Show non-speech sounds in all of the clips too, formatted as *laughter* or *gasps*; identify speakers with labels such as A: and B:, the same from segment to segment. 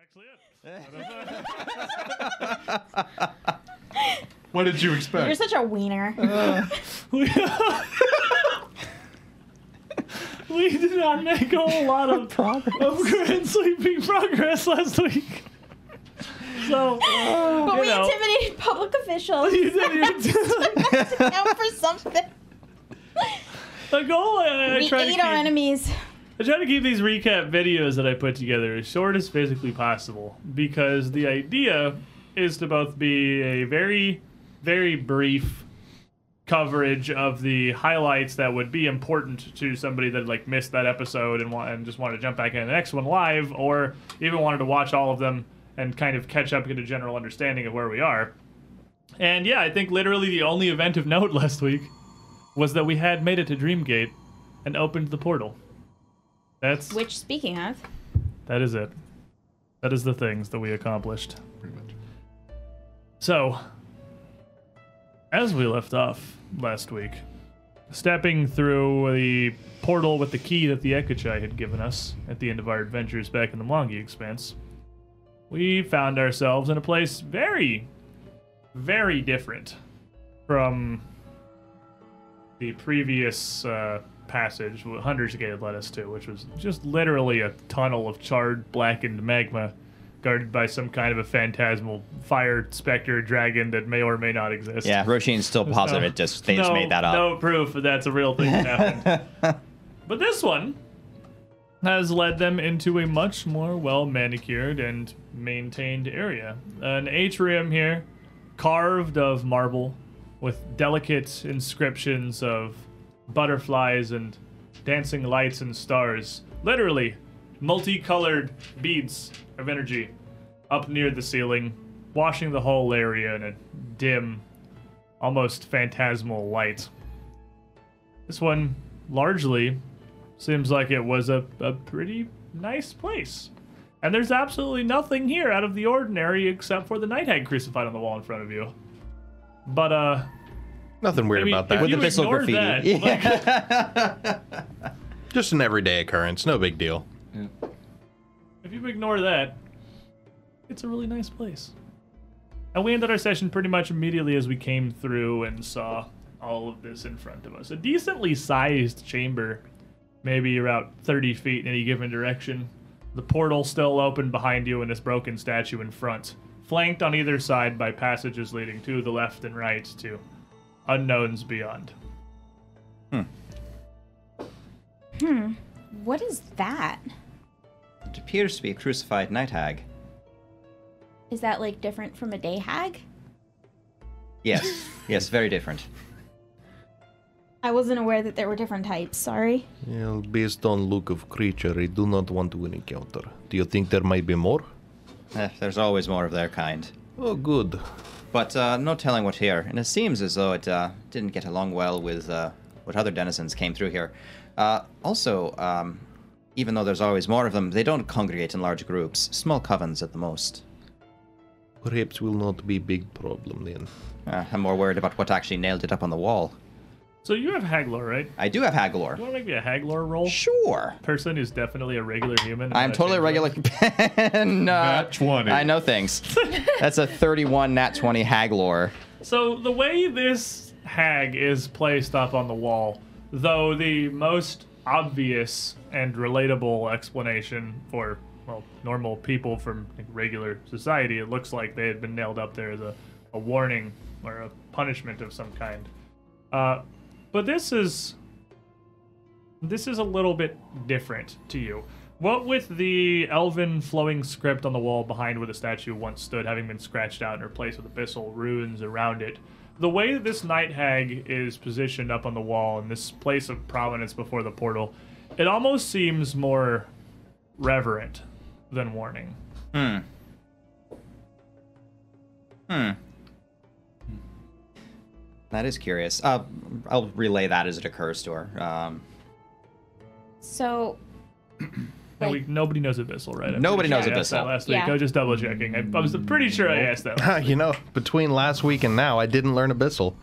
A: actually it. *laughs* what did you
B: *laughs* You're
A: expect?
B: such
C: *laughs*
B: a wiener.
C: We, *laughs* we did not make a whole lot of, of grand sweeping progress last week. So,
B: but
C: you
B: we
C: know.
B: intimidated *laughs* public officials.
C: You
B: *laughs*
C: did it.
B: to come for something.
C: the goal I, I
B: we
C: try to
B: ate
C: keep,
B: our enemies.
C: I try to keep these recap videos that I put together as short as physically possible because the idea is to both be a very, very brief coverage of the highlights that would be important to somebody that like missed that episode and want and just wanted to jump back in the next one live or even wanted to watch all of them and kind of catch up get a general understanding of where we are. And yeah, I think literally the only event of note *laughs* last week was that we had made it to Dreamgate and opened the portal. That's
B: Which, speaking of,
C: that is it. That is the things that we accomplished.
A: Pretty much.
C: So, as we left off last week, stepping through the portal with the key that the Ekuchai had given us at the end of our adventures back in the Mwangi Expanse, we found ourselves in a place very, very different from the previous uh, passage what Hunter's Gate had led us to, which was just literally a tunnel of charred, blackened magma guarded by some kind of a phantasmal fire specter dragon that may or may not exist.
D: Yeah, Roshin's still positive
C: No.
D: it just they
C: no,
D: just made that up.
C: No proof that that's a real thing that happened.
D: *laughs*
C: but this one has led them into a much more well manicured and maintained area. An atrium here, carved of marble, with delicate inscriptions of butterflies and dancing lights and stars. Literally, multicolored beads of energy up near the ceiling, washing the whole area in a dim, almost phantasmal light. This one largely seems like it was a, a pretty nice place. And there's absolutely nothing here out of the ordinary except for the night hag crucified on the wall in front of you. But, uh,
E: *laughs* Nothing weird
C: I mean,
E: about
C: if
E: that.
C: you
D: the pistol
C: ignored
D: graffiti.
C: that, like,
E: Just an everyday occurrence. No big deal.
C: if you ignore that, it's a really nice place. And we ended our session pretty much immediately as we came through and saw all of this in front of us. A decently sized chamber, maybe about 30 feet in any given direction. The portal still open behind you and this broken statue in front, flanked on either side by passages leading to the left and right to unknowns beyond.
B: what is that?
D: It appears to be a crucified night hag.
B: Is that like different from a day hag?
D: *laughs* Yes, yes, very different.
B: I wasn't aware that there were different types. Sorry.
E: Yeah, based on look of creature, I do not want to encounter. Do you think there might be more?
D: Eh, There's always more of their kind.
E: Oh, good.
D: But uh, no telling what here, and it seems as though it uh, didn't get along well with uh, what other denizens came through here. Uh, also, um, even though there's always more of them, they don't congregate in large groups, small covens at the most.
E: Perhaps will not be big problem *laughs* then.
D: Uh, I'm more worried about what actually nailed it up on the wall.
C: So you have Haglor, right?
D: I do have
C: You
D: Haglor.
C: want to make me a Haglor roll?
D: Sure.
C: Person who's definitely a regular human.
D: I'm totally a regular. *laughs* no,
A: Nat 20.
D: I know
A: *laughs*
D: things. That's a 31 nat 20 Haglor.
C: So the way this hag is placed up on the wall, though the most obvious and relatable explanation for well normal people from like, regular society, it looks like they had been nailed up there as a, a warning or a punishment of some kind. Uh, but this is this is a little bit different to you. What with the elven flowing script on the wall behind where the statue once stood having been scratched out and replaced with abyssal runes around it, the way that this night hag is positioned up on the wall in this place of prominence before the portal, it almost seems more reverent than warning.
D: That is curious. Uh, I'll relay that as it occurs to her. Um,
B: So,
C: And we, nobody knows abyssal, right? I'm
D: Nobody
C: pretty sure
D: knows
C: I asked
D: abyssal.
C: That last week,
B: Yeah.
C: I was just double checking. I, I was pretty sure I asked that.
E: Ha, Ah, you know, between last week and now, I didn't learn Abyssal.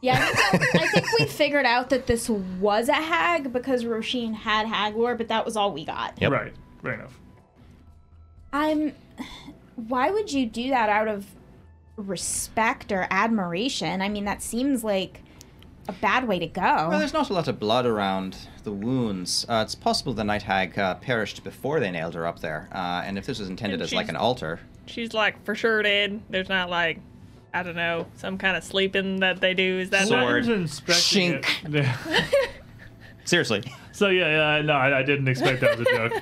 B: yeah, I think, I think we figured out that this was a hag because Roshin had Haglor, but that was all we got.
E: Yep.
C: Right. Right enough.
B: I'm. Why would you do that out of respect or admiration? I mean, that seems like a bad way to go.
D: Well, there's not a lot of blood around the wounds. Uh, it's possible the night hag uh, perished before they nailed her up there, uh, and if this was intended
F: And
D: as like
F: she's-
D: an altar,
F: She's like for sure dead. There's not like I don't know some kind of sleeping that they do. Is that
D: Sword.
F: not?
C: Someone's inspecting it.
D: seriously,
C: so yeah, yeah, no, I, I didn't expect that was a joke.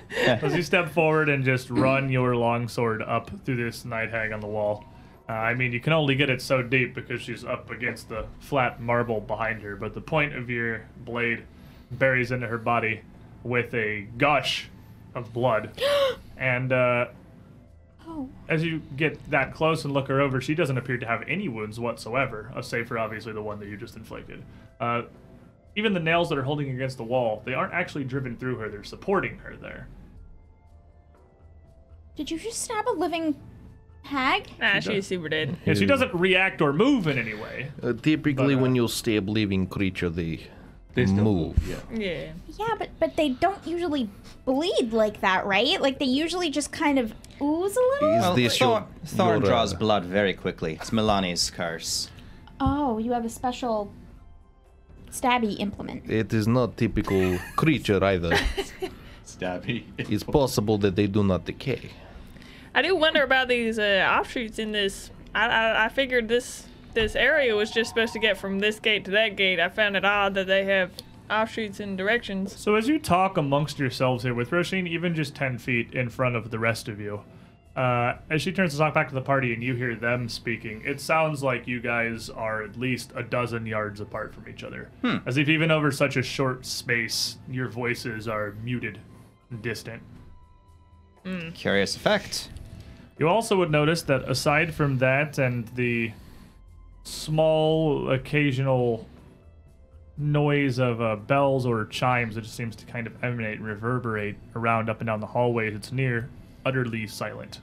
C: As you step forward and just run your longsword up through this night hag on the wall. Uh, I mean, you can only get it so deep because she's up against the flat marble behind her, but the point of your blade buries into her body with a gush of blood. and uh,
B: Oh.
C: as you get that close and look her over, she doesn't appear to have any wounds whatsoever, uh, save for obviously the one that you just inflicted. Uh, even the nails that are holding against the wall, they aren't actually driven through her, they're supporting her there.
B: Did you just stab a living hag?
F: Nah, she's super dead.
C: Yeah, she doesn't react or move in any way.
E: Uh, typically,
C: But, uh,
E: when you stab living creature, they,
A: They still
E: move.
A: Yeah.
F: Yeah.
B: Yeah, but but they don't usually bleed like that, right? Like they usually just kind of ooze a little.
E: Is
D: *laughs* well,
E: this
D: Thor,
E: your,
D: Thor
E: your, uh,
D: draws blood very quickly. It's Milani's curse.
B: Oh, you have a special stabby implement.
E: It is not typical creature
D: *laughs*
E: either.
A: Stabby.
E: It's possible that they do not decay.
F: I do wonder about these uh, offshoots in this. I, I I figured this this area was just supposed to get from this gate to that gate. I found it odd that they have offshoots in directions.
C: So as you talk amongst yourselves here with Roisin, even just ten feet in front of the rest of you, uh, as she turns to talk back to the party and you hear them speaking, it sounds like you guys are at least a dozen yards apart from each other. As if even over such a short space, your voices are muted and distant.
D: Curious effect.
C: You also would notice that aside from that and the small occasional noise of uh, bells or chimes that just seems to kind of emanate and reverberate around up and down the hallways, it's near utterly silent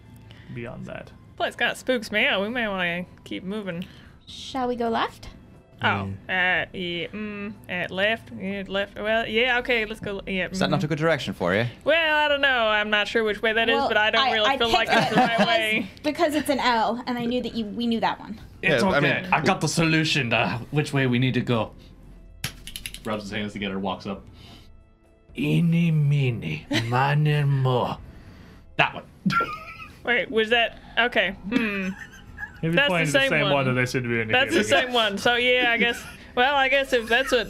C: beyond that.
F: Place kind of spooks me out. We may want to keep moving.
B: Shall we go left?
F: Oh, uh, yeah, mm, at left, yeah, left. Well, yeah, okay, let's go. Yeah, mm.
D: Is that not a good direction for you?
F: well, I don't know. I'm not sure which way that is,
B: Well,
F: but I don't
B: I-
F: really
B: I
F: feel like
B: picked
F: it's the
B: it
F: right way.
B: *laughs* Because it's an L, and I knew that you we knew that one.
A: It's
E: Yeah, I
A: okay. I
E: mean-
A: have got the solution to which way we need to go. Rubs his hands together, walks up. Eeny, meeny, miny, mo. That one.
F: Wait, was that okay? Hmm,
C: Maybe
F: That's the
C: playing the
F: same
C: same, one.
F: one.
C: that they seem to be in
F: that's the same one. So yeah, I guess. Well, I guess if that's what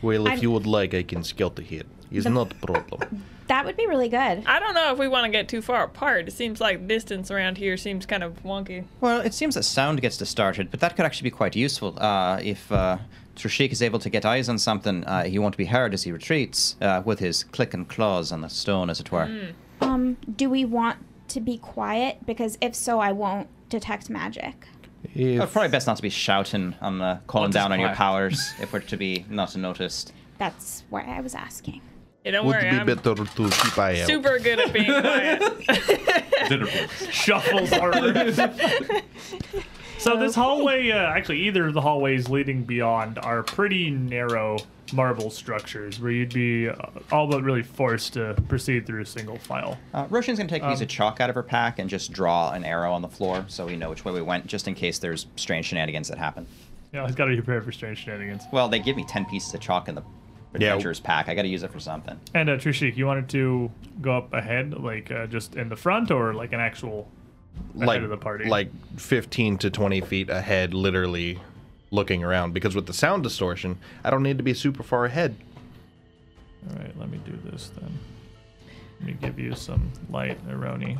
E: Well, if
B: I'm-
E: you would like, I can scout ahead. It's not a problem.
B: That would be really good.
F: I don't know if we want to get too far apart. It seems like distance around here seems kind of wonky.
D: Well, it seems that sound gets distorted, but that could actually be quite useful. Uh, if uh, Trishik is able to get eyes on something, uh, he won't be heard as he retreats uh, with his click and claws on the stone, as it were.
F: Hmm.
B: Um, do we want to be quiet? Because if so, I won't detect magic.
D: Well,
E: If,
D: probably best not to be shouting on the calling
A: What is
D: down on your
F: *laughs*
A: quiet?
D: powers if we're to be not noticed.
B: That's why I was asking.
F: Yeah, don't
E: would
F: worry,
E: be
F: I'm
E: better to keep eye out.
F: super good at being quiet. *laughs*
A: Dinner plates.
C: shuffles armor. so this hallway, uh, actually, either of the hallways leading beyond are pretty narrow marble structers where you'd be uh, all but really forced to proceed through a single file.
D: Uh, Roshan's going to take a piece
F: Um.
D: of chalk out of her pack and just draw an arrow on the floor so we know which way we went, just in case there's strange shenanigans that happen.
C: Yeah, it's got to be prepared for strange shenanigans.
D: Well, they give me 10 pieces of chalk in the
E: Yeah.
D: adventurer's pack. I got to use it for something.
C: And uh, Trishik, you wanted to go up ahead, like uh, just in the front, or like an actual ahead
E: like
C: of the party?
E: like 15 to 20 feet ahead, literally looking around. Because with the sound distortion, I don't need to be super far ahead.
C: All right, let me do this then. Let me give you some light, Aroni.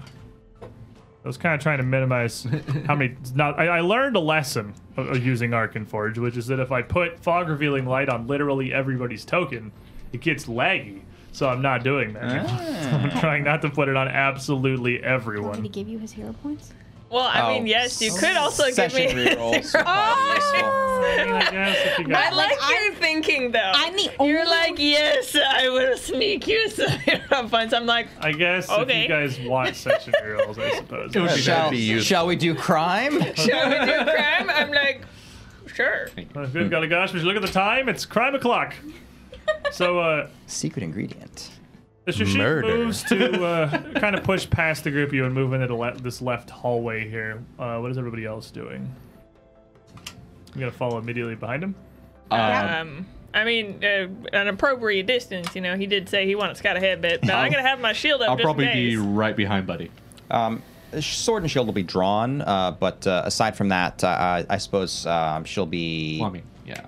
C: I was kind of trying to minimize how
A: *laughs*
C: many. Not, I, I learned a lesson of, of using Arc and Forge, which is that if I put fog revealing light on literally everybody's token, it gets laggy. So I'm not doing that.
A: Ah.
C: *laughs* I'm trying not to put it on absolutely
B: Want me
F: *laughs*
C: everyone.
B: to give you his hero points?
F: Well, I
D: Oh,
F: mean, yes, you could also give
D: session
F: me. *laughs* Ah!
D: rerolls.
F: zero.
C: I mean, I guess if you
F: I
C: guys-
F: like,
B: Like,
F: your thinking though.
B: I'm the
F: You're
B: only-
F: like, yes, I will sneak you some *laughs* points. I'm like,
C: I guess if
F: Okay.
C: you guys
F: *laughs*
C: want session rerolls, I suppose.
A: would be
D: Shall,
E: be useful.
D: shall we do crime? *laughs*
F: shall we do crime? I'm like, sure.
C: We've got a gosh, we should look at the time. It's crime o'clock. So, uh,
D: Secret ingredient.
C: The Shashik
E: Murder.
C: moves to uh, kind of push past the group of you and move into the le- this left hallway here. Uh, what is everybody else doing? I'm gonna follow immediately behind him.
A: Uh,
F: Um, I mean, uh, an appropriate distance. You know, he did say he wanted Scott ahead, but but I'm
A: I'll-
F: gonna have my shield up
A: I'll
F: just
A: probably
F: in
A: be
F: case.
A: right behind Buddy.
D: Um, sword and shield will be drawn, uh, but uh, aside from that, uh, I, I suppose um, she'll be.
A: Well, I mean, yeah.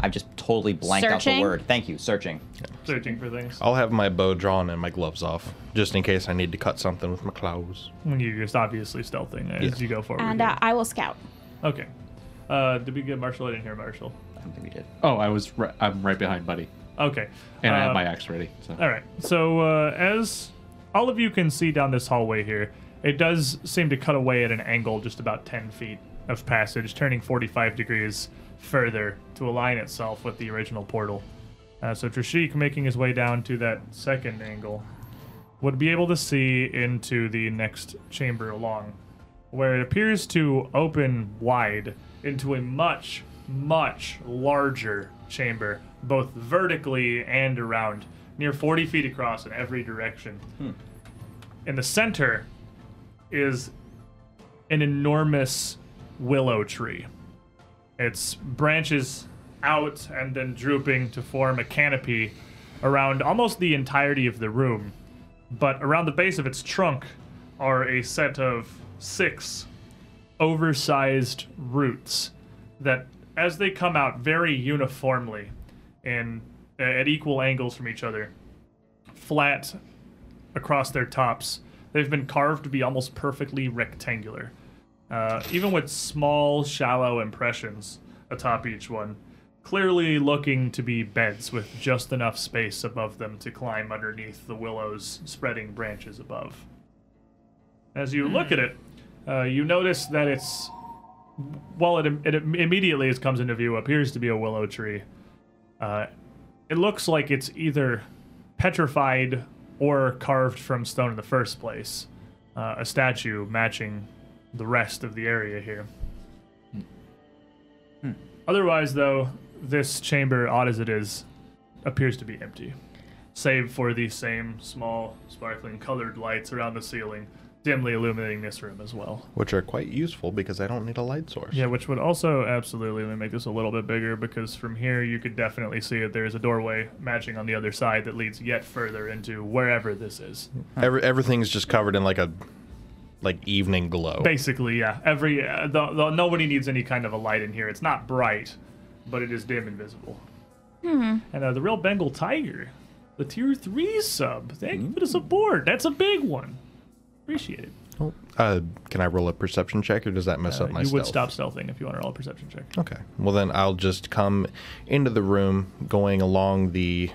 D: I've just totally blanked out
B: Searching?
D: the word. Thank you, searching.
C: searching for things.
E: I'll have my bow drawn and my gloves off, just in case I need to cut something with my claws.
C: When you're just obviously stealthing as
E: Yeah.
C: you go forward.
B: And uh, I will scout.
C: okay. Uh, did we get Marshall? I didn't hear Marshall.
D: I don't think we did.
A: Oh, I was. Ri- I'm right behind Buddy,
C: Okay.
A: and I have
C: Um,
A: my axe ready. So.
C: All right. So uh, as all of you can see down this hallway here, it does seem to cut away at an angle just about 10 feet of passage, turning 45 degrees further to align itself with the original portal. Uh, so Trishik, making his way down to that second angle, would be able to see into the next chamber along, where it appears to open wide into a much, much larger chamber, both vertically and around, near 40 feet across in every direction. In the center is an enormous willow tree. Its branches out and then drooping to form a canopy around almost the entirety of the room but around the base of its trunk are a set of six oversized roots that, as they come out very uniformly and uh, at equal angles from each other, flat across their tops, they've been carved to be almost perfectly rectangular. Uh, even with small, shallow impressions atop each one, clearly looking to be beds with just enough space above them to climb underneath the willow's spreading branches above. As you look at it, uh, you notice that it's, while it, im- it im- immediately as comes into view appears to be a willow tree, uh, it looks like it's either petrified or carved from stone in the first place. Uh, a statue matching the rest of the area here. Hmm. Otherwise, though, this chamber, odd as it is, appears to be empty, save for the same small, sparkling colored lights around the ceiling, dimly illuminating this room as well.
E: Which are quite useful because I don't need a light source.
C: Yeah, which would also absolutely let me make this a little bit bigger because from here you could definitely see that there is a doorway matching on the other side that leads yet further into wherever this is.
E: Every, everything's just covered in like a like evening glow.
C: Basically, yeah. Every uh, the, the, nobody needs any kind of a light in here. It's not bright, but it is dim and visible. And uh, the real Bengal tiger, the tier three sub. Thank you for the support. That's a big one. Appreciate it.
E: Uh, can I roll a perception check, or does that mess
C: Uh,
E: up my
C: you would
E: stealth?
C: stop stealthing if you want to roll a perception check.
E: Okay. Well, then I'll just come into the room, going along the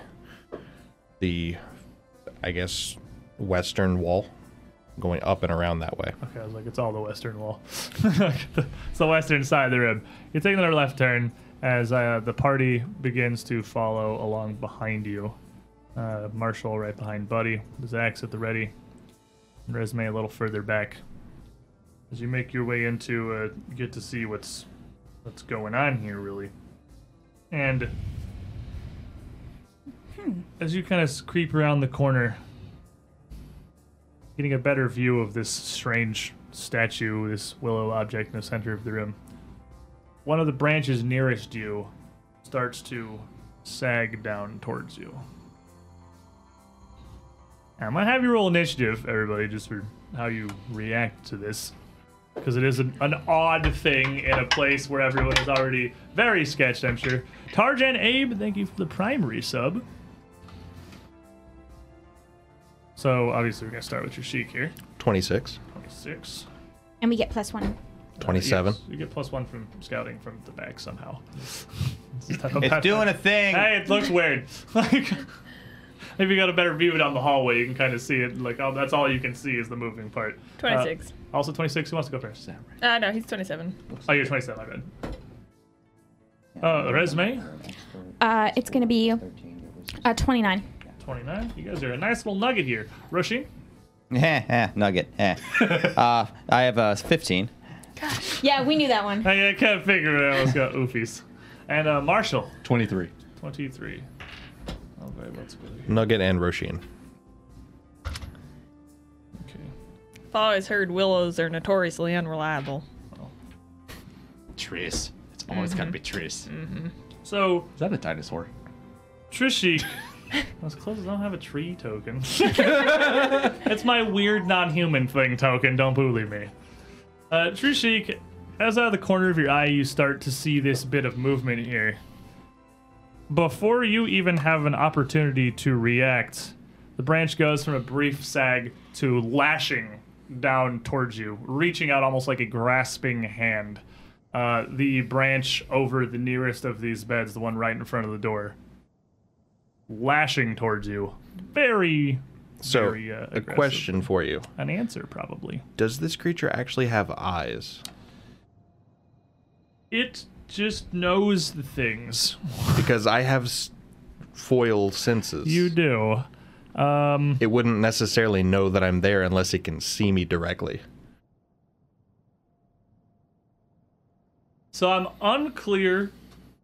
E: the I guess western wall, going up and around that way.
C: Okay, I was like, it's all the western wall. *laughs* it's the western side of the room. You're taking another left turn as uh, the party begins to follow along behind you. Uh, Marshall right behind Buddy, his axe at the ready. Resume a little further back. As you make your way into, uh, you get to see what's what's going on here, really. And as you kind of creep around the corner, getting a better view of this strange statue, this willow object in the center of the room. One of the branches nearest you starts to sag down towards you. I'm gonna have you roll initiative, everybody, just for how you react to this. Because it is an, an odd thing in a place where everyone is already very sketched, I'm sure. Tarjan Abe, thank you for the primary sub. So, obviously, we're gonna start with your chic here.
E: Twenty six.
C: Uh, 26.
B: And we get plus one.
E: Twenty seven.
C: Yes, you get plus one from scouting from the back somehow.
D: It's doing a thing.
C: Hey, it looks weird. *laughs* like, if you got a better view down the hallway, you can kind of see it. Like, oh, that's all you can see is the moving part. Uh,
F: 26.
C: also, 26. Who wants to go first?
F: Uh, no, he's 27.
C: Oh, you're 27. I read. Uh, resume.
B: Uh, it's going to be uh, 29.
C: 29. You guys are a nice little nugget here. Roshi.
D: Heh, heh, Eh, nugget.
C: *laughs*
D: Heh. uh, I have uh, 15.
B: Yeah, we knew that one.
C: I, I can't figure it out. Let's go. Oofies. And uh, Marshall.
A: Twenty-three.
C: 23. All All right, what's good?
E: Nugget and Roshian.
C: Okay.
F: I've always heard willows are notoriously unreliable.
A: Trace. It's always
C: Mm-hmm.
A: gotta be Trace.
C: Mm. So
A: Is that a dinosaur?
C: Trishy. *laughs* I was close. I don't have a tree token. *laughs* it's my weird non-human thing token. Don't bully me. Uh, Trishik, as out of the corner of your eye, you start to see this bit of movement here. Before you even have an opportunity to react, the branch goes from a brief sag to lashing down towards you, reaching out almost like a grasping hand. Uh, the branch over the nearest of these beds, the one right in front of the door lashing towards you. Very,
E: So,
C: very uh,
E: a
C: aggressive.
E: question for you:
C: An answer, probably.
E: Does this creature actually have eyes?
C: It just knows the things.
E: Because I have s- foil senses.
C: You do. Um,
E: It wouldn't necessarily know that I'm there unless it can see me directly.
C: so I'm unclear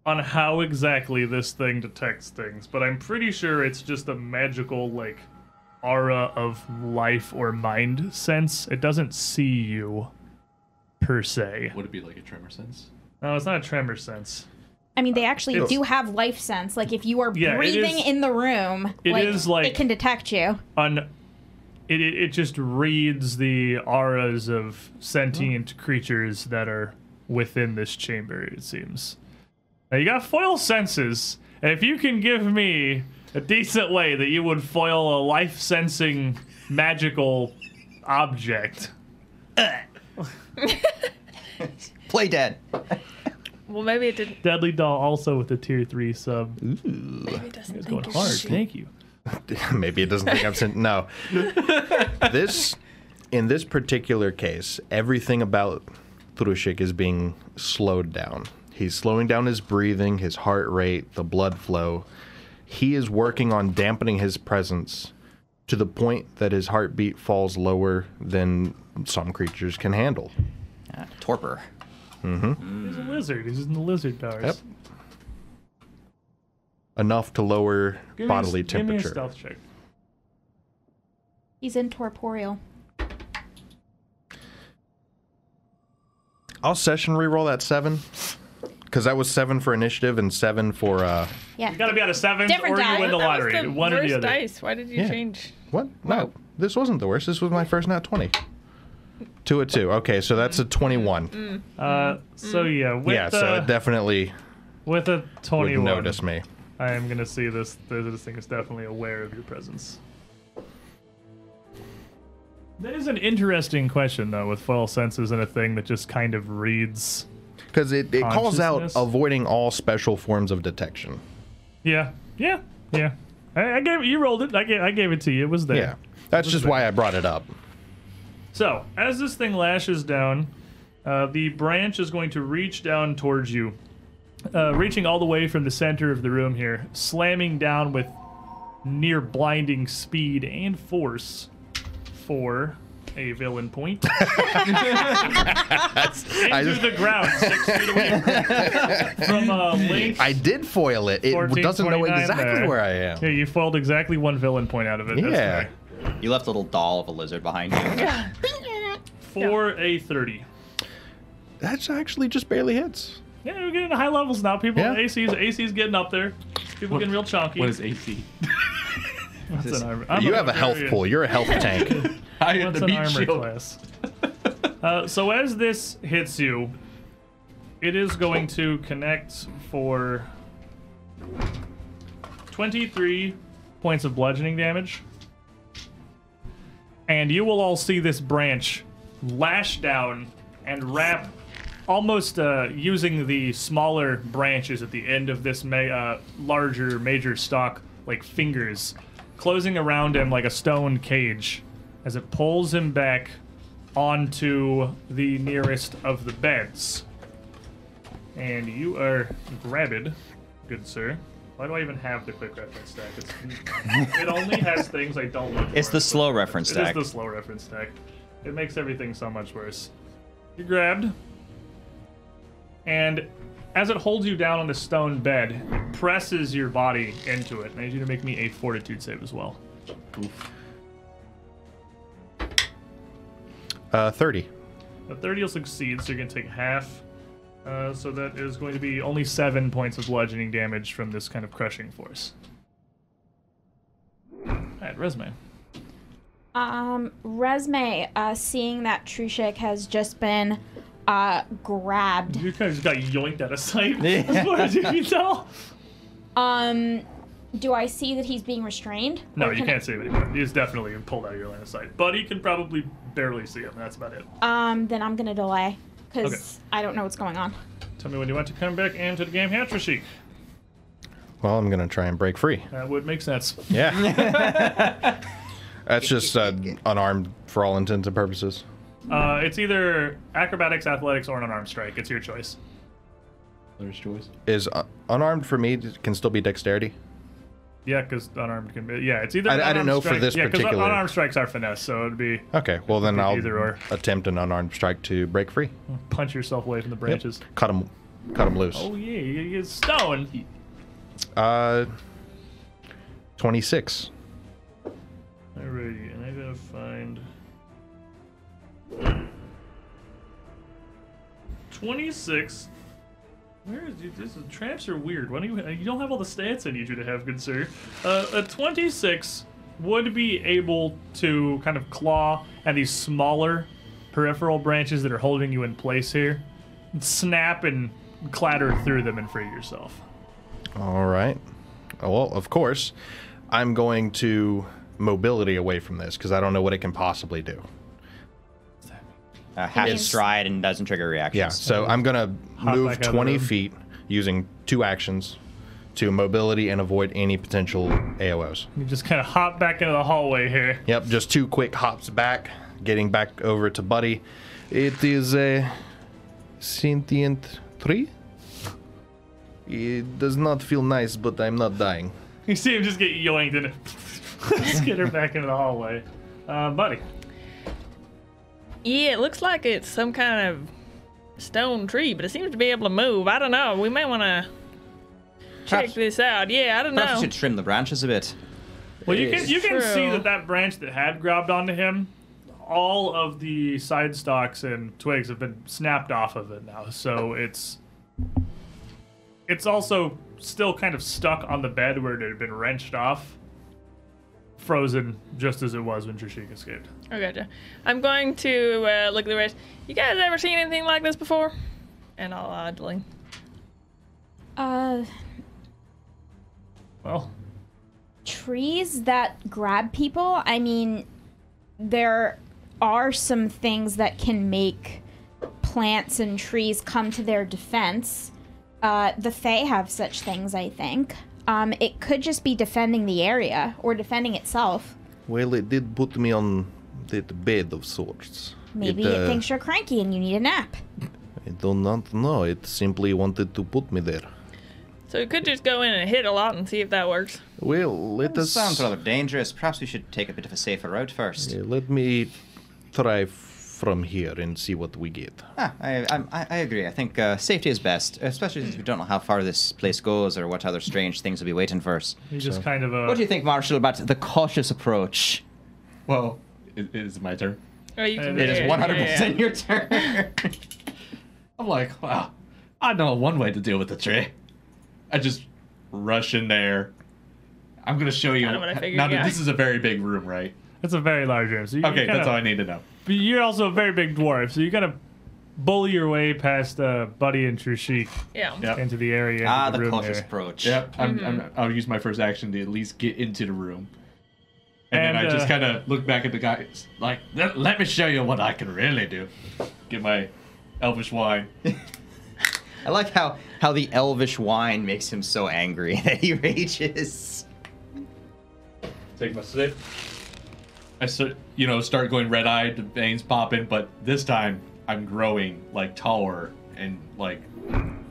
C: on how exactly this thing detects things, but I'm pretty sure it's just a magical, like, aura of life or mind sense. It doesn't see you, per se.
A: Would it be like a tremor sense?
C: No, it's not a tremor sense.
B: I mean, they actually
C: It's-
B: do have life sense. Like if you are
C: Yeah, it
B: breathing
C: is-
B: in the room,
C: it is like-
B: it can detect you.
C: on it, it, it just reads the auras of sentient creatures that are within this chamber it seems now you got foil senses and if you can give me a decent way that you would foil a life sensing magical object
D: Play dead.
F: Well, maybe it didn't.
C: deadly doll also with a tier 3 sub
F: Maybe it doesn't
C: it's
F: think
C: going
F: it's
C: hard
F: shit.
C: thank you
E: *laughs* Maybe it doesn't think I've
C: *laughs*
E: seen. No. this, in this particular case, everything about Thrushik is being slowed down. He's slowing down his breathing, his heart rate, the blood flow. He is working on dampening his presence to the point that his heartbeat falls lower than some creatures can handle.
D: Ah, torpor.
C: he's a lizard he's in the lizard powers
E: Yep. Enough to lower
C: Give me a-
E: bodily
C: give me
E: temperature.
C: a stealth check
B: He's incorporeal.
E: I'll session reroll that seven, because that was seven for initiative and seven for uh.
B: Yeah.
C: gotta be out of seven
B: Different
C: or you
B: die.
C: win the
F: That was
C: lottery
F: the
C: one or
F: worst
C: the other
F: dice. Why did you
E: Yeah.
F: change?
E: What? No, this wasn't the worst. This was my first nat 20. Two a two. Okay, so that's a 21.
C: Uh, so yeah, Mm. with
E: yeah,
C: the,
E: so it definitely
C: with a
E: would
C: twenty-one,
E: notice me.
C: I am gonna see this. This thing is definitely aware of your presence. That is an interesting question, though, with foil senses and a thing that just kind of reads.
E: Because it, it calls out
C: Consciousness?
E: avoiding all special forms of detection.
C: Yeah, yeah, yeah. I, I gave you rolled it. I gave, I gave it to you. It was there.
E: Yeah. That's just why I brought it up.
C: So, as this thing lashes down, uh, the branch is going to reach down towards you, uh, reaching all the way from the center of the room here, slamming down with near blinding speed and force for a villain point
E: I,
C: into
E: just-
C: the ground six feet away
E: *laughs*
C: from uh, Link.
E: I did foil it. It
C: 14,
E: doesn't know
C: 29
E: exactly
C: there.
E: where I am.
C: Yeah, you foiled exactly one villain point out of it. That's
E: Yeah.
C: right.
D: You left a little doll of a lizard behind
C: *laughs*
D: you.
C: For a 30.
E: That's actually just barely hits.
C: Yeah, we're getting to high levels now. People,
E: Yeah.
C: AC's, AC's getting up there. People getting real chunky.
A: What is AC?
C: What's
D: this?
C: an armor? I'm
E: you have a health
C: barbarian.
E: pool. You're a
C: *laughs*
E: health tank.
A: *laughs* I am
C: What's
A: the
C: an
A: meat
C: armor
A: shield.
C: class? *laughs* uh, so as this hits you, it is going to connect for 23 points of bludgeoning damage. And you will all see this branch lash down and wrap almost uh, using the smaller branches at the end of this ma- uh, larger major stalk like fingers closing around him like a stone cage as it pulls him back onto the nearest of the beds and you are grabbed good sir why do i even have the quick reference stack it's, *laughs* it only has things i don't look
D: It's
C: for.
D: the slow reference
C: It is
D: stack.
C: the slow reference tag. It makes everything so much worse. You're grabbed. and as it holds you down on the stone bed, it presses your body into it. And I need you to make me a fortitude save as well.
E: Uh, 30.
C: A 30 will succeed, so you're going to take half. Uh, so that is going to be only seven points of bludgeoning damage from this kind of crushing force. All right, resume.
B: Um, Resme, uh, seeing that Trushik has just been uh, grabbed,
C: You kind of just got yoinked out of
D: *laughs*
C: sight, *laughs*
D: Yeah.
C: as far as you can tell.
B: um, do I see that he's being restrained?
C: No,
B: Or
C: you
B: can I-
C: can't see him anymore. He's definitely pulled out of your line of sight. But you can probably barely see him. That's about it.
B: Um, then I'm gonna delay because I don't know what's going on.
C: Tell me when you want to come back into the game, Hatrasheek.
E: Well, I'm going to try and break free.
C: That would make sense.
E: Yeah.
C: *laughs*
E: That's just uh, unarmed for all intents and purposes.
C: Uh, it's either acrobatics, athletics, or an unarmed strike. It's your choice.
A: There's choice.
E: Is uh, unarmed for me can still be dexterity?
C: Yeah, because unarmed can be. Yeah, it's either.
E: I- I didn't
C: unarmed
E: know for
C: strike-
E: this
C: yeah, 'cause
E: particular-
C: unarmed strikes are finesse, so it'd be
E: Okay, well then I'll
C: Either or.
E: attempt an unarmed strike to break free.
C: punch yourself away from the branches.
E: Cut him, cut him loose.
C: Oh yeah, you get stone.
E: Uh, 26.
C: Alrighty, and I gotta find. 26. Where is you? This is, traps are weird. Why don't you? You don't have all the stats I need you to have, good sir. Uh, a 26 would be able to kind of claw at these smaller peripheral branches that are holding you in place here, and snap and clatter through them and free yourself.
E: All right. Oh, Well, of course, I'm going to mobility away from this because I don't know what it can possibly do.
D: Uh, half
B: means-
D: stride and doesn't trigger reactions.
E: Yeah, so I'm gonna
C: Hop back
E: move
C: out of the
E: 20
C: room.
E: feet using two actions to mobility and avoid any potential AOS.
C: You just kind of hop back into the hallway here.
E: Yep, just two quick hops back, getting back over to Buddy. It is a sentient tree. It does not feel nice, but I'm not dying.
C: You see him just get yoinked and *laughs* skitter back into the hallway. Uh, buddy,
F: Yeah, it looks like it's some kind of stone tree, but it seems to be able to move. I don't know. We may want to
D: Perhaps-
F: check this out. Yeah, I don't
D: Perhaps
F: know.
D: we should trim the branches a bit.
C: well you can
D: Yes.
C: you can see
F: True.
C: that that branch that had grabbed onto him, all of the side stalks and twigs have been snapped off of it now. So it's it's also still kind of stuck on the bed where it had been wrenched off, frozen just as it was when Trishik escaped.
F: I Oh, gotcha. I'm going to uh, look at the rest. You guys ever seen anything like this before? And I'll uh, delete.
B: Uh,
C: Well,
B: trees that grab people. I mean, there are some things that can make plants and trees come to their defense. Uh, the Fae have such things, I think. Um, it could just be defending the area or defending itself.
E: Well, it did put me on that bed of sorts. uh,
B: Maybe it, thinks you're cranky and you need a nap.
E: I do not know. It simply wanted to put me there.
F: So we could just go in and hit a lot and see if that works.
E: Well, let
D: This
E: us.
D: sounds rather dangerous. Perhaps we should take a bit of a safer route first.
E: Yeah, uh, let me try f- from here and see what we get.
D: Ah, I, I'm- I, I agree. I think uh, safety is best, especially since we don't know how far this place goes or what other strange things will be waiting for us.
C: you just kind of uh,
D: What do you think, Marshall, about the cautious approach?
A: Well, it, it's my turn.
F: Or you can,
C: It is
F: yeah,
D: 100%
F: yeah.
D: your turn.
A: I'm like, wow, I know one way to deal with the tree. I just rush in there. I'm gonna show you.
F: Kinda what I figured,
A: now,
F: yeah.
A: this is a very big room, right?
C: it's a very large room. So you
A: Okay,
C: kind of,
A: that's all I need to know.
C: But you're also a very big dwarf, so you gotta bully your way past uh, Buddy and Trusheek
F: yeah.
A: Yep.
C: into the area.
D: ah,
C: into the,
D: the
C: room
D: cautious
C: here.
D: approach.
A: Yep, I'm, I'm,
F: Mm-hmm.
A: I'll use my first action to at least get into the room. And, then
C: And,
A: I just
C: uh,
A: kind of look back at the guy, it's like, let, let me show you what I can really do. Get my elvish wine.
D: I like how, how the elvish wine makes him so angry *laughs* that he rages.
A: Take my sip. I start, you know, start going red eyed, the veins popping, but this time I'm growing like taller and like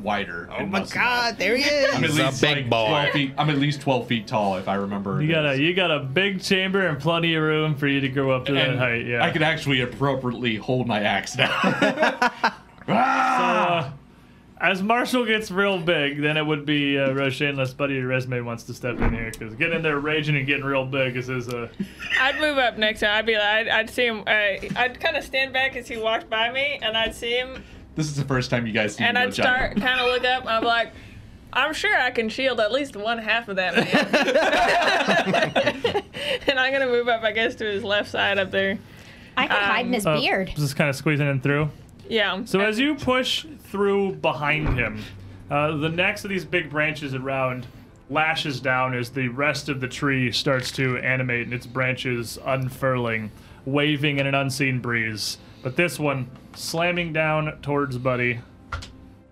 A: wider. Oh my god,
D: there he is!
A: I'm at
E: He's a
A: least
E: big
A: like,
E: boy.
A: 12 feet. I'm at least 12 feet tall if I remember.
C: You
A: it
C: got a
A: is.
C: you got a big chamber and plenty of room for you to grow up to that
A: And
C: height. Yeah.
A: I could
D: Ah!
A: actually appropriately hold my axe now.
C: uh, As Marshall gets real big, then it would be uh, Roshan, unless Buddy Resume wants to step in here, because getting in there raging and getting real big is his. Uh,
F: I'd move up next to him. I'd be like, I'd, I'd see him. I, I'd kind of stand back as he walked by me, and I'd see him,
A: *laughs* This is the first time you guys see
F: and
A: no
F: I'd start kind of look up. And I'm like, I'm sure I can shield at least one half of that
C: *laughs*
F: man. and I'm gonna move up, I guess, to his left side up there.
B: I could hide in his
C: uh,
B: beard.
C: Just kind of squeezing in through.
F: Yeah.
C: So as you push through behind him, uh, the next of these big branches around lashes down as the rest of the tree starts to animate and its branches unfurling, waving in an unseen breeze. But this one slamming down towards Buddy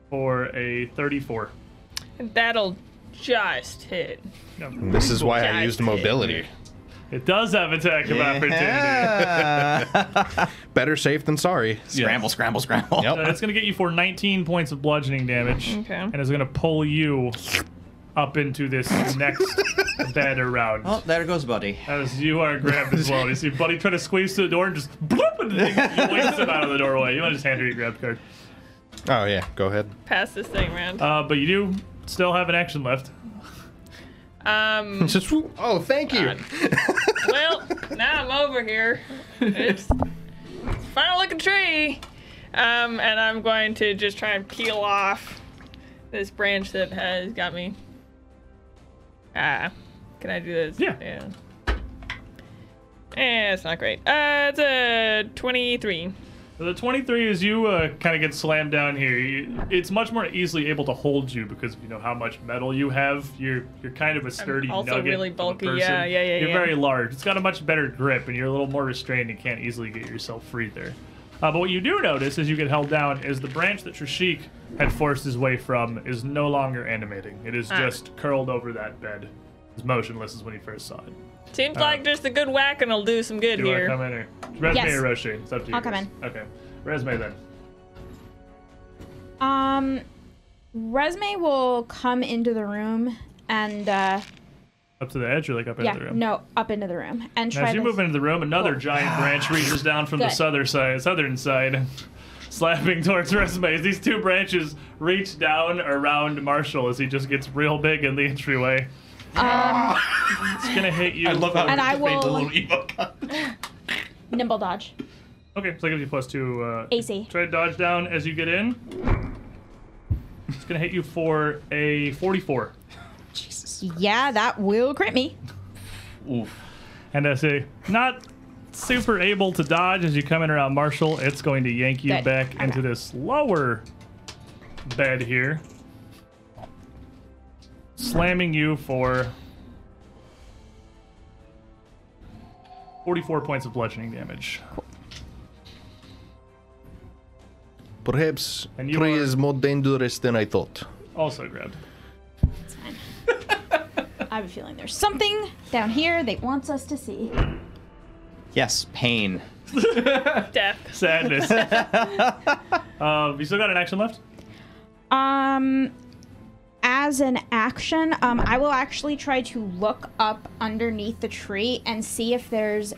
C: for a 34.
F: that'll just hit.
E: This is why I used
F: Gigantic.
E: mobility.
C: It does have attack of opportunity.
D: Yeah.
E: Better safe than sorry.
D: *laughs* scramble, scramble, scramble.
E: Yep.
C: Uh, it's going to get you for 19 points of bludgeoning damage.
F: Okay.
C: And it's going to pull you up into this next bed around.
D: Oh, there goes Buddy.
C: As you are grabbed as well. You see Buddy try to squeeze through the door and just bloop, *laughs* and then you waste him out of the doorway. You want to just hand her your grab card.
E: Oh yeah, go ahead.
F: Pass this thing around.
C: Uh, but you do still have an action left. Uh,
F: Um.
E: Just whoop. oh, thank you. *laughs*
F: well, now I'm over here. It's final looking tree. Um, and I'm going to just try and peel off this branch that has got me. Ah, can I do this?
C: Yeah.
F: Yeah. Eh, it's not great. Uh, it's a 23.
C: So the 23 is you uh, kind of get slammed down here. You, it's much more easily able to hold you because you know how much metal you have. You're you're kind of a sturdy
F: also
C: nugget.
F: really
C: of a
F: bulky.
C: person.
F: Yeah, yeah, yeah,
C: You're
F: yeah.
C: very large. It's got a much better grip, and you're a little more restrained and can't easily get yourself free there. Uh, but what you do notice as you get held down is the branch that Trishik had forced his way from is no longer animating. It is
F: Ah.
C: just curled over that bed. It's motionless as when he first saw it.
F: Seems like just a good whacking will do some good
C: Uh, Do
F: here.
C: I come in or resume
B: Yes.
C: or Roshi? It's up to you.
B: I'll come
C: guys. Okay, resume then.
B: Um, Resme will come into the room and uh,
C: Up to the edge or like up into
B: yeah,
C: the room?
B: no, up into the room and
C: Now,
B: try
C: as you
B: to.
C: move into the room, another
A: Oh.
C: giant branch reaches down from the
B: Good.
C: southern side, southern side, *laughs* slapping towards resumes. These two branches reach down around Marshall as he just gets real big in the entryway.
B: um,
C: It's gonna hit you.
A: *laughs* I love how
C: for-
B: And
A: you
B: I
A: just made the
B: will-
A: little emoticon.
B: nimble dodge,
C: Okay, so that gives you plus two. Uh,
B: AC.
C: Try to dodge down as you get in. It's gonna hit you for a 44,
B: Yeah, that will crit me.
A: Oof.
C: and I say not super able to dodge as you come in around Marshall. It's going to yank you
B: Good.
C: back
B: I'm
C: into
B: out.
C: this lower bed here. slamming you for 44 points of bludgeoning damage.
E: Perhaps
C: And you
E: three
C: are-
E: is more dangerous than I thought.
C: Also grabbed.
B: I have a feeling there's something down here they wants us to see.
D: Yes, pain.
F: Death.
C: Sadness. uh, you still got an action left?
B: Um, as an action, um, I will actually try to look up underneath the tree and see if there's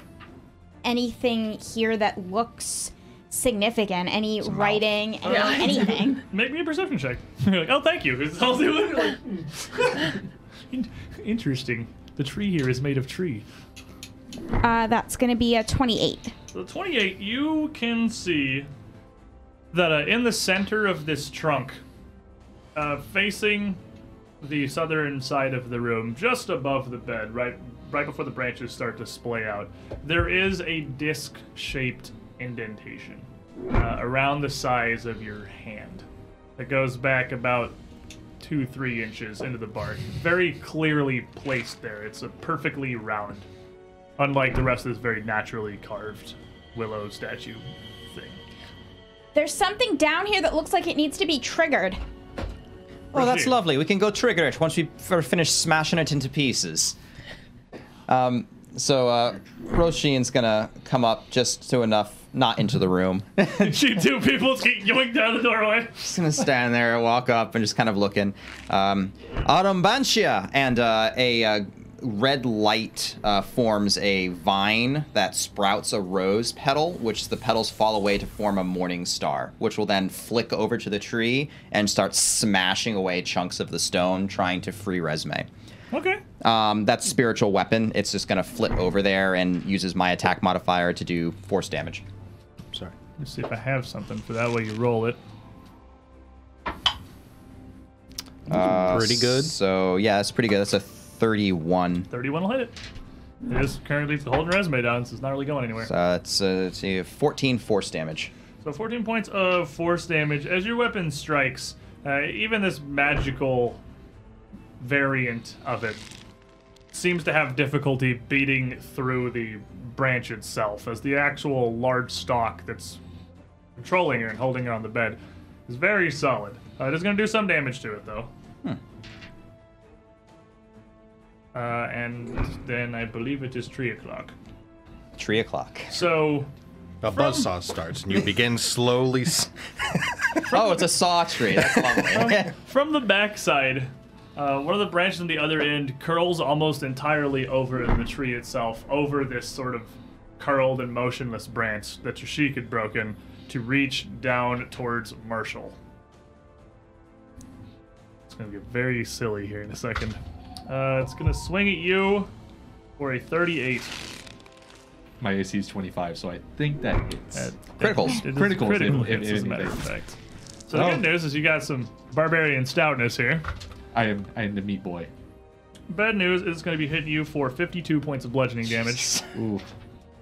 B: anything here that looks significant. Any writing,
C: *laughs*
B: any, anything.
C: Make me a perception check. You're like, oh, thank you. It's all *laughs* you're like, hmm. *laughs* "In- Interesting. The tree here is made of tree.
B: Uh, that's gonna be a twenty-eight.
C: So 28, you can see that uh, in the center of this trunk, uh, facing the southern side of the room, just above the bed, right, right before the branches start to splay out, there is a disc-shaped indentation uh, around the size of your hand that goes back about two, three inches into the bark. Very clearly placed there. It's a perfectly round unlike the rest of this very naturally carved willow statue thing. *laughs*
B: There's something down here that looks like it needs to be triggered.
D: Oh, that's
C: Proceed.
D: lovely. We can go trigger it once we f- finish smashing it into pieces. Um, so uh, Roshin's gonna come up just to enough, not into the room. *laughs*
C: she two people keep going down the doorway.
D: just gonna stand there, walk up, and just kind of looking. Um, Arambantia and uh, a uh, red light uh, forms a vine that sprouts a rose petal, which the petals fall away to form a morning star, which will then flick over to the tree and start smashing away chunks of the stone, trying to free Resme.
C: Okay.
D: Um, that's spiritual weapon. It's just gonna flip over there and uses my attack modifier to do force damage.
E: Sorry.
C: Let's see if I have something for that way you roll it.
D: Uh,
E: Pretty good.
D: So yeah, that's pretty good. That's a 31.
C: 31 will hit it. It is currently holding resume down, so it's not really going anywhere.
D: So that's uh, let's see, 14 force damage.
C: So 14 points of force damage as your weapon strikes. Uh, even this magical variant of it seems to have difficulty beating through the branch itself, as the actual large stalk that's controlling her and holding her on the bed is very solid. Uh, it is going to do some damage to it, though. Uh, and then I believe it is 3 o'clock.
D: Three o'clock.
C: So
E: A buzzsaw starts, and you begin slowly. S-
D: Oh, it's a saw
C: *laughs*
D: tree. That's lovely.
C: From the backside, uh, one of the branches on the other end curls almost entirely over the tree itself, over this sort of curled and motionless branch that Yashik had broken to reach down towards Marshall. It's going to get very silly here in a second. Uh, it's going to swing at you for a 38.
A: *laughs* My AC is 25, so I think that hits.
D: Criticals.
C: It is
A: Criticals,
C: Critical
A: if- if
C: hits, as a matter of
A: anything.
C: fact. So the
A: Oh.
C: good news is you got some barbarian stoutness here.
A: I am I am the meat boy.
C: Bad news is going to be hitting you for 52 points of bludgeoning damage
A: Ooh.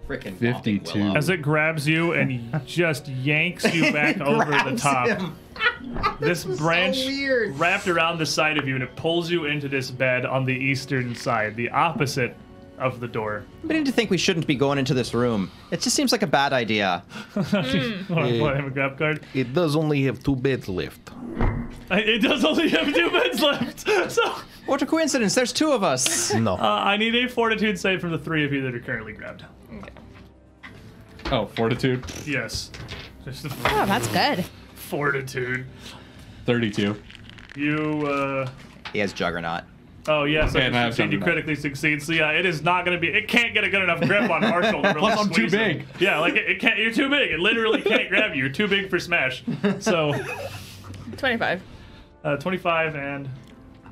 D: Frickin'
A: 52.
D: Willow.
C: as it grabs you
D: *laughs*
C: and just yanks you back over the
D: Grabs
C: top.
D: him. *laughs*
C: This branch
D: weird.
C: wrapped around the side of you and it pulls you into this bed on the eastern side, the opposite of the door. *laughs*
D: I'm beginning to think we shouldn't be going into this room. It just seems like a bad idea.
C: Want to play him a grab card?
E: *laughs* it does only have two beds left.
C: I- It does only have two beds *laughs* left, so uh,
D: What a coincidence! There's two of us.
E: No.
C: I need a fortitude save from the three of you that are currently grabbed.
A: Oh, fortitude.
C: Yes, *laughs* just the
B: Oh, that's good.
C: fortitude.
A: 32.
C: You uh,
D: He has Juggernaut.
C: Oh yes, I
A: And I
C: can
A: have
C: succeed. You
A: something
C: critically succeed. So yeah, it is not going to be. It can't get a good enough grip on Marshall.
A: *laughs*
C: To really
A: Plus, I'm too
C: squeeze him.
A: big.
C: Yeah, like it, it can't. You're too big. It literally
A: *laughs*
C: can't grab you. You're too big for smash. So,
F: 25.
C: uh, 25 and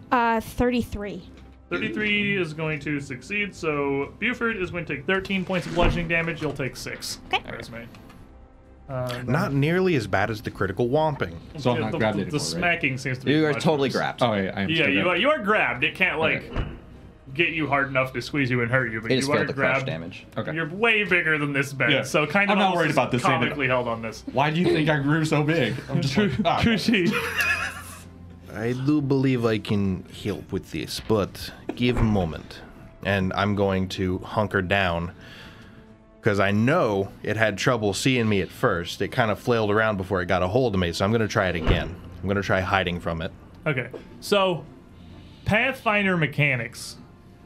B: Uh, 33.
C: 33 is going to succeed. So Buford is going to take 13 points of bludgeoning damage. You'll take six.
B: Okay.
C: That's right. Uh,
E: Not nearly as bad as the critical whomping.
A: So I'm
C: the,
A: not grabbed
C: the,
A: anymore, right?
C: smacking seems to be.
D: You are
C: much
D: totally
C: worse.
D: grabbed.
A: Oh, yeah, I am
C: Yeah,
A: still
C: you
A: good.
C: are, you are grabbed. It can't like
A: Okay.
C: get you hard enough to squeeze you and hurt you, but
D: It just
C: you are
D: failed the crush
C: grabbed.
D: damage.
A: Okay.
C: You're way bigger than this bed,
A: Yeah.
C: so kind of
A: I'm not
C: almost
A: worried
C: just
A: about this, ain't it?
C: comically held on this.
A: Why do you think I grew so big? I'm just
C: *laughs*
A: like, ah,
C: Kushi,
E: I do believe I can help with this, but give a moment. And I'm going to hunker down because I know it had trouble seeing me at first. It kind of flailed around before it got a hold of me, so I'm going to try it again. I'm going to try hiding from it.
C: okay, so Pathfinder mechanics.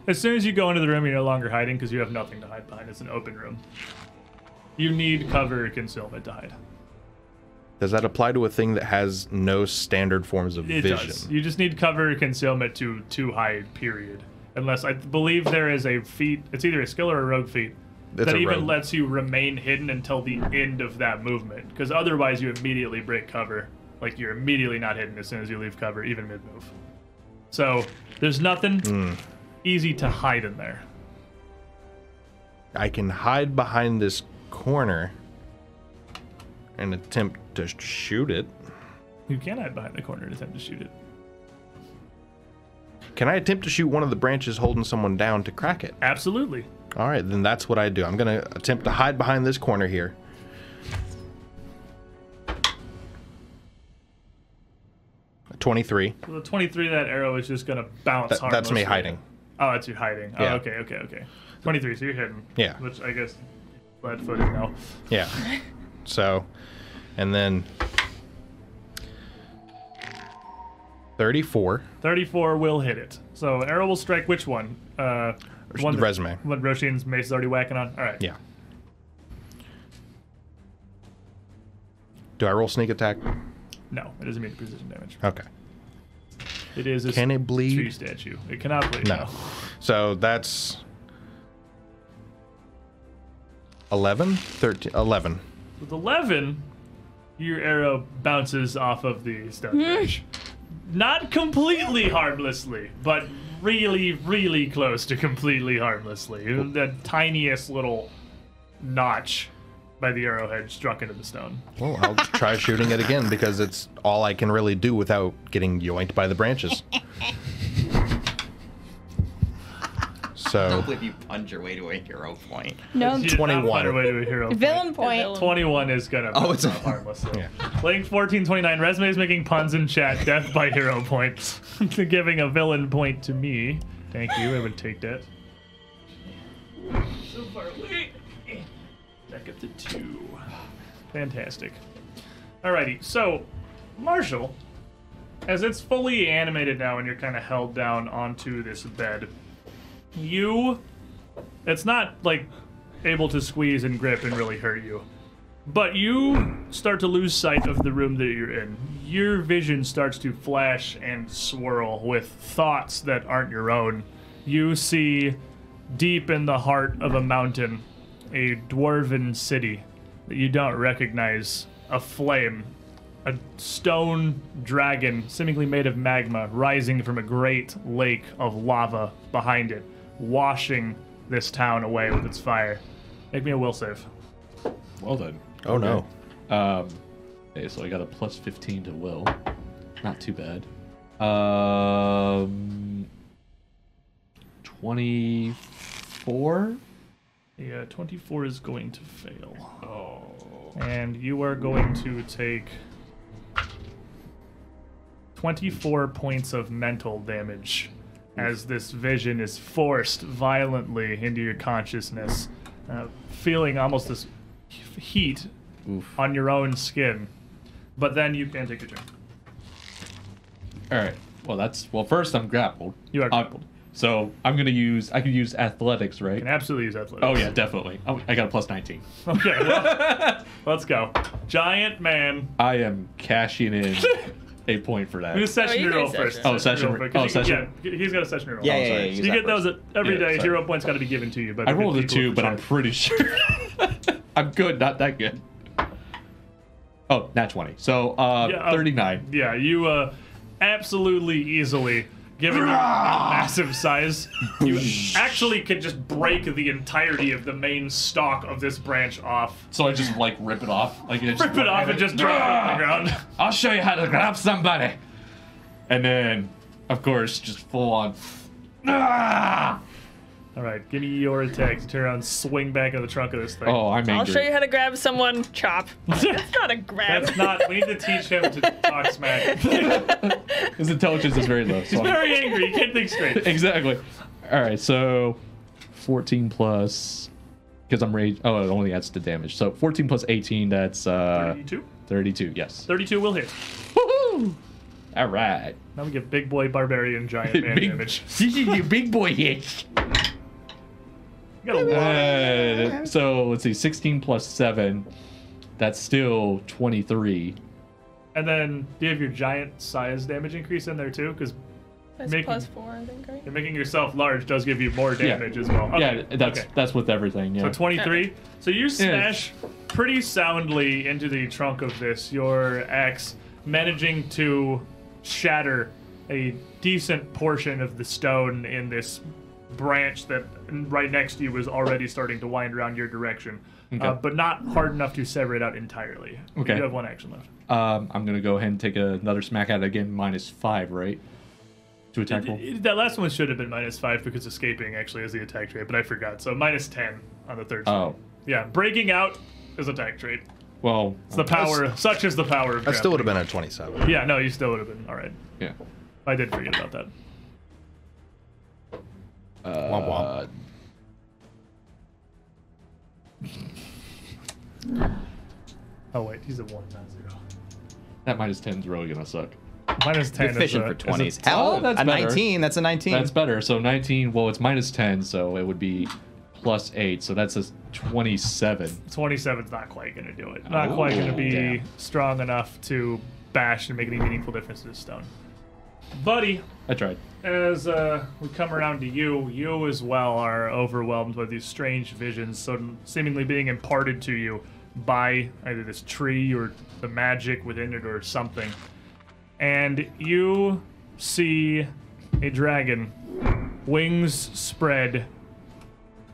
C: As soon as you go into the room, you're no longer hiding because you have nothing to hide behind. It's an open room. You need cover or concealment to hide.
E: Does that apply to a thing that has no standard forms of
C: It
E: vision?
C: does. You just need cover or concealment to to hide. Period. Unless I believe there is a feat. It's either a skill or a rogue feat
E: It's
C: that
E: a
C: even
E: rogue.
C: lets you remain hidden until the end of that movement. Because otherwise, you immediately break cover. Like you're immediately not hidden as soon as you leave cover, even mid move. So there's nothing
E: Hmm.
C: easy to hide in there.
E: I can hide behind this corner and attempt to sh- shoot it.
C: You can hide behind the corner and attempt to shoot it.
E: Can I attempt to shoot one of the branches holding someone down to crack it?
C: Absolutely.
E: All right, then that's what I do. I'm gonna attempt to hide behind this corner here. Twenty-three.
C: So the 23, that arrow is just gonna bounce.
E: That, that's
C: harmlessly.
E: me hiding.
C: Oh, that's you hiding.
E: Yeah.
C: Oh, okay, okay, okay. 23, so you're hidden.
E: Yeah.
C: Which I guess flat footed now.
E: Yeah. So, and then thirty-four.
C: 34 will hit it. So arrow will strike which one? Uh, one that-
E: resume.
C: What Roshin's mace is already whacking on? All right.
E: Yeah. Do I roll sneak attack?
C: No, it doesn't mean precision damage.
E: Okay.
C: It is a
E: Uh, Can
C: s-
E: it bleed?
C: tree statue. It cannot bleed.
E: No. So that's 11, 13, 11.
C: With 11, your arrow bounces off of the stone bridge. Not completely harmlessly, but really, really close to completely harmlessly. The tiniest little notch by the arrowhead struck into the stone.
E: Well, Oh, I'll try shooting it again because it's all I can really do without getting yoinked by the branches.
D: Don't
E: So
D: believe you punch your way to a hero point.
B: No,
C: She did not
E: 21.
C: find her way to a hero.
B: Um, villain point.
C: 21 is gonna.
D: Oh, it's a-
C: harmless.
E: Yeah.
C: Link 1429. Resumes making puns in chat. Death by hero point. *laughs* Giving a villain point to me. Thank you. I would take that. So far away. Back up to two. Fantastic. Alrighty. So, Marshall, as it's fully animated now, and you're kind of held down onto this bed, you. It's not like able to squeeze and grip and really hurt you. But you start to lose sight of the room that you're in. Your vision starts to flash and swirl with thoughts that aren't your own. You see deep in the heart of a mountain a dwarven city that you don't recognize, a flame, a stone dragon seemingly made of magma rising from a great lake of lava behind it, washing this town away with its fire. Make me a will save.
A: Well done.
E: Oh no.
A: Um, okay, so I got a plus 15 to will. Not too bad. Um, 24?
C: Yeah, 24 is going to fail. Oh. And you are going to take 24 points of mental damage as this vision is forced violently into your consciousness, uh, feeling almost this h- heat on your own skin. But then you can take your turn.
A: All right. Well, that's well. First, I'm grappled.
C: You are
A: Uh,
C: grappled.
A: so I'm gonna use. I can use athletics, right?
C: You can absolutely use athletics.
A: Oh yeah, definitely. Oh, I got a
C: *laughs*
A: plus 19.
C: Okay, well, let's go. Giant man.
A: I am cashing in a point for that.
C: Do a session
F: Oh, you can
C: reroll
F: do
C: first.
F: session.
A: Oh, session
C: reroll
A: re-
C: first, 'cause
A: oh,
C: you can-
A: session.
C: Yeah, he's got a session reroll.
D: Yeah,
A: I'm
D: yeah,
A: sorry.
D: yeah.
A: You
D: use
C: you
D: that
C: get
D: first.
C: those every
A: Yeah,
C: day.
A: sorry.
C: Hero points got to be given to you. By
A: I
C: different
A: rolled a
C: people
A: two,
C: for
A: but I'm
C: sure. *laughs*
A: pretty sure I'm good. Not that good. Oh, not 20. So uh,
C: Yeah, uh,
A: 39.
C: Yeah, you uh, absolutely easily, given your massive size,
A: *laughs*
C: you actually can just break the entirety of the main stalk of this branch off,
A: So I just like rip it off. Like I just
C: rip it off, and just drop it on the
A: *laughs*
C: ground. *laughs*
A: I'll show you how to grab somebody. And then, of course, just full on. Ah!
C: All right, give me your attacks. Turn around, swing back into the trunk of this thing.
A: Oh, I'm angry.
F: I'll show you how to grab someone.
C: *laughs*
F: Chop. That's not a grab.
C: That's not. We need to teach him
F: *laughs*
A: *laughs*
C: to talk smack.
A: His intelligence is very low.
C: *laughs*
A: So
C: He's very angry. He can't think straight.
A: *laughs* exactly. All right, so 14 plus because I'm rage. Oh, it only adds to damage. So 14 plus 18, that's uh
C: 32?
A: 32. Yes.
C: 32 will hit.
A: Woohoo! All right.
C: Now we get big boy barbarian
A: *laughs*
C: giant man
A: big,
C: damage.
A: This is your big
C: *laughs*
A: boy hit.
C: You got a lot.
A: Uh, so let's see, 16 plus 7, that's still 23.
C: And then do you have your giant size damage increase in there too? Because
F: That's
C: Making-
F: plus four, I think, right?
C: making yourself large does give you more damage as well. Okay,
A: Yeah, that's
C: okay.
A: that's with everything. Yeah.
C: So 23. So you smash pretty soundly into the trunk of this, your axe, managing to shatter a decent portion of the stone in this branch that right next to you was already starting to wind around your direction, uh, but not hard enough to sever it out entirely.
A: Okay.
C: You do have one action left.
A: um, I'm gonna go ahead and take another smack at it again, minus five, right? To attack roll.
C: It- it- that last one should have been minus five because escaping actually is the attack trait, but I forgot. So minus 10 on the third.
A: Oh,
C: Yeah, breaking out is attack trait.
A: well,
C: It's the power, such is the power of
E: That still would have
C: grappling.
E: been a 27.
C: Yeah, no, you still would have been. All right.
A: yeah.
C: I did forget about that.
E: Womp womp.
A: Uh,
C: Oh, wait, he's a 1, not 0.
A: that minus 10 is really gonna suck.
C: Minus 10
D: You're fishing
C: uh, is a,
D: for
C: is a-
D: 20s.
A: Oh,
D: Hell,
A: that's
D: a
A: better.
D: 19. That's a 19.
A: That's better. So 19, well, it's minus 10, so it would be plus 8, so that's a 27.
C: 27's not quite going to do it. Not
A: Oh,
C: quite going to be
A: damn.
C: strong enough to bash and make any meaningful difference to this stone. buddy,
A: I tried.
C: as uh, we come around to you, you as well are overwhelmed by these strange visions, sudden, seemingly being imparted to you by either this tree or the magic within it or something. And you see a dragon, wings spread,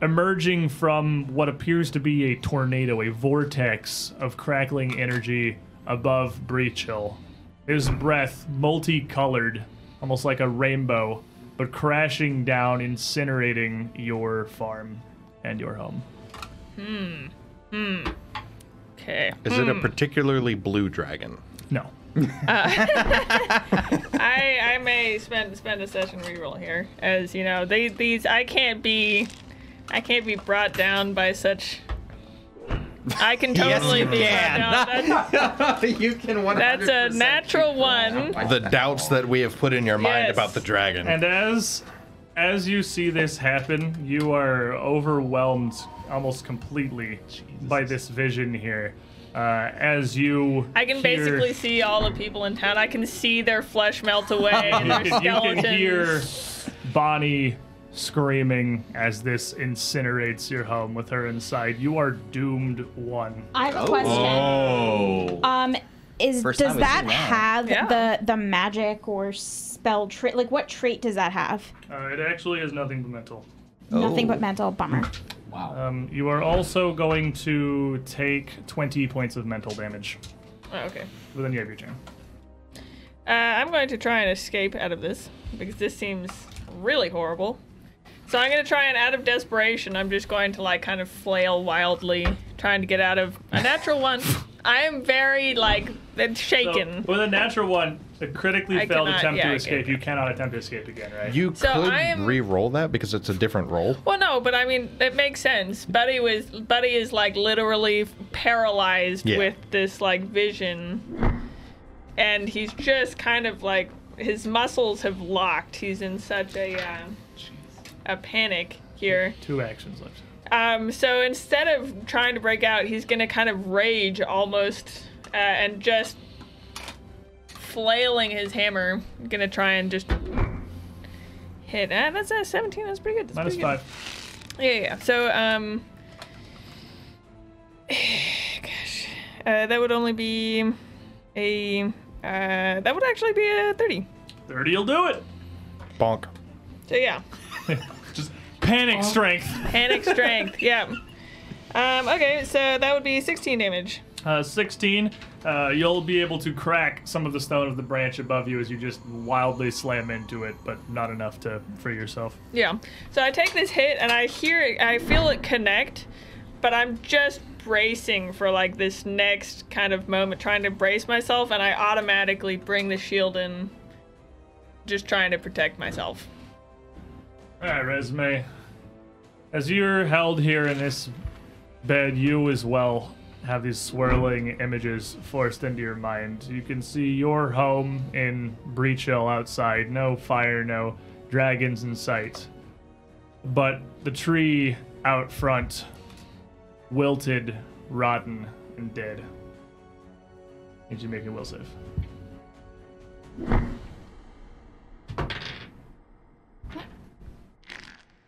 C: emerging from what appears to be a tornado, a vortex of crackling energy above Breach Hill. His breath multicolored, almost like a rainbow, but crashing down, incinerating your farm and your home.
F: Okay.
E: Is it a particularly blue dragon?
C: No.
F: I I may spend spend a session reroll here, as you know, they these I can't be, I can't be brought down by such.
C: *laughs*
F: I can
D: Yes,
F: totally
D: you
F: be
D: can.
F: brought down.
D: *laughs*
F: That's,
D: you can one.
F: that's a
C: *laughs*
F: natural one.
E: The doubts that we have put in your mind
F: Yes.
E: about the dragon.
C: And as as you see this happen, you are overwhelmed almost completely by this vision here. Uh, as you
F: I can
C: hear- *laughs*
F: basically see all the people in town. I can see their flesh melt away and their
C: you can, you
F: skeletons.
C: can hear Bonnie screaming as this incinerates your home with her inside. You are doomed one.
B: I have a question.
A: Oh.
B: Um, is
D: First
B: does
D: time we've
B: that
D: seen that.
B: have
F: Yeah.
B: the the magic or spell trait? Like, what trait does that have?
C: Uh, it actually is nothing but mental.
B: Nothing
D: Oh.
B: but mental. Bummer.
A: wow.
C: Um, you are also going to take 20 points of mental damage
F: Oh, okay.
C: within you have your turn.
F: Uh, I'm going to try and escape out of this because this seems really horrible. So I'm going to try and, out of desperation, I'm just going to like kind of flail wildly, trying to get out of a natural one. *laughs* I am very like
C: So,
F: shaken.
C: with a natural one, a critically
F: I
C: failed
F: cannot-
C: attempt
F: yeah,
C: to
F: I
C: escape. You cannot attempt to escape again, right?
E: you
F: So
E: could
F: I am-
E: re-roll that because it's a different roll.
F: Well, no, but I mean it makes sense. Buddy was Buddy is like literally paralyzed
E: Yeah.
F: with this like vision, and he's just kind of like his muscles have locked. He's in such a uh, a panic here.
C: Two actions left.
F: Um, so instead of trying to break out, he's gonna kind of rage almost uh, and just flailing his hammer. Gonna try and just hit. Ah, that's a 17. That's pretty good. That's
C: Minus
F: pretty good.
C: five.
F: Yeah, yeah, yeah. So, um, *sighs* gosh, uh, that would only be a uh, that would actually be a thirty.
C: 30 will do it.
E: Bonk.
F: So yeah,
C: Just
F: Oh.
C: panic strength. *laughs*
F: panic strength. yeah. Um, okay, so that would be sixteen damage.
C: Uh, 16. Uh, you'll be able to crack some of the stone of the branch above you as you just wildly slam into it, but not enough to free yourself.
F: Yeah. So I take this hit and I hear it, I feel it connect, but I'm just bracing for like this next kind of moment, trying to brace myself, and I automatically bring the shield in, just trying to protect myself.
C: All right, resume. As you're held here in this bed, you as well have these swirling images forced into your mind. You can see your home in Breach Hill outside. No fire, no dragons in sight. But the tree out front, wilted, rotten, and dead. Need you to make a will save.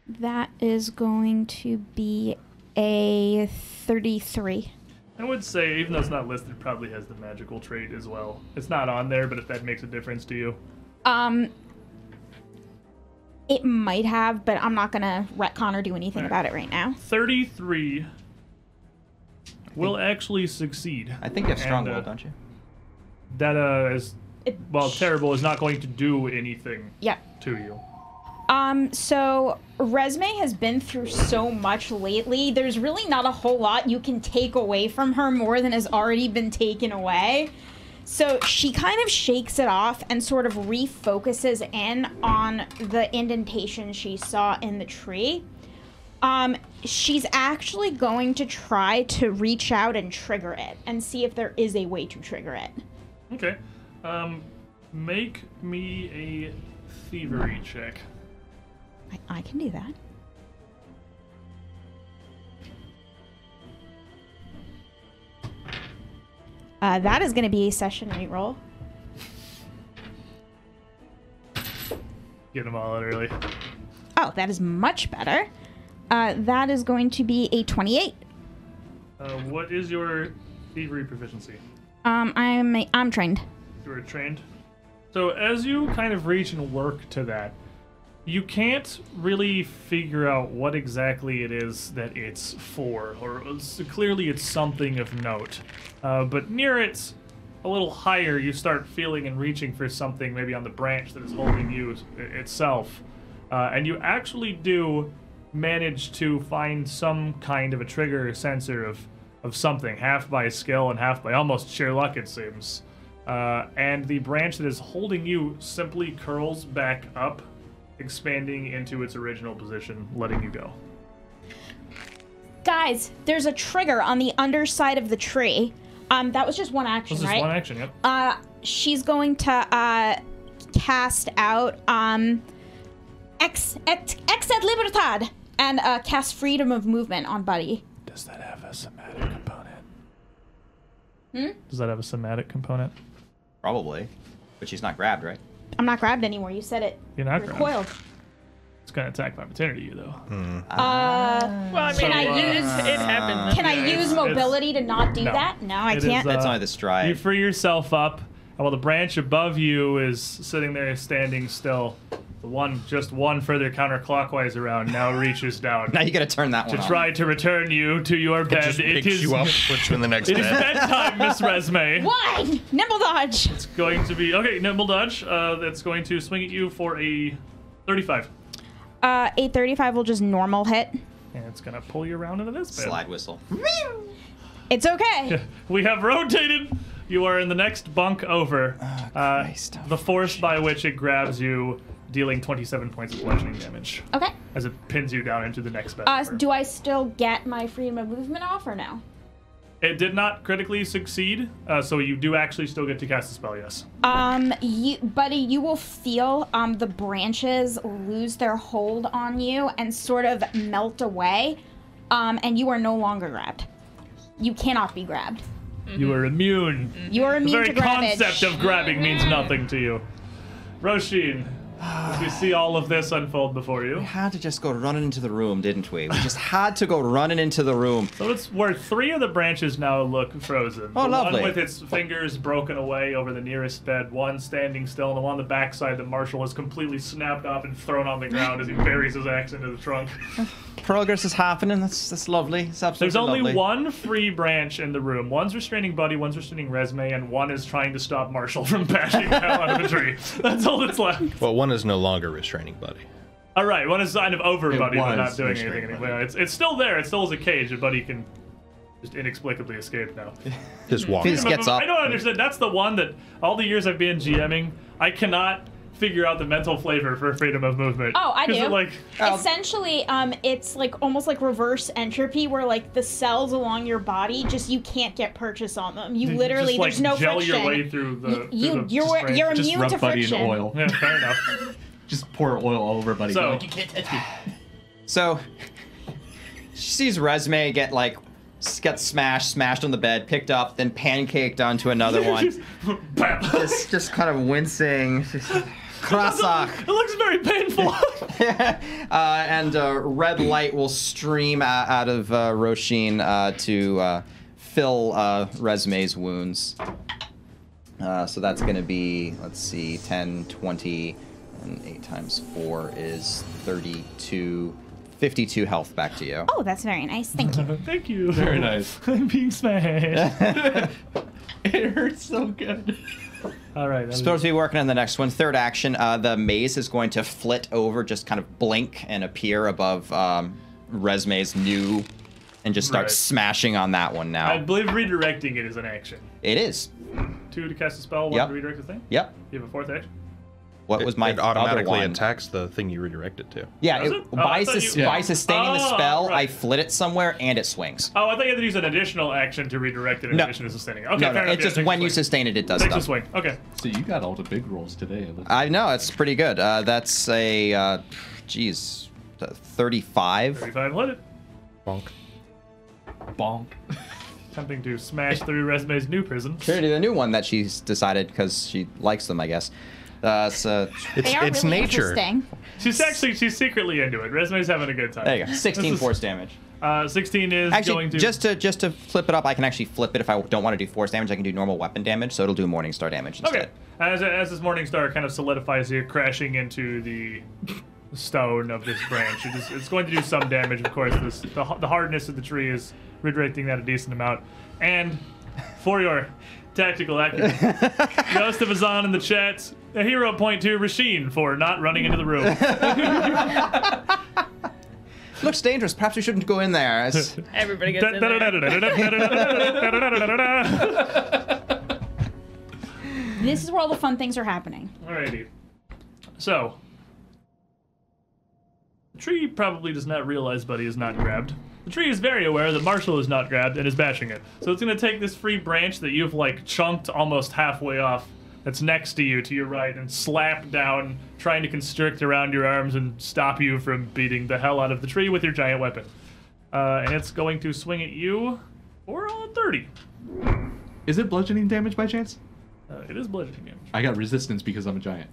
B: That is going to be a thirty-three.
C: I would say, even though it's not listed, probably has the magical trait as well. It's not on there, but if that makes a difference to you.
B: Um, it might have, but I'm not gonna retcon or do anything about it right now.
C: 33 will actually succeed.
D: Oh, I think you have strong
C: And, uh,
D: will, don't you?
C: That uh, is,
B: It,
C: well, terrible is not going to do anything
B: yeah.
C: to you.
B: Um, so Resume has been through so much lately. There's really not a whole lot you can take away from her more than has already been taken away. So she kind of shakes it off and sort of refocuses in on the indentation she saw in the tree. Um, she's actually going to try to reach out and trigger it and see if there is a way to trigger it.
C: Okay. Um, make me a thievery check.
B: I, I can do that. Uh, that is going to be a session reroll.
C: Get them all out early.
B: Oh, that is much better. Uh, that is going to be a 28.
C: Uh, what is your thievery proficiency?
B: Um, I'm a, I'm trained.
C: you were trained. So as you kind of reach and work to that, you can't really figure out what exactly it is that it's for, or it's, clearly it's something of note. Uh, but near it, a little higher, you start feeling and reaching for something, maybe on the branch that is holding you s- i- itself, uh, and you actually do manage to find some kind of a trigger or sensor of of something, half by skill and half by almost sheer luck, it seems uh, and the branch that is holding you simply curls back up, expanding into its original position, letting you go.
B: Guys, there's a trigger on the underside of the tree. Um, that was just one action,
C: This is
B: right?
C: one action. Yep.
B: uh, she's going to uh, cast out um, ex et, ex ad libertad and uh, cast freedom of movement on Buddy.
C: Does that have a somatic component? Hmm. Does that have a somatic component?
D: Probably. But she's not grabbed, right?
B: I'm not grabbed anymore. You said it.
C: You're not grabbed.
B: Recoiled.
C: It's gonna attack by opportunity, you though.
E: Hmm.
B: Uh,
F: Well, I mean,
C: So,
F: I,
C: uh,
F: it, is, it happened.
B: can I use mobility to not do
C: no.
B: that? No, I
C: It is,
B: can't.
C: uh,
D: That's only the stride.
C: You free yourself up, and while the branch above you is sitting there standing still, the one just one further counterclockwise around
E: *laughs*
C: now reaches down
D: now you gotta turn that
C: to
D: one
C: try
D: on.
C: to return you to your bed.
E: just
C: It
E: picks
C: is *laughs*
E: you up, puts you in the next
C: It is *laughs*
E: bed.
C: bedtime, Miss Resme.
B: Why? Nimble dodge.
C: It's going to be okay. Nimble dodge. Uh, that's going to swing at you for a thirty-five,
B: Uh, 835 will just normal hit.
C: and it's gonna pull you around into this bed.
D: Slide whistle.
B: It's okay.
C: We have rotated. You are in the next bunk over. Uh,
D: Christ.
C: the force by which it grabs you, dealing twenty-seven points of bludgeoning damage,
B: okay.
C: as it pins you down into the next bed.
B: Uh,
C: over.
B: do I still get my freedom of movement off or no?
C: it did not critically succeed, uh, so you do actually still get to cast a spell. Yes.
B: Um, you, buddy, you will feel um the branches lose their hold on you and sort of melt away, um, and you are no longer grabbed. You cannot be grabbed.
C: You are immune.
B: You are
C: The
B: immune
C: very
B: Mm-hmm. to grabbage.
C: concept of grabbing means nothing to you. Roshin, as you see all of this unfold before you,
D: Had to just go running into the room, didn't we? We just had to go running into the room.
C: so it's where three of the branches now look frozen.
D: Oh,
C: the
D: lovely.
C: One with its fingers broken away over the nearest bed, one standing still, and the one on the backside that Marshall has completely snapped off and thrown on the ground as he buries his axe into the
D: *laughs*
C: trunk.
D: Progress is happening. That's that's lovely. It's absolutely
C: There's only
D: lovely.
C: one free branch in the room. One's restraining Buddy, one's restraining Resume, and one is trying to stop Marshall *laughs* from bashing the hell out of a tree. *laughs* That's all that's left.
E: Well, one is no longer restraining Buddy.
C: All right, one is kind of over,
A: It
C: buddy, but
A: was
C: not doing
A: restrained
C: anything
A: buddy.
C: anymore. It's, it's still there. It still is a cage, and buddy can just inexplicably escape now.
E: Just walk.
D: He's
E: out.
D: get- gets up.
C: I don't understand. That's the one that all the years I've been GMing, I cannot figure out the mental flavor for freedom of movement.
B: Oh, I
C: 'Cause
B: do.
C: It, like,
B: Essentially, um, it's like almost like reverse entropy, where like the cells along your body just you can't get purchase on them. You literally
C: just, like,
B: there's no
C: gel
B: friction.
C: your way through the. through
B: you
C: the
B: you're
C: strain.
B: you're
A: Just
B: immune to
A: rub Buddy in
B: friction.
A: oil.
C: Yeah, fair enough.
B: *laughs*
A: Just pour oil all over Buddy.
C: So-
A: Like, you can't touch me.
D: So she sees Resume get like s- get smashed, smashed on the bed, picked up, then pancaked
C: *laughs*
D: onto another one.
C: Bam. *laughs*
D: It's just kind of wincing. Krasach.
C: it looks very
A: *laughs*
C: painful.
D: *laughs* uh, and uh, red light will stream out, out of uh, Roshin uh, to uh, fill uh, Resume's wounds. Uh, so that's going to be, let's see, 10, 20, and 8 times 4 is 32, 52 health back to you.
B: Oh, that's very nice.
C: *laughs*
B: Thank you.
C: Thank you.
A: Very nice.
C: *laughs* I'm being smashed.
A: *laughs* It hurts so good.
C: all right. that was-
D: Supposed to be working on the next one. Third action, uh, the maze is going to flit over, just kind of blink and appear above um, Resume's new, and just start
C: Right.
D: smashing on that one now.
C: I believe redirecting it is an action.
D: It is.
C: Two to cast a spell, one
D: Yep.
C: to redirect the thing.
D: Yep.
C: You have a fourth action.
D: What was my
E: it automatically
D: other one?
E: attacks the thing you redirect it to.
D: Yeah,
C: Does
D: it,
C: it? Oh,
D: by,
C: I thought
D: sus-
C: you-
D: by
C: Yeah.
D: sustaining the
C: Oh,
D: spell, I
C: right.
D: flit it somewhere and it swings.
C: Oh, I thought you had to use an additional action to redirect it in
D: No.
C: addition to sustaining. Okay,
D: no,
C: fair
D: no,
C: enough.
D: it's just
C: yeah,
D: when you
C: takes a swing.
D: sustain it, it does
C: Takes a
D: stuff.
C: swing. Okay.
A: So you got all the big rolls today.
D: I know it's pretty good. Uh, that's a, uh, geez, th- 35.
C: 35 hit it.
E: Bonk.
A: bonk.
C: Attempting to smash through Resume's new prison.
D: Clearly, the new one that she's decided because she likes them, I guess. Uh, so
E: It's,
B: They are
E: it's
B: really
E: nature.
B: interesting.
C: She's actually she's secretly into it. Resume's having a good time.
D: there you go. 16
C: is-
D: force damage.
C: Uh, 16 is
D: Actually,
C: going to
D: just to just to flip it up, I can actually flip it if I don't want to do force damage. I can do normal weapon damage, so it'll do morning star damage instead.
C: *laughs* Okay. As, as this morning star kind of solidifies here, crashing into the stone of this branch, it is, it's going to do some damage, of course. This, the, h- the hardness of the tree is redirecting that a decent amount. And for your tactical acumen, Ghost of Azan in the chat, a hero point to Rasheen for not running into the room.
D: *laughs* Looks dangerous. Perhaps we shouldn't go in there.
C: *laughs*
D: It's-
F: Everybody gets in there.
C: Alrighty.
B: This is where all the fun things are happening.
C: So, the tree probably does not realize Buddy is not grabbed. The tree is very aware that Marshall is not grabbed and is bashing it. So it's going to take this free branch that you've like chunked almost halfway off that's next to you to your right and slap down, trying to constrict around your arms and stop you from beating the hell out of the tree with your giant weapon. Uh, and it's going to swing at you for all 30.
A: Is it bludgeoning damage by chance?
C: Uh, it is bludgeoning damage.
A: I got resistance because I'm a giant.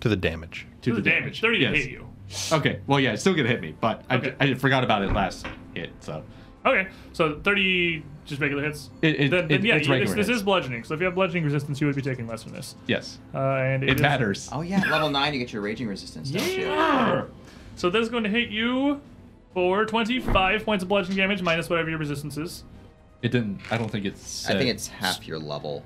E: To the damage.
A: To
C: To the damage. 30 to
A: Yes.
C: hit you.
A: Okay. Well, yeah, it's still gonna hit me, but
C: Okay.
A: I, I forgot about it last hit. So
C: Okay, so 30 just regular hits.
A: It- it-
C: then, then
A: it-
C: yeah,
A: it's
C: you-
A: regular
C: this, this
A: hits.
C: is bludgeoning. So if you have bludgeoning resistance, you would be taking less from this.
A: yes,
C: Uh, and
A: it
C: is-
A: matters.
D: oh yeah, at level nine you get your raging resistance. don't you?
C: Yeah. So this is going to hit you for 25 points of bludgeoning damage minus whatever your resistance is.
A: It didn't. I don't think it's.
D: I think it's half your level.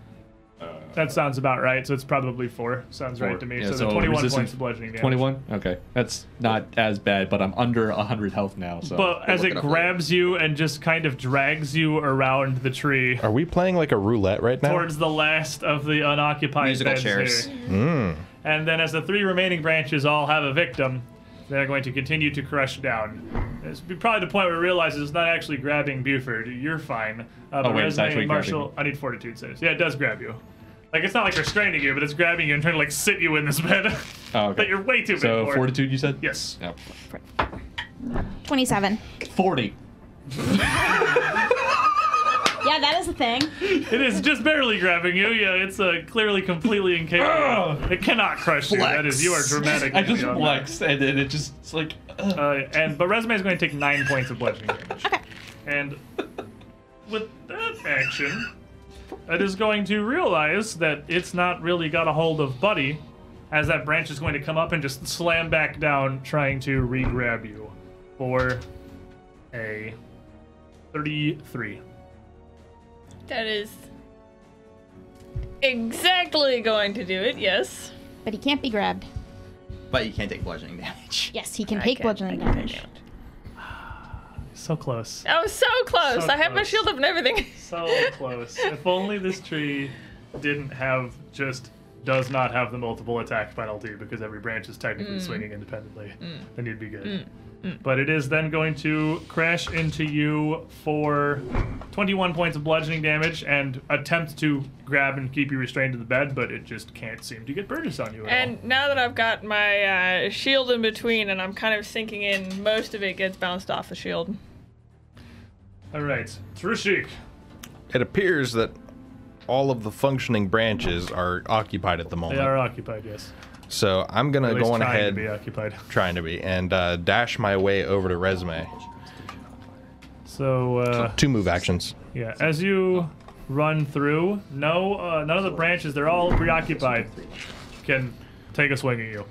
C: That sounds about right. So it's probably four. Sounds right to me. so, then 21 points of bludgeoning damage.
A: Twenty-one. Okay, that's not as bad, but I'm under hundred health now. So
C: But as
D: look
C: it
D: it up
C: grabs you and just kind of drags you around the tree
E: Are we playing like a roulette right now?
C: towards the last of the unoccupied
D: Musical
C: beds
D: chairs.
C: here. And then, as the three remaining branches all have a victim, they're going to continue to crush down. It's be- probably the point where it realizes it's not actually grabbing Buford. You're fine. Uh, but
A: Oh,
C: Resume
A: wait, it's
C: and
A: actually grabbing
C: Marshall,
A: me.
C: I need fortitude saves. Yeah, it does grab you. Like it's not like restraining you, but it's grabbing you and trying to like sit you in this bed. *laughs*
A: Oh, okay.
C: But you're way too big
A: so
C: for it.
A: fortitude, you said?
C: Yes.
A: Yeah.
B: 27.
A: Forty.
B: Yeah, that is a thing.
C: It is just barely grabbing you. Yeah, it's uh, clearly completely incapable. it cannot crush you. That is, you are dramatic.
A: Ah! I just flexed, and then it just it's like. ugh.
C: Uh, and but resume is going to take nine points of bludgeoning damage. And with that action, it is going to realize that it's not really got a hold of Buddy, as that branch is going to come up and just slam back down, trying to re-grab you for a thirty-three.
F: That is exactly going to do it, yes.
B: But he can't be grabbed.
D: But you can't take bludgeoning damage.
B: Yes, he can
F: I
B: take
F: can't- I
B: bludgeoning
F: can't
B: damage.
F: take it.
C: So close.
F: That was so close.
C: So
F: I have my
C: close.
F: shield up and everything. *laughs*
C: So close. if only this tree didn't have just does not have the multiple attack penalty because every branch is technically swinging independently, then you'd be good. But it is then going to crash into you for 21 points of bludgeoning damage and attempt to grab and keep you restrained to the bed, but it just can't seem to get purchase on you at all.
F: And now that I've got my uh, shield in between and I'm kind of sinking in, most of it gets bounced off the shield.
C: All right, Trishik.
E: It appears that all of the functioning branches are occupied at the
C: They
E: moment.
C: are occupied, yes.
E: So I'm gonna
C: At
E: go
C: least
E: on
C: trying
E: ahead,
C: to be occupied.
E: trying to be, and uh, dash my way over to resume.
C: So, uh,
E: Two move actions.
C: Yeah, as you run through, no, uh, none of the branches, they're all preoccupied, can take a swing at you.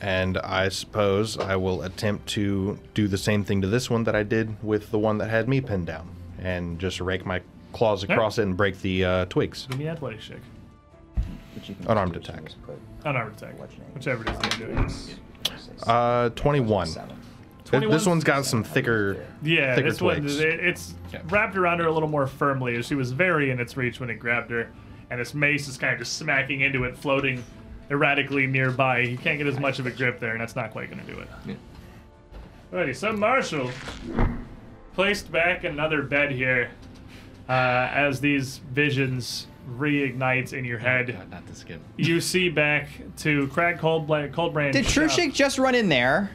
E: And I suppose I will attempt to do the same thing to this one that I did with the one that had me pinned down, and just rake my claws across it and break the uh, twigs.
C: Give me an athletics check.
E: Unarmed attack.
C: Unarmed attack. Whichever it is that you're doing.
D: Um,
E: Uh, 21. Th- This one's got some thicker.
C: Yeah,
E: Thicker
C: this one,
E: twigs.
C: it, it's wrapped around her a little more firmly as she was very in its reach when it grabbed her, and this mace is kind of just smacking into it, floating erratically nearby. You can't get as much of a grip there, and that's not quite going to do it. Alrighty, so Marshall placed back another bed here uh, as these visions reignite in your head.
A: Oh God, not this again.
C: You see back to Crag Cold, Bla- Cold Branch. uh,
D: Did Trushik just run in there?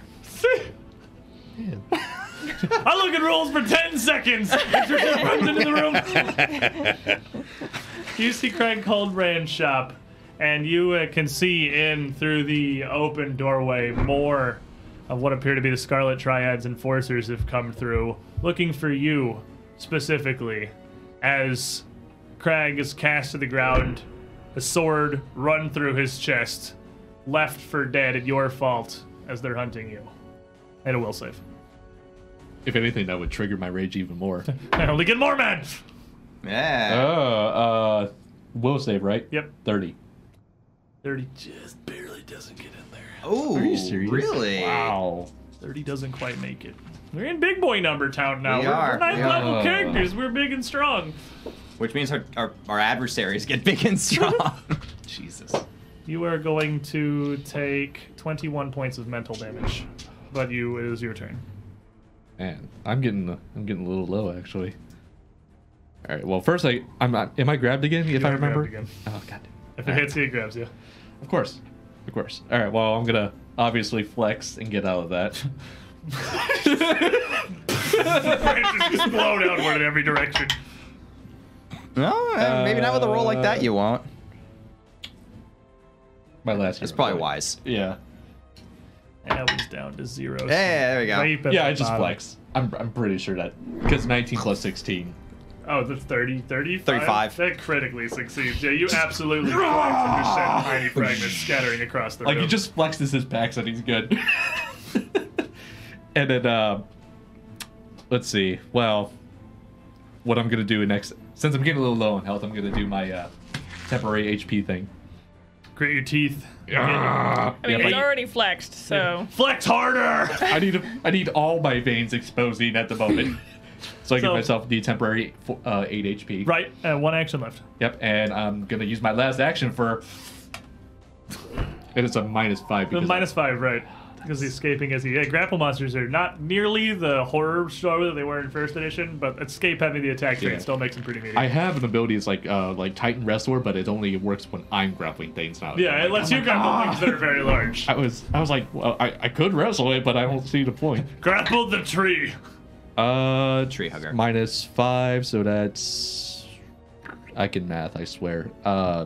C: I look at rules for 10 seconds. As you're just runs into the room. you see Craig Coldbrand shop and you uh, can see in through the open doorway more of what appear to be the Scarlet Triad's enforcers have come through, looking for you specifically. As Crag is cast to the ground, a sword run through his chest, left for dead at your fault as they're hunting you. And a will save.
A: If anything, that would trigger my rage even *laughs* more.
C: I only get more men!
A: uh,
D: Yeah.
A: uh, will save, right?
C: Yep.
A: 30.
C: 30 just barely doesn't get in there.
D: oh,
A: Uh, Are you serious?
D: really?
A: Wow.
C: 30 doesn't quite make it. We're in big boy number town now.
D: We
C: are
D: are.
C: ninth
D: We
C: level
A: are.
C: characters. We're big and strong.
D: Which means our, our, our adversaries get big
A: *laughs*
D: and strong. Jesus.
C: You are going to take 21 points of mental damage. But you, it is your turn.
A: Man, I'm getting I'm getting a little low actually. All right. Well, first I I'm not, am I grabbed again if
C: You
A: I
C: are grabbed
A: remember?
C: again.
A: Oh god. damn.
C: If it
A: Alright.
C: hits you, it grabs you. *laughs*
A: Of course. Of course. All right. Well, I'm gonna obviously flex and get out of *laughs* that.
C: It just explode outward in every direction.
D: No, uh, maybe not with a roll like that. You won't.
A: My last.
D: It's
A: hero
D: probably
A: point.
D: wise.
A: Yeah.
C: And it was down to zero. so
D: Yeah, there we go.
C: right at
A: Yeah.
C: the
A: I just
C: bottom.
A: flex. I'm I'm pretty sure that because 19 plus 16.
C: Oh, the 30, 35?
D: 35.
C: That critically succeeds. Yeah, you absolutely *laughs* flex and just send tiny fragments scattering across the
A: Like
C: room.
A: he just flexes his packs and he's good. *laughs* and then uh, let's see. Well, what I'm gonna do next, since I'm getting a little low on health, I'm gonna do my uh, temporary HP thing.
C: Grit your teeth.
F: I mean,
A: Yeah,
F: it's
A: but-
F: already flexed, so
C: Flex harder!
A: I need I need all my veins exposing at
C: *laughs*
A: the moment. So I give
C: So-
A: myself the temporary fo- uh, eight HP.
C: *laughs* Right, uh, one action left.
A: Yep, and I'm gonna use my last action for. It is a minus five.
C: The
A: because
C: minus five, right. Because he's escaping as he. Yeah, grapple monsters are not nearly the horror show that they were in first edition, but escape having the attack thing
A: Yeah.
C: still makes him pretty meaty.
A: I have an ability it's like uh like Titan Wrestler, but it only works when I'm grappling things. Not
C: yeah, it lets you grapple things that are very
A: *laughs*
C: large.
A: I was I was like, well, I, I could wrestle it, but I don't see the *laughs* point.
C: grapple the tree!
A: Uh,
D: Tree hugger.
A: minus five, so that's I can math, I swear. Uh,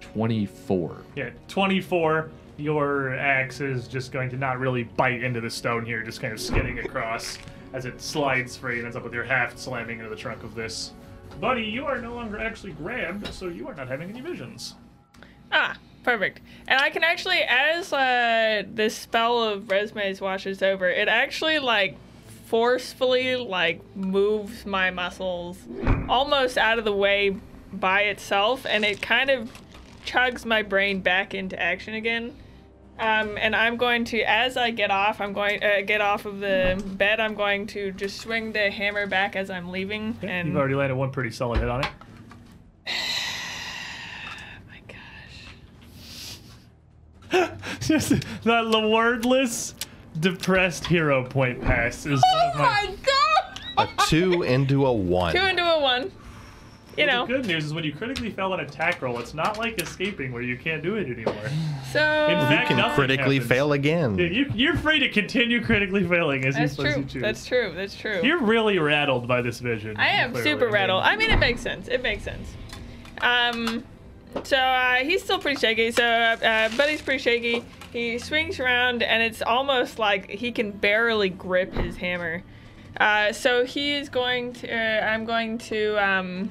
A: twenty four.
C: Yeah, 24. Your axe is just going to not really bite into the stone here, just kind of skidding across as it slides free and ends up with your haft slamming into the trunk of this. Buddy, you are no longer actually grabbed, so you are not having any visions.
F: ah, perfect. And I can actually, as uh, this spell of resumes washes over, it actually like forcefully like moves my muscles almost out of the way by itself, and it kind of chugs my brain back into action again. Um, and I'm going to, as I get off, I'm going uh, get off of the bed. I'm going to just swing the hammer back as I'm leaving. And
C: You've already landed one pretty solid hit on it.
F: my gosh.
C: *laughs* Just that l- wordless, depressed hero point pass is one
F: Oh
C: of my.
F: my god!
E: A
C: *laughs*
E: two into a one.
F: Two into a one. You know,
C: The good news is when you critically fail an attack roll, it's not like escaping where you can't do it anymore.
F: so
E: you can
C: Nothing
E: critically
C: happens.
E: fail again.
C: Dude, you, you're free to continue critically failing as
F: that's
C: you, as you
F: true.
C: choose.
F: That's true. That's true.
C: You're really rattled by this vision.
F: I am
C: clearly.
F: super
C: mean,
F: rattled. I mean, it makes sense. It makes sense. Um, so uh, he's still pretty shaky. So uh, uh, Buddy's pretty shaky. He swings around, and it's almost like he can barely grip his hammer. Uh, so he is going to. Uh, I'm going to. Um,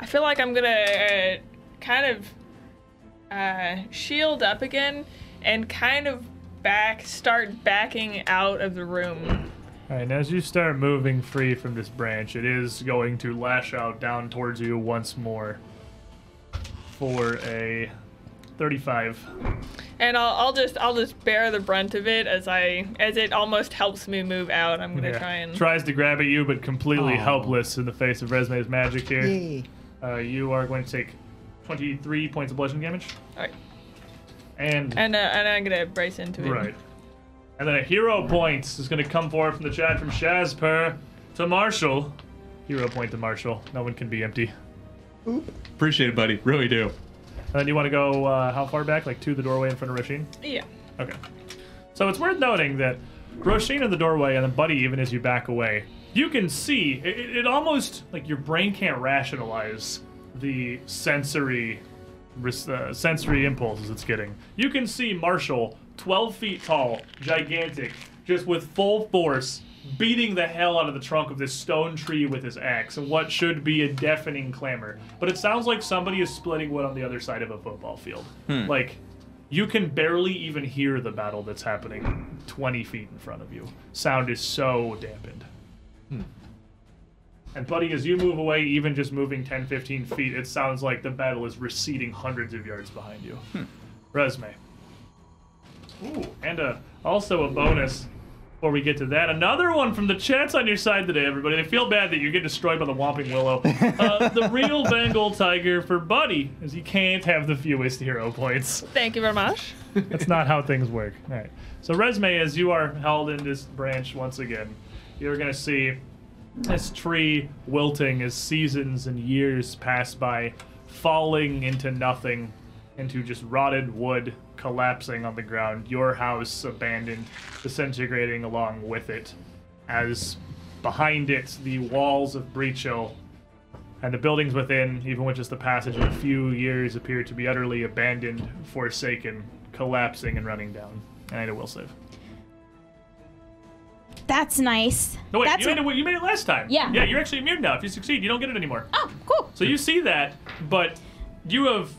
F: I feel like I'm gonna uh, kind of uh, shield up again and kind of back start backing out of the room.
C: All right, and as you start moving free from this branch, it is going to lash out down towards you once more for a 35.
F: and I'll, I'll just I'll just bear the brunt of it as I as it almost helps me move out. I'm gonna
C: Yeah.
F: try and
C: Tries to grab at you, but completely helpless in the face of Resume's magic here. Uh, you are going to take 23 points of bludgeoning damage.
F: Alright.
C: And,
F: and uh, and I'm gonna brace into it.
C: right. And then a hero point is going to come forward from the chat from Shazper to Marshall. Hero point to Marshall. No one can be empty.
A: Appreciate it, buddy. Really do.
C: And then you want to go uh, how far back? Like to the doorway in front of Roshin?
F: Yeah.
C: Okay. So it's worth noting that Roshin in the doorway and then Buddy, even as you back away, you can see it, it it almost like your brain can't rationalize the sensory res- uh, sensory impulses it's getting. You can see Marshall, 12 feet tall, gigantic, just with full force, beating the hell out of the trunk of this stone tree with his axe in what should be a deafening clamor. But it sounds like somebody is splitting wood on the other side of a football field. Like, you can barely even hear the battle that's happening 20 feet in front of you. Sound is so dampened. And buddy, as you move away, even just moving 10, 15 feet, it sounds like the battle is receding hundreds of yards behind you. Resume. Ooh, and uh also a bonus before we get to that. Another one from the chats on your side today, everybody. They feel bad that you get destroyed by the Whomping Willow. Uh, the real Bengal Tiger for Buddy is he can't have the fewest hero points.
F: Thank you
C: *laughs*
F: very much.
C: That's not how things work. All right. So, resume, as you are held in this branch once again, you're going to see this tree wilting as seasons and years pass by, falling into nothing, into just rotted wood collapsing on the ground, your house abandoned, disintegrating along with it, as behind it, the walls of Breach Hill and the buildings within, even with just the passage of a few years, appear to be utterly abandoned, forsaken, collapsing, and running down. And I need a will save.
B: That's nice.
C: No, wait,
B: That's
C: you,
B: a-
C: made it, you made it last time.
B: Yeah.
C: Yeah, you're actually immune now. If you succeed, you don't get it anymore.
B: Oh, cool.
C: So you see that, but you have.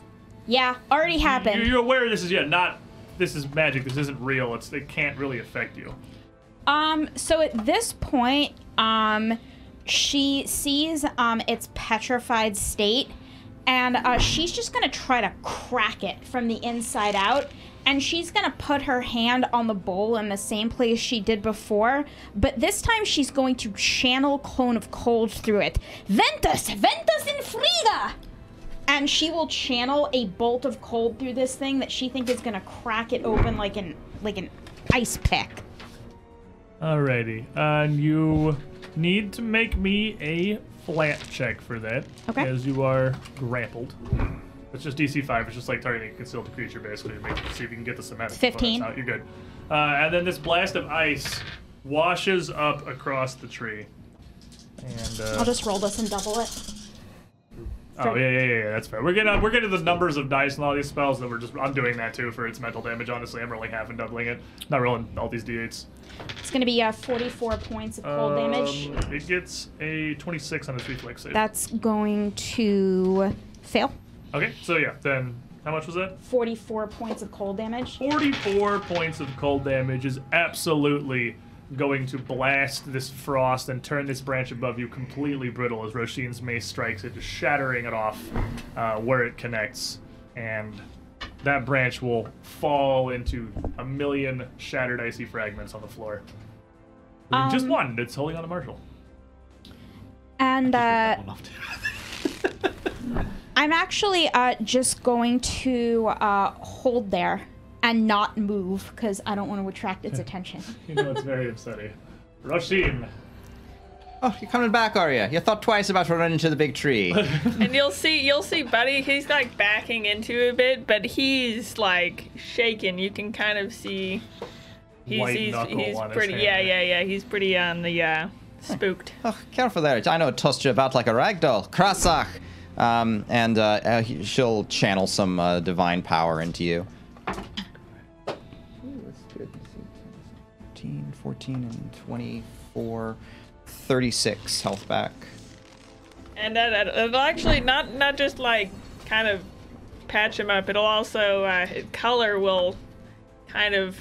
B: Yeah, already
C: you-
B: happened.
C: You're aware this is, yeah, not. This is magic. This isn't real. It's, it can't really affect you.
B: Um, so at this point, um, she sees um its petrified state, and uh, she's just gonna try to crack it from the inside out. And she's gonna put her hand on the bowl in the same place she did before, but this time she's going to channel Clone of Cold through it. Ventus, Ventus in Friga! And she will channel a bolt of cold through this thing that she thinks is gonna crack it open like an like an ice pick.
C: Alrighty. And you need to make me a flat check for that.
B: Okay.
C: As you are grappled. It's just DC 5. It's just like targeting a concealed creature, basically, to make, see if you can get the somatic components
B: 15.
C: out. You're good. Uh, and then this blast of ice washes up across the tree. And, uh,
B: I'll just roll this and double it.
C: Oh yeah, yeah, yeah, yeah, that's fair. We're getting we're getting the numbers of dice and all these spells that we're just I'm doing that too for its mental damage. Honestly, I'm rolling half and doubling it. Not rolling all these d8s.
B: It's gonna be uh, 44 points of cold damage.
C: Um, It gets a 26 on its reflex save.
B: That's going to fail.
C: okay, so yeah, then how much was that?
B: 44 points of cold damage.
C: Oh, 44 points of cold damage is absolutely going to blast this frost and turn this branch above you completely brittle as Roshin's mace strikes it, just shattering it off uh, where it connects. And that branch will fall into a million shattered icy fragments on the floor. just
B: Um,
C: one that's holding on to Marshall.
B: And uh, *laughs* I'm actually uh, just going to uh, hold there and not move because I don't want to attract
C: *laughs*
B: its attention.
C: You know, it's very upsetting. Roshin,
D: Oh, you're coming back, are you? You thought twice about running into the big
A: *laughs*
D: tree.
F: And you'll see, you'll see, Buddy. He's like backing into it a bit, but he's like shaking. You can kind of see. He's
C: White
F: he's,
C: knuckle
F: he's
C: on his
F: pretty.
C: hand.
F: Yeah, yeah, yeah. He's pretty on the uh, spooked.
D: oh, careful there. I know it tossed you about like a rag doll. Krasach! Um, and uh, uh, he- she'll channel some uh, divine power into you. 13, 14, and 24, 36 health back.
F: And that, that- it'll actually not not just like kind of patch him up. It'll also uh, color will kind of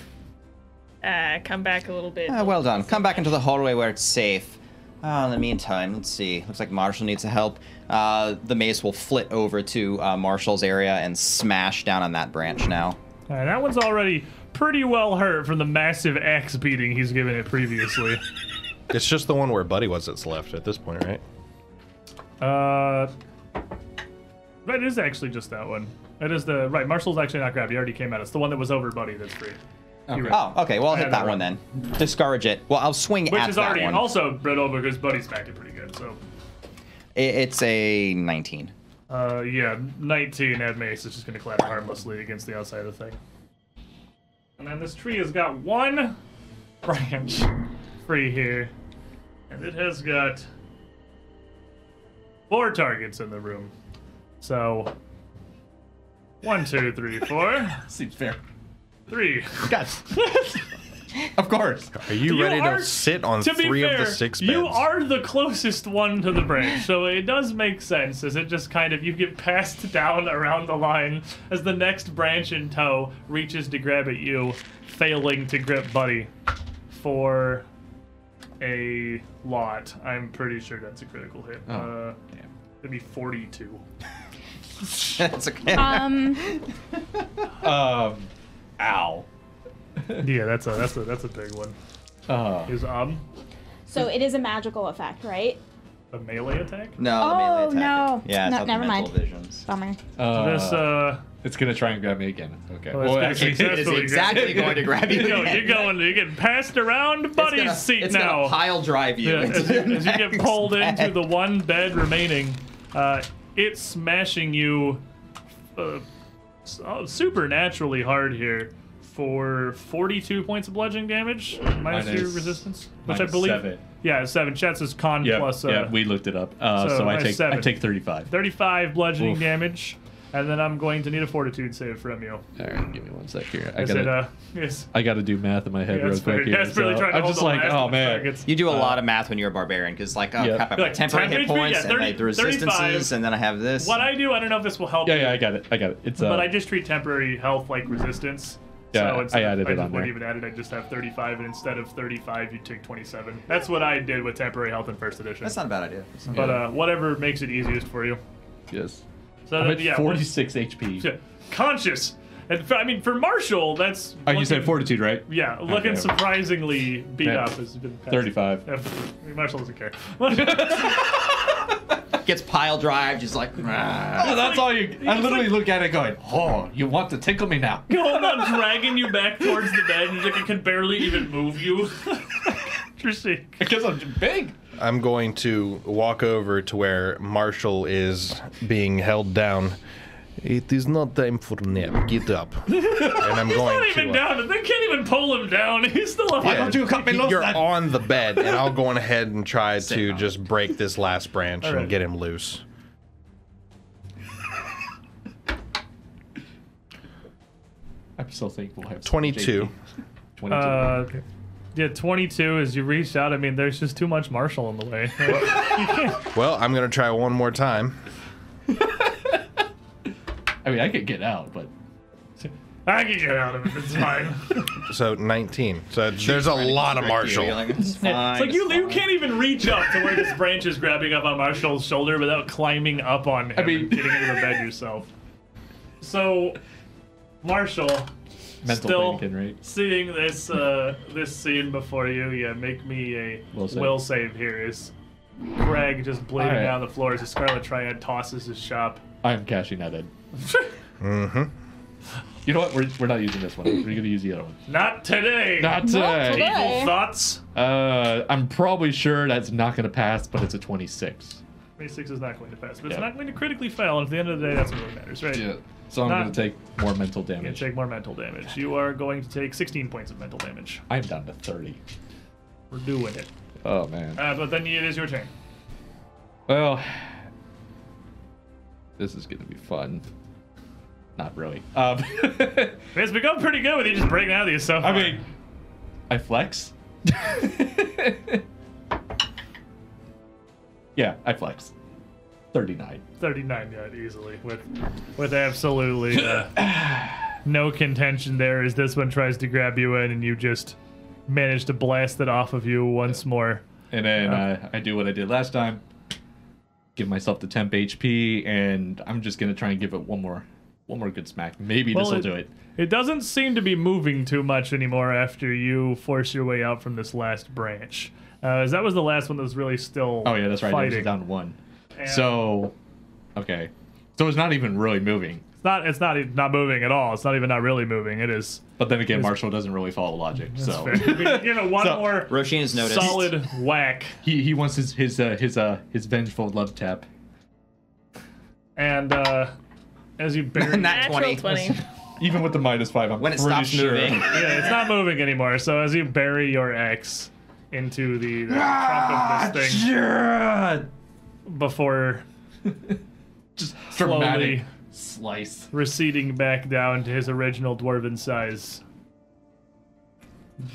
F: uh, come back a little bit.
D: Ah, well done. Come back into the hallway where it's safe. Ah, in the meantime, let's see. Looks like Marshall needs some help. Uh, the mace will flit over to uh, Marshall's area and smash down on that branch now.
C: Alright, that one's already pretty well hurt from the massive axe beating he's given it previously.
D: *laughs*
E: It's just the one where Buddy was that's left at this point, right?
C: Uh, that is actually just that one. That is the right. Marshall's actually not grabbed. He already came out. It's the one that was over Buddy that's free. Okay.
D: Oh, okay. Well, I'll
C: I
D: hit
C: have
D: that
C: that
D: one then. Discourage it. Well, I'll swing
C: Which
D: at
C: is
D: that
C: already
D: one.
C: also brittle because Buddy's backing pretty good. So,
D: I- it's a 19.
C: uh, yeah, 19 at mace is just going to clap harmlessly against the outside of the thing. And then this tree has got one branch free here, and it has got four targets in the room. So One, two, three, four,
A: Seems fair.
C: three.
E: Guys,
A: Of course.
E: are you,
C: You
E: ready
C: are-
E: to sit on
C: To be
E: three
C: fair,
E: of the six beds?
C: you are the closest one to the branch, so it does make sense as it just kind of you get passed *laughs* down around the line as the next branch in tow reaches to grab at you, failing to grip Buddy for a lot. I'm pretty sure that's a critical hit. Uh,
A: damn.
C: It'd be 42.
D: *laughs* That's okay.
B: Um,
A: Um, ow.
C: Yeah, that's a that's a that's a big one.
A: Uh,
C: Is um
B: so it is a magical effect, right?
C: a melee attack?
D: *laughs* no, the melee
B: Oh,
D: attack.
B: no.
D: Yeah, it's
B: No,
D: not
B: never
D: the mental
C: *laughs*
B: mind.
D: visions.
B: Bummer.
A: uh,
C: This uh,
A: it's gonna try and grab me again. Okay.
C: Well, it's gonna
A: actually,
C: succeed.
D: It is exactly going
C: *laughs*
D: to grab you.
C: you know,
D: again.
C: you're going you're getting passed around
D: It's
C: Buddy's
D: gonna-
C: seat
D: it's
C: now.
D: gonna pile drive you.
C: Yeah,
D: into
C: as,
D: the
C: you, as you get
D: *laughs* next
C: pulled
D: bed.
C: into the one bed remaining, uh, it's smashing you uh, s- oh, supernaturally hard here for 42 points of bludgeoning damage minus
A: Minus-
C: your resistance, which I
A: minus
C: believe.
A: seven.
C: Yeah, seven. Chats is con
A: yeah,
C: plus. Uh,
A: yeah, we looked it up. Uh,
C: so
A: so, I
C: minus
A: take I
C: seven.
A: take 35.
C: 35 bludgeoning
A: Oof.
C: damage, and then I'm going to need a fortitude save from you.
A: All right, give me one sec here. I
C: Is
A: gotta
C: it? Uh, yes.
A: I gotta do math in my head
C: Yeah,
A: real
C: it's
A: quick
C: very
A: here.
C: desperately
A: so
C: trying to
A: I'm
C: hold
A: just
C: the
A: like,
C: last
A: oh
C: one
A: man.
C: back. It's-
D: You do a lot of math when you're a barbarian, because like, oh
A: yeah.
D: crap, I've
C: uh, Like,
D: got temporary hit
C: 10,
D: points
C: yeah,
D: and like the
C: 30, 35.
D: resistances, and then I have this.
C: What I do, I don't know if this will help.
A: Yeah,
C: you.
A: yeah, I got it. I got it. It's uh,
C: But I just treat temporary health like resistance.
A: Yeah,
C: so
A: I
C: instead-
A: added
C: I
A: it
C: just
A: on
C: wouldn't
A: there.
C: even add it. I just have 35, and instead of 35, you take 27. That's what I did with temporary health in first edition.
D: That's not a bad idea.
C: but uh, whatever makes it easiest for you.
A: yes.
C: So
A: I'm
C: that,
A: at
C: yeah,
A: 46
C: what-
A: HP.
C: *laughs* conscious. And for, I mean, for Marshall, that's.
A: Oh, you said
C: looking-
A: fortitude, right?
C: Yeah, looking
A: Okay.
C: surprisingly beat
A: Yeah.
C: up. Has been past-
A: 35.
C: Yeah, pff, Marshall doesn't care. *laughs* It's
D: Gets pile drive, just like. *laughs*
A: Oh,
D: "Rah."
A: that's all you. I literally look at it going, oh, you want to tickle
C: *laughs*
A: me now? *laughs*
C: going on, dragging you back towards the bed, and like it can barely even move you. *laughs* Interesting.
A: Because I'm big.
E: I'm going to walk over to where Marshall is being held down. It is not time for nap.
C: *laughs*
E: Get up. and I'm going
C: not even
E: to. uh,
C: down. They can't even pull him down. *laughs* He's still up.
E: yeah,
A: don't you cut me loose
E: You're
A: then?
E: on the bed, and I'll go on ahead and try to
D: down.
E: just break this last branch
C: All
E: and
C: right.
E: get him loose.
A: I'm so thankful. I have so much
E: 22.
A: AP. 22.
C: Uh, yeah, 22 as you reach out. I mean, there's just too much Marshall in the way.
E: Well, I'm going to try one more time.
A: I mean, I could get out, but
C: *laughs* I can get out of it. It's fine.
E: So 19. So there's a lot of Marshall.
D: You're like, it's fine.
C: *laughs* It's like you,
D: it's
C: you
D: fine."
C: can't even reach up to where this branch is grabbing up on Marshall's shoulder without climbing up on him I
A: mean-
C: and getting into the bed yourself. So, Marshall,
A: mental
C: still
A: panicking, right?
C: seeing this uh, this scene before you, yeah, make me a will
A: Will
C: save,
A: save.
C: here. Is Greg just bleeding
A: Alright.
C: down the floor as the Scarlet Triad tosses his shop? *laughs*
A: I'm cashing that in.
E: hmm
A: You know what? We're, we're not using this one. We're going to use the other one.
C: Not today.
A: Not
B: Not
A: today.
B: today.
C: Evil thoughts.
A: Uh, I'm probably sure that's not going to pass, but it's a 26.
C: 26 is not going to pass, but it's
A: Yeah.
C: not going to critically fail. And at the end of the day, that's what really matters, right?
A: Yeah. So I'm
C: Not-
A: going to take more mental
C: You're going
A: damage.
C: to take more mental damage. You are going to take 16 points of mental damage.
A: I'm down to 30.
C: We're doing it.
A: Oh, man.
C: Uh, but then it is your turn.
A: Well, this is gonna be fun. Not really. Um, *laughs*
C: It's become pretty good with you just breaking out of these. So
A: I
C: far.
A: mean, I flex. *laughs* yeah, I flex. Thirty-nine.
C: 39 yet easily with with absolutely uh, no contention there as this one tries to grab you in and you just manage to blast it off of you once more.
A: And then uh, I do what I did last time. Give myself the temp HP, and I'm just gonna try and give it one more, one more good smack. Maybe
C: Well,
A: this
C: it-
A: will do it.
C: It doesn't seem to be moving too much anymore after you force your way out from this last branch. Uh, as that was the last one that was really still
A: Oh yeah, that's right. It
C: fighting.
A: was down to one.
C: And
A: So, okay. So it's not even really moving.
C: it's not it's not even not moving at all. It's not even not really moving. It
A: *laughs*
C: is
A: But then again, Marshall doesn't really follow logic, so
C: fair. you know one
A: So,
C: more
D: Roshin has noticed.
C: solid whack
A: *laughs* he he wants his his uh, his uh his vengeful love tap.
C: and uh, as
A: *laughs*
C: you bury
D: Not 20.
F: Natural 20.
A: Even with the minus five, I'm
D: When it
A: pretty
D: stops
A: sure. *laughs*
D: moving.
C: yeah, it's not moving anymore. So as you bury your axe into the, the trunk of this thing
A: Yeah,
C: before
A: just
C: slowly
A: dramatic. slice.
C: receding back down to his original dwarven size.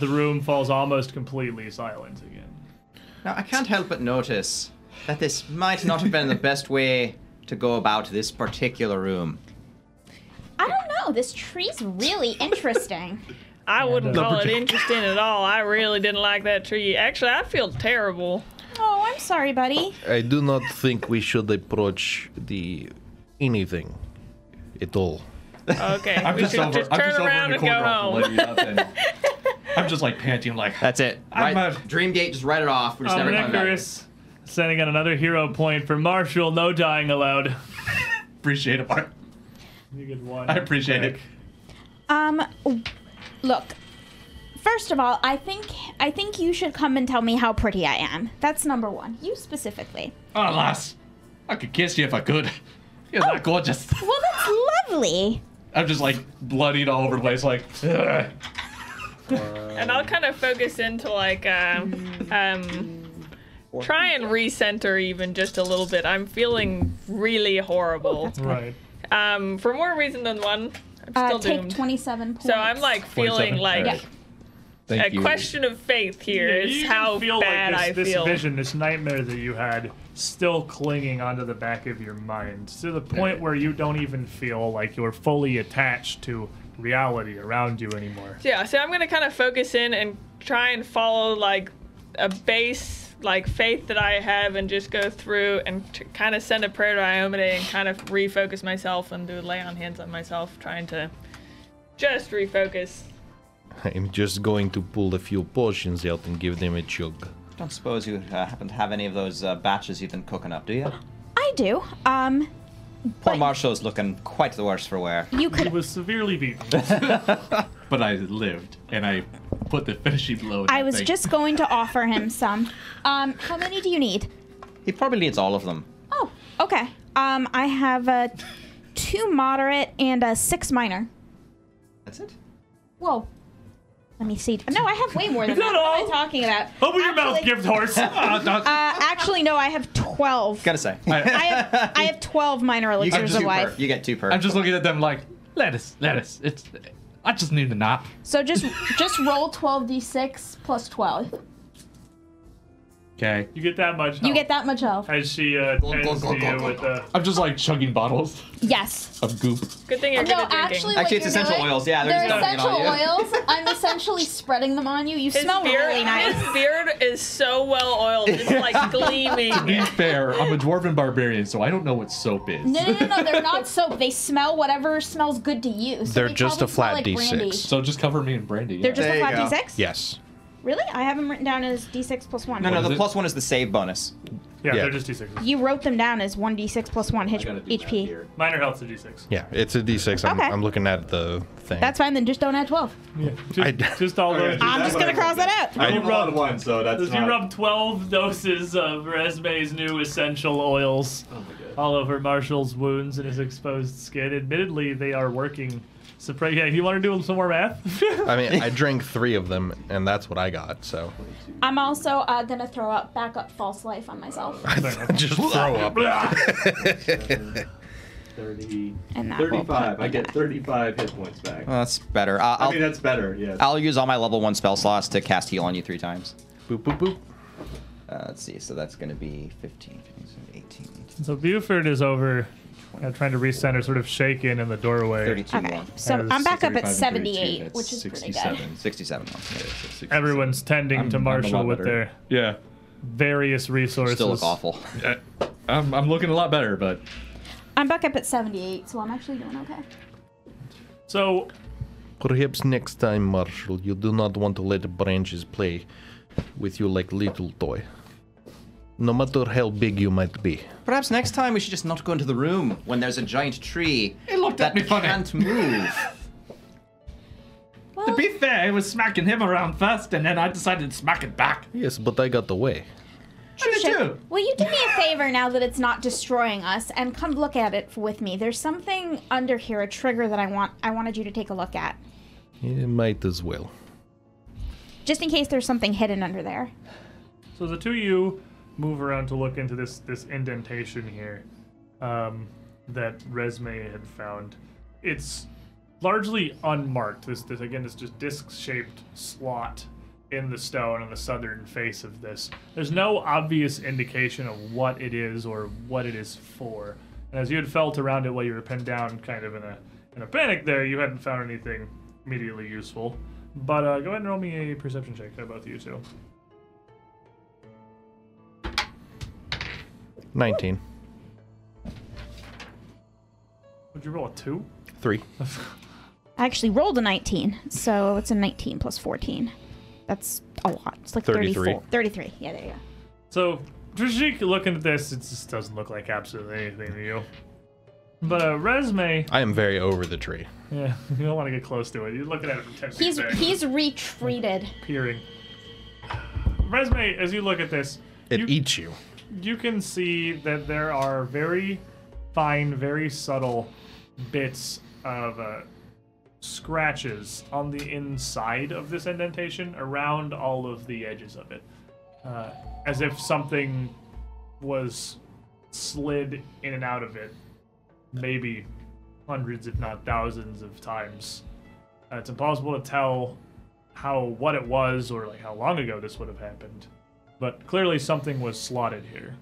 C: The room falls almost completely silent again.
D: Now, I can't help but notice that this might not have been the best way to go about this particular room.
B: I don't know. This tree's really interesting.
C: *laughs*
F: I wouldn't
C: no.
F: call it interesting at all. I really didn't like that tree. Actually, I feel terrible.
B: oh, I'm sorry, buddy.
E: I do not think we should approach the anything at all.
F: Okay,
A: I'm
F: we
A: just
F: should
A: over.
F: just
A: I'm
F: turn
A: just over in
F: around
A: the
F: and go
A: corner. I'll
F: home.
A: let you up *laughs* and- I'm just like panting. I'm like,
D: That's it.
A: I'm
D: Right,
A: a-
D: Dreamgate, just write it off. We're just never coming back.
C: Omnicorous sending out another hero point for Marshall. No dying allowed.
A: appreciate it, Mark.
C: You get one.
A: I appreciate it.
B: Um, w- look. First of all, I think I think you should come and tell me how pretty I am. That's number one. You specifically.
A: Oh, lass, I could kiss you if I could. *laughs* You're that gorgeous.
B: Well, that's lovely.
A: I'm just like bloodied all over the place. Like, *laughs* ugh.
F: And I'll kind of focus into like um, um, try and recenter even just a little bit. I'm feeling really horrible.
C: Right.
F: Um, for more reason than one, I'm
B: Uh,
F: still
B: take
F: doomed.
B: twenty-seven points.
F: So I'm like feeling
E: 27.
F: like
E: Alright.
F: a
D: Thank you.
F: question of faith here
C: Yeah,
F: is
C: you
F: how
C: can feel
F: bad
C: like this,
F: I feel.
C: This vision, this nightmare that you had, still clinging onto the back of your mind to the point where you don't even feel like you're fully attached to reality around you anymore.
F: Yeah, so I'm gonna kind of focus in and try and follow like a base like faith that I have, and just go through and t- kind of send a prayer to Iomade and kind of refocus myself and do lay on hands on myself, trying to just refocus.
E: I'm just going to pull a few potions out and give them a chug.
D: Don't suppose you uh, happen to have any of those uh, batches you've been cooking up,
A: *laughs*
D: do you?
B: I do. Um,
D: Poor Marshall's looking quite the worse for wear.
B: you
C: He
B: could
C: was severely
E: *laughs*
C: beaten.
A: but I lived, and I put the finishing blow. in
B: I
A: that
B: was
A: thing.
B: just going to offer him some. Um, how many do you need?
D: He probably needs all of them.
B: Oh, okay. Um, I have a two moderate and a six minor.
D: That's it.
B: Whoa. Let me see. No, I have way more than
C: Is that
B: that. What am
C: all?
B: I talking about?
C: Open your mouth,
B: Actually-
C: gift
B: *laughs*
C: horse.
A: Ah, doc-
B: Uh, actually, no, I have twelve.
D: Gotta say. *laughs*
B: I have I have twelve minor
D: you, get
B: elixirs
D: two
B: of
D: per,
B: life.
D: you get two per.
A: I'm just looking at them like, lettuce, lettuce. It's. I just need a nap.
B: So just just roll twelve d six plus twelve.
A: Okay.
C: you get that much.
B: You
D: Oh.
C: help.
B: get that much health.
C: As she uh,
D: go,
C: tends
D: go,
C: to
D: go,
C: you
D: go,
C: with
D: go.
C: the.
A: I'm just like chugging bottles
B: Yes.
A: of goop.
F: Good thing you're good
B: No,
F: at drinking.
B: actually,
D: Actually,
B: what
D: it's
B: you're
D: essential
B: doing-
D: oils. Yeah, they're
B: they're
D: just dumping it
B: essential
D: on you.
B: oils. I'm essentially spreading them on you. You smell really nice.
F: His beard is so well oiled.
B: *laughs*
F: It's like gleaming.
A: To be fair, I'm a dwarven barbarian, so I don't know what soap is.
B: No, no, no, no, they're not soap. They smell whatever smells good to you. So
E: They're
B: they
E: just
B: probably
E: a flat
B: smell like
E: D6.
B: brandy.
A: So just cover me in brandy.
B: They're
A: yeah.
B: just
D: There
B: a
D: you
B: flat
D: go.
B: D6?
E: Yes.
B: Really? I have them written down as D6 plus 1.
D: No, no,
A: What is
D: the
A: it?
D: plus one is the save bonus.
C: Yeah,
E: Yeah.
C: they're just d6s.
B: You wrote them down as 1d6 plus 1 H- HP.
C: Minor health's a d6.
E: Yeah, it's a D6. I'm,
B: Okay.
E: I'm looking at the thing.
B: That's fine, then just don't add 12.
C: Yeah.
E: I-
C: Just, just
E: *laughs*
C: all those.
B: I'm just going to cross that out.
E: I-
C: You rub,
A: one, so that's
C: you rub 12 doses of Resme's new essential oils all over Marshall's wounds and his exposed skin. Admittedly, they are working. Supra- yeah, you want to do some more math? *laughs*
E: I mean, I drank three of them, and that's what I got. So
B: I'm also uh, going to throw up back up false life on myself.
E: *laughs* just throw up.
A: Thirty.
B: *laughs* And that will 35. put I get
A: 35 hit points back.
D: Well, that's better. I- Uh, I'll,
A: that's better. Yeah.
D: I'll use all my level one spell slots to cast heal on you three times.
E: boop boop boop.
D: Uh, let's see. So that's going to be 15, 15, 17, 18,
C: so Buford is over uh, trying to recenter, sort of shaken in the doorway.
D: 32
B: Okay,
D: one.
B: so
C: That
B: I'm
C: is
B: back up
A: 35
B: at
A: and 32,
B: 78,
A: that's
B: which is pretty good.
A: 67.
D: 67 one.
C: Everyone's tending
A: I'm-
C: to
A: I'm a lot
C: Marshall with
A: better.
C: their
A: Yeah.
C: various resources.
D: Still look awful.
A: Uh, I'm, I'm looking a lot better, but
B: I'm back up at 78, so I'm actually doing okay.
C: So
E: Perhaps next time, Marshall, you do not want to let branches play with you like little toy. No matter how big you might be.
D: Perhaps next time we should just not go into the room when there's a giant tree
A: looked
D: that
A: at me funny.
D: can't move.
A: *laughs*
B: Well,
A: to be fair, it was smacking him around first, and then I decided to smack it back.
E: Yes, but I got away.
A: I did too.
B: Will you do me a favor now that it's not destroying us and come look at it with me? There's something under here, a trigger that I want I wanted you to take a look at.
E: You might as well.
B: Just in case there's something hidden under there.
C: So the two of you move around to look into this this indentation here. Um, that Resme had found. It's largely unmarked. This, this again is just disc-shaped slot in the stone on the southern face of this. There's no obvious indication of what it is or what it is for. And as you had felt around it while you were pinned down, kind of in a in a panic, there you hadn't found anything immediately useful. But uh, go ahead and roll me a perception check, how both of you two.
E: 19.
C: Would you roll a two?
E: Three.
B: I actually rolled a 19, so it's a 19 plus 14. That's a lot. It's like
E: 33.
B: 34. 33. Yeah, there you go.
C: So, Drajik, looking at this, it just doesn't look like absolutely anything to you. But a resume,
E: I am very over the tree.
C: yeah, *laughs* you don't want to get close to it. You're looking at it from 10 feet
B: He's
C: back,
B: he's retreated.
C: peering. Resume, as you look at this,
E: It
C: you,
E: eats you.
C: you can see that there are very fine, very subtle bits of uh, scratches on the inside of this indentation around all of the edges of it, uh, as if something was slid in and out of it, maybe hundreds, if not thousands, of times. Uh, it's impossible to tell how what it was or like how long ago this would have happened but clearly something was slotted here.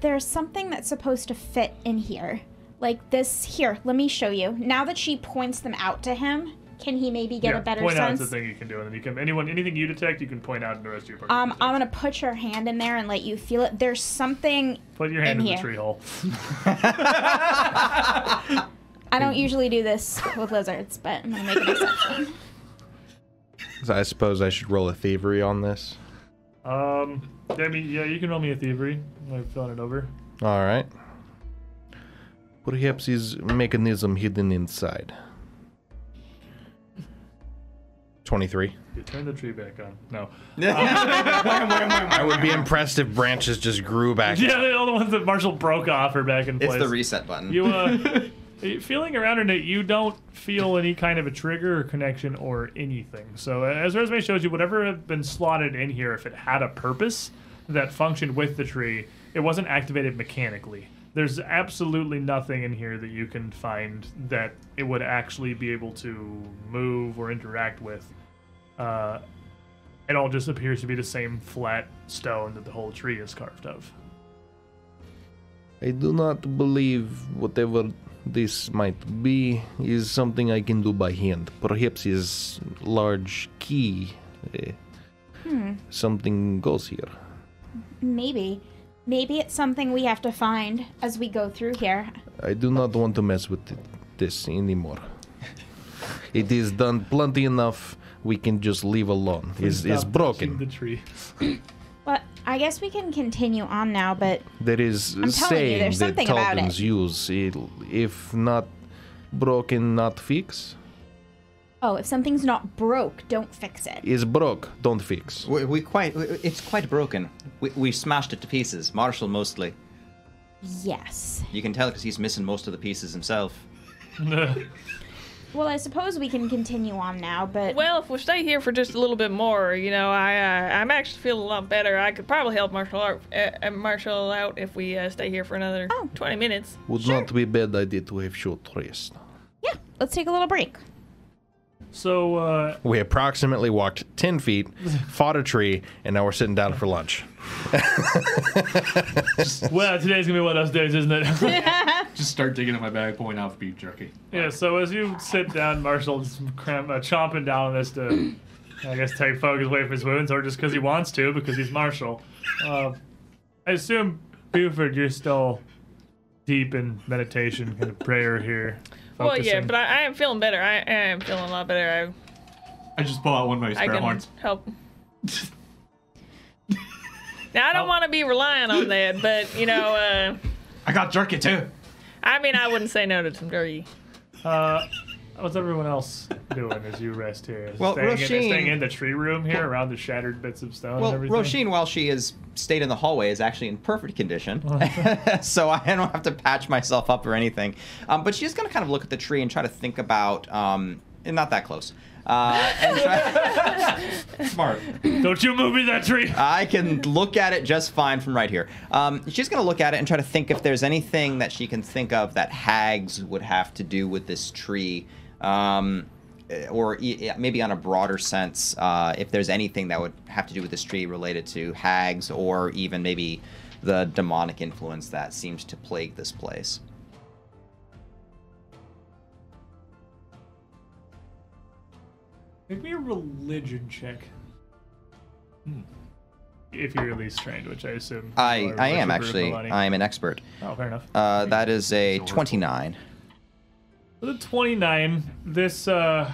B: There's something that's supposed to fit in here. Like this here, let me show you. Now that she points them out to him, can he maybe get a better
C: point out
B: sense?
C: the thing you can do, and then you can anyone anything you detect, you can point out in the rest of your party.
B: Um,
C: detects.
B: I'm gonna put your hand in there and let you feel it. There's something
C: Put your hand
B: in
C: in,
B: here.
C: the tree hole.
B: I don't usually do this with lizards, but I'm gonna make an exception.
E: So I suppose I should roll a thievery on this.
C: Um, I mean, yeah, you can roll me a thievery. I'm filling it over.
E: All right. Perhaps his mechanism um, hidden inside. 23.
C: You turn the tree back on. No. *laughs*
E: I would be impressed if branches just grew back.
C: Yeah, the only ones that Marshall broke off are back in
D: It's
C: place.
D: the reset button.
C: you *laughs* uh, you- feeling around in it, you don't feel any kind of a trigger or connection or anything. So as resume shows you, whatever had been slotted in here, if it had a purpose that functioned with the tree, it wasn't activated mechanically. There's absolutely nothing in here that you can find that it would actually be able to move or interact with. Uh, it all just appears to be the same flat stone that the whole tree is carved of.
E: I do not believe whatever this might be is something I can do by hand. Perhaps his large key. eh, Something goes here.
B: Maybe, maybe it's something we have to find as we go through here.
E: I do not want to mess with it- this
B: *laughs*
E: anymore. It is done plenty enough. We can just leave alone. It's, it's
C: Stop touching The
E: broken.
C: tree.
B: But I guess we can continue on now. But
E: There is a
B: you,
E: saying
B: there's
E: that
B: something about it.
E: Taldans use. It- if not broken, not fix.
B: oh, if something's not broke, don't fix it.
E: Is broke, don't fix.
D: We, we quite. we- It's quite broken. We, we smashed it to pieces. Marshall mostly.
B: Yes.
D: You can tell because he's missing most of the pieces himself.
B: Well, I suppose we can continue on now, but
F: Well, if we stay here for just a little bit more, you know, I uh, I'm actually feeling a lot better. I could probably help Marshall out, uh, uh, Marshall out if we uh, stay here for another
B: Oh.
F: 20 minutes.
E: Would not be bad idea to have short rest.
B: yeah, let's take a little break.
C: So uh,
E: We approximately walked 10
B: *laughs*
E: feet, fought a tree, and now we're sitting down for lunch.
C: Well, today's gonna be one of those days, isn't it? *laughs*
A: Just start digging at my bag, pulling off beef jerky.
C: yeah. So as you sit down, Marshall's cram- uh, chomping down on this to, I guess, take focus away from his wounds, or just because he wants to, because he's Marshall. Uh, I assume Buford, you're still deep in meditation, kind of prayer here.
F: Well, yeah, but I, I am feeling better. I, I am feeling a lot better.
A: I just pull out one of my
F: I, I
A: spare
F: can
A: horns.
C: *laughs*
F: help. now I don't want to be relying
C: *laughs*
F: on that, but you know, uh,
A: I got
B: *laughs*
A: jerky too.
F: I mean, I wouldn't say no to some dirty.
C: Uh, What's everyone else doing as you rest here?
D: Well,
C: staying, in,
D: Roisin-
C: staying in the tree room here around the shattered bits of stone
D: Well,
C: and everything.
D: Roisin, while she is stayed in the hallway, is actually in perfect condition,
C: Oh,
D: *laughs* so I don't have to patch myself up or anything. Um, but she's going to kind of look at the tree and try to think about, um, and not that close, Uh, and try,
A: Smart.
C: Don't you move me that tree.
D: I can look at it just fine from right here. Um, she's going to look at it and try to think if there's anything that she can think of that hags would have to do with this tree, um, eh, or e- eh, maybe on a broader sense, uh, if there's anything that would have to do with this tree related to hags or even maybe the demonic influence that seems to plague this place.
C: Make me a religion check. Hmm. If you're at least trained, which I assume.
D: I,
C: you are,
D: I am
C: worshiper of
D: actually.
C: Milani.
D: I am an expert.
C: Oh, fair enough.
D: Uh, that is a 29.
C: With a 29, this, uh.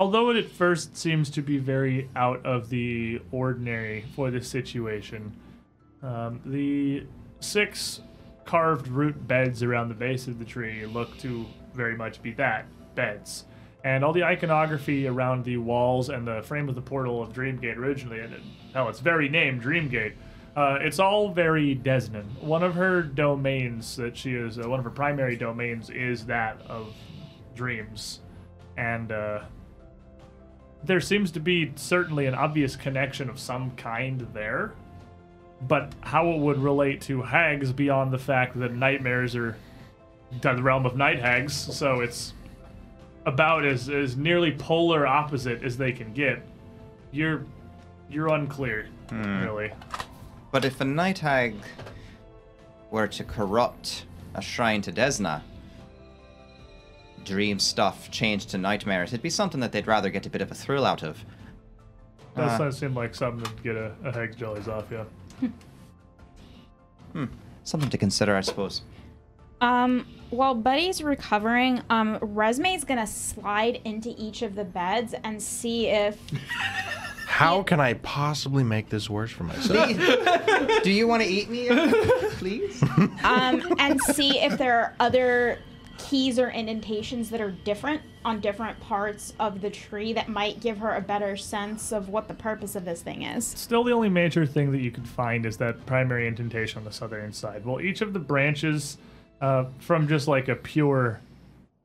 C: Although it at first seems to be very out of the ordinary for this situation, um, the six carved root beds around the base of the tree look to very much be that beds. And all the iconography around the walls and the frame of the portal of Dreamgate originally, and it, hell, its very name, Dreamgate, uh, it's all very Desnan. One of her domains that she is, uh, one of her primary domains is that of dreams. And uh, there seems to be certainly an obvious connection of some kind there. But how it would relate to hags beyond the fact that nightmares are the realm of night hags, so it's about as, as nearly polar opposite as they can get. You're you're unclear, really.
D: But if a night hag were to corrupt a shrine to Desna, dream stuff changed to nightmares, it'd be something that they'd rather get a bit of a thrill out of.
C: Does
D: Uh.
C: not seem like something to get a, a hag's jellies off, yeah.
D: Something to consider, I suppose.
B: Um, while Buddy's recovering, um, Resume's gonna slide into each of the beds and see if
E: How can I possibly make this worse for myself?
D: Do you want to eat me, please?
C: *laughs*
B: um, and see if there are other keys or indentations that are different on different parts of the tree that might give her a better sense of what the purpose of this thing is.
C: Still, the only major thing that you could find is that primary indentation on the southern side. Well, each of the branches, uh, from just like a pure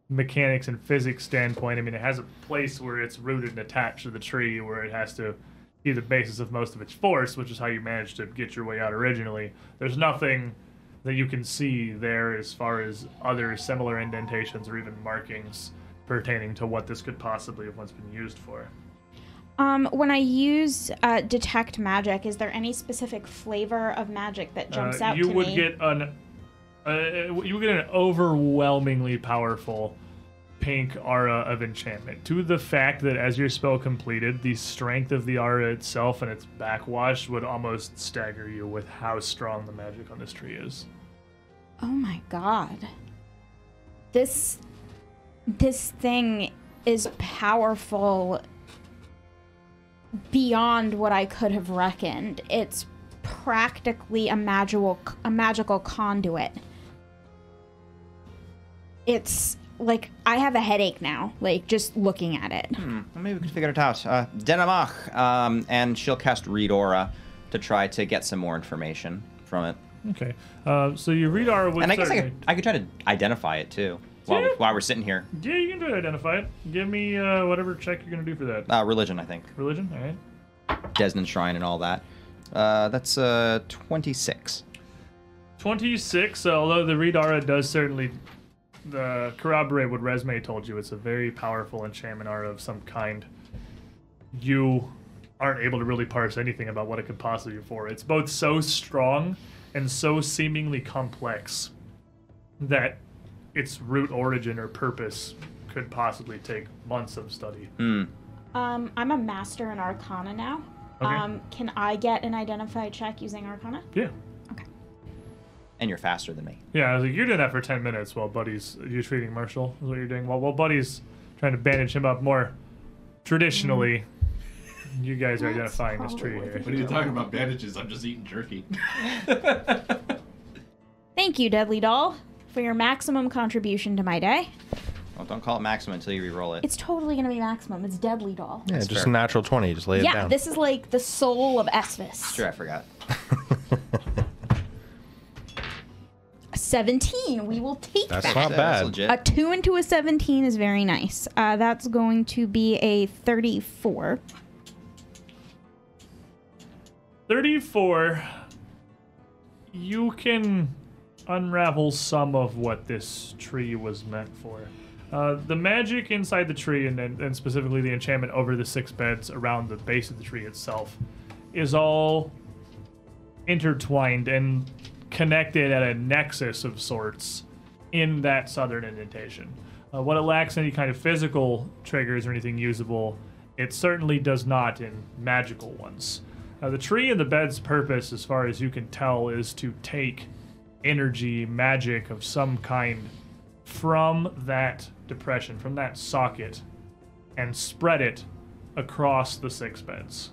C: mechanics and physics standpoint, I mean, it has a place where it's rooted and attached to the tree where it has to be the basis of most of its force, which is how you managed to get your way out originally. There's nothing that you can see there as far as other similar indentations or even markings pertaining to what this could possibly have once been used for.
B: Um, when I use uh, detect magic, is there any specific flavor of magic that jumps
C: Uh,
B: out
C: you
B: to
C: would
B: me?
C: get an uh, you would get an overwhelmingly powerful pink aura of enchantment to the fact that as your spell completed the strength of the aura itself and its backwash would almost stagger you with how strong the magic on this tree is
B: Oh my god. This this thing is powerful beyond what I could have reckoned. It's practically a magical a magical conduit. It's like I have a headache now, like just looking at it.
D: Well, maybe we can figure it out. Uh, Denamach, um, and she'll cast Read Aura to try to get some more information from it.
C: okay uh, so you read aura would
D: And I guess I
C: certainly-
D: could, I could try to identify it too while,
C: Yeah.
D: while we're sitting here.
C: yeah you can do it identify it give me uh, whatever check you're gonna do for that
D: Uh, religion, I think.
C: religion all right
D: Desmond Shrine and all that. Uh, that's uh, 26.
C: 26, uh, although the read aura does certainly uh, corroborate what Resume told you, it's a very powerful enchantment aura of some kind. You aren't able to really parse anything about what it could possibly be for. It's both so strong and so seemingly complex that its root origin or purpose could possibly take months of study.
B: Um I'm a master in arcana now.
C: Okay.
B: Um can I get an identify check using arcana?
C: Yeah.
D: And you're faster than me.
C: Yeah, I was like, you're doing that for 10 minutes while Buddy's, you treating Marshall, is what you're doing. While, while Buddy's trying to bandage him up more traditionally, you guys are
B: Mm-hmm. That's
C: identifying this
B: probably
C: tree
B: what
C: here.
A: What are you talking about bandages? I'm just eating jerky.
B: Thank you, Deadly Doll, for your maximum contribution to my day.
D: Well, don't call it maximum until you re-roll it.
B: It's totally gonna be maximum. It's Deadly Doll.
E: yeah,
D: That's
E: just
D: fair.
E: natural 20. Just lay it
B: yeah,
E: down.
B: this is like the soul of Esvis.
D: Sure, I forgot.
B: 17. We will take
E: That's
B: that.
E: not bad.
D: legit.
B: A 2 into a 17 is very nice. Uh, that's going to be a 34.
C: 34. You can unravel some of what this tree was meant for. Uh, the magic inside the tree, and, and and specifically the enchantment over the six beds around the base of the tree itself, is all intertwined and connected at a nexus of sorts in that southern indentation. Uh, what it lacks any kind of physical triggers or anything usable, it certainly does not in magical ones. Uh, the tree and the bed's purpose, as far as you can tell, is to take energy, magic of some kind from that depression, from that socket, and spread it across the six beds.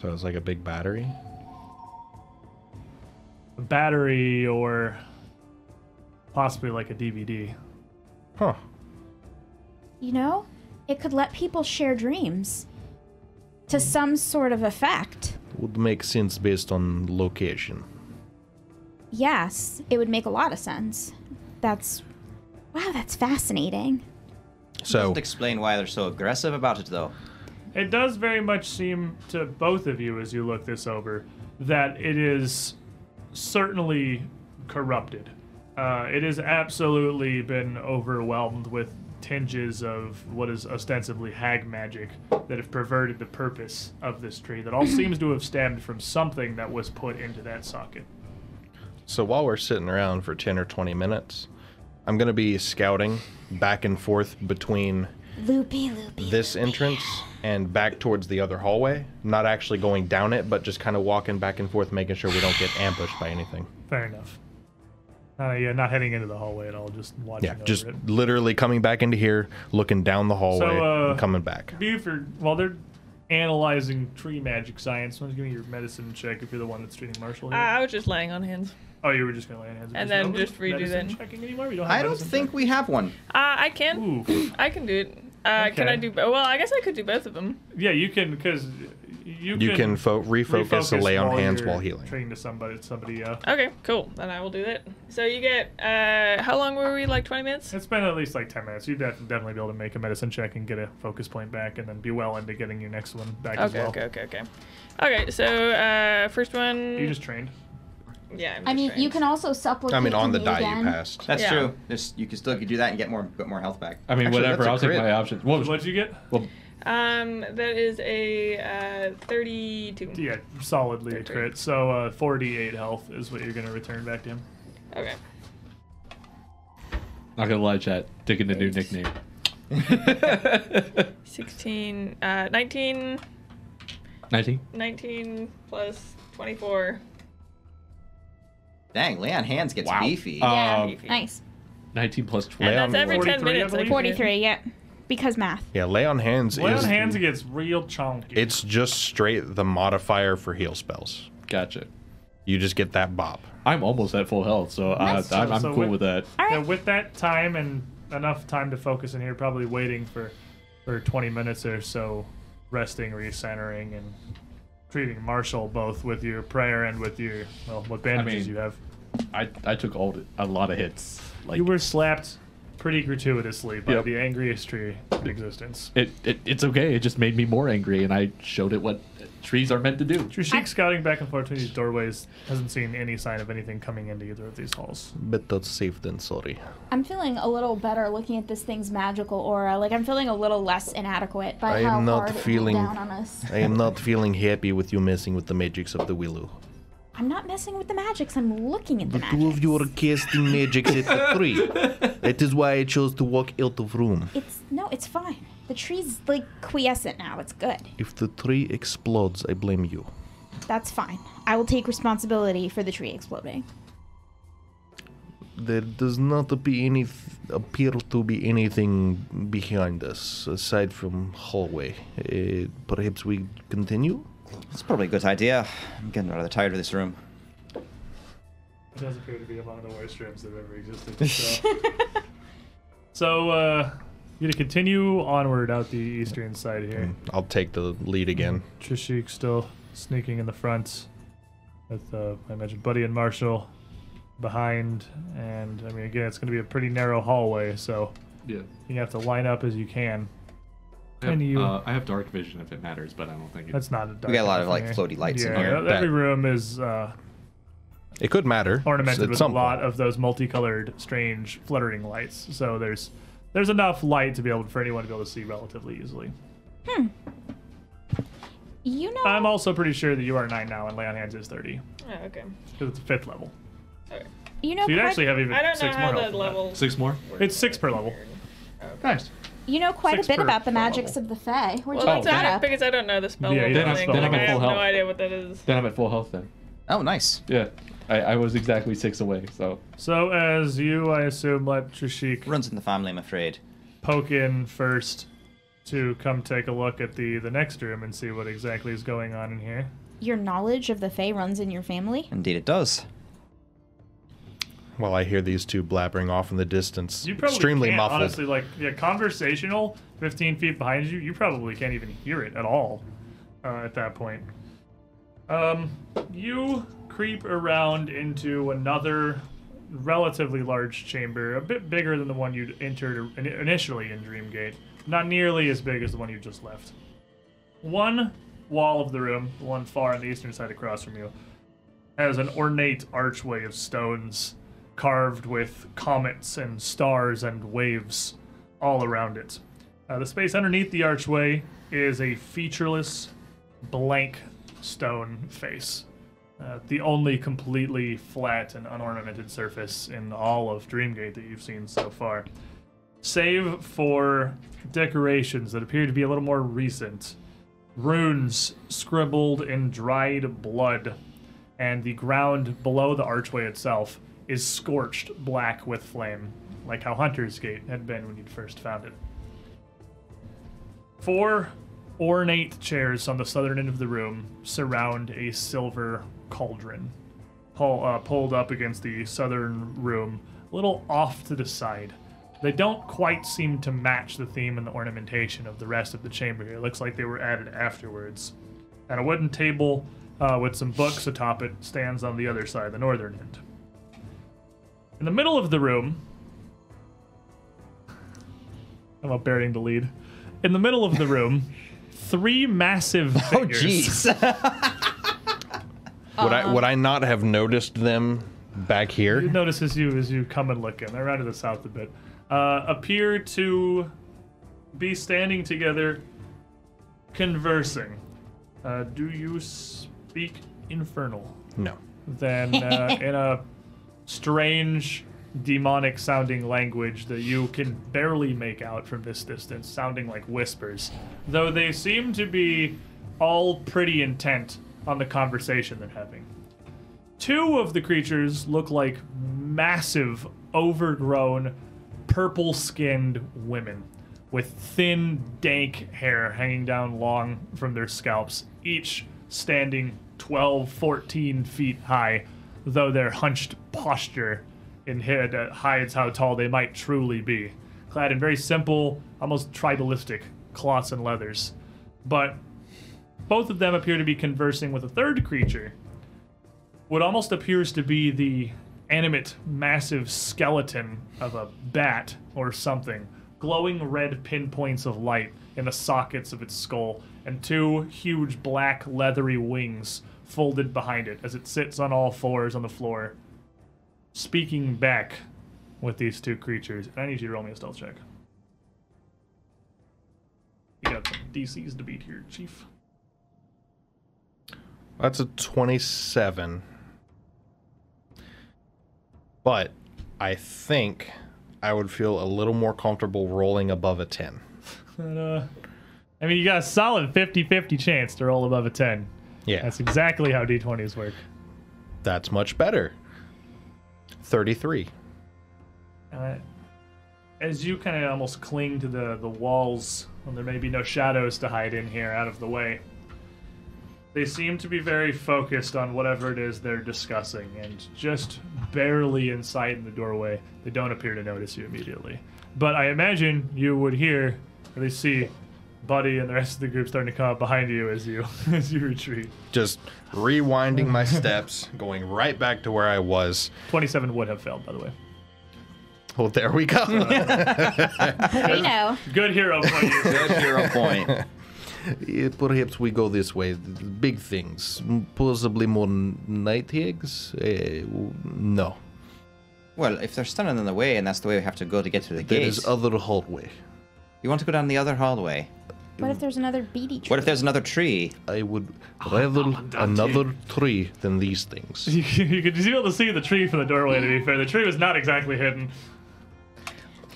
E: So it's like a big battery.
C: a battery or possibly like a DVD.
E: Huh.
B: You know, it could let people share dreams to some sort of effect.
E: Would make sense based on location.
B: Yes, it would make a lot of sense. That's. Wow, that's fascinating.
E: So
D: Just explain why they're so aggressive about it, though.
C: It does very much seem to both of you as you look this over that it is certainly corrupted. Uh, it has absolutely been overwhelmed with tinges of what is ostensibly hag magic that have perverted the purpose of this tree, *clears throat* that all seems to have stemmed from something that was put into that socket.
E: So while we're sitting around for 10 or 20 minutes, I'm going to be scouting back and forth between
B: Loopy, loopy.
E: this entrance and back towards the other hallway. Not actually going down it, but just kind of walking back and forth, making sure we don't get ambushed by anything.
C: Fair enough. Uh, yeah, not heading into the hallway at all, just watching
E: Yeah,
C: over
E: just
C: it.
E: literally coming back into here, looking down the hallway,
C: uh,
E: and coming back.
C: Buford, while they're analyzing tree magic science, someone's give me your medicine check if you're the one that's treating Marshall
F: Uh,
C: here.
F: I was just laying on hands.
C: oh, you were just gonna lay on hands.
F: and
C: There's
F: then
C: nobody
F: just redo
C: medicine
F: that.
C: Checking anymore? We don't have
D: I don't
C: medicine
D: think we have one.
F: Uh, I can.
C: check? Ooh.
F: I can do it. Uh, Can
C: Okay.
F: I do? bo- Well, I guess I could do both of them.
C: Yeah, you can because you can.
E: You can fo- refocus, and lay on hands
C: you're
E: while healing.
C: Treating to somebody, somebody. Uh,
F: Okay, cool. Then I will do that. So you get. Uh, how long were we? Like 20 minutes.
C: it's been at least like ten minutes. You'd def- definitely be able to make a medicine check and get a focus point back, and then be well into getting your next one back as
F: Okay,
C: well.
F: okay, okay, okay. Okay, so uh, first one.
C: You just trained.
F: yeah. I'm
B: I
F: just
B: mean, you
F: trained.
B: can also supplicate.
E: I mean, on the
B: me
E: die
B: again.
E: you passed.
D: That's
F: Yeah.
D: true. There's, you can still do that and get more get more health back.
A: I mean,
E: Actually, that's
A: whatever.
E: a
A: I'll take
E: crit.
A: my options. What was
C: What'd you get?
A: well,
F: Um, that is a uh, 32.
C: Yeah, solidly a
F: Thirteen.
C: crit. So uh, 48 health is what you're gonna return back to him.
F: Okay.
A: not gonna lie, chat. Digging the
C: *laughs*
A: new nickname.
F: 16, uh, 19,
A: Nineteen.
F: 19 plus 24.
D: Dang, lay on hands gets
A: Wow.
D: beefy.
A: Uh,
B: Yeah,
A: Um,
B: nice.
A: Nineteen plus
F: And
A: twelve.
E: Yeah,
F: that's every 10
C: 43, I
F: minutes. I
C: believe.
F: think.
B: 43, yeah. Because math.
E: Yeah, lay on hands
C: Lay
E: is
C: on hands gets real chunky.
E: it's just straight the modifier for heal spells.
A: Gotcha.
E: You just get that bop.
A: I'm almost at full health, so uh,
B: Nice.
A: I'm, I'm
C: So
A: cool
C: what-
A: with that.
B: All
C: Now,
B: right.
C: with that time and enough time to focus in here, probably waiting for for 20 minutes or so, resting, recentering, and treating Marshall both with your prayer and with your well, what bandages
A: mean,
C: you have.
A: I I took all the- a lot of hits. Like
C: You were slapped pretty gratuitously by
A: Yep.
C: the angriest tree in existence.
A: it, it. It's okay. It just made me more angry, and I showed it what trees are meant to do.
C: Your sheik scouting back and forth between these doorways hasn't seen any sign of anything coming into either of these halls.
E: Better safe than sorry.
B: I'm feeling a little better looking at this thing's magical aura. Like, I'm feeling a little less inadequate by
E: I
B: how
E: am not
B: hard
E: feeling-
B: it beat down on us.
E: I am *laughs* not feeling happy with you messing with the magics of the willow.
B: I'm not messing with the magics. I'm looking at the,
E: The two of you are casting magics at the *laughs* tree. That is why I chose to walk out of room.
B: It's no, it's fine. The tree's like quiescent now. It's good.
E: If the tree explodes, I blame you.
B: That's fine. I will take responsibility for the tree exploding.
E: There does not be any appear to be anything behind us aside from hallway. Uh, perhaps we continue.
D: It's probably a good idea. I'm getting rather tired of this room.
C: It does appear to be among the worst rooms that have ever existed. So, so uh, you to continue onward out the eastern
E: Mm.
C: side here.
E: I'll take the lead again.
C: Trishik still sneaking in the front. with uh, I imagine Buddy and Marshall behind, and I mean again, it's going to be a pretty narrow hallway, so
A: Yeah.
C: you have to line up as you can.
A: I have,
C: And you-
A: uh, I have dark vision if it matters, but I don't think it's
C: That's not a.
D: We got a lot of,
C: document
D: like,
C: thing.
D: floaty lights in
C: Yeah,
D: here.
C: every
D: Bet.
C: room is uh,
E: It could matter.
C: ornamented
E: At
C: with
E: some
C: a lot
E: point.
C: of those multicolored, strange, fluttering lights. So there's there's enough light to be able for anyone to be able to see relatively easily.
B: You know,
C: I'm also pretty sure that you are nine now, and lay on hands is thirty
F: Oh, okay.
C: because it's a fifth level.
F: All right.
B: you know,
C: So you'd
B: quite,
C: actually have even
F: I don't know
C: six more
F: how
C: health
F: the
C: than that.
F: level.
A: six more.
C: It's six per level.
A: Nice.
B: you know quite a
C: six
B: bit
C: per
B: about the
C: level.
B: magics of the Fae. Where'd
F: Well,
B: you
A: Oh,
B: pick
F: that's
B: that
F: not
B: up?
F: because I don't know the spell.
C: Yeah, you
F: level
C: don't
A: have
F: thing.
A: spell level.
F: I have
A: Full
F: no
A: health.
F: idea what that is.
A: Then I'm at full health then.
D: Oh, nice.
A: Yeah. I, I was exactly six away, so
C: So as you, I assume, let Trishik
D: Runs in the family, I'm afraid.
C: poke in first to come take a look at the the next room and see what exactly is going on in here.
B: Your knowledge of the Fae runs in your *laughs* family.
D: Indeed, it does.
E: While I hear these two blabbering off in the distance,
C: You probably
E: extremely
C: can't,
E: muffled.
C: honestly like yeah, conversational. Fifteen feet behind you, you probably can't even hear it at all uh, at that point. Um, you creep around into another relatively large chamber, a bit bigger than the one you'd entered in- initially in Dreamgate. Not nearly as big as the one you just left. One wall of the room, the one far on the eastern side across from you, has an ornate archway of stones carved with comets and stars and waves all around it. Uh, the space underneath the archway is a featureless, blank stone face. Uh, the only completely flat and unornamented surface in all of Dreamgate that you've seen so far. Save for decorations that appear to be a little more recent. Runes scribbled in dried blood and the ground below the archway itself is scorched black with flame, like how Hunter's Gate had been when you'd first found it. Four ornate chairs on the southern end of the room surround a silver cauldron, pull, uh, pulled up against the southern room, a little off to the side. They don't quite seem to match the theme and the ornamentation of the rest of the chamber here. It looks like they were added afterwards and a wooden table uh, with some books atop it stands on the other side, the northern end. In the middle of the room, I'm up burying the lead. In the middle of the room, three massive
D: Oh,
C: figures.
D: jeez.
E: Would I would I not have noticed them back
C: You
E: here?
C: notice as you as you come and look in, they're out of the south a bit. Uh, appear to be standing together, conversing. Uh, do you speak infernal?
E: No.
C: than uh, in a strange demonic sounding language that you can barely make out from this distance sounding like whispers though they seem to be all pretty intent on the conversation they're having two of the creatures look like massive overgrown purple skinned women with thin dank hair hanging down long from their scalps each standing 12 14 feet high though their hunched posture in head uh, hides how tall they might truly be clad in very simple almost tribalistic cloths and leathers but both of them appear to be conversing with a third creature what almost appears to be the animate, massive skeleton of a bat or something, glowing red pinpoints of light in the sockets of its skull, and two huge black leathery wings folded behind it as it sits on all fours on the floor, speaking back with these two creatures. And I need you to roll me a stealth check. You got some DCs to beat here, Chief.
E: That's a 27. But I think I would feel a little more comfortable rolling above a 10.
C: But, uh, I mean, you got a solid 50 50 chance to roll above a 10.
E: Yeah.
C: That's exactly how D20s work.
E: That's much better. 33.
C: Uh, as you kind of almost cling to the, the walls, when there may be no shadows to hide in here out of the way, they seem to be very focused on whatever it is they're discussing, and just barely in sight in the doorway, they don't appear to notice you immediately. But I imagine you would hear, or at least see, Buddy and the rest of the group starting to come up behind you as you *laughs* as you retreat.
E: Just rewinding
C: *laughs*
E: my steps, going right back to where I was.
C: Twenty-seven would have failed, by the way.
E: Well, there
C: *laughs*
E: we go.
B: We know.
C: Good hero point. *laughs* you.
D: Good hero point.
E: Eh, Perhaps we go this way. Big things. Possibly more n- night eggs? Eh, w- no.
D: Well, if they're standing in the way and that's the way we have to go to get to the
E: There
D: gate,
E: is other hallway.
D: you want to go down the other hallway.
B: What if there's another beady tree?
D: What if there's another tree?
E: I would
D: Oh,
E: rather another tree than these things.
C: You, could- you could just be able to see the tree from the doorway. To be fair, the tree was not exactly hidden.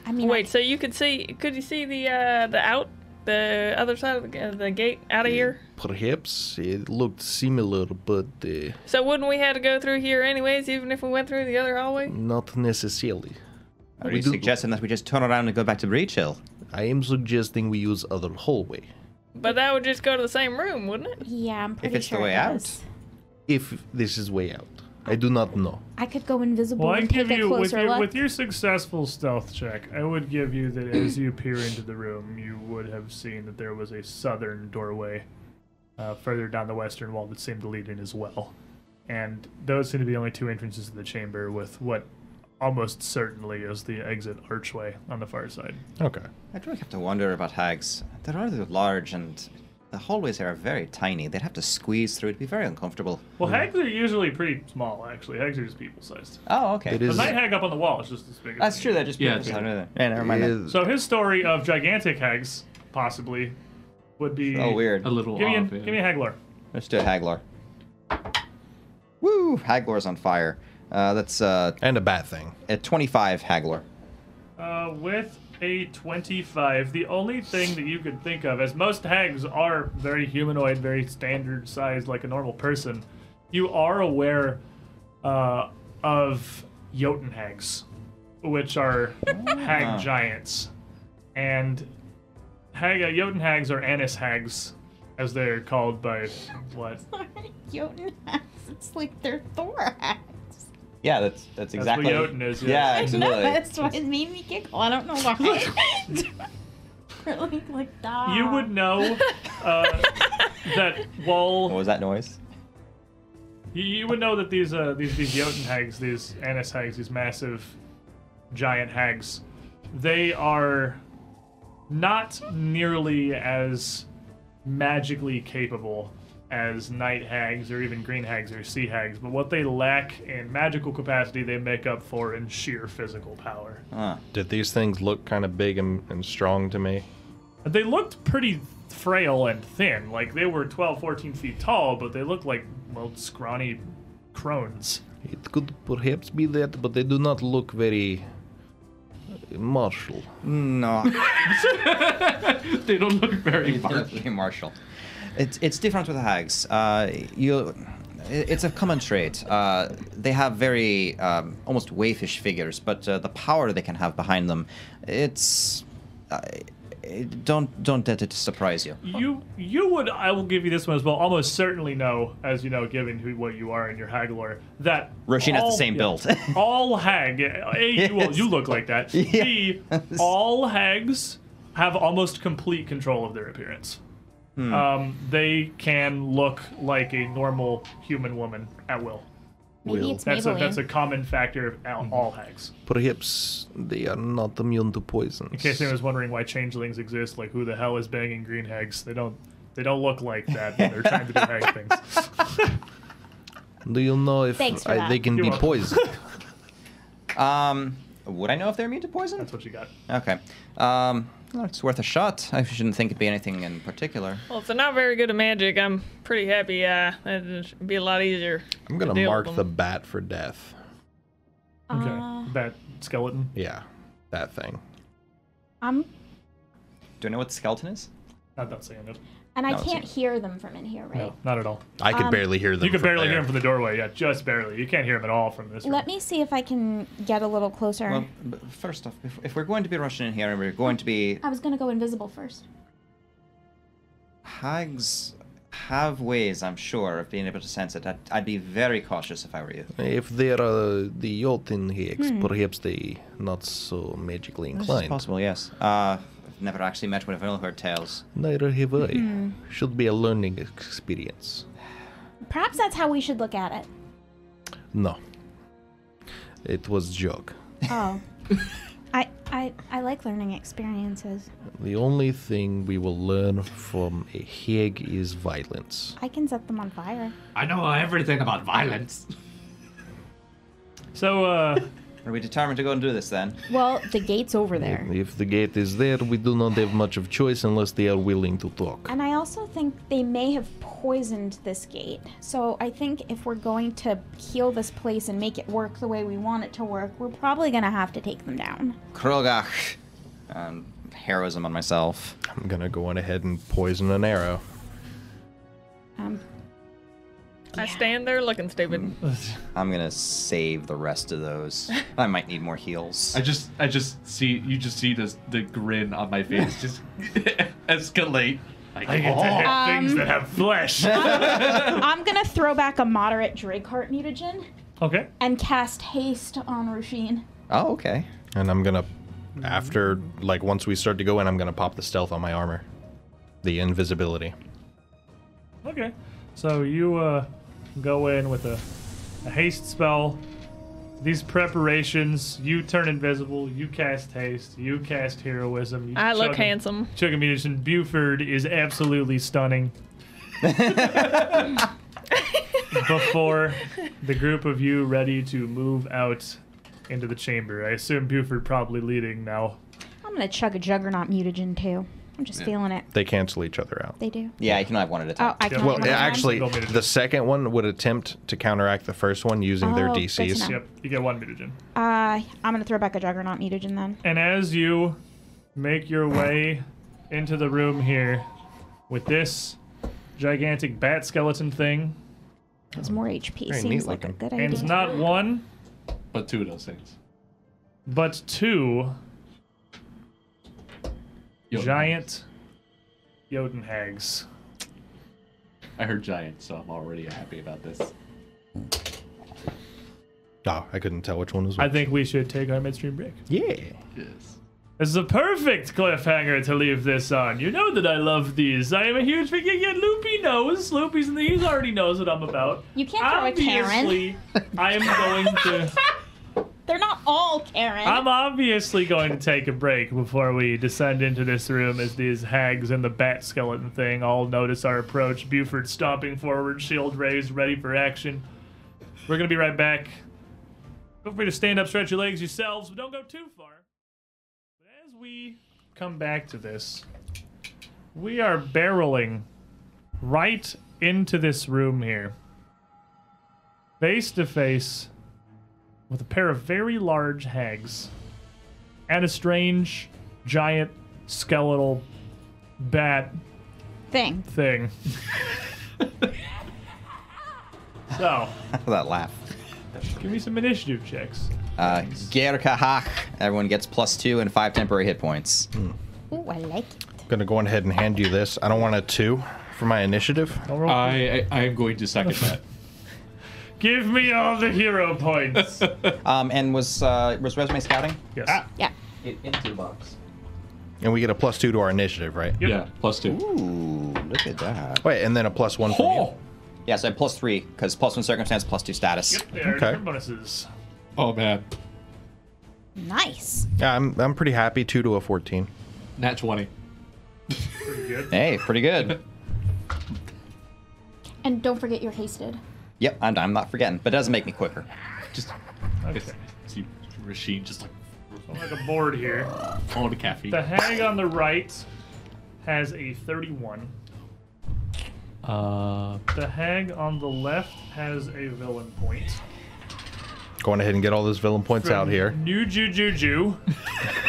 B: I mean,
F: Wait, so you could see? Could you see the uh, the out the other side of the, uh, the gate out
E: Mm.
F: of here?
E: Perhaps it looked similar, but uh,
F: So wouldn't we have to go through here anyways, even if we went through the other hallway?
E: not necessarily.
D: Are
E: We
D: you
E: do-
D: suggesting that we just turn around and go back to Breach Hill?
E: I am suggesting we use other hallway.
F: But that would just go to the same room, wouldn't it?
B: yeah, I'm pretty
D: it's the
B: sure
D: way
B: it
D: out.
B: is.
E: If this is way out, I do not know.
B: I could go invisible
C: Well, I
B: and take
C: give
B: a
C: you with
B: closer
C: your,
B: look. *laughs*
C: with your successful stealth check, I would give you that as you peer into the room, you would have seen that there was a southern doorway uh, further down the western wall that seemed to lead in as well. And those seem to be the only two entrances to the chamber, with what almost certainly is the exit archway on the far side.
E: Okay.
D: I do have to wonder about hags. They're rather large and the hallways here are very tiny. They'd have to squeeze through. It'd be very uncomfortable.
C: Well, hags are usually pretty small, actually. Hags are just people sized.
D: Oh, okay.
E: It
C: The
E: is.
C: night hag up on the wall is just as big as
D: That's
C: me.
D: true. They're just
A: Yeah,
D: people.
A: it's-
D: Yeah, never mind. that.
E: is-
C: So his story of gigantic hags, possibly, would be.
D: Oh, weird.
A: A little
C: Give me, a,
A: off. yeah.
C: give me a hag lore.
D: Let's do Haglor. Woo! Haglor's on fire. Uh, that's uh,
E: and a bad thing.
D: a 25 Haglor.
C: Uh, with a 25, the only thing that you could think of, as most hags are very humanoid, very standard sized, like a normal person, you are aware uh, of Jotun hags, which are hag giants. And hag, uh, Jotun hags are Anis hags, as they're called by what?
B: Jotun hacks. *laughs* It's like their
D: *laughs*
B: thorax.
D: Yeah, that's that's
C: what exactly- Jotun is, yeah. yeah,
D: Yeah,
B: No,
D: absolutely.
B: that's why it made me giggle. I don't know
C: *laughs*
B: *laughs* why. like, like, dog.
C: You
B: *laughs*
C: would know uh, that while.
D: What was that noise?
C: You, you would know that these uh, these these Jotun hags, these Anis hags, these massive giant hags, they are not nearly as magically capable as night hags or even green hags or sea hags, but what they lack in magical capacity, they make up for in sheer physical power.
D: Huh.
E: Did these things look kind of big and, and strong to me?
C: They looked pretty frail and thin, like they were 12, 14 feet tall, but they looked like, well, scrawny crones.
E: It could perhaps be that, but they do not look very uh, martial.
D: No,
A: They don't look very far.
D: Marshall. Marshall. It's it's different with hags. Uh, you, it- it's a common trait. Uh, they have very um, almost waifish figures, but uh, the power they can have behind them, it's. Uh, it- don't don't let it surprise you.
C: You you would I will give you this one as well. Almost certainly know, as you know, given who what you are in your hag lore, that
D: Roshin has the
C: all- *laughs*
D: same
C: yeah,
D: build.
C: all hag A you, well,
D: Yes.
C: you look like
D: *laughs*
C: that. B all hags have almost complete control of their appearance.
D: Hmm.
C: Um, they can look like a normal human woman at will.
B: Maybe it's
C: That's a,
B: Maybelline.
C: that's a common factor of all,
D: Hmm.
C: all hags.
E: Perhaps they are not immune to poisons.
C: In case anyone's wondering why changelings exist, like who the hell is banging green hags? They don't they don't look like that. But they're trying to do hag
D: *laughs*
C: things.
E: Do you know if
B: Thanks for
E: I-
B: that.
E: they can
C: You're
E: be
C: welcome.
E: poisoned?
C: *laughs*
D: Um, would I know if they're immune to poison?
C: That's what you got.
D: Okay. Um, well, it's worth a shot. I shouldn't think it'd be anything in particular.
F: Well, if they're not very good at magic, I'm pretty happy. Uh, that'd be a lot easier.
E: I'm gonna
F: deal
E: mark
F: with
E: the
F: them.
E: bat for death.
C: Okay.
B: Uh,
C: that skeleton.
E: Yeah, that thing.
B: I'm,
D: Do I know what the skeleton is?
C: Not that saying it.
B: and I
D: No, it's
B: can't hear them from in here, right?
C: No, not at all.
E: I
B: Um,
E: could barely hear them.
C: You can
E: from
C: barely
E: there.
C: hear him from the doorway. Yeah, just barely. You can't hear him at all from this
B: Let
C: room.
B: me see if I can get a little closer.
D: Well, b- first off, if, if we're going to be rushing in here and we're going to be
B: I was gonna go invisible first.
D: hags, have ways, I'm sure, of being able to sense it. I'd, I'd be very cautious if I were you.
E: If there are uh, the yacht in here,
B: Hmm.
E: perhaps they not so magically
D: This is
E: inclined.
D: possible, yes. Uh, I've never actually met one. I've only heard tales.
E: Neither have I.
B: Hmm.
E: Should be a learning experience.
B: Perhaps that's how we should look at it.
E: No. It was joke.
B: *laughs* Oh. I, I I like learning experiences.
E: The only thing we will learn from a hag is violence.
B: I can set them on fire.
A: I know everything about violence.
C: So,
B: *laughs*
C: uh,
D: Are we determined to go and do this then?
B: Well, the gate's over there.
E: If the gate is there, we do not have much of choice unless they are willing to talk.
B: And I also think they may have poisoned this gate. So I think if we're going to heal this place and make it work the way we want it to work, we're probably going to have to take them down.
D: Krogach. Um, heroism on myself.
E: I'm gonna go on ahead and poison an arrow.
B: *coughs* Um,
F: I stand there looking stupid.
E: Mm.
D: I'm gonna save the rest of those. I might need more heals.
A: I just, I just see you. Just see this the grin on my face *laughs* just escalate. Like,
C: I get to hit
A: oh.
C: things that
B: Um.
C: have
B: *laughs*
C: flesh.
B: I'm going to throw back a moderate Drakeheart mutagen
C: okay.
B: and cast haste on Rasheen.
D: Oh, okay.
E: And I'm gonna, after, like, once we start to go in, I'm gonna pop the stealth on my armor. The invisibility.
C: Okay. So you uh, go in with a, a haste spell. These preparations, you turn invisible, you cast haste, you cast heroism. You
F: I look
C: chug-
F: handsome.
C: Chug a mutation. Buford is absolutely stunning. Before the group of you ready to move out into the chamber, I assume Buford probably leading now.
B: I'm going to chug a Juggernaut mutagen too. I'm just feeling it.
E: They cancel each other out.
B: They do.
D: Yeah, you can have one at a time.
B: Oh, I can.
C: Well,
E: Well,
B: not
C: it
E: actually,
C: Don't mean to do-
E: the second one would attempt to counteract the first one using their
B: Oh, good to
E: DCs.
B: know.
C: Yep, you get one mutagen.
B: Uh, I'm gonna throw back a juggernaut mutagen then.
C: And as you make your way into the room here with this gigantic bat skeleton thing,
B: Because more HP
E: Very
B: seems
E: neat
B: like a
E: looking.
B: good
C: and it's
B: idea.
C: not one,
A: But two of those things.
C: but two
A: Yo,
C: giant Jotun hags.
A: I heard giant, so I'm already happy about this.
E: Oh, I couldn't tell which one was
C: I
E: which.
C: think we should take our midstream break.
E: yeah.
A: Yes.
C: This is a perfect cliffhanger to leave this on. You know that I love these. I am a huge fan. Yeah, yeah, Loopy knows. Loopy's in the, he already knows what I'm about.
B: You can't throw a Karen.
C: Obviously, I am going to.
B: They're not all Karen.
C: I'm obviously going to take a break before we descend into this room as these hags and the bat skeleton thing all notice our approach. Buford stomping forward, shield raised, ready for action. We're going to be right back. Feel free to stand up, stretch your legs yourselves, but don't go too far. But as we come back to this, we are barreling right into this room here, face to face with a pair of very large hags and a strange giant skeletal bat
B: Thing.
C: thing. *laughs* so,
D: that laugh.
C: give me some initiative checks.
D: Uh, Gerkahach. Everyone gets plus two and five temporary hit points.
B: Hmm. Ooh, I like it.
E: gonna go on ahead and hand you this. I don't want a two for my initiative.
C: Don't roll-
A: I, I I am going to second that.
C: give me all the hero points.
D: Um, and was uh, was resume scouting?
C: yes.
B: Yeah.
D: It, into the box.
E: And we get a plus two to our initiative, right?
C: *laughs* Yep.
A: Yeah, plus two.
D: Ooh, look at that.
E: Wait, and then a plus one from you.
A: Oh!
D: Yeah, so I have plus three because plus one circumstance, plus two status.
C: Yep, there are
E: Okay.
C: different bonuses.
A: oh man,
B: Nice.
E: Yeah, I'm, I'm pretty happy. Two to a 14.
A: nat twenty.
C: Pretty good.
D: Hey, pretty good. *laughs*
B: And don't forget you're hasted.
D: yep, I'm, I'm not forgetting, but it doesn't make me quicker.
A: Just
C: Okay.
A: see Rashid just like
C: I'm like a board here.
A: all the caffeine.
C: The hag on the right has a 31.
A: Uh,
C: The hag on the left has a villain point.
E: Go on ahead and get all those villain points out here.
C: New
E: *laughs*
C: Jujuju,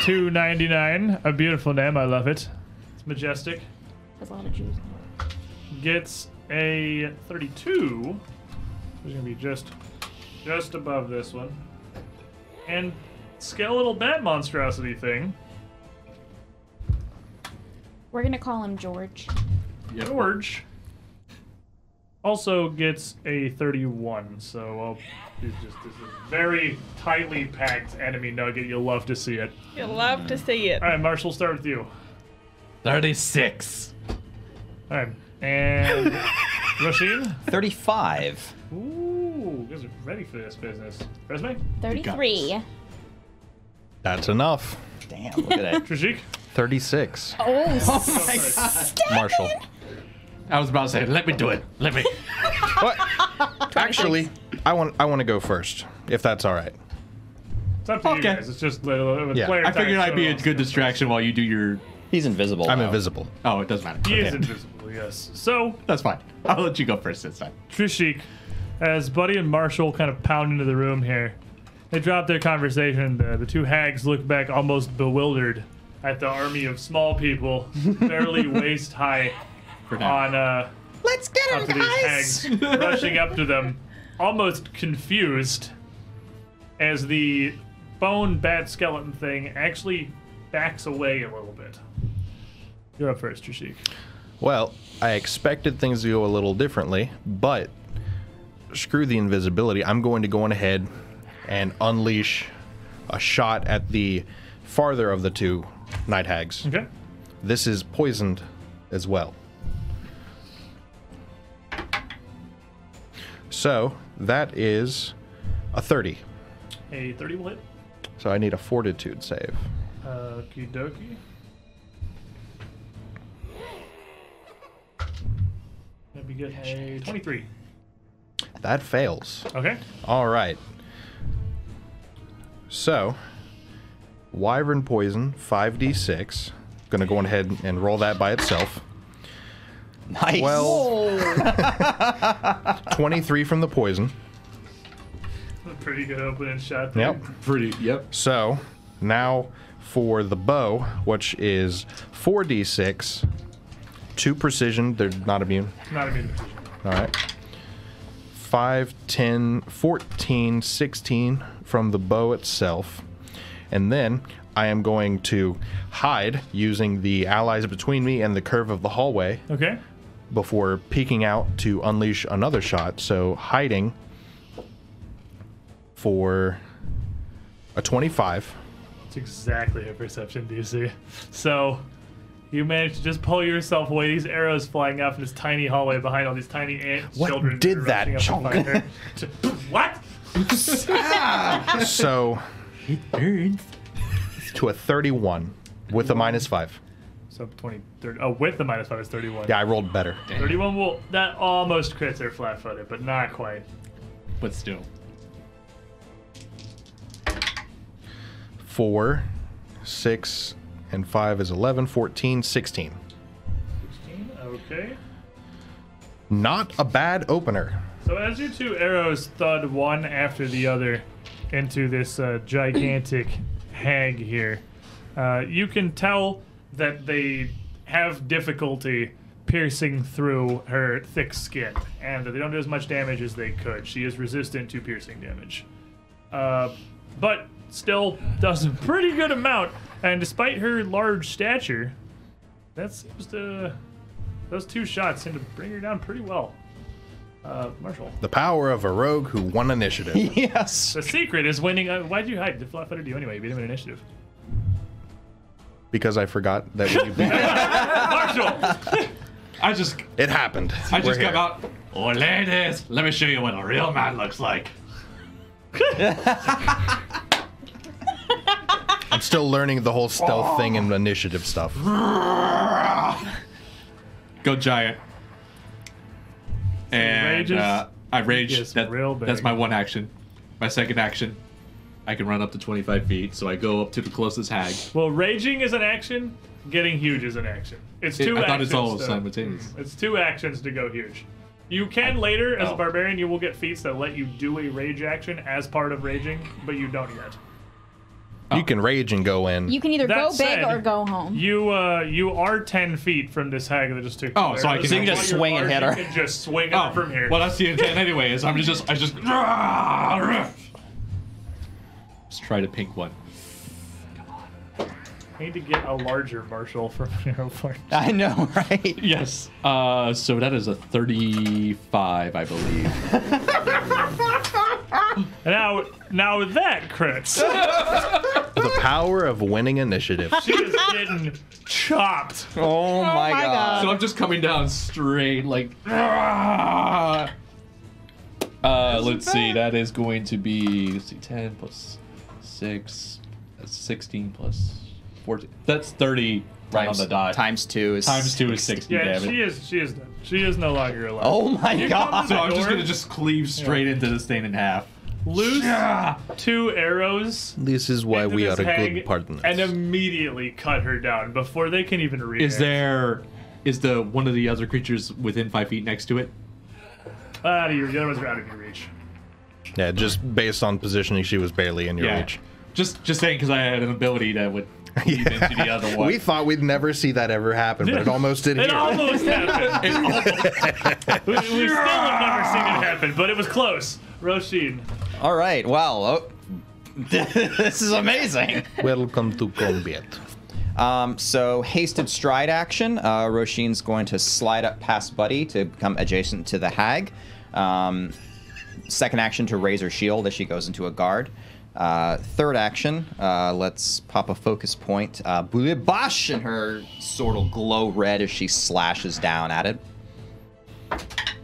C: two ninety nine. A beautiful name. I love it. It's majestic.
B: There's a lot of Jews.
C: Gets a thirty two. It's gonna be just, just above this one. And skeletal bat monstrosity thing.
B: We're gonna call him George.
A: yep.
C: George also gets a 31. So I'll, it's just this is a very tightly packed enemy nugget. You'll love to see it.
F: You'll love to see it.
C: All right, Marshall, start with you.
G: 36.
C: All right, and
E: *laughs*
C: Rasheen.
D: 35.
C: Ooh, you guys are ready for this business. Resume,
B: 33.
E: That's enough.
D: Damn, look *laughs* at that.
C: Trajik.
E: 36.
D: *laughs*
B: Oh,
E: Marshall.
G: I was about to say, let me do it. Let
C: *laughs*
G: me.
E: But actually, I want I want to go first, if that's all right.
C: It's up to you
A: Okay.
C: guys. It's just little. It was
E: Yeah.
C: player
E: I
A: I figured
C: attack,
A: I'd be
C: so-
A: a good distraction while you do your.
D: He's invisible.
E: I'm
D: now.
E: invisible.
A: Oh, it doesn't matter.
C: He is
A: Okay.
C: invisible. Yes. So
A: That's fine. I'll let you go first this time.
C: Trishik, as Buddy and Marshall kind of pound into the room here, they drop their conversation. The, the two hags look back almost bewildered at the army of small people, barely *laughs* waist high
A: For now.
C: on uh,
D: Let's get
C: up to
D: him,
C: these
D: guys.
C: hags, rushing up to them, almost confused as the bone bat skeleton thing actually backs away a little bit. You're up first, Trishik.
E: Well, I expected things to go a little differently, but screw the invisibility. I'm going to go on ahead and unleash a shot at the farther of the two night hags.
C: Okay.
E: This is poisoned as well. So that is a 30.
C: A 30 will hit.
E: So I need a fortitude save.
C: Okie dokie. That'd be good. Hey, 23.
E: That fails.
C: Okay.
E: All right. So, Wyvern Poison, 5d6. Gonna go on ahead and roll that by itself.
D: Nice.
E: Well, 23 from the poison.
C: Pretty good opening shot there.
E: Yep.
A: Pretty. Yep.
E: So, now for the bow, which is 4d6. Two precision, they're not immune.
C: Not immune to precision.
E: All right. 5, 10, 14, 16 from the bow itself. And then I am going to hide using the allies between me and the curve of the hallway
C: Okay.
E: before peeking out to unleash another shot. So hiding for a 25.
C: It's exactly a perception DC. So you managed to just pull yourself away. These arrows flying off in this tiny hallway behind all these tiny ant
E: What
C: children.
E: did
C: are
E: that,
C: rushing up to find her. what?
E: So to a 31 with a minus 5.
C: So 20, 30. Oh, with the minus five is 31.
E: Yeah, I rolled better.
C: 31 will. That almost crits their flat footed, but not quite.
A: But still.
E: four, six, and five is 11, 14, 16.
C: 16, Okay.
E: Not a bad opener.
C: So as your two arrows thud one after the other into this uh, gigantic *clears throat* hag here, uh, you can tell that they have difficulty piercing through her thick skin, and that they don't do as much damage as they could. She is resistant to piercing damage, uh, but still does a pretty good amount. And despite her large stature, that seems to those two shots seem to bring her down pretty well. Uh, Marshall.
E: The power of a rogue who won
D: *laughs*
E: initiative.
D: *laughs* yes.
C: The secret is winning. Uh, why'd you hide? The flat footed you anyway. You beat him in initiative.
E: because I forgot that when you beat
A: *laughs*
C: Marshall!
A: I just.
E: it happened.
A: *laughs* I just
E: We're here.
A: come out. Oh, ladies, let me show you what a real man looks like.
E: I'm still learning the whole stealth thing and initiative stuff.
A: Go giant. And
C: rages.
A: uh, I
C: gets
A: rage. That,
C: real
A: that's
C: big.
A: my one action. My second action, I can run up to 25 feet, so I go up to the closest hag.
C: Well, raging is an action, getting huge is an action. It's two
A: I
C: actions.
A: thought it's all
C: to-
A: simultaneous.
C: It's two actions to go huge. You can later, as a
A: Oh.
C: barbarian, you will get feats that let you do a rage action as part of raging, but you don't yet.
E: You can rage and go in.
B: you can either
C: That
B: go big
C: said,
B: or go home.
C: You uh, you are ten feet from this hag that just took.
A: Oh, so I can- So you can
C: While
A: just
C: you're
D: swing and hit
C: large,
D: her.
C: You can just swing her
A: Oh,
C: from here.
A: Well, that's the intent anyway. Is I'm just, I just. Let's try to pink one.
C: I need to get a larger Marshall from Arrow Forge.
D: I know, right?
A: Yes. Uh, so that is a 35, I believe.
C: Now, now with that crits,
E: The power of winning initiative.
C: she is getting chopped.
D: *laughs* Oh, my,
B: my
D: god.
A: Uh, So I'm just coming down straight, like. "Ah!" Uh, let's see. That is going to be let's see, 10 plus 6. That's 16 plus 14. That's 30 right on the dot.
D: Times two is
A: Times 2 is 60
C: Yeah,
A: damn it.
C: she is. She is done. She is no longer alive.
D: Oh my
C: Here
D: god.
C: comes
A: *laughs* So I'm
C: Door.
A: just gonna just cleave straight into this thing in half.
C: Loose two arrows.
E: This is why
C: into
E: we are
C: this
E: a good
C: hag
E: partner.
C: And immediately cut her down before they can even reach.
A: Is there is the one of the other creatures within five feet next to it?
C: Out of your, the other one's out of your reach.
E: yeah, just based on positioning, she was barely in your reach.
A: Just just saying because I had an ability that would leap into the other one.
E: We thought we'd never see that ever happen, but it almost did
C: It
E: here.
C: almost happened. *laughs* we, we still have never seen it happen, but it was close. Roshin.
D: All right. Wow. Oh, *laughs* this is amazing.
E: Welcome to combat.
D: Um, so hasted stride action. Uh, Roshin's going to slide up past Buddy to become adjacent to the hag. Um, second action to raise her shield as she goes into a guard. Uh, third action, uh, let's pop a focus point. Uh, Bulibash and her sword will glow red as she slashes down at it.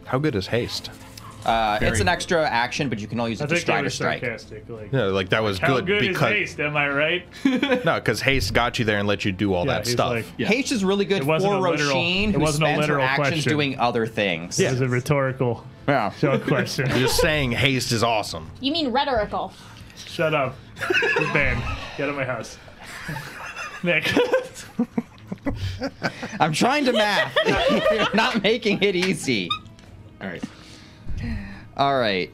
E: How good is haste?
D: Uh, it's an extra action, but you can only use
C: I
D: it to
C: think that
D: stride or
C: was
D: strike.
C: sarcastic. Like,
E: No, like that was
C: how
E: good,
C: good
E: because
C: is haste? Am I right?
E: no, because haste got you there and let you do all
C: Yeah,
E: that
C: he's
E: stuff.
C: like-
A: Yeah.
D: Haste is really
C: It
D: good for
C: wasn't a literal-
D: Roshin,
C: it
D: who
C: wasn't a
D: spends her
C: literal
D: actions
C: question.
D: doing other things.
C: It was a rhetorical
D: Yeah.
C: question.
E: Just saying haste is awesome.
B: You mean rhetorical?
C: Shut up. You're banned. Get out of my house. *laughs* Nick. *laughs*
D: I'm trying to math. *laughs* You're not making it easy.
A: All right.
D: All right.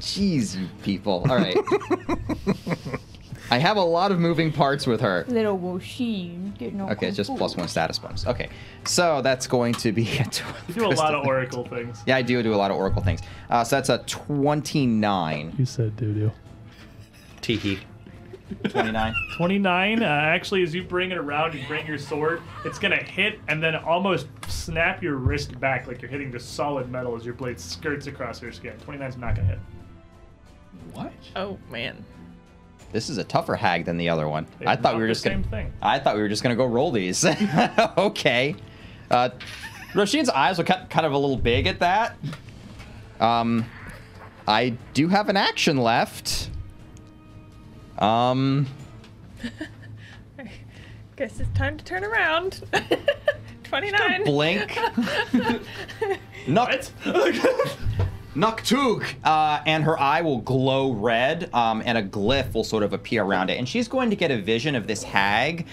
D: Jeez, you people. All right. I have a lot of moving parts with her.
B: Little Woshin getting all
D: Okay, it's just
B: kung fu.
D: plus one status bonus. Okay. So that's going to be *laughs* a 12.
C: You do a lot of oracle things.
D: Yeah, I do do a lot of Oracle things. Uh, so that's a 29.
C: You said doo doo.
E: Teehee.
D: 29.
C: 29. Uh, actually, as you bring it around and bring your sword, it's going to hit and then almost snap your wrist back like you're hitting the solid metal as your blade skirts across your skin. 29's not going to hit.
A: What?
F: Oh man.
D: This is a tougher hag than the other one. I
C: It's
D: thought
C: not
D: we were
C: the
D: just going
C: Same
D: *laughs*
C: thing.
D: I thought we were just gonna go roll these. *laughs* okay. Uh, Roshin's eyes were cut, kind of a little big at that. Um, I do have an action left. Um,
F: Guess it's time to turn around. *laughs* 29.
D: blink. Knock, Noctug, uh, and her eye will glow red, um, and a glyph will sort of appear around it, and she's going to get a vision of this hag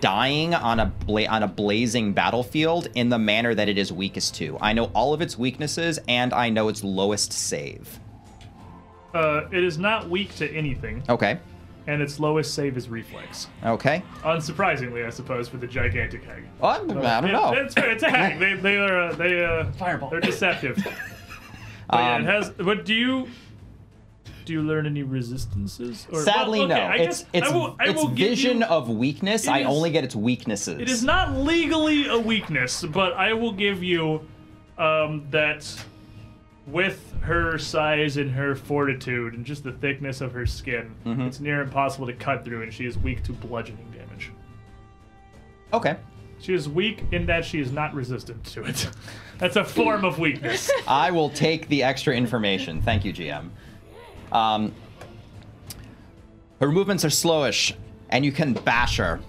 D: dying on a bla- on a blazing battlefield in the manner that it is weakest to. I know all of its weaknesses, and I know its lowest save.
C: *laughs* Uh, it is not weak to anything,
D: Okay,
C: and its lowest save is reflex.
D: okay.
C: Unsurprisingly, I suppose, for the gigantic hag.
D: Well, I I don't
C: Yeah,
D: know.
C: It's, it's a hag. They, they are uh, they uh, fireball. They're
D: *laughs*
C: deceptive. but yeah,
D: Um,
C: it has. But do you do you learn any resistances? Or,
D: Sadly,
C: well, okay, I
D: no. It's
C: guess
D: it's
C: I will, I
D: it's
C: will give
D: vision
C: you,
D: of weakness. I
C: is-
D: only get its weaknesses.
C: It is not legally a weakness, but I will give you um, that with her size and her fortitude and just the thickness of her skin,
D: Mm-hmm.
C: it's near impossible to cut through, and she is weak to bludgeoning damage.
D: okay.
C: She is weak in that she is not resistant to it. That's a form of weakness.
D: I will take the extra information. Thank you, GM. Um, her movements are slowish, and you can bash her.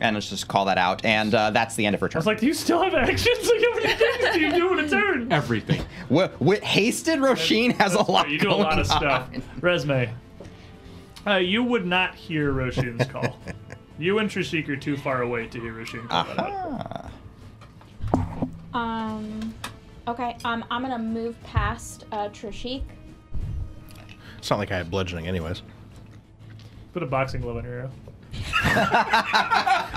D: And let's just call that out. And uh, that's the end of her
C: I
D: turn.
C: was like, do you still have actions? *laughs* Like, how many things do you do in a turn?
A: *laughs* Everything.
D: Wi- wi- hasted Roshin has a lot.
C: you do a lot
D: going
C: of stuff.
D: on.
C: Resume. Uh, you would not hear Roshin's call. you and Trishik are too far away to hear Roshin call that out.
D: Ah.
B: Um, okay. Um, I'm gonna move past uh, Trishik.
E: It's not like I had bludgeoning, anyways.
C: Put a boxing glove on your arrow.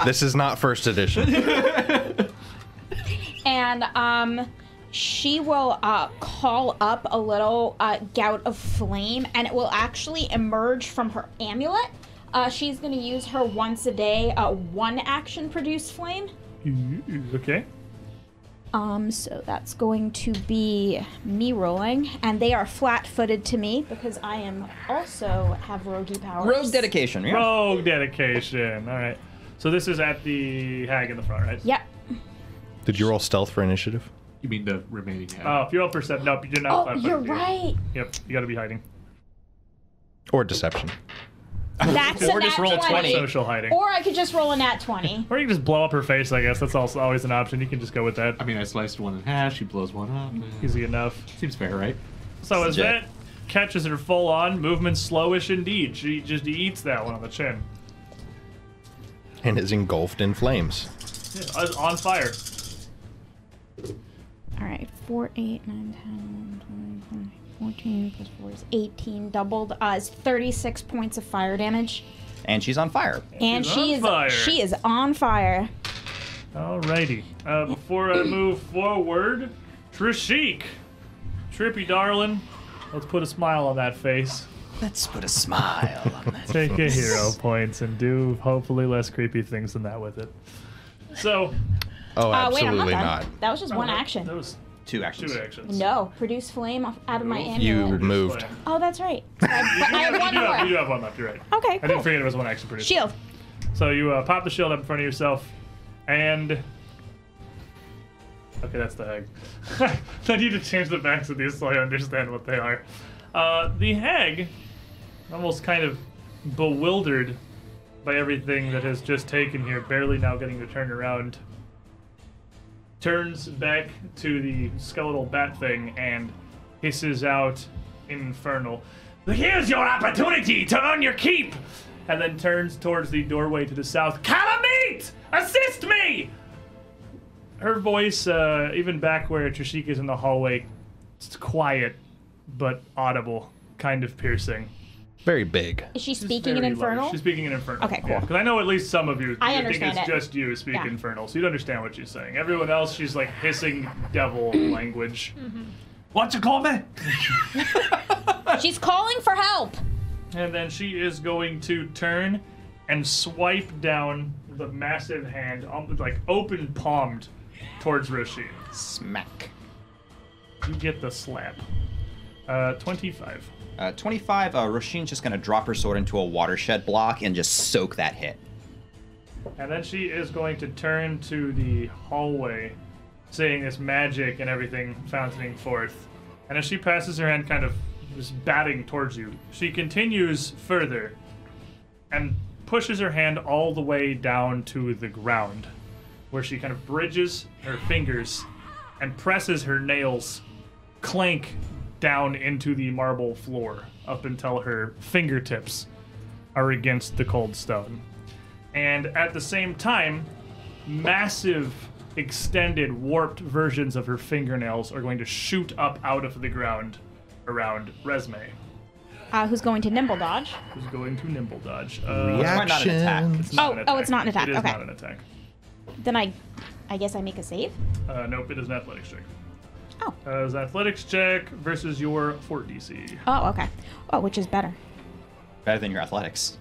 E: This is not
C: *laughs*
E: first edition.
B: and um she will uh, call up a little uh, gout of flame and it will actually emerge from her amulet Uh, she's going to use her once a day, uh, one action produce flame.
C: Okay.
B: Um, so that's going to be me rolling, and they are flat-footed to me because I am also have roguey powers.
D: Rogue dedication. Yeah.
C: Rogue Oh, dedication. All right. So this is at the hag in the front, right?
B: Yep.
E: Did you roll stealth for initiative?
A: You mean the remaining half?
C: Oh, if you're all percept, nope, you're not.
B: Oh,
C: flat-footed,
B: you're
C: dude.
B: right.
C: Yep, you gotta be hiding.
E: Or deception?
B: That's a
D: Or just
B: nat
D: roll
B: 20.
D: 20.
C: Social hiding.
B: Or I could just roll a nat 20.
C: Or you can just blow up her face, I guess. That's also always an option. You can just go with that.
A: I mean, I sliced one in half. She blows one up. eh,
C: Easy enough.
A: Seems fair, right?
C: So as
D: Legit.
C: that catches her full on, movement slowish indeed. She just eats that one on the chin.
E: And is engulfed in flames.
C: Yeah, uh, on fire.
B: All right, 4, 8, 9, 10, 11, 12, 14 plus 4 is 18, doubled uh, is 36 points of fire damage.
D: And she's on fire.
B: And
C: she's
B: she
C: on
B: is
C: fire.
B: she is on fire.
C: Alrighty. Uh, before I move forward, Trishik, Trippy darling, let's put a smile on that face.
D: Let's put a smile
C: *laughs*
D: on that.
C: Take your hero points and do hopefully less creepy things than that with it. So
E: Oh,
B: Uh, wait, I'm
E: absolutely
B: done.
E: not.
B: That was just one
C: Oh, That
B: action.
C: was
D: Two actions.
C: two actions.
B: No, produce flame off, out of my
C: You-
E: You
B: amulet.
E: moved.
B: Oh,
E: *laughs*
B: that's right. I, but I have
C: You
B: one
C: do, have, you do
B: more.
C: have one left. You're right.
B: Okay,
C: I didn't
B: cool.
C: forget it was one action per day.
B: Shield.
C: So you uh, pop the shield up in front of yourself, and okay, that's the *laughs* hag. I need to change the backs of these so I understand what they are. Uh, the hag, almost kind of bewildered by everything that has just taken here, barely now getting to turn around, turns back to the skeletal bat thing and hisses out infernal. Here's your opportunity to earn your keep! And then turns towards the doorway to the south. Calamite! Assist me! Her voice, uh, even back where Trishik is in the hallway, it's quiet but audible, kind of piercing.
E: Very big.
B: Is she speaking
C: Very
B: in
C: low.
B: infernal?
C: She's speaking in Infernal.
B: Okay, cool.
C: Because I know at least some of you,
B: I
C: you
B: understand
C: think it's
B: it.
C: just you speak
B: Yeah.
C: Infernal, so you'd understand what she's saying. Everyone else, she's like hissing
B: *clears throat*
C: devil language.
B: Mm-hmm.
G: What you call me?
B: She's calling for help.
C: And then she is going to turn and swipe down the massive hand, um, like open palmed, towards Rishi.
D: Smack.
C: You get the slap. Uh, 25.
D: Uh, 25, uh, Roshin's just going to drop her sword into a watershed block and just soak that hit.
C: And then she is going to turn to the hallway, seeing this magic and everything fountaining forth. And as she passes her hand, kind of just batting towards you, she continues further and pushes her hand all the way down to the ground, where she kind of bridges her fingers and presses her nails clank down into the marble floor up until her fingertips are against the cold stone and at the same time, massive, extended, warped versions of her fingernails are going to shoot up out of the ground around Resme,
B: Uh, who's going to nimble dodge?
C: who's going to nimble dodge. Uh,
D: Why not an attack? It's
B: Oh, oh, it's not an attack.
C: It is
B: Okay.
C: not an attack.
B: Then I, I guess I make a save.
C: Uh, nope, it is an athletics check.
B: Oh.
C: Uh, it is an athletics check versus your fort DC.
B: Oh, okay. Oh, which is better.
D: better than your athletics.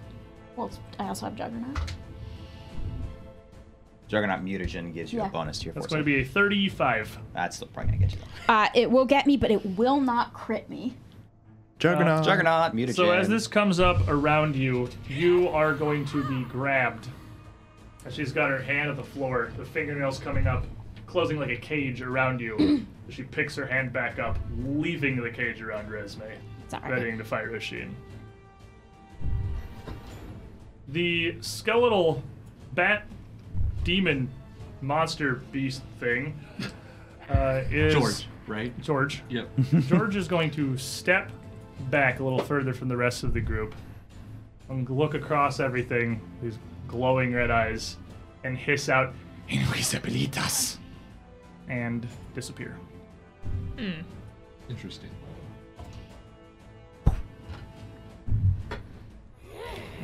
B: Well, it's, I also have Juggernaut.
D: Juggernaut mutagen gives you
B: Yeah.
D: a bonus to your
C: That's
D: force.
C: going to be a 35.
D: That's still probably going to get you. though.
B: Uh, it will get me, but it will not crit me.
E: Juggernaut.
D: Juggernaut mutagen.
C: Um, So as this comes up around you, you are going to be grabbed. And she's got her hand on the floor, the fingernails coming up, closing like a cage around you. she picks her hand back up, leaving the cage around Resme,
B: Sorry.
C: readying to fight Rasheen. The skeletal bat demon monster beast thing uh, is
A: George, right?
C: George.
A: Yep.
C: George is going to step back a little further from the rest of the group and look across everything, these glowing red eyes, and hiss out
G: Inquisibilitas.
C: and disappear.
A: Interesting.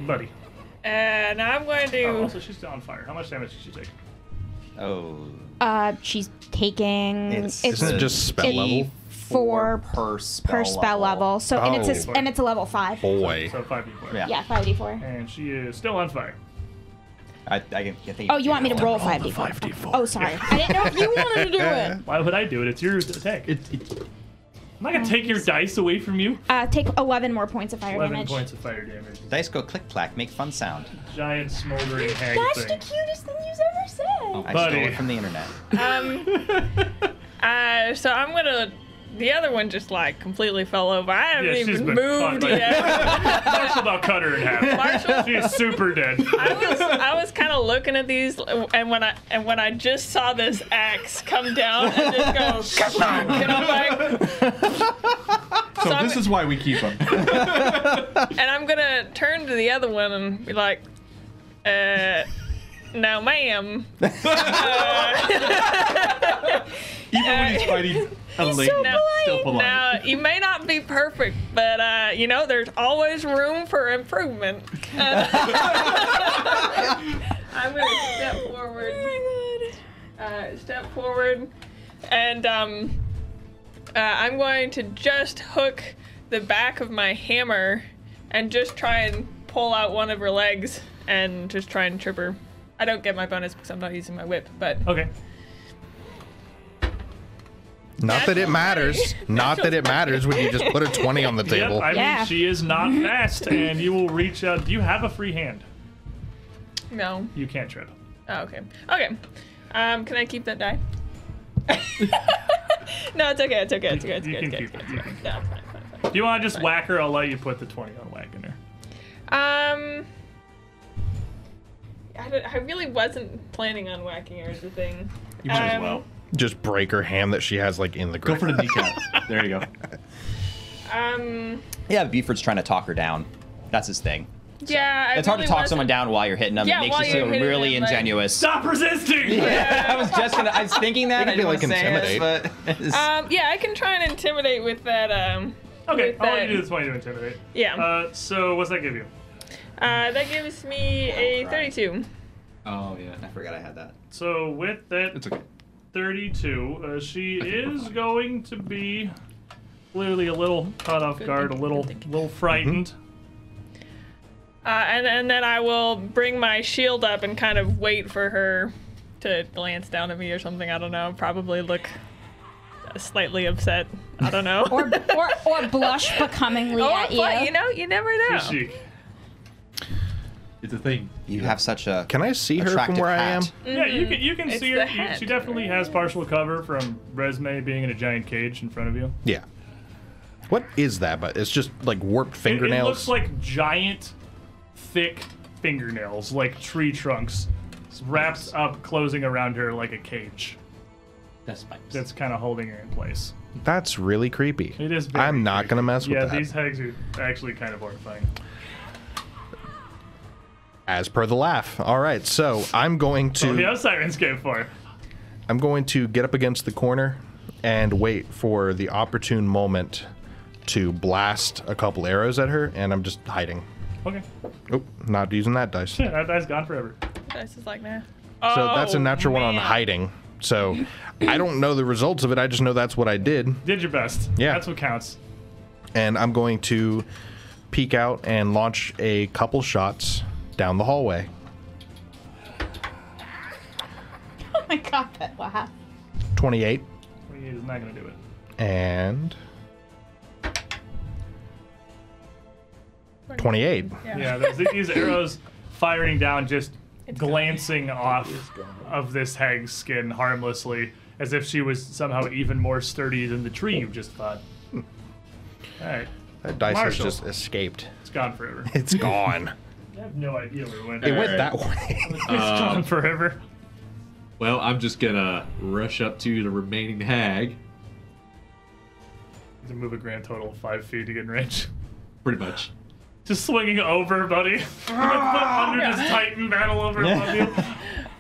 C: Buddy.
F: And I'm going
C: Oh,
F: to.
C: also, she's still on fire. How much damage did she take?
D: oh,
B: Uh, she's taking.
D: It's-
B: It's,
E: Isn't it just spell level?
B: four
D: per spell
B: per spell level. So and it's
E: Oh.
B: a, and it's a level five.
E: Boy.
C: So five d4.
D: Yeah.
B: Yeah, five d four.
C: And she is still on fire.
D: I, I, can- I think
B: Oh, you want me to roll five d four? Oh, sorry. I didn't know if you wanted to do it.
C: Why would I do it? It's your attack.
G: It, it,
C: I'm not gonna take your dice away from you.
B: Uh, take eleven more points of fire
C: Eleven
B: damage.
C: points of fire damage.
D: Dice go click clack, make fun sound.
C: Giant smoldering hag
B: That's the
C: thing.
B: cutest thing you've ever said.
D: I
C: Buddy.
D: stole it from the internet.
F: Um, Uh, so I'm gonna. The other one just like completely fell over. I haven't
C: Yeah, she's
F: even
C: been
F: moved
C: fucked, right?
F: yet.
C: Marshall about cut her in
B: *laughs*
C: half.
F: Marshall,
C: She's super dead.
F: I was I was kind of looking at these, and when I and when I just saw this axe come down and just go, *laughs* "Kabang!" and I'm like,
A: So
F: I'm-
A: this is why we keep *laughs* them.
F: and I'm gonna turn to the other one and be like, uh, no, ma'am. Uh,
A: Even when he's fighting a lady,
F: polite.
A: still polite.
F: Now you may not be perfect, but uh, you know there's always room for improvement. Uh, *laughs* I'm gonna step forward. Uh, step forward, and um, uh, I'm going to just hook the back of my hammer and just try and pull out one of her legs and just try and trip her. I don't get my bonus because I'm not using my whip, but
C: Okay.
E: Not that it matters. Not that it matters when you just put a 20 on the
C: Yep,
E: table.
C: I
B: Yeah.
C: mean she is
F: *laughs*
C: not fast, and you will reach out. Do you have a free hand?
F: no.
C: You can't trip.
F: Oh, okay. Okay. Um, can I keep
C: *laughs*
F: that die? no, it's okay. It's okay. It's okay. It's
C: You
F: okay.
C: can
F: It's
C: keep
F: okay. It's okay.
C: it.
F: It's okay. No, it's fine. It's fine. It's
C: Do you want to just whack her? I'll let you put the twenty on whacking her.
F: fine. Um, I, don't, I really wasn't planning on whacking her as a thing.
A: you might as
F: Um,
A: well.
E: Just break her hand that she has like in the
A: Go
E: grip.
A: for the kneecap. There you go.
F: Um,
D: Yeah, Buford's trying to talk her down. That's his thing.
F: yeah. I
D: It's hard
F: really
D: to talk
F: wasn't-
D: someone down while you're hitting them.
F: Yeah,
D: it
F: while
D: makes you
F: you're
D: feel
F: hitting
D: really
F: them, like-
D: ingesting. *laughs*
C: Stop resisting.
D: I was just gonna. I was thinking that. I
E: They
D: didn't
E: can be,
D: want to
E: like,
D: say it, but it's-
F: Um, yeah, I can try and intimidate with that. Um,
C: Okay,
F: with
C: I'll let
F: that.
C: you do this twenty to intimidate.
F: Yeah. Uh,
C: Uh, so what's that give you?
F: that gives me a
D: Alright.
F: 32.
A: Oh yeah,
D: I forgot I had that.
C: So with that
A: it's okay.
C: 32, uh, she is going to be clearly a little caught off guard, a little, little frightened.
F: Uh, and, and then I will bring my shield up and kind of wait for her to glance down at me or something. I don't know. Probably look slightly upset. I don't know.
B: *laughs* Or, or, or blush becomingly
F: *laughs* oh,
B: at you.
F: but you know, you never know.
C: Chic.
A: It's a thing.
D: You have such a
E: Can I see her from
D: attractive
E: where I am?
D: hat. *laughs*
C: Yeah, you can you can
F: Mm-hmm. It's
C: see
F: the
C: her. you-
F: head.
C: She definitely has partial cover from Resme being in a giant cage in front of you.
E: Yeah. What is that? But it's just like warped
C: It,
E: fingernails.
C: it looks like giant, thick fingernails, like tree trunks, wrapped up, closing around her like a cage.
G: that's pipes.
C: That's kind of holding her in place.
E: That's really creepy.
C: It is very
E: I'm not gonna mess with
C: Yeah,
E: that.
C: these hags are actually kind of horrifying.
E: As per the laugh. All right, so I'm going to.
C: Oh, yeah, Sirenscape 4.
E: I'm going to get up against the corner and wait for the opportune moment to blast a couple arrows at her, and I'm just hiding.
C: Okay.
E: Oop, not using that dice. So
C: Yeah, that, that's gone forever.
F: It's just like, nah.
E: that's a
F: Oh,
E: natural one on
F: man.
E: hiding. So I don't know the results of it. I just know that's what I did,
C: Did your best.
E: Yeah.
C: That's what counts.
E: and I'm going to peek out and launch a couple shots down the hallway.
B: Oh my god, that wow.
E: 28
C: 28 is not going to do it.
E: and 28.
C: Yeah, there's these arrows firing down, just glancing off of this hag's skin harmlessly, as if she was somehow even more sturdy than the tree you just fought. All right,
E: That dice
C: Marshall.
E: has just escaped.
C: it's gone forever.
E: It's gone.
C: I have no idea where it went.
E: it went
A: Alright.
E: that way.
C: It's gone forever.
A: Uh, Well, I'm just gonna rush up to the remaining hag,
C: To move a grand total of five feet to get in range.
A: pretty much.
C: Just swinging over, buddy. *laughs* With foot under this titan battle over above you.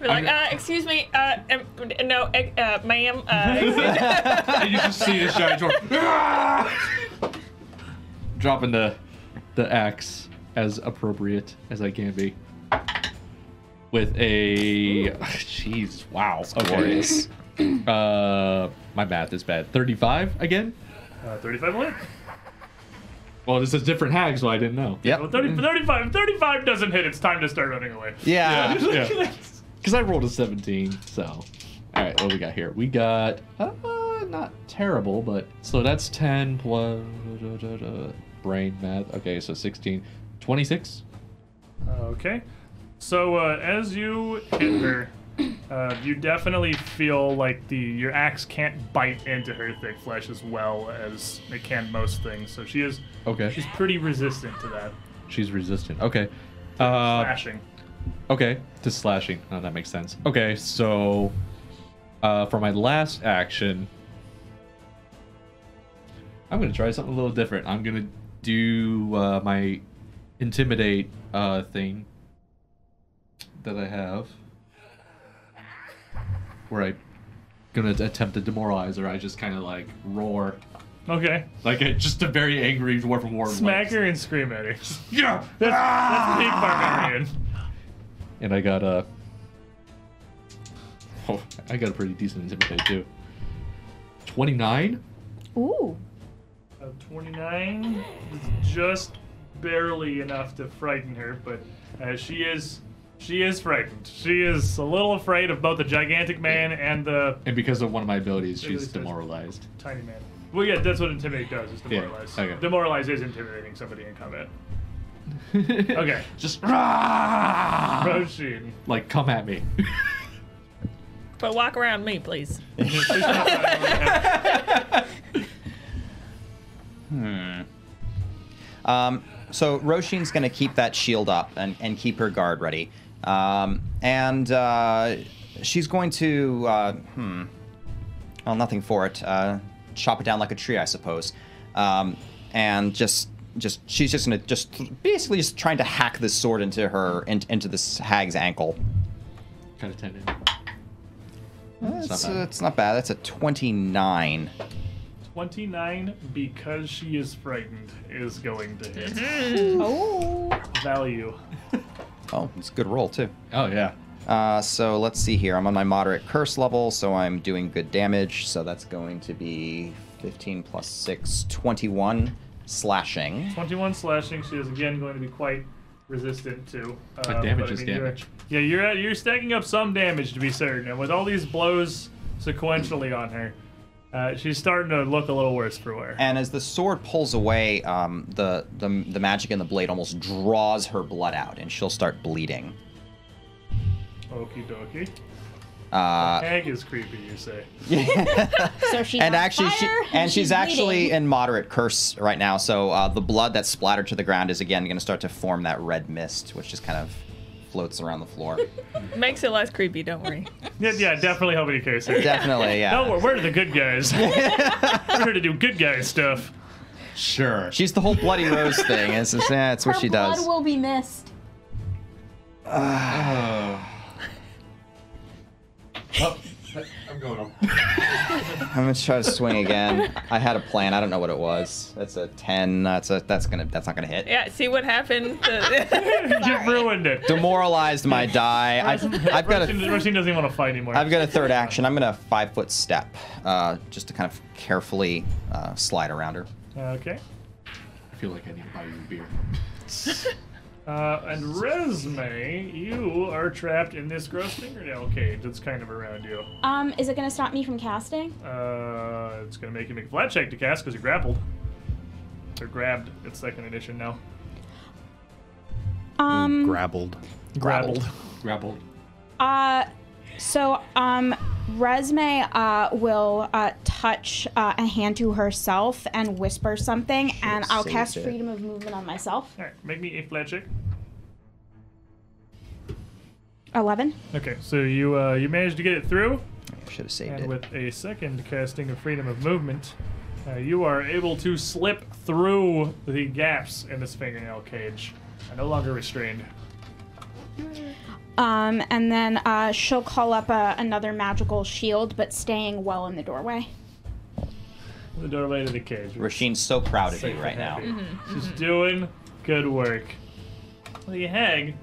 F: Be like, uh, excuse me, uh, um, no, eh, uh, ma'am,
E: *laughs*
F: uh,
A: and you just see this giant dwarf *laughs* dropping the the axe as appropriate as I can be. With a jeez, wow, okay.
D: Glorious.
A: Uh, my math is bad. 35 again?
C: Uh, 35 will hit.
A: Well, this is different hag, so I didn't know.
C: Well,
D: Yep.
C: 30, 35, 35 doesn't hit. It's time to start running away. *laughs*
D: Yeah.
A: Yeah. Because I rolled a 17, so. All right, what do we got here? We got. Uh, not terrible, but. So that's 10 plus. brain math. Okay, so 16. 26?
C: Okay. So uh, as you hit her, uh, you definitely feel like the your axe can't bite into her thick flesh as well as it can most things. So she is
A: Okay.
C: she's pretty resistant to that
A: She's resistant. Okay. Uh,
C: slashing.
A: okay, to slashing. Oh, that makes sense. Okay, so. Uh, for my last action, I'm gonna try something a little different. I'm gonna do uh, my intimidate uh, thing that I have, where I gonna attempt to demoralize her. I just kind of like roar,
C: Okay.
A: like *laughs* a, just a very angry dwarf war.
C: Smack her and scream at her. *laughs* That's
A: Yeah. Ah!
C: peak barbarian.
A: and I got a. Oh, I got a pretty decent intimidate too. Twenty nine.
B: Ooh.
C: Uh, 29 is just barely enough to frighten her, but uh, she is she is frightened. She is a little afraid of both the gigantic man and the
A: And because of one of my abilities,
C: Ability
A: she's
C: test.
A: demoralized.
G: *laughs*
C: tiny man. Well, yeah, that's what intimidate does. Is demoralize.
A: okay.
C: Demoralize is intimidating somebody in
A: *laughs*
C: combat. Okay.
A: Just
G: Oh,
C: Oh, *laughs*
A: "Rah!"
C: Proceed.
A: like come at me. *laughs*
F: But walk around me, please.
D: Um, so Roshin's going to keep that shield up and, and keep her guard ready. Um, and uh, she's going to, uh, hmm, well, nothing for it. Uh, chop it down like a tree, I suppose. Um, and just, just she's just going to just basically just trying to hack this sword into her in, into this hag's ankle.
A: kind of tended.
D: It's
A: not bad.
D: it's not bad. That's a twenty-nine.
C: 29 because she is frightened is going to hit
B: Oh.
C: value.
D: Oh, it's a good roll too.
A: Oh yeah.
D: Uh, so let's see here. I'm on my moderate curse level, so I'm doing good damage. So that's going to be 15 plus 6, 21 slashing.
C: 21 slashing. She is again going to be quite resistant to. Uh,
A: But damage
C: I
A: is
C: you're-
A: damage.
C: yeah, you're at, you're stacking up some damage to be certain, and with all these blows sequentially on her, uh, she's starting to look a little worse for wear.
A: Eh.
D: And as the sword pulls away, um, the, the the magic in the blade almost draws her blood out, and she'll start bleeding.
C: Okie dokie.
D: Uh,
C: Hag is creepy, you say.
B: So she's
D: and
B: on
D: actually, she,
B: fire,
D: and she's, actually
B: bleeding.
D: in moderate curse right now. So uh, the blood that's splattered to the ground is again going to start to form that red mist, which just kind of floats around
B: *laughs*
D: the floor.
F: Makes it less creepy, don't worry.
C: Yeah, yeah definitely nobody cares here.
D: Definitely, yeah.
C: No, we're, we're the good guys. we're here to do good guy stuff. *laughs*
A: Sure.
D: She's the whole bloody rose thing. It's, just, yeah, it's what
B: Her
D: she
B: blood
D: does.
B: will be missed.
A: Ah.
G: Oh.
A: *laughs* Oh, I'm going home. *laughs*
D: I'm gonna try to
B: *laughs*
D: swing again. I had a plan. I don't know what it was. That's a ten. That's a. That's gonna. That's not gonna hit.
F: Yeah, see
E: *laughs*
F: what happened? *laughs* To-
C: You've ruined it.
D: Demoralized
B: *laughs*
D: my die. I've, I've got
C: Roshin,
D: a.
C: Roshin doesn't even want to fight anymore.
D: I've got a third action. I'm gonna five foot step, uh, just to kind of carefully uh, slide around her.
C: Okay.
A: I feel like I need to buy you a beer.
C: Uh, and Resme, you are trapped in this gross fingernail cage that's kind of around you.
B: Um, is it gonna stop me from casting?
C: Uh, it's gonna make you make a flat check to cast because you're grappled. Or grabbed. It's second edition now.
B: Um,
E: Grabbled.
D: Grappled.
A: Grappled.
B: uh, so um, Resme uh will uh touch uh, a hand to herself and whisper something, and I'll
D: saved
B: cast
D: it.
B: freedom of movement on myself.
C: All right, make me a flat check.
B: Eleven.
C: Okay, so you uh, you managed to get it through,
D: Should have saved
C: and
D: it.
C: with a second casting of freedom of movement, uh, you are able to slip through the gaps in this fingernail cage. and no longer restrained.
B: Um, and then uh, she'll call up uh, another magical shield, but staying well in
C: *laughs*
B: the doorway.
C: The doorway to the cage.
D: Rasheen's so proud of you
C: Safe and
D: right now.
C: happy. She's doing good work. The hag,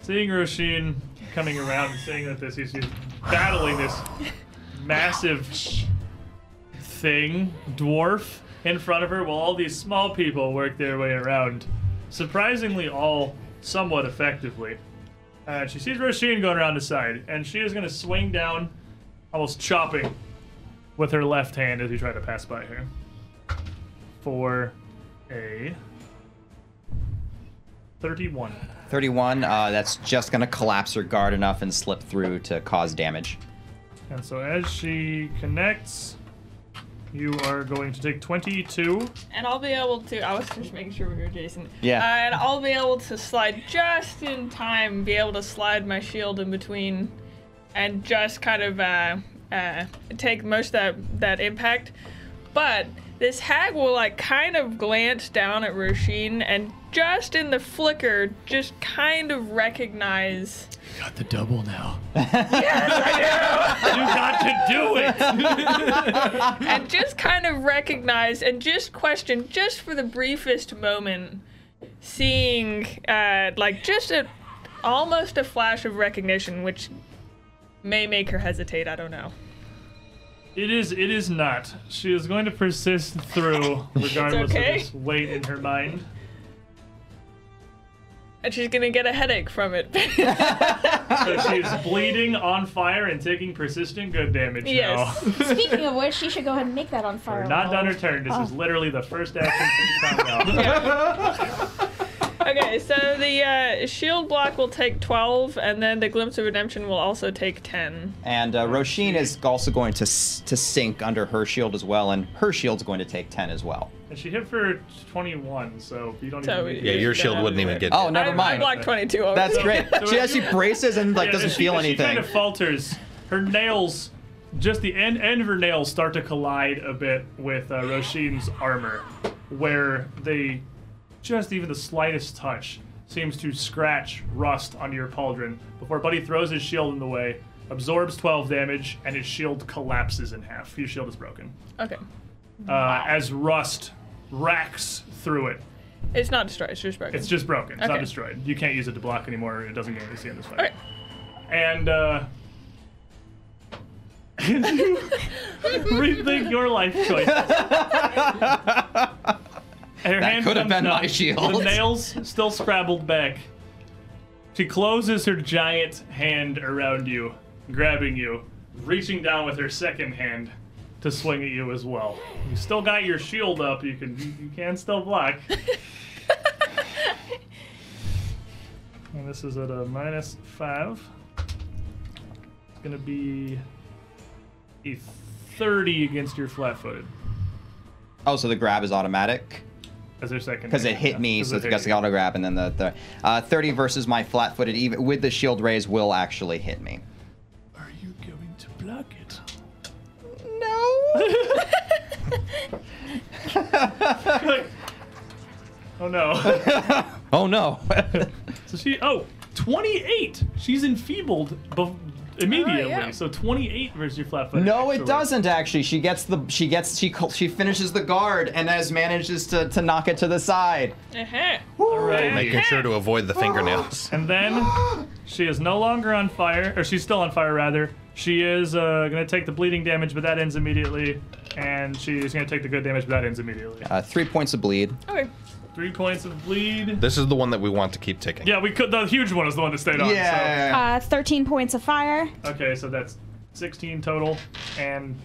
C: seeing Roshin coming around and seeing that this, he's he's battling this massive thing, dwarf, in front of her while all these small people work their way around. Surprisingly, all somewhat effectively. Uh, she sees Roshin going around the side, and she is going to swing down, almost chopping with her left hand as you try to pass by her. For a 31.
D: 31. Uh, that's just gonna collapse her guard enough and slip through to cause damage.
C: And so as she connects, you are going to take 22.
F: And I'll be able to. I was just making sure we were Jason.
D: Yeah.
F: Uh, and I'll be able to slide just in time, be able to slide my shield in between, and just kind of uh, uh, take most of that, that impact. But this hag will like kind of glance down at Roshin and just in the flicker, just kind of recognize.
G: Got the double now.
C: You got to do it!
F: and just kind of recognized and just questioned just for the briefest moment seeing uh, like just a almost a flash of recognition which may make her hesitate i don't know
C: It is it is not. She is going to persist through regardless
F: okay.
C: of this weight in her mind.
F: and she's gonna get a headache from it *laughs*
C: So she is bleeding on fire and taking persistent good damage
F: Yes.
C: now.
B: Speaking of which, she should go ahead and make that on fire.
C: We're not done her turn. This is literally the first action she's found
F: *laughs*
C: out.
F: okay so the uh, shield block will take 12 and then the glimpse of redemption will also take 10
D: And
C: Oh,
D: uh, Roshin is also going to s- to sink under her shield as well, and her shield's going to take 10 as well.
C: And she hit for 21, so you don't
F: So
C: even need
E: *laughs* Yeah,
F: Yeah,
C: to-
E: your shield wouldn't even get.
D: Oh,
F: I-
D: never
F: I
D: mind.
F: blocked 22 already.
D: That's great.
C: So
D: She
C: if
D: actually
C: you-
D: braces and like
C: Yeah,
D: doesn't
C: she-
D: feel
C: She kind
D: anything.
C: of falters. Her nails, just the end end of her nails, start to collide a bit with uh, Roshin's armor, where they, just even the slightest touch, seems to scratch rust onto your pauldron. Before Buddy throws his shield in the way, absorbs 12 damage, and his shield collapses in half. Your shield is broken.
F: okay
C: Uh, as rust racks through it.
F: it's not destroyed it's just broken
C: It's just broken. It's not
F: Okay.
C: destroyed. You can't use it to block anymore. It doesn't gain AC in this fight.
F: Okay.
C: And uh and uh, *laughs* you *laughs* rethink your life
D: *laughs*
C: choices. that
D: That could have been my
C: The
D: shield.
C: nails still scrabbled back. She closes her giant hand around you, grabbing you, reaching down with her second hand to swing at you as well. You still got your shield up. You can you can still block. and this is at a minus five. It's gonna be a thirty against your flat-footed
D: Oh, so the grab is automatic
C: as their second.
D: because it
C: hand, yeah.
D: hit me,
C: 'Cause
D: so
C: it
D: it's
C: hit
D: got the
C: you.
D: auto grab, and then the, the uh, 30 versus my flat-footed even with the shield raise will actually hit me.
G: Are you going to block it?
C: *laughs* Oh no. *laughs*
D: Oh no!
A: *laughs*
C: So she, oh, 28. She's enfeebled bef- immediately.
F: yeah.
C: So 28 versus your flat foot.
D: no, it doesn't actually. She gets the she gets she col- she finishes the guard and as manages to to knock it to the side.
F: uh-huh.
E: Making sure to avoid the *laughs* fingernails.
C: And
D: *gasps*
C: then she is no longer on fire, or she's still on fire rather. She is uh, gonna take the bleeding damage, but that ends immediately. And she's gonna take the good damage, but that ends immediately.
D: Uh, three points of bleed.
F: okay
C: Three points of bleed.
E: This is the one that we want to keep ticking.
C: Yeah, we could. The huge one is the one that stayed on. so- *laughs*
D: yeah.
B: Uh, 13 points of fire.
C: Okay, so that's 16 total, and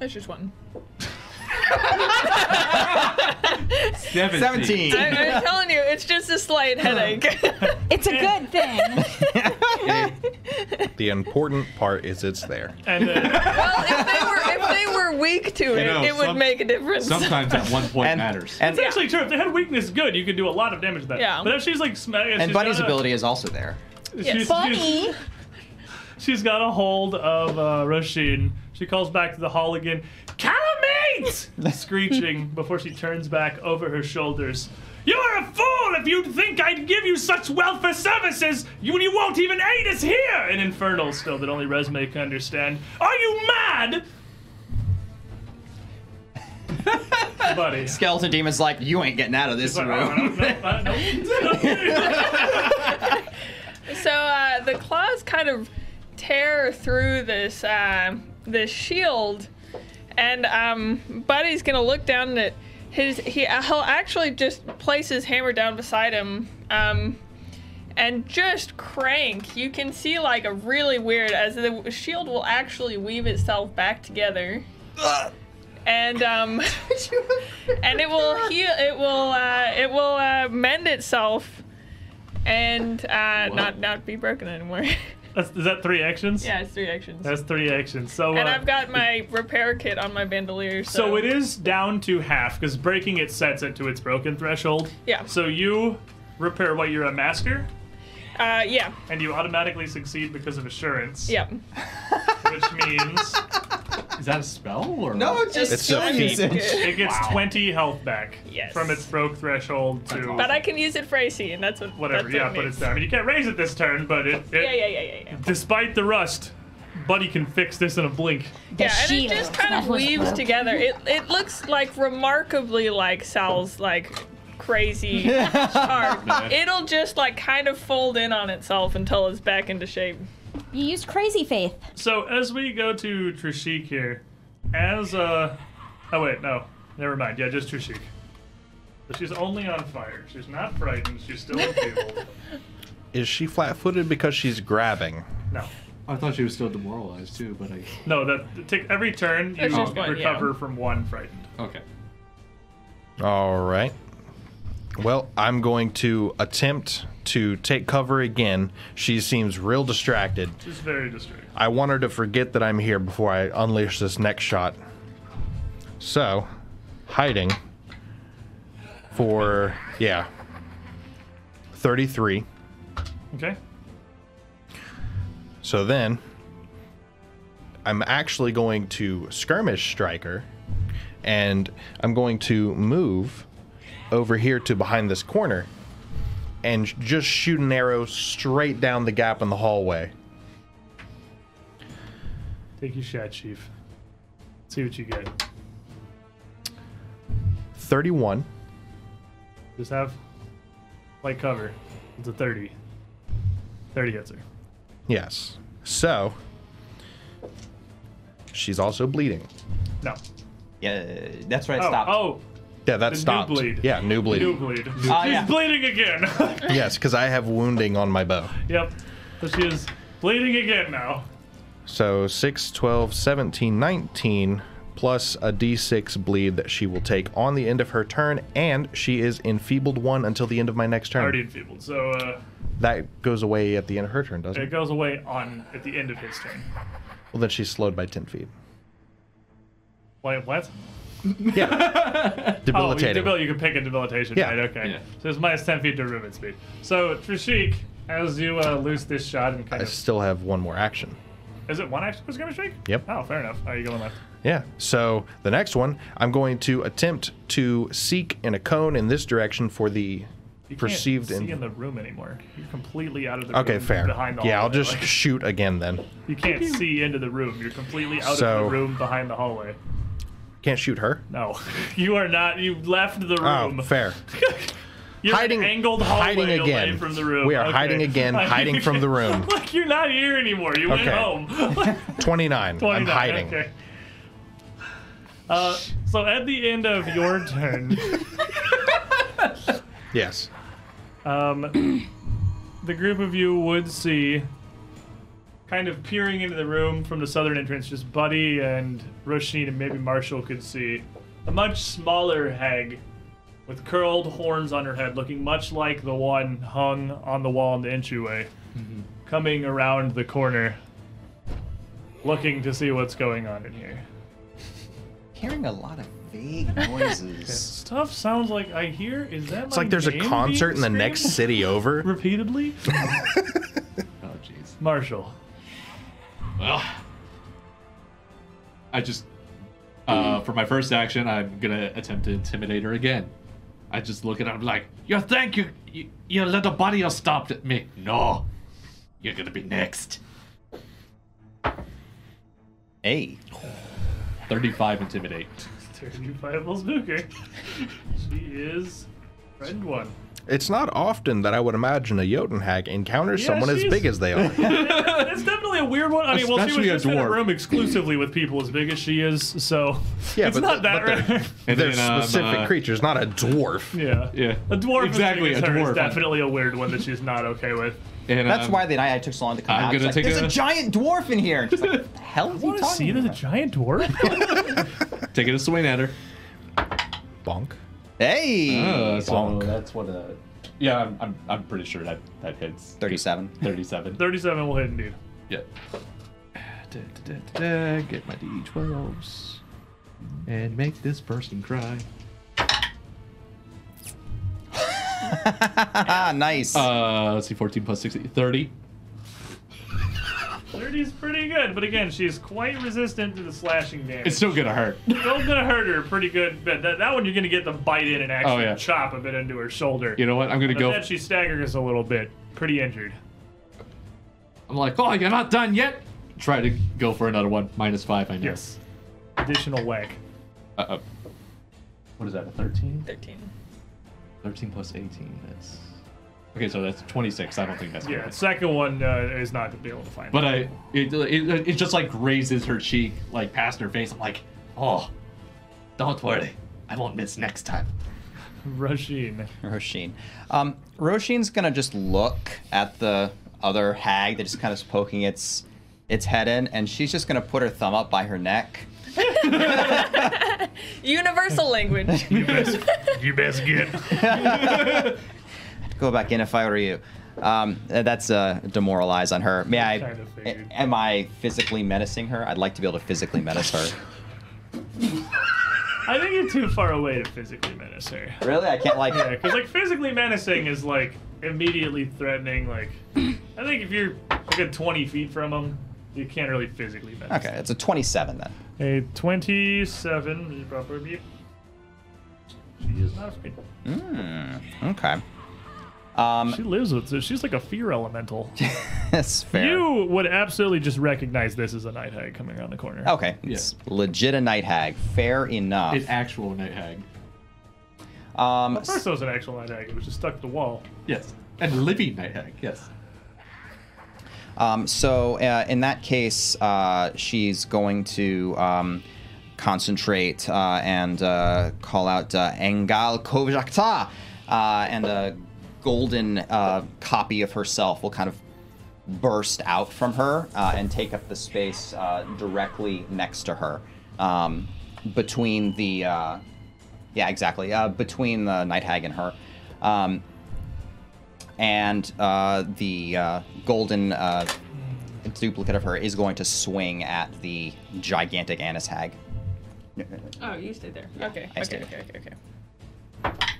F: it's just one
D: Seventeen.
F: I, I'm telling you, it's just
D: *laughs*
F: a slight headache. *laughs*
B: It's a good
C: *laughs*
B: thing.
E: The important part is it's there.
C: and uh,
F: well, if they were if they were weak to it,
A: know,
F: it would
A: some-
F: make a difference.
A: Sometimes that one point
D: And,
A: matters.
D: and,
C: it's actually true. If they had weakness good, you could do a lot of damage with that.
F: Yeah.
C: But if she's like, sm- if
D: and
C: she's
D: Buddy's
C: got a-
D: ability is also there.
C: she's- she's-
B: Bunny.
C: She's got a hold of uh, Roshin. She calls back to the hall again, Calamate! Screeching before she turns back over her shoulders. You're a fool if you'd think I'd give you such welfare services you, you won't even aid us here! An infernal still that only Resume can understand. Are you mad? Buddy.
D: Skeleton Demon's like, you ain't getting out of this
C: But I
D: room.
C: don't know, I don't know.
F: so uh, the claws kind of tear through this uh, this shield, and um, Buddy's gonna look down at his. He he'll actually just place his hammer down beside him. Um, and just crank. You can see like a really weird as the shield will actually weave itself back together. And um, and it will heal. It will uh, it will uh, mend itself, and uh, not not be broken anymore. *laughs*
C: That's, is that three actions?
F: yeah, it's three actions.
C: That's three actions. So
F: and
C: uh,
F: I've got my repair kit on my bandolier. So,
C: So it is down to half because breaking it sets it to its broken threshold.
F: Yeah.
C: So you repair what you're a master,
F: Uh, yeah,
C: and you automatically succeed because of assurance.
F: yeah.
C: Which means
A: Is that a spell
D: *laughs*
A: or
D: No, just
E: It's
D: skill
E: a feat.
A: *laughs*
D: usage.
C: it gets 20 health back
F: Yes.
C: from its broke threshold to
F: But I can use it for AC, and that's what.
C: whatever.
F: That's
C: yeah,
F: what it
C: but
F: means.
C: it's there. I mean, you can't raise it this turn, but it, it
F: Yeah, yeah, yeah, yeah, yeah.
C: despite the rust, Buddy can fix this in a blink.
B: The
F: yeah, and it
B: shield.
F: just kind
B: That
F: of
B: was
F: weaves
B: broken.
F: together. It it looks like remarkably like Sal's like crazy chart. It'll just like kind of fold in on itself until it's back into shape.
B: You used crazy faith.
C: So as we go to Trishik here, as uh, oh wait, no, never mind. Yeah, just Trishik. But she's only on fire. She's not frightened. She's
F: *laughs*
C: still appealable.
E: Is she flat-footed because she's grabbing?
C: No,
A: I thought she was still demoralized too, but I *laughs*
C: no. That take every turn you
F: That's just one, yeah.
C: recover from one frightened.
A: okay.
E: All right. Well, I'm going to attempt to take cover again. She seems real distracted.
C: She's very distracted.
E: I want her to forget that I'm here before I unleash this next shot. So, hiding for, yeah, 33.
C: Okay.
E: So then, I'm actually going to skirmish striker, and I'm going to move over here to behind this corner, and sh- just shoot an arrow straight down the gap in the hallway.
C: Take your shot, Chief. See what you get.
E: Thirty-one.
C: Just have light cover. It's a thirty. Thirty hits her.
E: Yes. So she's also bleeding.
C: No.
D: *laughs* Yeah, that's where it
C: Oh,
D: stopped.
C: oh,
E: Yeah,
C: The
E: that
C: new
E: stopped.
C: bleed.
E: Yeah, new
C: new
E: bleeding.
C: bleed.
D: Ah,
C: She's
D: yeah.
C: bleeding again. *laughs*
E: yes, because I have wounding on my bow.
C: Yep. So she is bleeding again now.
E: So 6, 12, 17, 19, plus a d6 bleed that she will take on the end of her turn, and she is enfeebled 1 until the end of my next turn.
C: Already enfeebled. So uh,
E: That goes away at the end of her turn, doesn't
C: it
E: it?
C: goes away on at the end of his turn.
E: Well, then she's slowed by 10 feet.
C: Oh, Wait, what? Oh, you,
E: Debilitating.
C: debil- you can pick a debilitation,
E: Yeah.
C: right? Okay.
A: Yeah.
C: So it's minus 10 feet to movement speed. So, Trishik, as you uh, lose this shot and kind
E: I
C: of.
E: still have one more action.
C: Is it one action was going to shake?
E: Yep.
C: Oh, fair enough. Are you going left?
E: Yeah. So the next one, I'm going to attempt to seek in a cone in this direction for the
C: You
E: perceived.
C: can't see
E: in-
C: in the room anymore. You're completely out of the
E: okay,
C: room.
E: fair.
C: Behind the
E: Yeah, I'll
C: hallway.
E: just
C: Like,
E: shoot again then.
C: you can't see into the room. You're completely out of
E: So-
C: the room behind the hallway.
E: Can't shoot her.
C: No, *laughs* you are not. You left the room. *laughs*
E: Oh, fair.
C: You're
E: Hiding-
C: an angled hallway
E: hiding
C: away
E: again.
C: from the room.
E: We are hiding
C: *laughs*
E: again, hiding from the room.
C: Like you're not here anymore. You went
E: Okay.
C: home. *laughs*
E: *laughs* 29. I'm
C: 29,
E: hiding.
C: Okay. Uh, so at the end of your turn,
E: Yes.
C: um, the group of you would see, kind of peering into the room from the southern entrance, just Buddy and Roshni and maybe Marshall could see a much smaller hag with curled horns on her head, looking much like the one hung on the wall in the entryway,
E: Mm-hmm.
C: coming around the corner, looking to see what's going on in here.
D: Hearing a lot of
A: *laughs*
D: vague noises.
C: Stuff sounds like I hear. Is that
E: It's like there's a concert in the next city over. *laughs*
C: repeatedly?
A: Oh jeez.
C: Marshall,
A: Well, I just uh,
D: Mm-hmm.
A: for my first action, I'm gonna attempt to intimidate her again. I just look at her. I'm like, "You think you, you your little body has stopped at me? No, you're gonna be next."
D: hey.
A: Thirty-five intimidate.
C: 35 will spook her. She is friend one.
E: It's not often that I would imagine a Jotunhag encounters
C: Yeah,
E: someone as
C: she's-
E: big as
C: *laughs*
E: they are.
C: It's definitely a weird one. I mean, well, she was
A: Especially a
C: just in a
A: dwarf.
C: room exclusively with people as big as she is, so
E: Yeah,
C: it's
E: but
C: not
E: the-
C: that
E: but
C: rare.
A: And
E: They're
A: then, um,
E: specific
A: uh,
E: creatures, not a
C: *laughs*
E: dwarf.
C: yeah,
A: Yeah.
C: A dwarf
A: Exactly,
C: as big
A: a
C: as her
A: dwarf.
C: is definitely a weird one that she's not okay *laughs* with.
A: And,
D: That's
A: um,
D: why the night I took so long to come
A: I'm
D: out.
A: gonna
D: It's like,
A: take
D: There's a...
A: a-
D: giant dwarf in here.
C: *laughs*
D: And she's like, "What the hell is he
C: Want to see
D: talking
C: there's a
D: about?
C: giant dwarf?
A: taking a swing at her.
E: Bonk.
D: Hey,
A: Uh, so
E: bonk.
A: that's what a. Yeah, I'm, I'm, I'm pretty sure that that hits.
D: 37.
C: *laughs*
A: 37.
C: Thirty-seven will hit indeed.
A: Yeah. Da, da, da, da, da, get my d12s and make this person cry.
D: Ah, nice.
A: Uh, let's see, 14 plus 60, 30.
C: Thirty's pretty good, but again, she's quite resistant to the slashing damage.
A: It's still gonna hurt.
C: still gonna hurt her pretty good. But that, that one you're gonna get the bite in and actually
A: Oh, yeah.
C: chop a bit into her shoulder.
A: You know what? I'm gonna
C: but
A: go.
C: then she staggers a little bit, pretty injured.
A: I'm like, oh, you're not done yet. Try to go for another one. Minus five, I know.
C: Yes. Additional whack.
A: Uh, uh, what is that, a 13?
F: 13.
A: 13 plus 18, that's. Okay, so that's 26. I don't think that's
C: Yeah,
A: good.
C: second one uh, is not gonna be able to find.
A: But I, it, it, it just like grazes her cheek, like past her face. I'm like, oh, don't worry. I won't miss next time.
C: Rushing.
D: Roshin. Um, Roshin's gonna just look at the other hag that just kind of poking its its head in, and she's just gonna put her thumb up by her neck.
F: *laughs* Universal
C: *laughs*
F: language.
C: *laughs* You best get.
D: Go back in if I were you. Um, uh, that's uh, demoralize on her. May I?
C: Kind of figured.
D: a- am I physically menacing her? I'd like to be able to physically menace her.
C: *laughs* I think you're too far away to physically menace her.
D: Really, I can't like.
C: Yeah, because like physically menacing is like immediately threatening. Like, I think if you're like a 20 feet from him, you can't really physically menace.
D: Okay, it's a 27 then.
C: A 27 is proper beat. She is not afraid.
D: Okay, um, *laughs*
C: She lives with it. She's like a fear elemental.
D: that's fair.
C: You would absolutely just recognize this as a night hag coming around the corner.
D: Okay, it's legit a night hag. Fair enough.
A: An actual night hag.
D: Um,
C: At First, it was an actual night hag. It was just stuck to the wall.
A: Yes. And living night hag, yes.
D: Um, so uh, in that case, uh, she's going to um, concentrate uh, and uh, call out uh, Engal Kovjakta, uh, and a golden uh, copy of herself will kind of burst out from her uh, and take up the space uh, directly next to her, um, between the uh, yeah exactly uh, between the night hag and her. Um, and uh, the uh, golden uh, duplicate of her is going to swing at the gigantic Anis hag.
F: Oh, you stayed there. Okay.
D: I
F: okay,
D: stayed.
F: okay, okay, okay.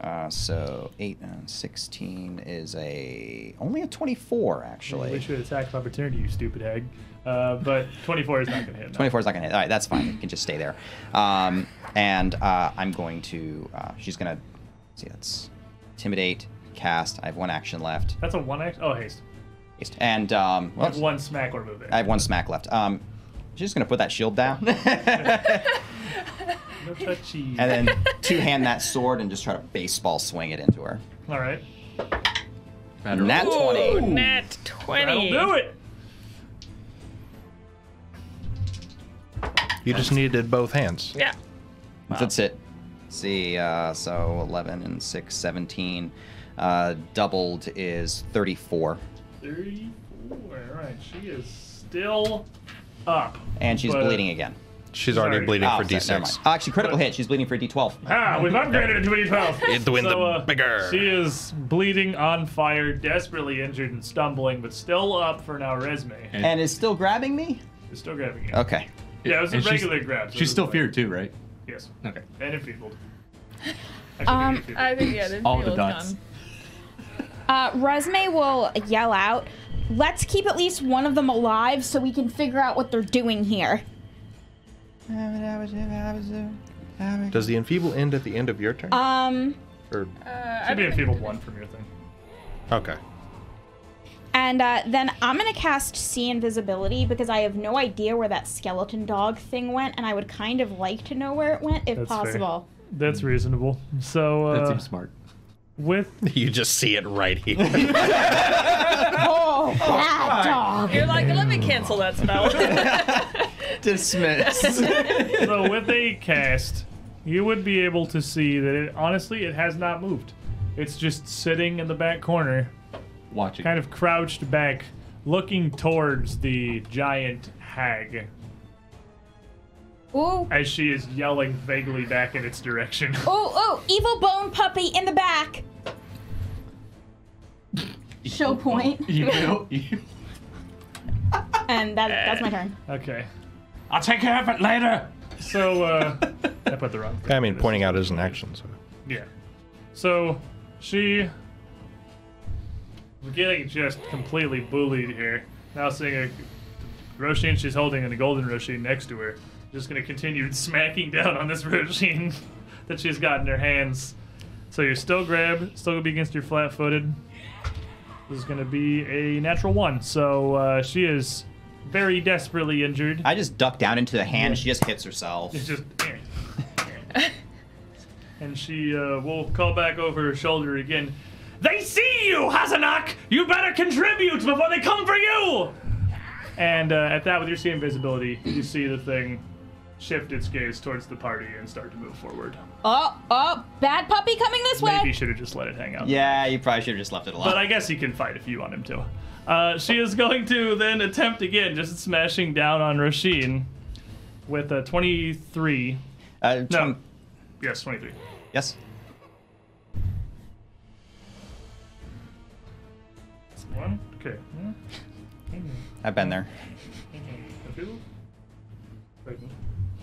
D: Uh, so 8 and 16 is a only a 24
C: We
D: actually.
C: should attack of opportunity, you stupid hag. Uh, but 24 is not going to hit. no.
D: 24 is not gonna hit. All right, that's fine. You can just stay there. Um, and uh, I'm going to. Uh, she's gonna. See, that's intimidate, cast. I have one action left,
C: That's a one action. Oh, haste.
D: and um,
C: I have
D: whoops.
C: one smack or move.
D: I have one smack left. Um, she's just gonna put that shield down. *laughs*
C: No touchy.
D: and then two hand that sword and just try to baseball swing it into her.
C: All right.
D: Nat 20.
F: Ooh, nat 20.
C: That'll do it.
E: You just needed both hands.
F: Yeah.
D: That's it. see, uh, so 11 and 6, 17. Uh, doubled is 34.
C: 34. All right. She is still up.
D: And she's
C: But-
D: bleeding again.
E: She's already
C: Sorry.
E: bleeding
D: Oh,
E: for
D: sorry, never mind.
E: d6.
D: Oh, actually, critical hit. She's bleeding for d12.
C: Ah, we've upgraded it to a 12.
D: *laughs*
E: It went the bigger.
C: She is bleeding on fire, desperately injured and stumbling, but still up for now. Resme
D: And is still grabbing me?
C: is still grabbing you.
D: Okay.
C: Yeah, it was a
A: And she's-
C: regular grab. so it
A: She's still
C: was like-
A: feared too, right?
C: Yes.
A: Okay.
C: And enfeebled.
B: Um,
C: Actually,
F: I think, yeah, this
A: All the
F: deal is
A: dots.
F: done.
B: Uh, Resme will yell out, "Let's keep at least one of them alive so we can figure out what they're doing here."
E: Does the enfeeble end at the end of your
D: Uh,
E: turn?
B: Um,
E: or,
F: Uh, I
C: Should be
F: don't think-
C: enfeebled one from your thing.
E: okay. *laughs*
B: and uh, then I'm gonna cast see invisibility because I have no idea where that skeleton dog thing went, and I would kind of like to know where it went if
C: That's fair.
B: possible.
C: That's reasonable. So uh,
A: Hmm. That seems smart.
C: with
A: *laughs*
E: You just see it
C: *laughs*
E: right here.
B: Oh, that dog.
F: You're
C: *laughs*
F: like, let me cancel that spell.
D: Dismissed.
C: so with a cast, you would be able to see that it, honestly it has not moved. It's just sitting in the back corner,
A: Watching.
C: kind of crouched back, looking towards the giant hag
B: Ooh,
C: as she is yelling vaguely back in its direction. *laughs*
B: ooh, ooh! Evil bone puppy in the back. Show point. *laughs*
A: Evil- evil-
B: And that, that's
C: *laughs*
B: my turn.
C: Okay.
A: I'll take care of it later.
C: So uh I put the wrong thing.
E: I mean, pointing out is an action, so.
C: Yeah. So she we're getting just completely bullied here. Now seeing a Roshin she's holding and a golden Roshin next to her. Just gonna continue *laughs* smacking down on this *laughs* Roshin that she's got in her hands. So you're still grabbed, still gonna be against your flat footed. This is gonna be a natural one. So uh, she is very desperately injured.
D: *laughs* I just duck down into the hand. She just hits herself.
C: It's just. and she uh, will call back over her shoulder again. They see you, Hazanak! You better contribute before they come for you! And uh, at that, with your sea invisibility, you see the thing shift its gaze towards the party and start to move forward.
B: Oh, oh, bad puppy coming this way.
C: Maybe you should have just let it hang out.
D: Yeah, you probably should have just left it alone.
C: But I guess he can fight if you want him to. Uh, she is going to then attempt again, just smashing down on Rasheen with a 23.
D: uh,
C: No.
D: Tom-
C: Yes, 23.
D: Yes.
C: One. Okay.
D: I've been there.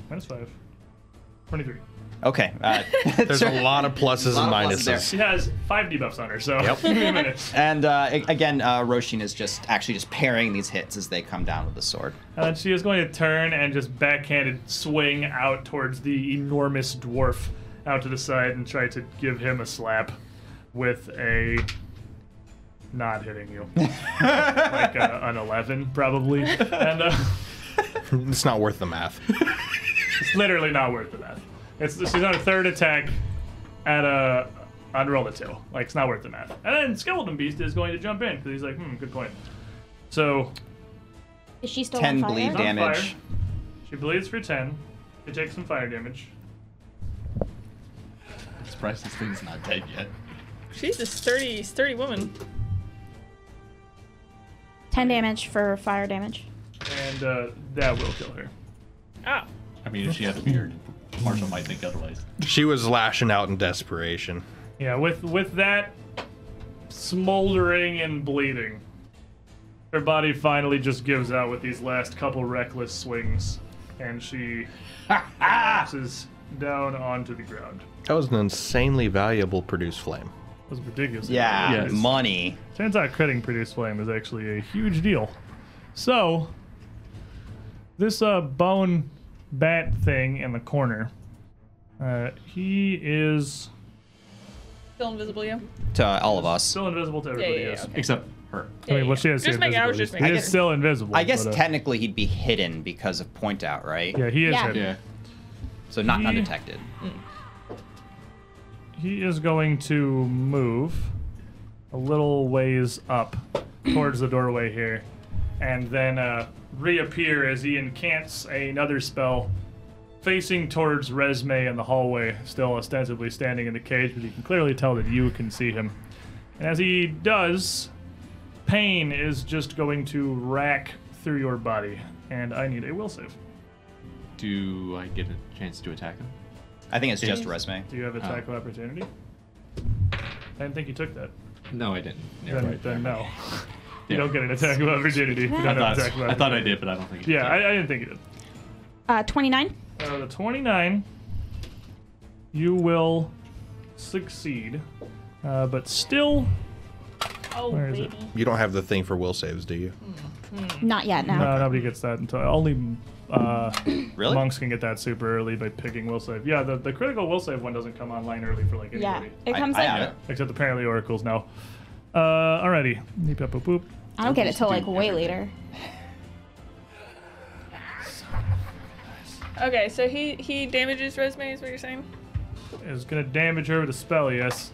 C: Minus five. 23.
D: Okay. Uh,
E: There's
D: *laughs*
E: a lot of pluses
D: Lot
E: and
D: of pluses there.
E: minuses.
C: She has five debuffs on her, so *laughs*
E: Yep.
C: give me a minute.
D: And uh, a- again, uh, Roshin is just actually just parrying these hits as they come down with the sword.
C: Uh, she is going to turn and just backhanded swing out towards the enormous dwarf out to the side and try to give him a slap with a not hitting you. like uh, an 11, probably. And uh,
E: It's not worth
C: *laughs*
E: the math.
C: it's literally not worth the math. It's, she's on a third attack at a unroll a two. Like it's not worth the math. And then Skeleton Beast is going to jump in because he's like, hmm, good point. So
B: Is she still
D: Ten
B: on fire?
D: bleed
C: on
D: damage.
C: fire. She bleeds for 10. She takes some fire damage.
A: I'm surprised this thing's not dead yet.
F: She's a sturdy, sturdy woman.
B: Ten damage for fire damage.
C: And uh, that will kill her.
F: Oh.
A: I mean, if she had a beard, Marshall might think otherwise.
E: She was lashing out in desperation.
C: Yeah, with with that smoldering and bleeding, her body finally just gives out with these last couple reckless swings, and she collapses down onto the ground.
E: That was an insanely valuable produce flame.
C: That was ridiculous.
D: *laughs* Yeah,
A: Yes.
D: money.
C: Turns out critting produce flame is actually a huge deal. So, this uh, bone bat thing in the corner, uh, he is
F: Still invisible, yeah.
D: To all of us.
C: still invisible to
F: Yeah,
C: everybody.
F: yeah, yeah.
C: yes.
F: Okay.
A: Except her.
C: I mean, well, she has
F: Just
C: the
F: make- I
C: invisibility.
F: was just making
C: He
F: sure.
C: is still invisible.
D: I guess
C: but, uh,
D: technically he'd be hidden because of point out, right?
C: Yeah, he is.
B: Yeah.
C: hidden.
A: Yeah.
D: So not
C: Yeah.
D: undetected.
C: He is going to move a little ways up towards the doorway here, and then uh, reappear as he incants another spell, facing towards Resme in the hallway, still ostensibly standing in the cage, but you can clearly tell that you can see him. And as he does, pain is just going to rack through your body, and I need a will save.
A: Do I get a chance to attack him?
D: I think it's just resume.
C: Do you have attack of opportunity? I didn't think you took that.
A: No, I didn't. Yeah,
C: Then,
A: right.
C: then no.
A: Yeah.
C: You don't get an attack of opportunity. if You
A: I
C: don't have
A: thought,
C: an attack of
A: I thought I
C: opportunity.
A: did, but I don't think.
C: Yeah, I, I didn't think you did.
B: Uh, twenty-nine.
C: Uh, the 29, you will succeed, uh, but still,
F: Oh,
C: Where is
F: baby.
E: You don't have the thing for will saves, do you?
B: Not yet. No.
C: no, nobody gets that until only
A: *clears throat*
C: uh,
D: Really?
C: monks can get that super early by picking will save. Yeah, the, the critical will save one doesn't come online early for like
B: yeah.
C: anybody.
B: It
D: I-
B: comes
D: I
B: like
D: have
B: I,
D: it.
C: Except apparently oracles now. Uh, alrighty. Neep, up, boop, boop.
B: don't get it till like
A: Do
B: way
A: everything.
B: later.
F: Okay, so he he damages resume is what you're saying?
C: Is gonna damage her with a spell, yes.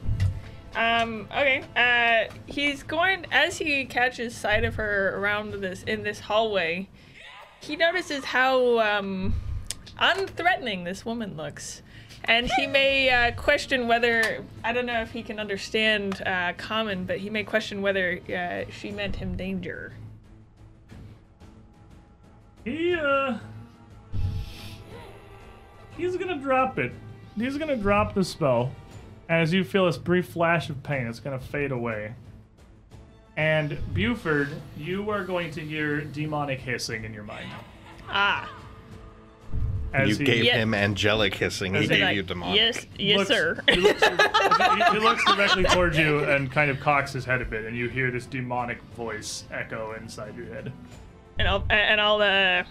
F: Um, okay. Uh, he's going as he catches sight of her around this in this hallway. He notices how um, unthreatening this woman looks, and he may uh, question whether I don't know if he can understand uh, common, but he may question whether uh, she meant him danger.
C: He uh He's gonna drop it. He's gonna drop the spell. And as you feel this brief flash of pain, it's gonna fade away. And Buford, you are going to hear demonic hissing in your mind.
F: Ah,
C: As
E: you
C: he,
E: gave
F: Yeah.
E: him angelic hissing. He
C: As he
E: gave
F: like,
E: you demonic.
F: Yes, yes,
C: looks-
F: sir. *laughs*
C: He looks, he- he looks directly towards you and kind of cocks his head a bit, and you hear this demonic voice echo inside your head.
F: and I'll and I'll. Uh,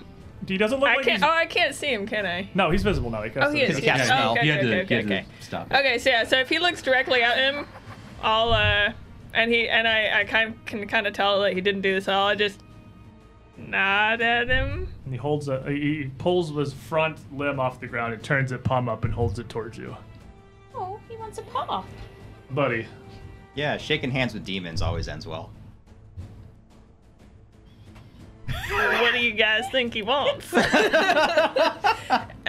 C: He doesn't look
F: I
C: like
F: can't.
C: he's...
F: Oh, I can't see him, can I?
C: No, he's visible now. He casts
F: Oh, he
C: it.
F: is.
D: Yeah,
A: Yeah,
D: smell.
A: you
F: Okay, okay,
A: had to,
F: okay,
A: you had to
F: okay.
A: stop it.
F: Okay, so yeah, so if he looks directly at him, I'll uh, and he and I, I kind of, can kind of tell that he didn't do this at all. I just nod at him.
C: And he holds a, he he pulls his front limb off the ground and turns it palm up and holds it towards you.
B: Oh, he wants a paw.
C: Buddy,
D: Yeah, shaking hands with demons always ends well.
F: What do you guys think he
E: *laughs*
F: wants? and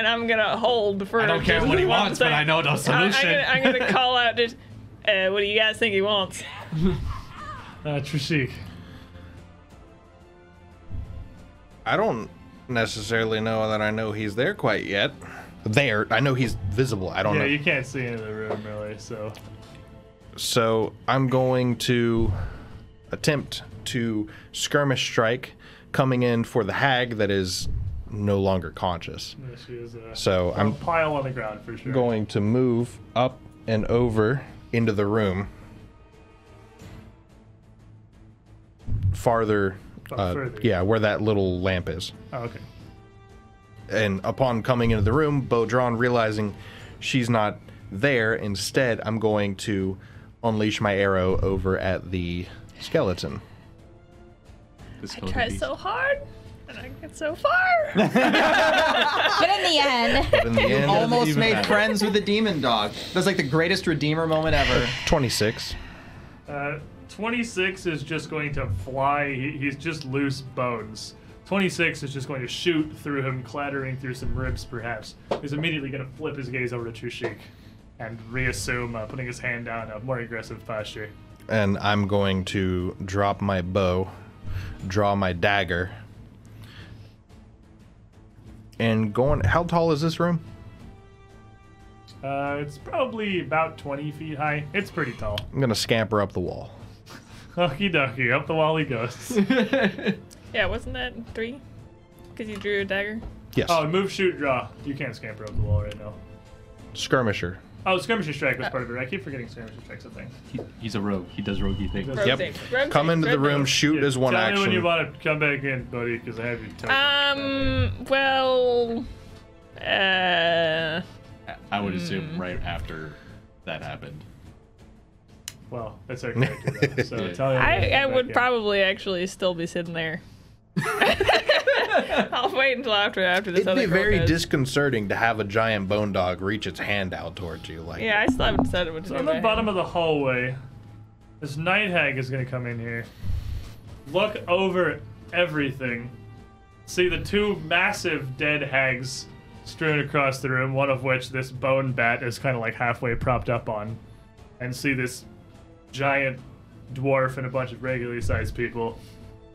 F: I'm gonna hold for.
A: I don't care
F: just
A: what he
F: one
A: wants, but I
F: second.
A: know the
F: I- I'm
A: solution.
F: gonna, I'm gonna call out just. Uh, what do you guys think he wants?
C: uh, Trishik.
E: I don't necessarily know that I know he's there quite yet. There, I know he's visible. I don't
C: Yeah,
E: know.
C: you can't see into the room really, so
E: So I'm going to attempt to skirmish strike, coming in for the hag that is no longer conscious.
C: yeah, she is uh, a
E: So
C: a
E: I'm
C: pile on the ground for sure.
E: going to move up and over into the room, farther.
C: Oh,
E: Uh,
C: further.
E: yeah, where that little lamp is.
C: Oh, okay.
E: And upon coming into the room, Beaudron realizing she's not there, instead, I'm going to unleash my arrow over at the skeleton.
A: *laughs* This
F: I
A: code
F: try
C: *laughs*
A: would be-
F: so hard, and I get
E: *laughs*
F: so far.
B: But in the end, *laughs*
E: But in the end,
D: Almost
A: even
D: made
A: matter.
D: friends with the demon dog. That's like the greatest redeemer moment
A: *laughs*
D: ever.
E: 26.
C: Uh, 26 is just going to fly. He, he's just loose bones. 26 is just going to shoot through him, clattering through some ribs, perhaps. He's immediately going to flip his gaze over to Trishik and reassume, uh, putting his hand down, a more aggressive posture.
E: And I'm going to drop my bow, draw my dagger, and going. How tall is this room?
C: Uh, it's probably about 20 feet high. It's pretty tall. *laughs*
E: I'm going to scamper up the wall.
C: Okie dokie, up the wall he
E: *laughs*
C: goes.
F: yeah, wasn't that three? Because you drew a dagger.
E: Yes.
C: oh, move, shoot, draw. You can't scamper up the wall right now.
E: Skirmisher.
C: Oh, skirmishing strike was part of it. I keep forgetting skirmishing strike's a thing.
A: *laughs* He, he's a rogue. He does roguey things.
F: Rogue
E: Yep.
F: saves. Rogue
E: Come
F: saves.
E: into the
F: Rogue
E: room,
F: saves.
E: shoot is one
C: Tell
E: action.
C: me when you want to come back in, buddy, because I have you token.
F: Um. Well. Uh.
A: I would
D: Mm-hmm.
A: assume right after that happened.
C: well, that's our character. though,
E: *laughs*
C: so
A: Yeah.
C: tell me when you
F: I,
C: come
F: I
C: back
F: would
C: in.
F: probably actually still be
C: *laughs*
F: sitting there. *laughs* I'll wait until after after this
E: It'd
F: other
E: be
F: girl
E: very
F: goes.
E: disconcerting to have a giant bone dog reach its hand out towards you. Like,
F: Yeah, I still haven't decided what to do.
C: On the bottom of the hallway, this night hag is gonna come in here. Look over everything. See the two massive dead hags strewn across the room, one of which this bone bat is kind of like halfway propped up on. And see this giant dwarf and a bunch of regularly sized people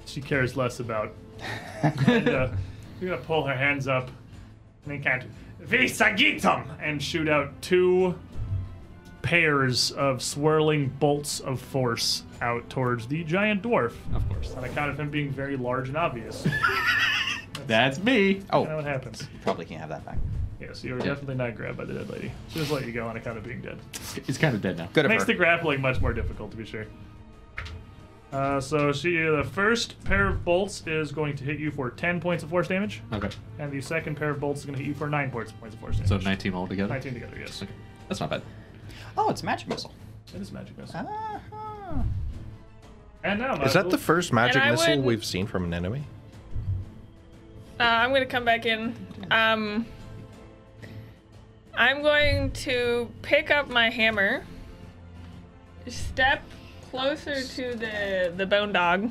C: she cares less about. and, uh, you're gonna pull her hands up and then count Visagitum and shoot out two pairs of swirling bolts of force out towards the giant dwarf
A: Of course.
C: on account of him being very large and obvious.
A: That's me.
D: Oh,
C: That's what happens.
D: probably can't have that back.
C: Yeah, so you were definitely not grabbed by the dead lady. She just let you go on account of being dead.
A: He's kind of dead now.
D: Good of
C: Makes
D: her.
C: the grappling much more difficult, to be sure. Uh, so she, the first pair of bolts is going to hit you for 10 points of force damage,
A: Okay.
C: and the second pair of bolts is going to hit you for 9 points, points of force damage.
A: So 19 altogether.
C: 19 together, yes.
A: Okay. That's not bad.
D: oh, it's a magic missile.
C: It is magic missile.
D: Uh-huh.
C: And now, uh,
E: Is that the first magic
F: I
E: missile
F: would-
E: we've seen from an enemy?
F: Uh, I'm gonna come back in. Um, I'm going to pick up my hammer step closer to the the bone dog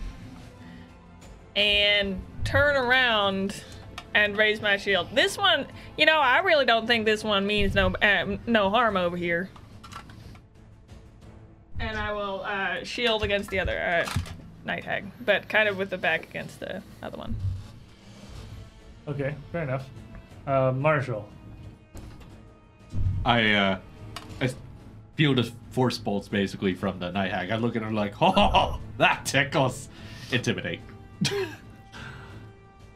F: and turn around and raise my shield. This one, you know, I really don't think this one means no uh, no harm over here. And I will uh, shield against the other uh, night hag, but kind of with the back against the other one.
C: Okay, fair enough. Uh, Marshall.
A: I uh, I feel the force bolts basically from the night hag. I look at her like, *laughs* oh, that tickles. Intimidate. *laughs*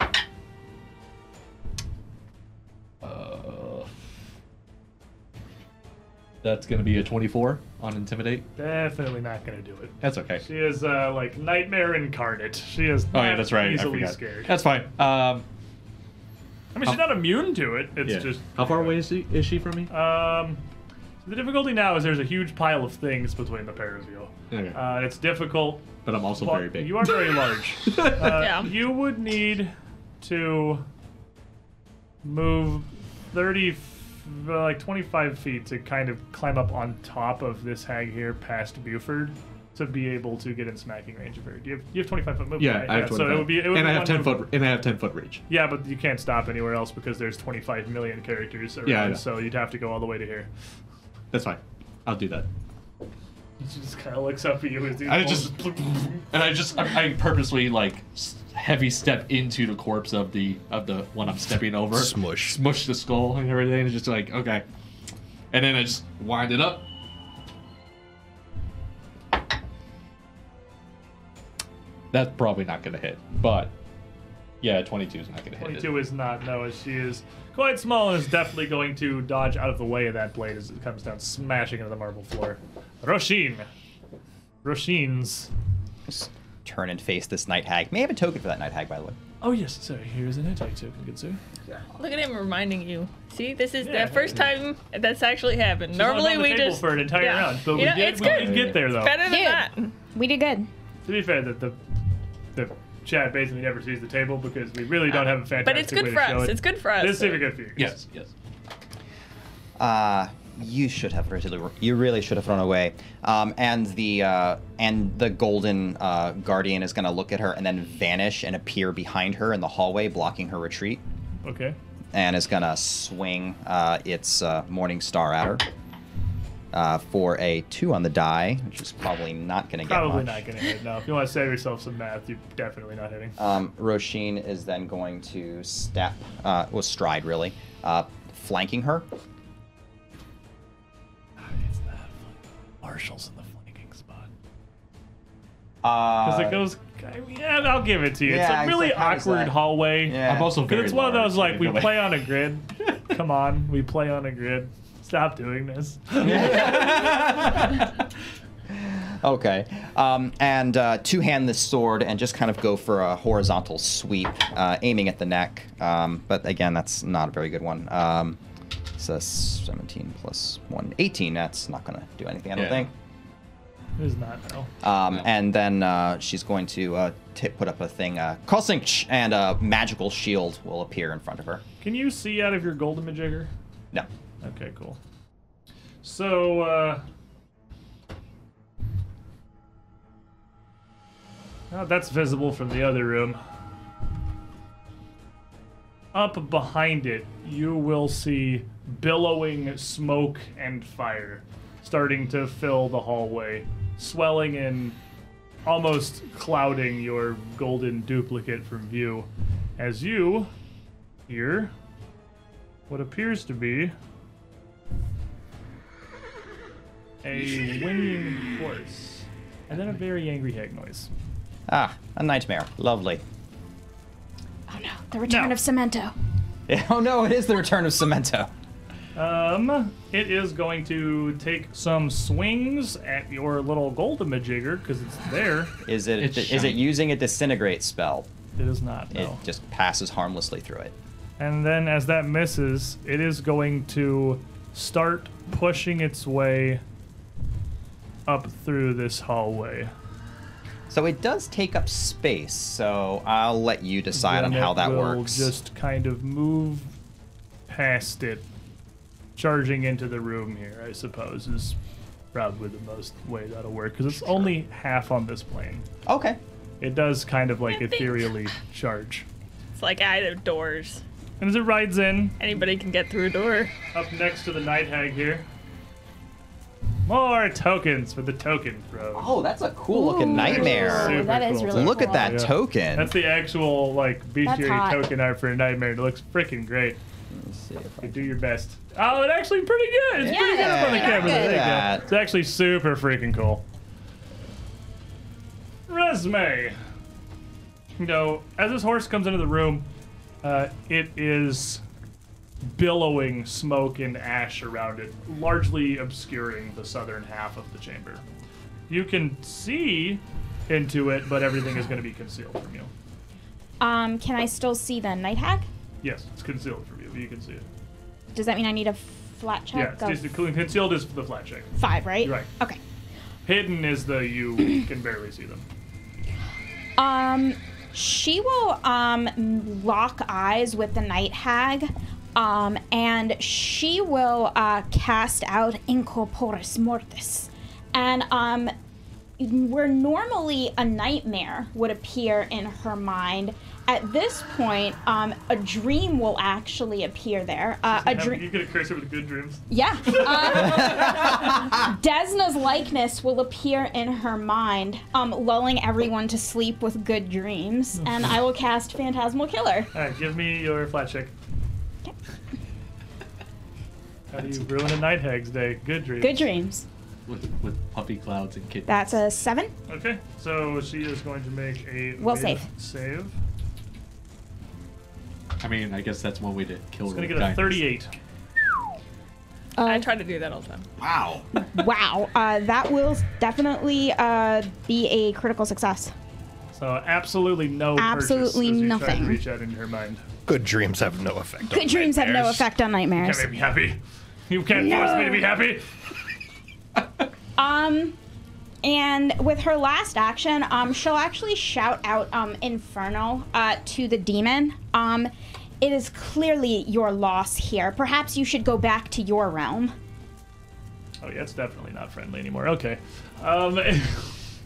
A: uh, that's gonna be a 24 on intimidate.
C: Definitely not going to do it.
A: That's okay.
C: She is uh, like nightmare incarnate. She is
A: Oh
C: not
A: yeah, that's right. I
C: easily
A: forgot.
C: scared.
A: That's fine. Um,
C: I mean, she's not immune to it. It's
A: yeah.
C: just
A: how far away is she, is she from me?
C: um, the difficulty now is there's a huge pile of things between the pair of you.
A: Okay.
C: Uh, it's difficult.
A: but I'm also
C: but
A: very big.
C: You are very large.
A: *laughs*
C: Uh,
F: Yeah.
C: You would need to move 30, f- like 25 feet to kind of climb up on top of this hag here past Buford to be able to get in smacking range of her. Do you have, you have 25 foot movement?
A: Yeah,
C: right?
A: I have 25.
C: So it would be, it would
A: and
C: be
A: I have
C: one
A: 10
C: move-
A: foot, and I have 10 foot reach.
C: Yeah, but you can't stop anywhere else because there's 25 million characters around,
A: Yeah, I know.
C: so you'd have to go all the way to here.
A: That's fine. I'll do that.
C: She just kind of looks up at you as these
A: I
C: bolts-
A: just
C: *laughs*
A: and I just I, I purposely like s- heavy step into the corpse of the of the one I'm stepping over.
E: Smush.
A: smush the skull and everything. And just like okay, and then I just wind it up. That's probably not gonna hit, but yeah, 22 is not gonna hit. it.
C: 22 is not, no, as she is quite small and is definitely going to dodge out of the way of that blade as it comes down, smashing into the marble floor. Roshin! Roshin's.
D: Just turn and face this night hag. May I have a token for that night hag, by the way?
C: Oh, yes, sir. Here's an anti token, good sir.
F: Look at him reminding you. See, this is
C: Yeah.
F: the first time that's actually happened.
C: not
F: Normally
C: on the
F: we
C: table
F: just
C: for an entire
F: yeah.
C: round, but
F: You
C: we,
F: know,
C: did,
F: it's
C: we
F: good.
C: did get there, though.
F: Better than
B: Dude.
F: that.
B: We did good.
C: To be fair, the, the, the chat basically never sees the table because we really don't have a fantastic
F: But it's
C: way
F: good
C: to
F: for
C: show
F: us.
C: it.
F: It's good for us.
C: This is even good for you. guys.
A: Yes, yes.
D: Uh, you should have really, you really should have run away. Um, and the uh, and the golden uh, guardian is gonna look at her and then vanish and appear behind her in the hallway, blocking her retreat,
C: Okay.
D: and is gonna swing uh, its uh, morning star at her uh, for a two on the die, which is probably not gonna get
C: Probably
D: much.
C: not going to hit. No, if you want to save yourself some math, you're definitely not hitting.
D: Um, Roshin is then going to step, uh, well, stride really, uh, flanking her.
G: It's not flanking. Marshall's in the flanking spot.
D: Uh,
C: Because it goes, I mean, yeah, I'll give it to you.
D: Yeah,
C: it's a
D: it's
C: really
D: like, how is
C: awkward
D: that?
C: hallway.
D: Yeah.
A: I'm also very.
C: Because it's one of
A: large,
C: those like we
A: anyway.
C: play on a grid. Come on, we play on a grid. Stop doing this.
D: *laughs* Okay. Um, and uh, two hand this sword and just kind of go for a horizontal sweep, uh, aiming at the neck. Um, but again, that's not a very good one. Um, so that's 17 plus 1, 18. That's not going to do anything, I don't
A: Yeah.
D: think.
C: It's not no.
D: Um, and then uh, she's going to uh, t- put up a thing, uh, Kosinch, and a magical shield will appear in front of her.
C: Can you see out of your golden majigger?
D: No.
C: Okay, cool. So uh now oh, that's visible from the other room. Up behind it, you will see billowing smoke and fire starting to fill the hallway, swelling and almost clouding your golden duplicate from view as you hear what appears to be a whinnying horse, and then a very angry hag noise.
D: Ah, a nightmare. Lovely. *laughs*
B: Oh no, the return
C: No.
B: of Cemento.
D: oh no, it is the return of Cemento.
C: Um, it is going to take some swings at your little golden majigger because it's there.
D: Is it?
A: It's
D: Is it
A: shiny.
D: using a disintegrate spell?
C: It is not. No.
D: It just passes harmlessly through it.
C: And then as that misses, it is going to start pushing its way up through this hallway.
D: So it does take up space, so I'll let you decide on
C: Then
D: how
C: it
D: that
C: will
D: works.
C: Just kind of move past it, charging into the room here, I suppose, is probably the most way that'll work because it's only half on this plane.
D: Okay.
C: It does kind of like
F: I think-
C: ethereally charge.
F: It's like out of doors.
C: And as it rides in,
F: Anybody can get through a door.
C: up next to the night hag here. More tokens for the token throw.
D: Oh, that's a cool looking nightmare.
C: Super
B: that is
C: cool.
B: really
D: Look
B: cool.
D: at that
C: Yeah.
D: token.
C: That's the actual like
B: That's
C: bestiary
B: hot.
C: token art for a nightmare. It looks freaking great.
D: Let's see if I-
C: Do your best. Oh, it's actually pretty good. It's pretty good up on the
D: Yeah,
C: camera.
D: look at
C: There you
D: that.
C: go. It's actually super freaking cool. Resume. You know, as this horse comes into the room, uh, it is billowing smoke and ash around it, largely obscuring the southern half of the chamber. You can see into it, but everything is going to be concealed from you.
B: Um, can I still see the night hack?
C: Yes, it's concealed from you, but you can see it.
B: Does that mean I need a flat
C: Yeah,
B: check?
C: it's
B: of
C: just- concealed is the flat check.
B: five, right?
C: Right.
B: Okay.
C: Hidden is the you can barely see them.
B: Um, she will um lock eyes with the night hag, um, and she will uh, cast out Incorporis Mortis, and um, where normally a nightmare would appear in her mind. At this point, um, a dream will actually appear there. Uh, a
C: Have-
B: dream.
C: You get a cursor with good
B: *laughs*
C: dreams.
B: Yeah. Uh, *laughs* Desna's likeness will appear in her mind, um, lulling everyone to sleep with good dreams, and I will cast Phantasmal Killer.
C: All right, give me your flat check. How do you ruin a night hag's day? Good dreams.
B: Good dreams.
A: *laughs* with, with puppy clouds and kittens.
B: That's a seven.
C: Okay, so she is going to make a
B: Will
C: made
B: save.
C: Save.
A: I mean, I guess that's one way to kill.
C: She's gonna get a 38.
B: Uh,
F: I try to do that all the time.
D: Wow.
B: Wow. Uh, that will definitely uh, be a critical success.
C: So absolutely no. purchase
B: Absolutely
C: as you try
B: nothing.
C: to reach out into her mind.
E: Good dreams have no effect.
B: Good dreams have no effect
C: Can't
B: on nightmares.
C: make me happy. You can't force me to be happy.
B: Um, and with her last action, um, she'll actually shout out um, Inferno uh, to the demon. Um, it is clearly your loss here. Perhaps you should go back to your realm.
C: Oh yeah, it's definitely not friendly anymore. Okay. Um,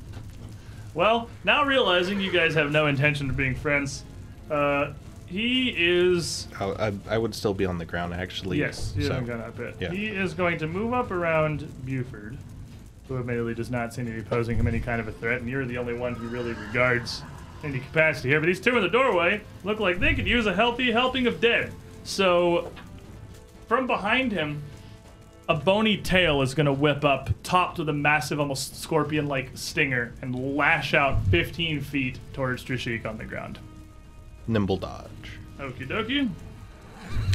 C: *laughs* well, now realizing you guys have no intention of being friends, uh, he is
E: I, I, I would still be on the ground actually.
C: yes, he
E: so-
C: hasn't gone up yet.
E: yeah.
C: He is going to move up around Buford, who admittedly does not seem to be posing him any kind of a threat, and you're the only one who really regards any capacity here. But these two in the doorway look like they could use a healthy helping of dead. So, from behind him, a bony tail is going to whip up, topped with a massive, almost scorpion like stinger, and lash out 15 feet towards Trishik on the ground.
E: Nimble dodge.
C: Okie dokie.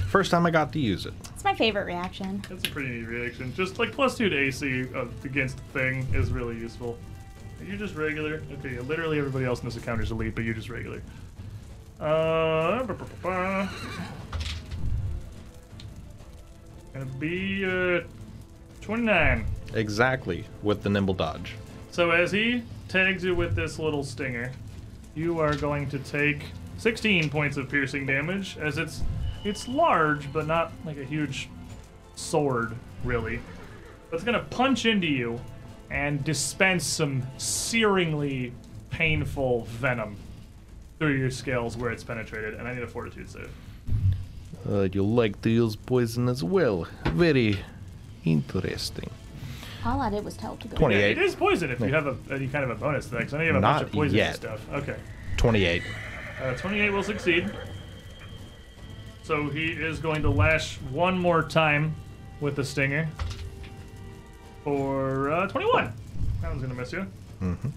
E: First time I got to use it.
B: It's my favorite reaction.
C: That's a pretty neat reaction. Just like plus two to AC of, against the thing is really useful. Are you just regular? Okay, yeah, literally everybody else in this account is elite, but you're just regular. Uh, ba- ba- ba- ba. gonna be uh, 29.
E: Exactly with the nimble dodge.
C: So as he tags you with this little stinger, you are going to take 16 points of piercing damage, as it's it's large, but not like a huge sword, really. But it's gonna punch into you and dispense some searingly painful venom through your scales where it's penetrated, and I need a fortitude save.
E: Uh, you like to use poison as well. Very interesting.
B: All I did was tell to go.
C: Yeah, it
E: 28.
C: is poison if you have a, any kind of a bonus to that, 'cause I know you have a
E: Not
C: bunch of poison
E: yet.
C: stuff. Okay.
E: 28.
C: Uh, 28 will succeed. So he is going to lash one more time with the stinger for uh, 21. That one's going to miss you. Mm-hmm.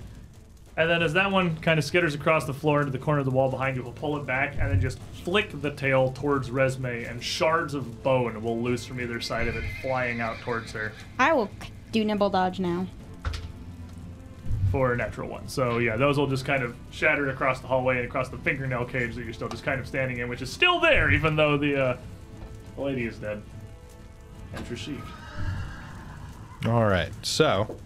C: And then as that one kind of skitters across the floor into the corner of the wall behind you, we'll pull it back and then just flick the tail towards Resme, and shards of bone will loose from either side of it, flying out towards her
B: I will c- do nimble dodge now.
C: for a natural one. So yeah, those will just kind of shatter across the hallway and across the fingernail cage that you're still just kind of standing in, which is still there, even though the, uh, the lady is dead. And Trishik.
E: All right, so.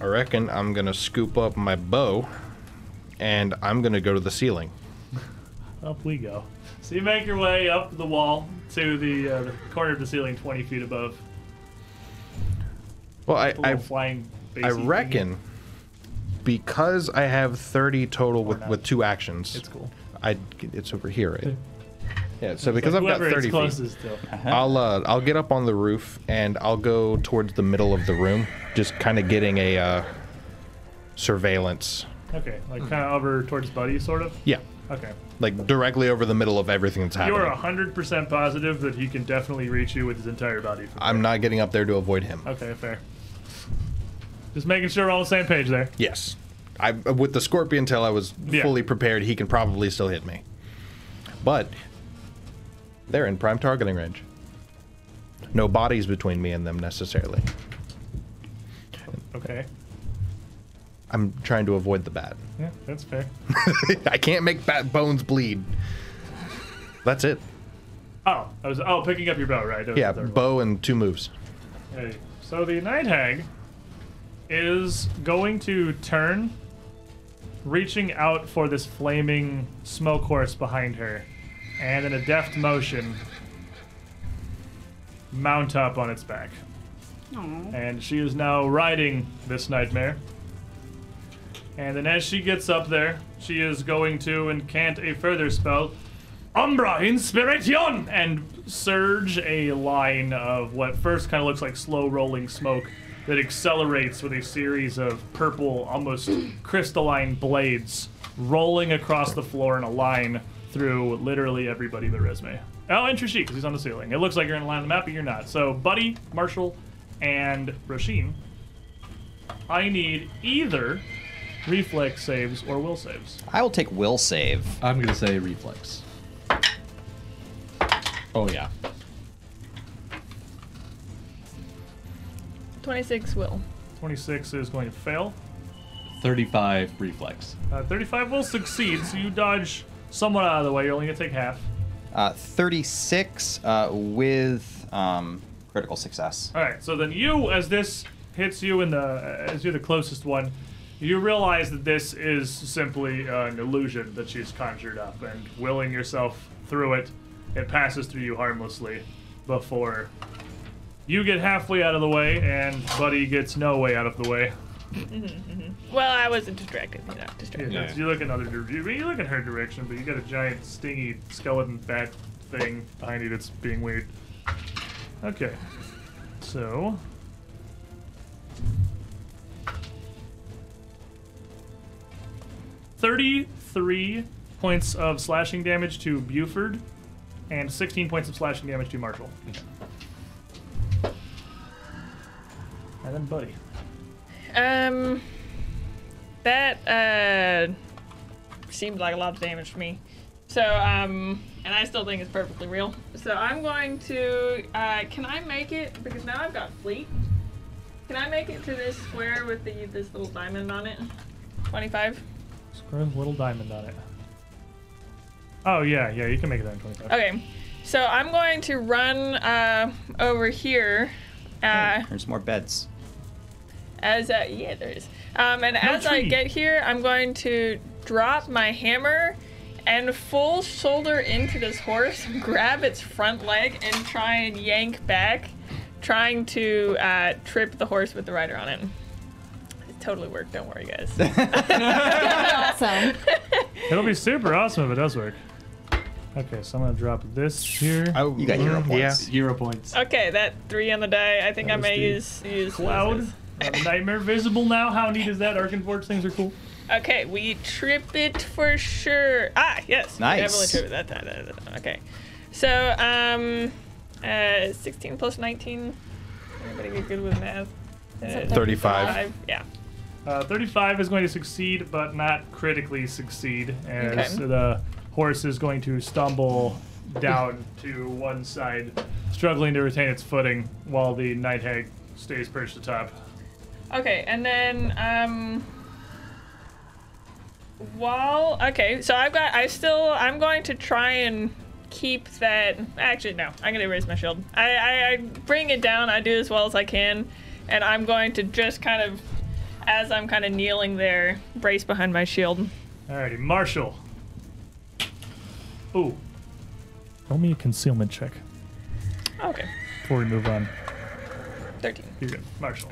E: I reckon I'm gonna scoop up my bow and I'm gonna go to the ceiling.
C: Up we go. So you make your way up the wall, to the, uh, the corner of the ceiling 20 feet above.
E: Well, I
C: The
E: I,
C: little flying
E: I
C: basey thingy.
E: reckon because I have 30 total with,
C: not.
E: with two actions.
C: It's cool.
E: I it's over here, right? Yeah. So because I've got
C: Whoever it's
E: 30 feet,
C: closest to.
E: I'll uh, I'll get up on the roof and I'll go towards the middle of the room, just kind of getting a uh, surveillance.
C: Okay, like kind of over towards Buddy, sort of?
E: Yeah,
C: Okay.
E: like directly over the middle of everything that's happening.
C: You're 100% positive that he can definitely reach you with his entire body. From
E: I'm not getting up there to avoid him.
C: Okay, fair. Just making sure we're all on the same page there.
E: Yes. I with the scorpion tail I was
C: Yeah.
E: fully prepared he can probably still hit me. But they're in prime targeting range. No bodies between me and them necessarily.
C: Okay.
E: I'm trying to avoid the bat.
C: Yeah, that's fair.
E: *laughs* I can't make bat bones bleed. That's it.
C: Oh, I was oh picking up your bow, right? That was
E: Yeah,
C: the third
E: bow and two moves.
C: one. Okay. So the night hag is going to turn, reaching out for this flaming smoke horse behind her, and in a deft motion, mount up on its back.
B: *laughs*
C: And she is now riding this nightmare. And then as she gets up there, she is going to incant a further spell, Umbra Inspiration, and surge a line of what first kind of looks like slow rolling smoke that accelerates with a series of purple, almost *clears throat* crystalline blades rolling across the floor in a line through literally everybody but Resme. Oh, and Trishik, because he's on the ceiling. It looks like you're in line on the map, but you're not. So, Buddy, Marshall, and Rasheen, I need either reflex saves or will saves.
D: I will take will save.
A: I'm gonna say reflex. Oh yeah.
F: 26 will.
C: 26 is going to fail.
A: 35 reflex.
C: Uh, 35 will succeed, so you dodge somewhat out of the way. You're only going to take half.
D: Uh, 36 uh, with um, critical success.
C: All right. So then you, as this hits you in the, uh, as you're the closest one, you realize that this is simply uh, an illusion that she's conjured up, and willing yourself through it, it passes through you harmlessly. Before you get halfway out of the way, and Buddy gets no way out of the way.
F: Well, I wasn't distracted. You know, distracted.
C: Yeah, You look another direction. You look in her direction, but you got a giant stingy skeleton bat thing behind you that's being weird. Okay. So. Thirty-three points of slashing damage to Buford, and sixteen points of slashing damage to Marshall. And then Buddy.
F: Um, that uh seemed like a lot of damage to me. So um, and I still think it's perfectly real. So I'm going to. Uh, can I make it? Because now I've got fleet. Can I make it to this square with the this little diamond on it? Twenty-five.
C: Square with little diamond on it. Oh yeah, yeah, you can make it on 25.
F: Okay. So I'm going to run uh over here. Uh,
D: There's more beds.
F: As uh, yeah, there is. Um, and as I
C: tree.
F: get here, I'm going to drop my hammer and full shoulder into this horse, *laughs* grab its front leg, and try and yank back, trying to uh, trip the horse with the rider on it. It totally worked. Don't
C: *laughs*
F: worry, guys. *laughs*
B: Awesome.
C: It'll be super awesome if it does work. Okay, so I'm gonna drop this here.
D: Oh, You got hero points.
A: Zero points.
F: okay, that three on the die. I think I
C: was
F: may
C: the
F: use use
C: Cloud,
F: those.
C: uh, nightmare visible now. How neat is that? Arcanforge things are cool.
F: Okay, we trip it for sure. Ah, yes. we
D: Nice.
F: Definitely trip it. That, that, that, that. Okay. So, um, uh, 16 plus 19. Anybody get good with math? Uh,
E: 35.
F: five, Yeah.
C: Uh, 35 is going to succeed, but not critically succeed, as
F: Okay.
C: the horse is going to stumble down *laughs* to one side, struggling to retain its footing, while the night hag stays perched atop.
F: Okay, and then, um, while, okay, so I've got, I still, I'm going to try and keep that, actually, no, I'm going to raise my shield. I, I, I bring it down, I do as well as I can, and I'm going to just kind of, as I'm kind of kneeling there, brace behind my shield.
C: Alrighty, Marshall. Ooh. Roll me a concealment check.
F: Okay.
C: before we move on.
F: 13.
C: You're good. Marshall.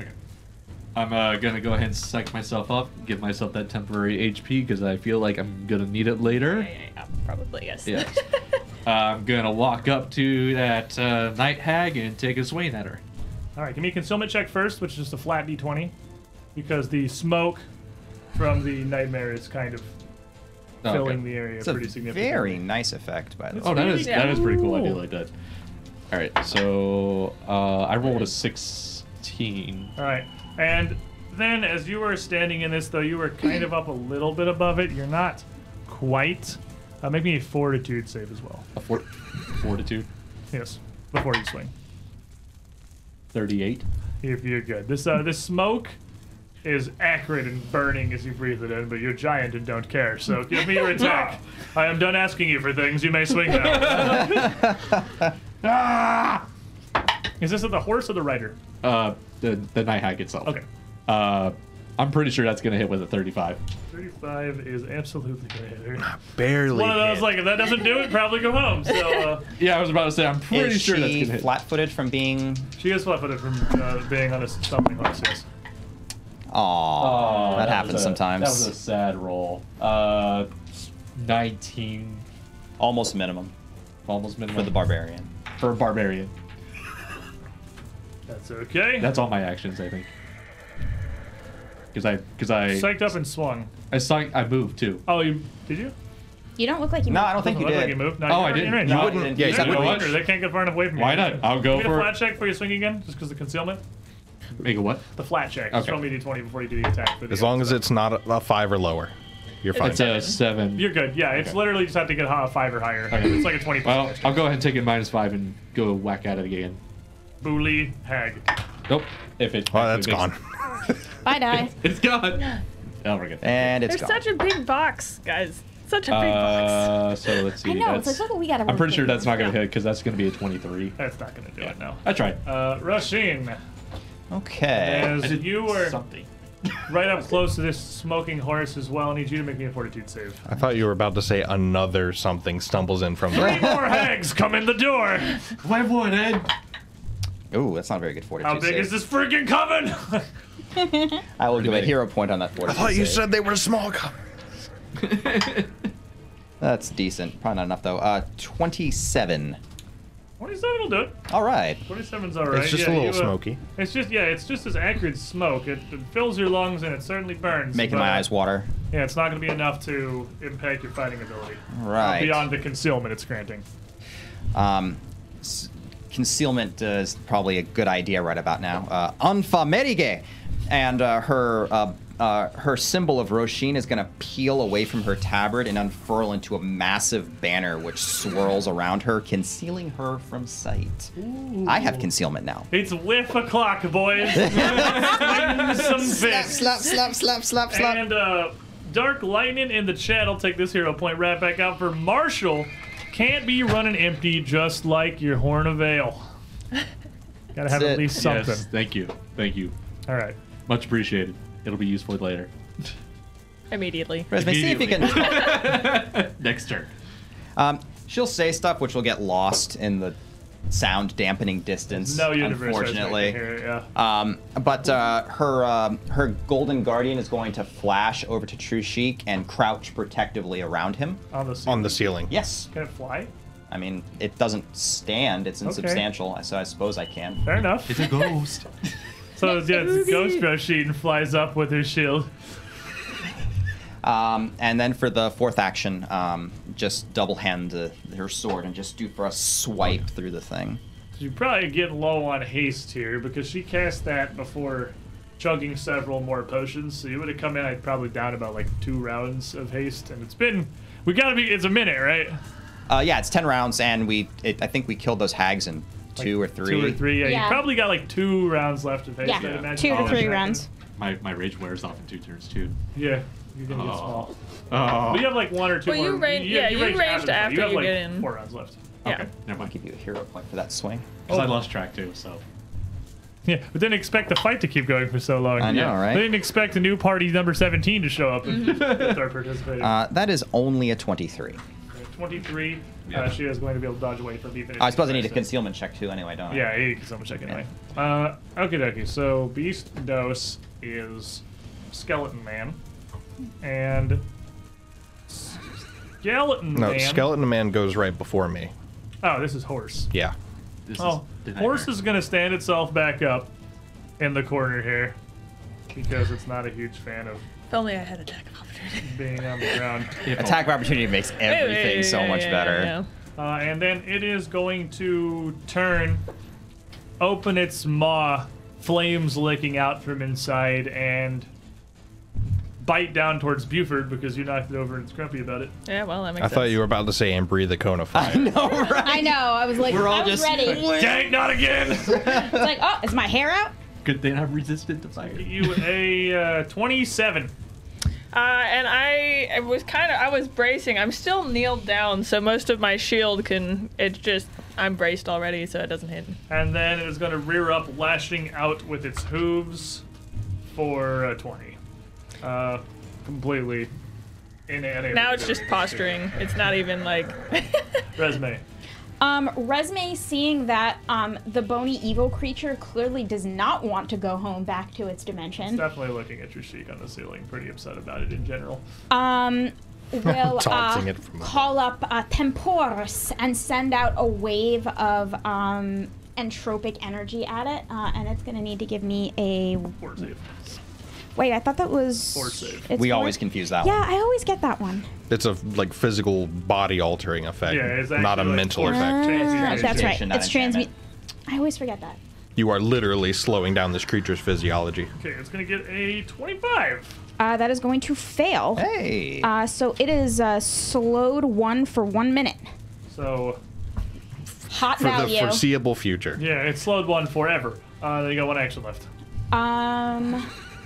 A: I'm uh, gonna go ahead and psych myself up, give myself that temporary HP because I feel like I'm gonna need it
F: Yeah,
A: later.
F: yeah, yeah, probably, yes. *laughs*
A: Yes. Uh, I'm gonna walk up to that uh, night hag and take a swing at her.
C: All right, give me a concealment check first, which is just a flat d20, because the smoke from the nightmare is kind of
A: Oh, okay.
C: filling the area
D: It's a
C: pretty significantly.
D: very nice effect,
A: *laughs*
D: by the
C: It's
D: way.
A: Oh, that is
F: Yeah.
A: that is pretty cool. I do
C: Ooh.
A: like that. All right, so uh, I rolled a sixteen.
C: All right. And then, as you were standing in this, though, you were kind of up a little bit above it. You're not quite. Uh, make me a fortitude save as well.
A: A fort- fortitude,
C: Yes, before you swing.
A: thirty-eight.
C: If you're good. This uh, this smoke is acrid and burning as you breathe it in, but you're giant and don't care. So give me your attack. I am done asking you for things. You may swing
D: *laughs*
C: now. Ah! Is this at the horse or the rider?
A: Uh, the the night hag itself.
C: Okay.
A: Uh, I'm pretty sure that's gonna hit with a thirty-five.
C: 35 is absolutely greater.
E: Barely.
C: One of those,
E: hit.
C: like, if that doesn't do it, probably go home. So uh,
A: Yeah, I was about to say. I'm pretty
D: Is
A: sure that's
D: she
A: gonna hit.
D: flat-footed from being?
C: she is flat-footed from uh, being on a stumbling horse. Yes.
D: Aww.
A: Aw,
D: That
A: Oh, was
D: happens
A: a-
D: sometimes.
A: That was a sad roll. Uh, nineteen,
D: Almost minimum
A: almost minimum
D: for the barbarian.
A: for a barbarian.
C: That's okay.
A: That's all my actions, I think. Because I, because I,
C: psyched up and swung.
A: I saw, I moved too.
C: Oh, you did you?
B: You don't look like you.
D: No,
B: moved.
D: I don't think you
C: Looked like you
D: did.
C: moved. No,
A: Oh,
C: you're
A: I didn't.
C: You're in
A: You
C: range.
D: wouldn't-
C: You're
D: yeah,
C: in
D: exactly.
C: range.
A: You know what?
C: They can't get far enough away from you.
A: Why not? I'll go
C: Make a
A: for-
C: flat check for your swing again, just because of concealment.
A: Make a what?
C: The flat check. Just
A: Okay.
C: roll me d d20 before you do the attack. for the
E: as long as
C: other
E: it's not a, a five or lower, you're fine.
A: It's a seven.
C: stuff. You're good. Yeah, it's
A: Okay.
C: literally just have to get a five or higher.
A: Okay.
C: It's like a 20.
A: Well, I'll go ahead and take it minus five and go whack at it again.
C: Bully hag.
A: Nope. If it.
E: Oh,
A: actually
E: that's
A: makes-
E: gone.
B: Bye,
A: *laughs*
B: die.
A: It's gone. Oh, we're good.
D: And it's
F: There's
D: gone.
F: such a big box, guys. Such a big box.
A: Uh, so let's see.
B: I know. It's
A: that's-
B: like look, we got a.
A: I'm pretty sure that's not gonna hit because that's gonna be a 23.
C: That's not gonna do it. No.
A: I tried.
C: Uh,
E: Eh,
C: Rasheen,
D: Okay.
C: as Oh, you were
A: something.
C: right up close to this smoking horse as well, I need you to make me a fortitude
E: *laughs*
C: save.
E: I thought you were about to say another something stumbles in from
C: Three
E: the.
C: more hags come in the door.
A: Why one, Ed?
D: Ooh, that's not a very good fortitude.
C: How big
D: save.
C: is this freaking coven? *laughs*
D: I will give a hero point on that fortitude. save.
E: they were small. co-
D: That's decent. Probably not enough though. Uh, twenty-seven.
C: 27 will do it.
D: All right.
C: 27's all right.
E: It's just
C: Yeah,
E: a little
C: you, uh,
E: smoky.
C: It's just yeah, it's just this acrid smoke. It, it fills your lungs and it certainly burns.
D: Making
C: but,
D: my
C: uh,
D: eyes water.
C: Yeah, it's not going to be enough to impact your fighting ability
D: Right.
C: beyond the concealment it's granting.
D: Um, s- concealment uh, is probably a good idea right about now. Uh, Anfamerige, and uh, her uh, uh, her symbol of Roshin is going to peel away from her tabard and unfurl into a massive banner, which swirls around her, concealing her from sight. I have concealment now.
C: It's whiff o'clock,
D: *laughs*
C: boys. Swing some
D: Slap,
C: fists.
D: slap, slap, slap, slap, slap.
C: And uh, Dark Lightning in the chat. I'll take this hero point right back out for Marshall. Can't be running empty just like your horn of
D: *laughs*
C: ale. Gotta have at
D: That's it.
C: least something.
A: Yes. Thank you. Thank you.
C: All right.
A: Much appreciated. It'll be useful later. *laughs*
F: Immediately.
D: Resume, see if you can.
A: Next turn.
D: *laughs* Um, she'll say stuff which will get lost in the sound dampening distance.
C: No universe. has
D: Unfortunately.
C: making Here, yeah.
D: Um, but uh, her um, her golden guardian is going to flash over to True Sheik and crouch protectively around him.
C: on the ceiling.
E: On the ceiling.
D: Yes,
C: Can it fly?
D: I mean it doesn't stand; it's insubstantial, so I suppose I can.
C: Fair enough.
A: It's
C: *laughs*
A: a ghost.
C: So yeah, it's Ghost Rasheen flies up with her shield.
D: Um, and then for the fourth action, um, just double hand the, her sword and just do for a swipe through the thing.
C: She's probably getting low on haste here because she cast that before chugging several more potions. So you would have come in, I'd probably down about like two rounds of haste, and it's been we gotta be. It's a minute, right?
D: Uh, yeah, it's ten rounds, and we it, I think we killed those hags in two or three.
C: Two or three. Yeah, you
B: Yeah.
C: probably got like two rounds left of haste.
B: Yeah,
C: I'd imagine.
B: two to
C: Oh,
B: three
C: yeah.
B: rounds.
A: My my rage wears off in two turns too.
C: Yeah, you're gonna get
A: Oh.
C: small.
A: Oh,
C: But you have like one or two.
F: Well,
C: more.
F: you ran- yeah, you
C: ranged
F: ranged
C: out of it,
F: after
C: but
F: you
C: You
F: get
C: have like
F: in.
C: four rounds left.
F: Yeah.
A: never mind.
D: Give you a hero point for that swing.
A: Because I lost track too. So
C: Yeah, but didn't expect the fight to keep going for so long.
D: I know, right?
C: They didn't expect a new *laughs* party number 17 to show up and start participating.
D: Uh, that is only a twenty-three.
C: 23. Uh,
A: Yeah.
C: she is going to be able to dodge away from even. if
D: I suppose I need a
C: she tries to-
D: concealment check too, anyway, don't I?
C: Yeah, you can someone check anyway. Uh, okay, dokie. So Beast Dose is Skeleton Man, and Skeleton
E: No,
C: Man.
E: Skeleton Man goes right before me.
C: Oh, this is Horse.
E: Yeah.
A: This
C: Oh,
A: is
C: Horse is gonna stand itself back up in the corner here because it's not a huge fan of
F: If only I had attack of opportunity.
C: being on the ground.
D: Attack of opportunity makes everything so much better.
C: Uh, and then it is going to turn, open its maw, flames licking out from inside, and bite down towards Buford because you knocked it over and it's grumpy about it.
F: Yeah, well, that makes
E: I
F: sense.
E: thought you were about to say and breathe the cone of
D: I
E: fire.
D: know, right?
B: I know. I was like,
D: We're all
B: I was
D: just
A: *laughs*
B: ready.
C: Dang, not again! *laughs*
B: It's like, oh, is my hair out?
A: Good thing I'm resistant to fire.
C: you a uh, 27.
F: Uh, and I, I was kind of, I was bracing. I'm still kneeled down, so most of my shield can. It's just I'm braced already, so it doesn't hit.
C: And then it is going to rear up, lashing out with its hooves for uh, 20. Uh, completely inanimate.
F: Now it's just posturing. It's not even like. *laughs*
C: Resume.
B: Um, Resme, seeing that um, the bony evil creature clearly does not want to go home back to its dimension,
C: Definitely looking at your sheik on the ceiling, pretty upset about it in general.
E: *laughs*
B: um, will uh,
E: Taunting it from above.
B: call up uh, Temporis and send out a wave of um, entropic energy at it, uh, and it's going to need to give me a.
C: Four save.
B: Wait, I thought that was.
C: Fort save.
B: it's
D: We
B: fort-
D: always confuse that
B: Yeah,
D: one.
B: I always get that one.
E: It's a like physical body altering effect,
C: Yeah, it's
E: not a
C: actually, like,
E: mental
C: force-
E: effect.
C: Transmutation.
B: Ah, that's right.
D: Transmutation, not
B: It's transmute.
D: enchantment.
B: I always forget that.
E: You are literally slowing down this creature's physiology.
C: Okay, it's gonna get a 25.
B: Uh, that is going to fail.
D: Eh? Hey.
B: Uh, so it is uh, slowed one for one minute.
C: So,
B: Hot
E: For
B: value.
E: the foreseeable future.
C: yeah, it slowed one forever. Uh, then you got one action left.
B: um,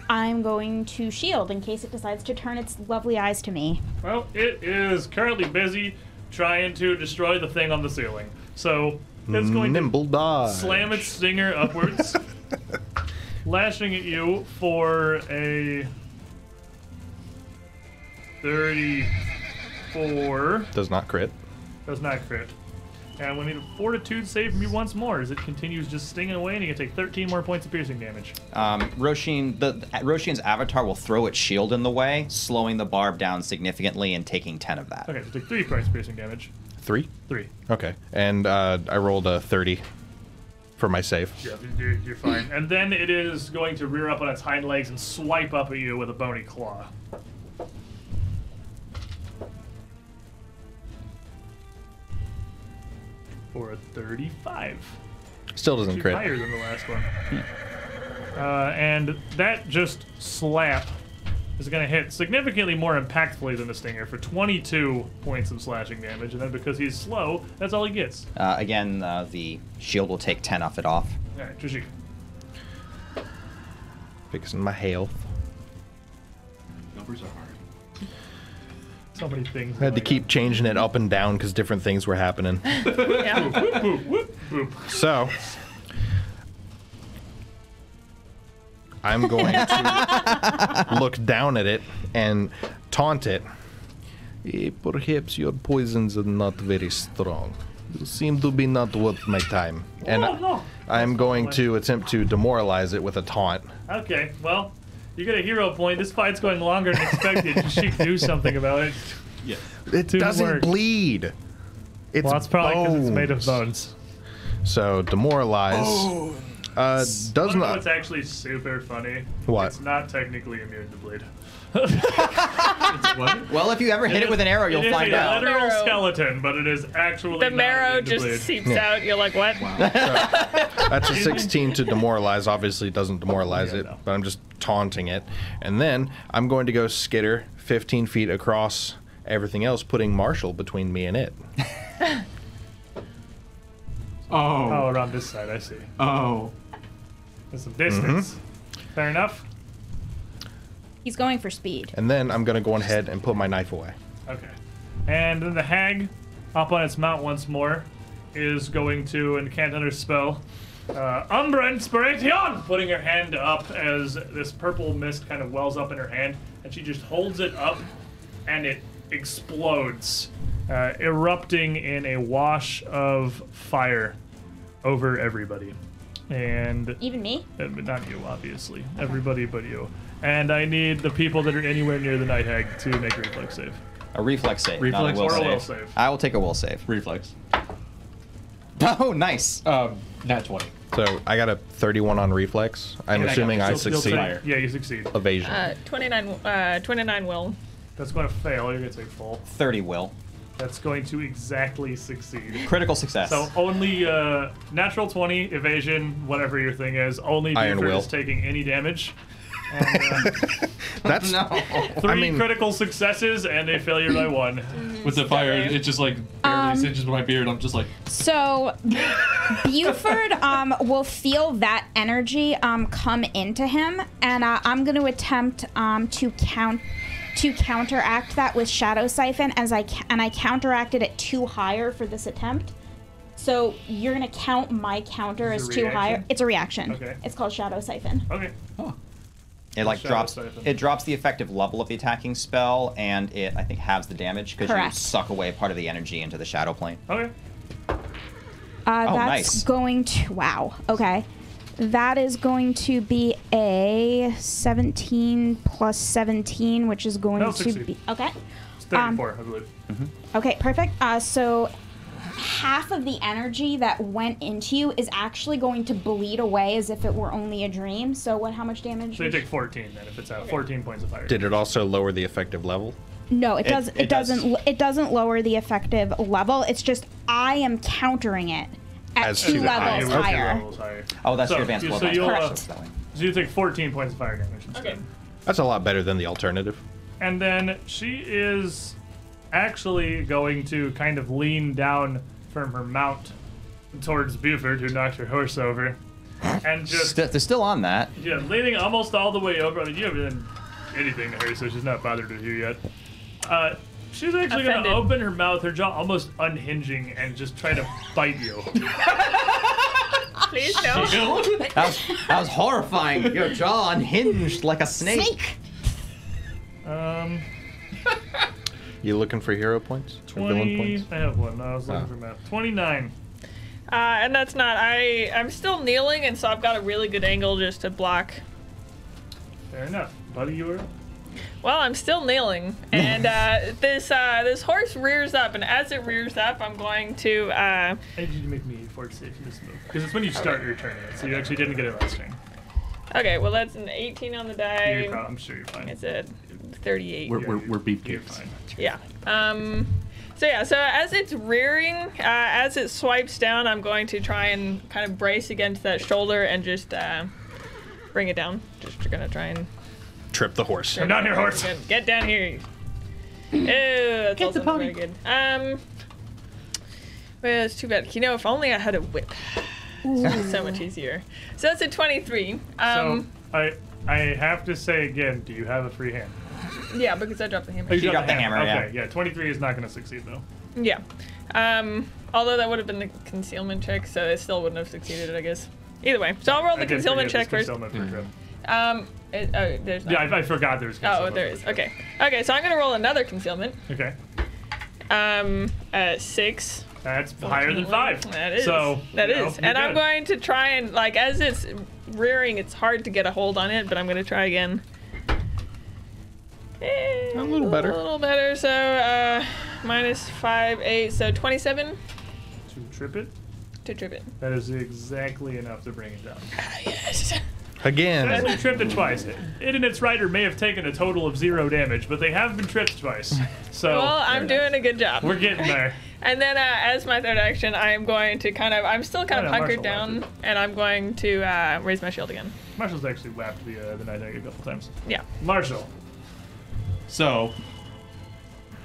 B: I'm going to shield in case it decides to turn its lovely eyes to me.
C: Well, it is currently busy trying to destroy the thing on the ceiling. So, it's going to
E: Nimble dodge.
C: slam its stinger
E: *laughs*
C: upwards, lashing at you for a 34.
E: Does not crit.
C: Does not crit. And we need a fortitude save from you once more as it continues just stinging away and you can take 13 more points of piercing damage.
D: Um, Roshin, the Roshin's avatar will throw its shield in the way, slowing the barb down significantly and taking ten of that.
C: Okay, so take three points of piercing damage.
E: Three.
C: Three.
E: Okay. And uh, I rolled a thirty for my save.
C: Yeah, you're, you're fine. And then it is going to rear up on its hind legs and swipe up at you with a bony claw. For a 35.
E: Still doesn't
C: Actually
E: crit.
C: higher than the last one. Uh, and that just slap is going to hit significantly more impactfully than the stinger for 22 points of slashing damage. And then because he's slow, that's all he gets.
D: Uh, again, uh, the shield will take ten off it off.
C: All right, Trishik.
E: Fixing my health.
A: Numbers are hard.
C: So many things.
E: I had
C: going on.
E: to keep changing it up and down because different things
C: *laughs*
E: were happening.
F: Yeah.
C: Boop, boop, boop.
E: So, I'm going to
C: *laughs*
E: look down at it and taunt it. Eh, perhaps your poisons are not very strong. You seem to be not worth my time. And
C: Oh, no.
E: I'm going to attempt to demoralize it with a taunt.
C: Okay, well, you get a hero point. This fight's going longer than
E: *laughs*
C: expected. You should do something about it.
A: Yeah.
E: It
C: Didn't
E: doesn't
C: work.
E: bleed. It's
C: Well, that's probably because it's made of
E: bones.
C: bones.
E: So demoralize
A: Oh.
E: uh, does
C: You know what's
E: not.
C: actually super funny?
E: What?
C: It's not technically immune to bleed. *laughs*
A: What?
D: Well, if you ever hit it, with an arrow, you'll
C: It is
D: find
C: a
D: out.
C: literal
F: Marrow.
C: skeleton, but it is actually
F: The
C: not
F: marrow
C: immune to
F: just
C: bleed.
F: seeps out. You're like, what?
E: That's a 16 to demoralize. Obviously, it doesn't demoralize
C: Yeah,
E: it,
C: no.
E: but I'm just taunting it. And then I'm going to go skitter 15 feet across everything else, putting Marshall between me and it.
C: Oh,
A: Oh.
C: around this side, I see.
A: Oh.
C: There's some distance. Fair enough.
B: He's going for speed.
E: And then I'm going to go on ahead and put my knife away.
C: Okay. And then the hag, up on its mount once more, is going to incant another spell. Uh, Umbra Inspiration! Putting her hand up as this purple mist kind of wells up in her hand, and she just holds it up and it explodes uh, erupting in a wash of fire over everybody. And
B: Even me?
C: uh, but not you, obviously. Everybody but you. And I need the people that are anywhere near the Night Hag to make a reflex save.
D: A reflex save,
A: Reflex
D: not a will
A: or
C: a
D: save.
C: will save.
D: I will take a will save. *laughs*
A: Reflex.
D: Oh, nice.
C: Uh,
A: Um, nat 20.
E: So I got a 31 on reflex. I'm
A: And I got
E: assuming I
A: myself
C: You'll
E: succeed.
C: take- yeah, you succeed.
E: Evasion.
F: Uh, *laughs* 29, uh, 29 will.
C: That's going to fail. You're going to take full.
D: 30 will.
C: That's going to exactly succeed.
D: Critical success.
C: So only uh, natural 20, evasion, whatever your thing is, only
E: Iron
C: Beaver
E: will.
C: is taking any damage. And, uh,
E: *laughs* That's
D: no.
C: three
E: mean-
C: critical successes and a failure by one.
A: With the fire,
F: Okay.
A: it just like barely
B: Mm. Um,
A: cinches my beard. I'm just like,
C: *laughs*
B: So Buford um, will feel that energy um, come into him, and uh, I'm going to attempt um, to count to counteract that with Shadow Siphon, as I ca- and I counteracted it too higher for this attempt. So you're going to count my counter
C: Is it
B: as
C: a
B: too higher.
C: reaction?
B: It's a reaction.
C: Okay.
B: It's called Shadow Siphon.
C: Okay.
D: It like
C: Shadow
D: drops.
C: Siphon.
D: It drops the effective level of the attacking spell, and it I think halves the damage because you
B: Correct.
D: suck away part of the energy into the shadow plane.
C: Okay.
B: Uh, that's
D: Oh, nice.
B: going to wow. Okay, that is going to be a 17 plus 17, which is going
C: That'll
B: to
C: succeed.
B: be okay.
C: It's 34, I believe.
B: Okay, perfect. Uh, so half of the energy that went into you is actually going to bleed away as if it were only a dream. So what? How much damage?
C: So you take 14 then if it's out. 14 points of fire.
E: Did it also lower the effective level?
B: no, it does. It,
D: it does.
B: doesn't. l- It doesn't lower the effective level. It's just I am countering it at
E: As
B: two
E: to the
B: levels
E: higher-
C: Okay,
B: higher.
C: levels higher.
D: Oh, that's
C: So,
D: your advanced
C: you-
D: blow
C: so
D: advance
C: you'll,
D: attack,
B: uh,
D: so it's that way.
C: So you take 14 points of fire damage instead.
F: Okay.
E: That's a lot better than the alternative.
C: And then she is actually going to kind of lean down from her mount towards Buford, who knocked her horse over. And just
D: St- they're still on that.
C: yeah, leaning almost all the way over. I mean, you haven't done anything to her, so she's not bothered with you yet. Uh, she's actually going to
F: Offended.
C: open her mouth, her jaw almost unhinging, and just try to bite you.
F: Please no.
D: That was, that was horrifying. Your jaw unhinged like a snake.
B: Snake.
C: Um,
E: You looking for hero points? Or villain
C: 20.
E: points?
C: I have one. I was looking
E: Oh.
C: for math. 29.
F: Uh, and that's not. I I'm still kneeling, and so I've got a really good angle just to block.
C: Fair enough. Buddy, you were.
F: Well, I'm still
E: *laughs*
F: kneeling, and uh, this uh, this horse rears up, and as it rears up, I'm going to. Uh,
C: I need you to make me a fort save for this move. Because it's when you start your turn, so you actually didn't get it last turn.
F: okay, well that's an 18 on the die.
C: You're prob- I'm sure you're fine.
F: It's a 38.
A: we're, we're,
C: you-
A: we're beef
C: You're
A: cakes.
C: fine.
F: Yeah. Um. So yeah. So as it's rearing, uh, as it swipes down, I'm going to try and kind of brace against that shoulder and just uh, bring it down. Just gonna try and
E: Trip the horse.
C: Come down here, horse.
F: Good. Get down here.
D: *clears throat*
F: Ew, that's
D: Get
F: also
D: the
F: not
D: pony.
F: very good. Um, well, it's too bad. You know, if only I had a whip. It's so much easier. So that's a 23.
C: So,
F: Um,
C: I, I have to say again do you have a free hand?
F: yeah, because I dropped the
C: Oh,
F: hammer.
C: you
D: She got the hammer,
C: Okay, yeah. 23 is not going to succeed, though.
F: Yeah. Um, although that would have been the concealment check, so it still wouldn't have succeeded, I guess. Either way. So I'll roll the
C: I did
F: concealment
C: forget
F: check
C: this
F: first.
C: concealment for Trip.
F: Um, it, oh, there's not.
C: Yeah, I, I forgot there was
F: oh,
C: concealment.
F: there
C: for
F: is.
C: Trip.
F: Okay. Okay, so I'm going to roll another concealment.
C: Okay.
F: Um, uh, six.
C: That's higher than five.
F: That is.
C: So
F: that
C: you know,
F: is.
C: you're
F: and I'm
C: good.
F: going to try and like as it's rearing, it's hard to get a hold on it, but I'm going to try again. Eh,
E: A little better.
F: A little better. So uh, minus five, eight. So 27
C: to trip it.
F: to trip it.
C: That is exactly enough to bring it down.
F: Yes.
C: That's been
E: Again.
C: tripped it twice. It and its rider may have taken a total of zero damage, but they have been tripped twice. So
F: *laughs* Well, I'm doing a good job.
C: We're getting there.
F: And then uh, as my third action, I am going to kind of. I'm still
C: Oh,
F: kind of
C: yeah,
F: hunkered
C: martial
F: down,
C: arts.
F: and I'm going to uh, raise my shield again.
C: Marshall's actually whacked the uh, the night egg a couple times.
F: Yeah.
C: Marshall,
A: So,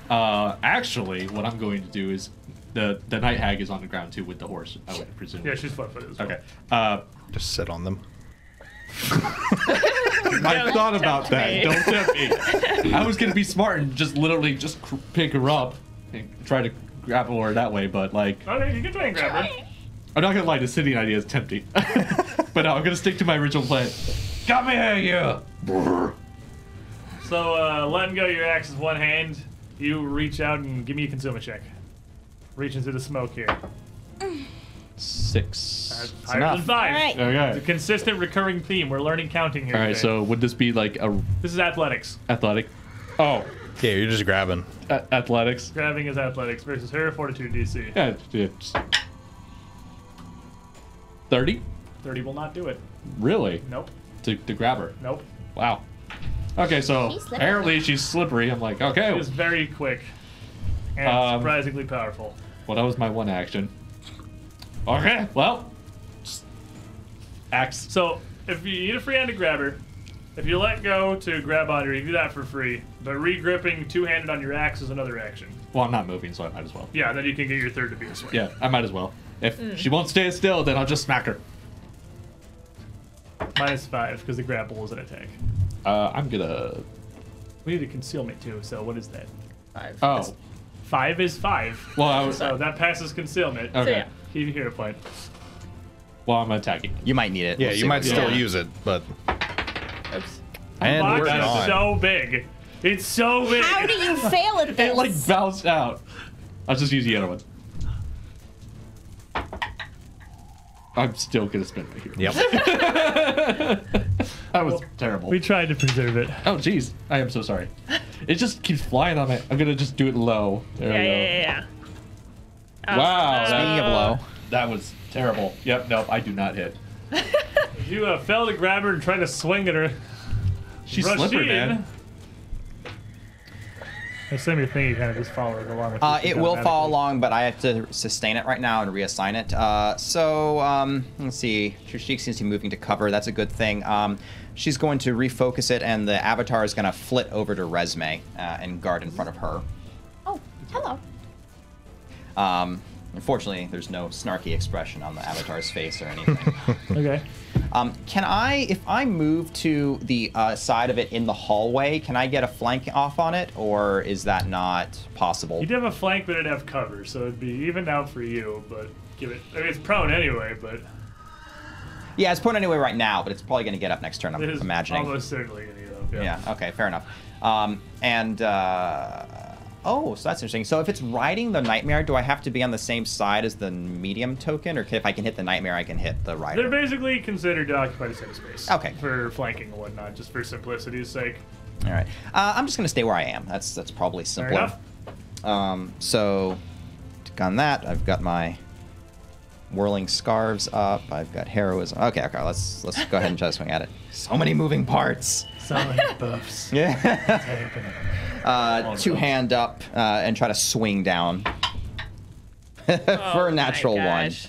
A: uh, actually, what I'm going to do is the the night hag is on the ground too with the horse. I would presume.
C: yeah, she's flat footed. Well.
A: Okay. Uh,
E: Just sit on them.
A: I thought about that.
F: me.
A: Don't tempt *laughs* me. I was gonna be smart and just literally just cr- pick her up and try to grapple her that way, but like
C: Okay, you can try and grab her.
A: I'm not gonna lie, the city idea is tempting. *laughs* but no, I'm gonna stick to my original plan. Come here, you.
C: So uh, letting go your axe with one hand, you reach out and give me a consumer check. Reaching through the smoke here.
A: Six.
C: That's higher than
D: enough.
C: five.
B: All right.
C: It's a
A: Okay.
C: consistent recurring theme. We're learning counting here.
A: All right.
C: today.
A: So would this be like a
C: this is athletics.
A: athletic? Oh,
E: Yeah, you're just grabbing.
A: a- athletics.
C: Grabbing is athletics versus her fortitude DC.
A: Yeah. It's Thirty.
C: Thirty will not do it.
A: Really?
C: Nope.
A: To, to grab her.
C: Nope.
A: Wow. Okay, so
B: She's slippery.
A: apparently she's slippery. I'm like,
C: It
A: okay,
C: is very quick and
A: Um,
C: surprisingly powerful.
A: well, that was my one action. Okay, well, s- axe.
C: So if you need a free handed grabber, if you let go to grab on her, you do that for free. But re-gripping two handed on your axe is another action.
A: Well, I'm not moving, so I might as well.
C: Yeah, then you can get your third to be a swing.
A: Yeah, I might as well. If
B: Hmm.
A: she won't stay still, then I'll just smack her.
C: Minus five, because the grapple is an attack.
A: Uh, I'm gonna.
C: We need a concealment too, so what is that?
F: Five.
C: Uh,
A: Oh,
C: Five is five.
A: well, I was.
C: So that passes concealment.
A: Okay.
F: yeah.
C: Keep your hero point.
A: Well, I'm attacking.
D: You might need it.
E: Yeah,
D: We'll
E: you
D: see
E: might
D: what-
E: still
F: Yeah.
E: use it, but
F: Oops.
E: and
C: Box
E: we're
C: is
E: gone.
C: so big. It's so big.
B: How do you fail at this?
A: It like bounced out. I'll just use the other one. I'm still gonna spin right here.
C: *laughs*
E: Yep.
A: That was terrible.
C: we tried to preserve it.
A: Oh, jeez. I am so sorry. It just keeps flying on it. I'm going to just do it low. There
F: Yeah,
A: we go.
F: yeah, yeah, yeah.
A: Wow,
F: Uh,
A: that-
D: Speaking of low,
A: That was terrible. Yep, nope, I do not hit.
C: You uh, fell to grab her and tried to swing at her.
A: She's
C: Rashid.
A: slippery, man.
C: I assume you think you kind of just follow her along. With
D: uh, it will fall along, but I have to sustain it right now and reassign it. Uh, so um, let's see. Trishik seems to be moving to cover. That's a good thing. Um, she's going to refocus it, and the avatar is going to flit over to Resme uh, and guard in front of her.
B: oh, hello.
D: Um, unfortunately, there's no snarky expression on the avatar's face
C: *laughs*
D: or anything.
C: Okay.
D: Um, can I, if I move to the uh, side of it in the hallway, can I get a flank off on it, or is that not possible?
C: You did have a flank, but it'd have cover, so it'd be even out for you. But give it. I mean, it's prone anyway, but
D: Yeah, it's put anyway right now, but it's probably going to get up next turn. I'm
C: it is
D: imagining.
C: almost certainly gonna get up. Yeah.
D: Yeah. Okay. Fair enough. Um, and uh, oh, so that's interesting. So if it's riding the nightmare, do I have to be on the same side as the medium token, or can, if I can hit the nightmare, I can hit the rider?
C: They're basically considered to occupy the same space.
D: Okay.
C: For flanking and whatnot, just for simplicity's sake.
D: All right. Uh, I'm just going to stay where I am. That's that's probably
C: Fair
D: simpler.
C: enough.
D: Um, so, tick on that. I've got my whirling scarves up. I've got heroism. Okay, okay. Let's let's go ahead and try to swing at it. So many moving parts.
C: Solid buffs.
D: Yeah. *laughs* uh, two hand up uh, and try to swing down *laughs* for
F: Oh my
D: a natural one.
F: gosh.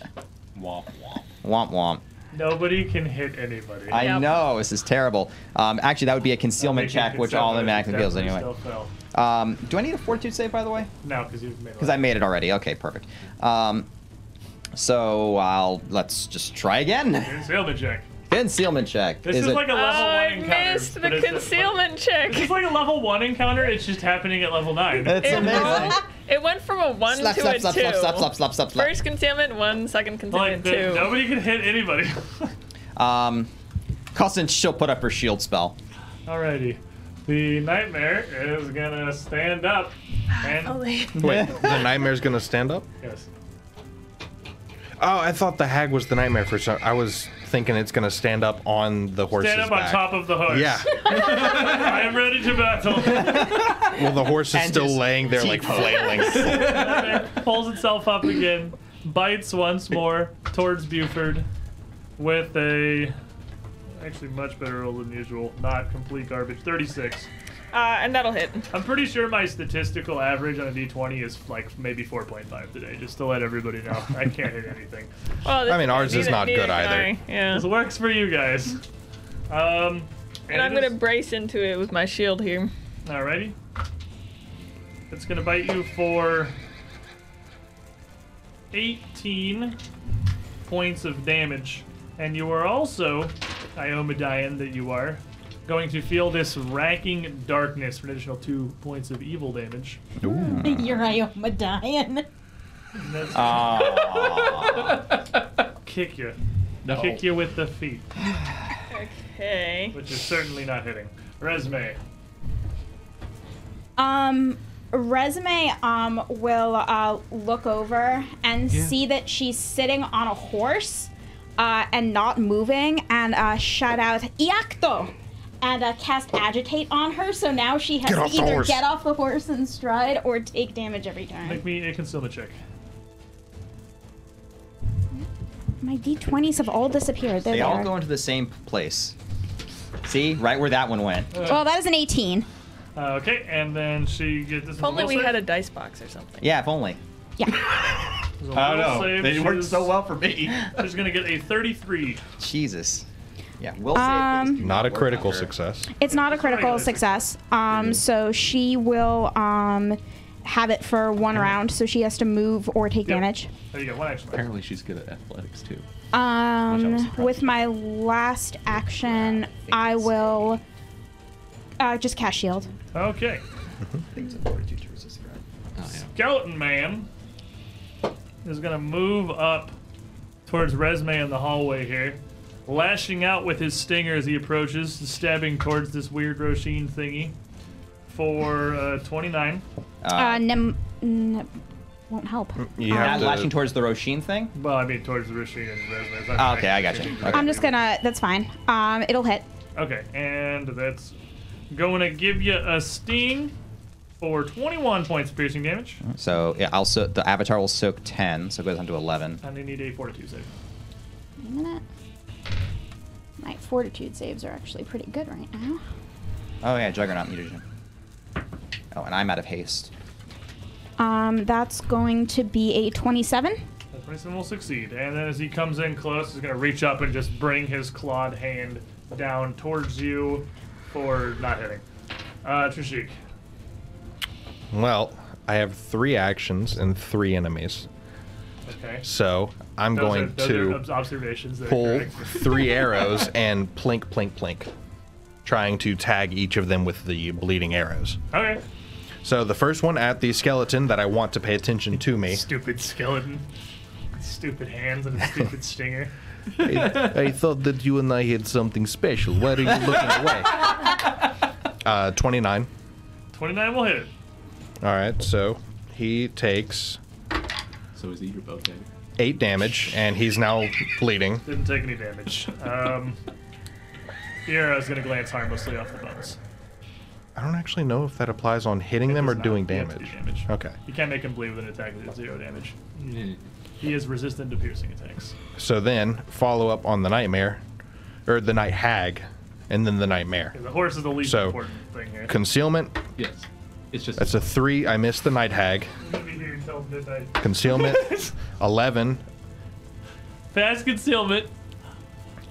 A: Womp, womp.
D: Womp womp.
C: Nobody can hit anybody.
D: I
F: Yep.
D: know this is terrible. Um, actually, that would be a concealment
C: Making
D: check, which
C: consent, but it
D: automatically fails
C: definitely
D: anyway.
C: Still fell.
D: Um, do I need a fortitude save, by the way?
C: No, because you've
D: *laughs*
C: made.
D: Because I made it already. Okay, perfect. Um, so I'll let's just try again. *laughs*
C: concealment check.
D: Concealment check.
C: This is,
D: it-
C: like a
F: Oh,
C: level one
F: I
C: encounter.
F: missed the
C: but it's- *laughs*
F: concealment
C: It's
F: check.
C: just like a level one encounter. It's just happening at level nine.
D: It's
F: It
D: amazing.
F: rolled- It went from a one
D: Slap,
F: to
D: slap,
F: a
D: slap,
F: two.
D: slap, slap, slap, slap, slap, slap.
F: First concealment one, second concealment
C: like the,
F: two.
C: nobody can hit anybody. *laughs*
D: Um, Constance, she'll put up her shield spell.
C: *laughs* Alrighty, the nightmare is gonna stand up and
F: Oh.
E: Wait, the nightmare's gonna stand up?
C: yes.
E: Oh, I thought the hag was the nightmare for some. I was thinking it's gonna stand up on the horse's
C: Stand up on
E: back.
C: top of the horse.
E: Yeah.
C: *laughs* I am ready to battle.
E: Well, the horse is
D: And
E: still
D: just
E: laying there like flailing.
C: *laughs*
E: *laughs*
C: Pulls itself up again, bites once more towards Buford with a actually much better roll than usual. Not complete garbage. Thirty-six.
F: Uh, and that'll hit.
C: I'm pretty sure my statistical average on a d20 is like maybe 4.5 today, just to let everybody know. I can't hit anything.
F: Well, this-
E: I mean, ours is
F: neither-
E: not
F: neither
E: good
F: can
E: either.
F: I. Yeah.
C: This works for you guys. Um,
F: And I'm
C: it
F: gonna
C: is-
F: brace into it with my shield here.
C: Alrighty. It's gonna bite you for 18 points of damage. And you are also, Iomadian that you are, going to feel this racking darkness for an additional two points of evil damage.
B: You're Ioma dying.
C: And that's
D: Aw.
C: *laughs* kick you.
A: No.
C: Kick you with the feet.
F: Okay.
C: which is certainly not hitting. Resume.
B: Um, Resume um, will uh, look over and see that she's sitting on a horse uh, and not moving and uh, shout out, Iacto! And uh, cast Agitate on her, so now she has
E: Get off
B: to
E: the
B: either
E: horse.
B: get off the horse and stride or take damage every time.
C: Make me a concealment check.
B: My d20s have all disappeared. There
D: They
B: they
D: all
B: are.
D: go into the same place. See, right where that one went.
B: well, that is an 18.
C: Uh, okay, and then she gets this. is
F: If only
C: will
F: we
C: save.
F: had a dice box or something.
D: Yeah, if only.
B: Yeah.
C: This is a
A: I don't
C: will
A: know.
C: save.
A: They worked
C: She's-
A: so well for me.
C: She's gonna get a 33.
D: *laughs* Jesus. Yeah, will save
B: Um,
D: things do
E: Not a
D: work on
E: critical
D: her.
E: success.
B: It's not a critical
C: good.
B: success. Um, so she will um, have it for one round. So she has to move or take
C: Yep.
B: damage.
C: There you go. One action.
A: Apparently, she's good at athletics too. was
B: Um,
A: surprised.
B: with my last action, I will uh, just cast shield.
C: Okay,
D: Things of fortitude to resist gravity.
A: Oh, yeah.
C: Skeleton Man is gonna move up towards Resume in the hallway here, lashing out with his stinger as he approaches, stabbing towards this weird Roshin thingy for uh, 29.
B: Uh, nem- n- won't help. Um,
E: You
D: Not
E: have
D: lashing
E: to,
D: towards the Roshin thing?
C: Well, I mean towards the Roshin and Resume. It's not
D: Ah, okay, I got
A: *laughs*
D: you. Okay.
B: I'm just gonna. That's fine. Um, it'll hit.
C: Okay, and that's going to give you a sting for 21 points of piercing damage.
E: Mm.
D: So yeah, I'll so the avatar will soak ten, so it goes down to eleven.
C: And I need a fortitude save.
B: Wait a minute. My fortitude saves are actually pretty good right now.
D: Oh yeah, Juggernaut mutagen. Oh, and I'm out of haste.
B: Um, that's going to be a 27.
C: That 27 will succeed. And then as he comes in close, he's going to reach up and just bring his clawed hand down towards you for not hitting. Uh, Trishik.
E: well, I have three actions and three enemies.
C: Okay.
E: So I'm
C: Those
E: going
C: are, those
E: to
C: are obs- observations. That
E: pull
C: Are correct.
E: three arrows and plink, plink, plink, trying to tag each of them with the bleeding arrows.
C: okay.
E: So the first one at the skeleton that I want to pay attention to me.
C: Stupid skeleton. Stupid hands and a
E: *laughs*
C: stupid stinger.
E: I, I thought that you and I had something special. Why are you looking away? Uh, 29.
C: 29 will hit.
E: All right, so he takes
A: So is he your bow tag?
E: eight damage, and he's now bleeding.
C: Didn't take any damage. Um, the arrow is going to glance harmlessly off the bones.
E: I don't actually know if that applies on hitting them or
C: does not.
E: doing
C: You have to do
E: damage.
C: damage.
E: Okay,
C: You can't make him bleed with an attack that does zero damage.
A: Mm-hmm.
C: He is resistant to piercing attacks.
E: so then follow up on the nightmare, or the night hag, and then the nightmare.
C: The horse is the least
E: So,
C: important thing here.
E: Concealment.
A: Yes. It's just *laughs*
E: That's a three. I missed the night hag. Concealment.
C: *laughs*
E: Eleven.
C: Fast concealment.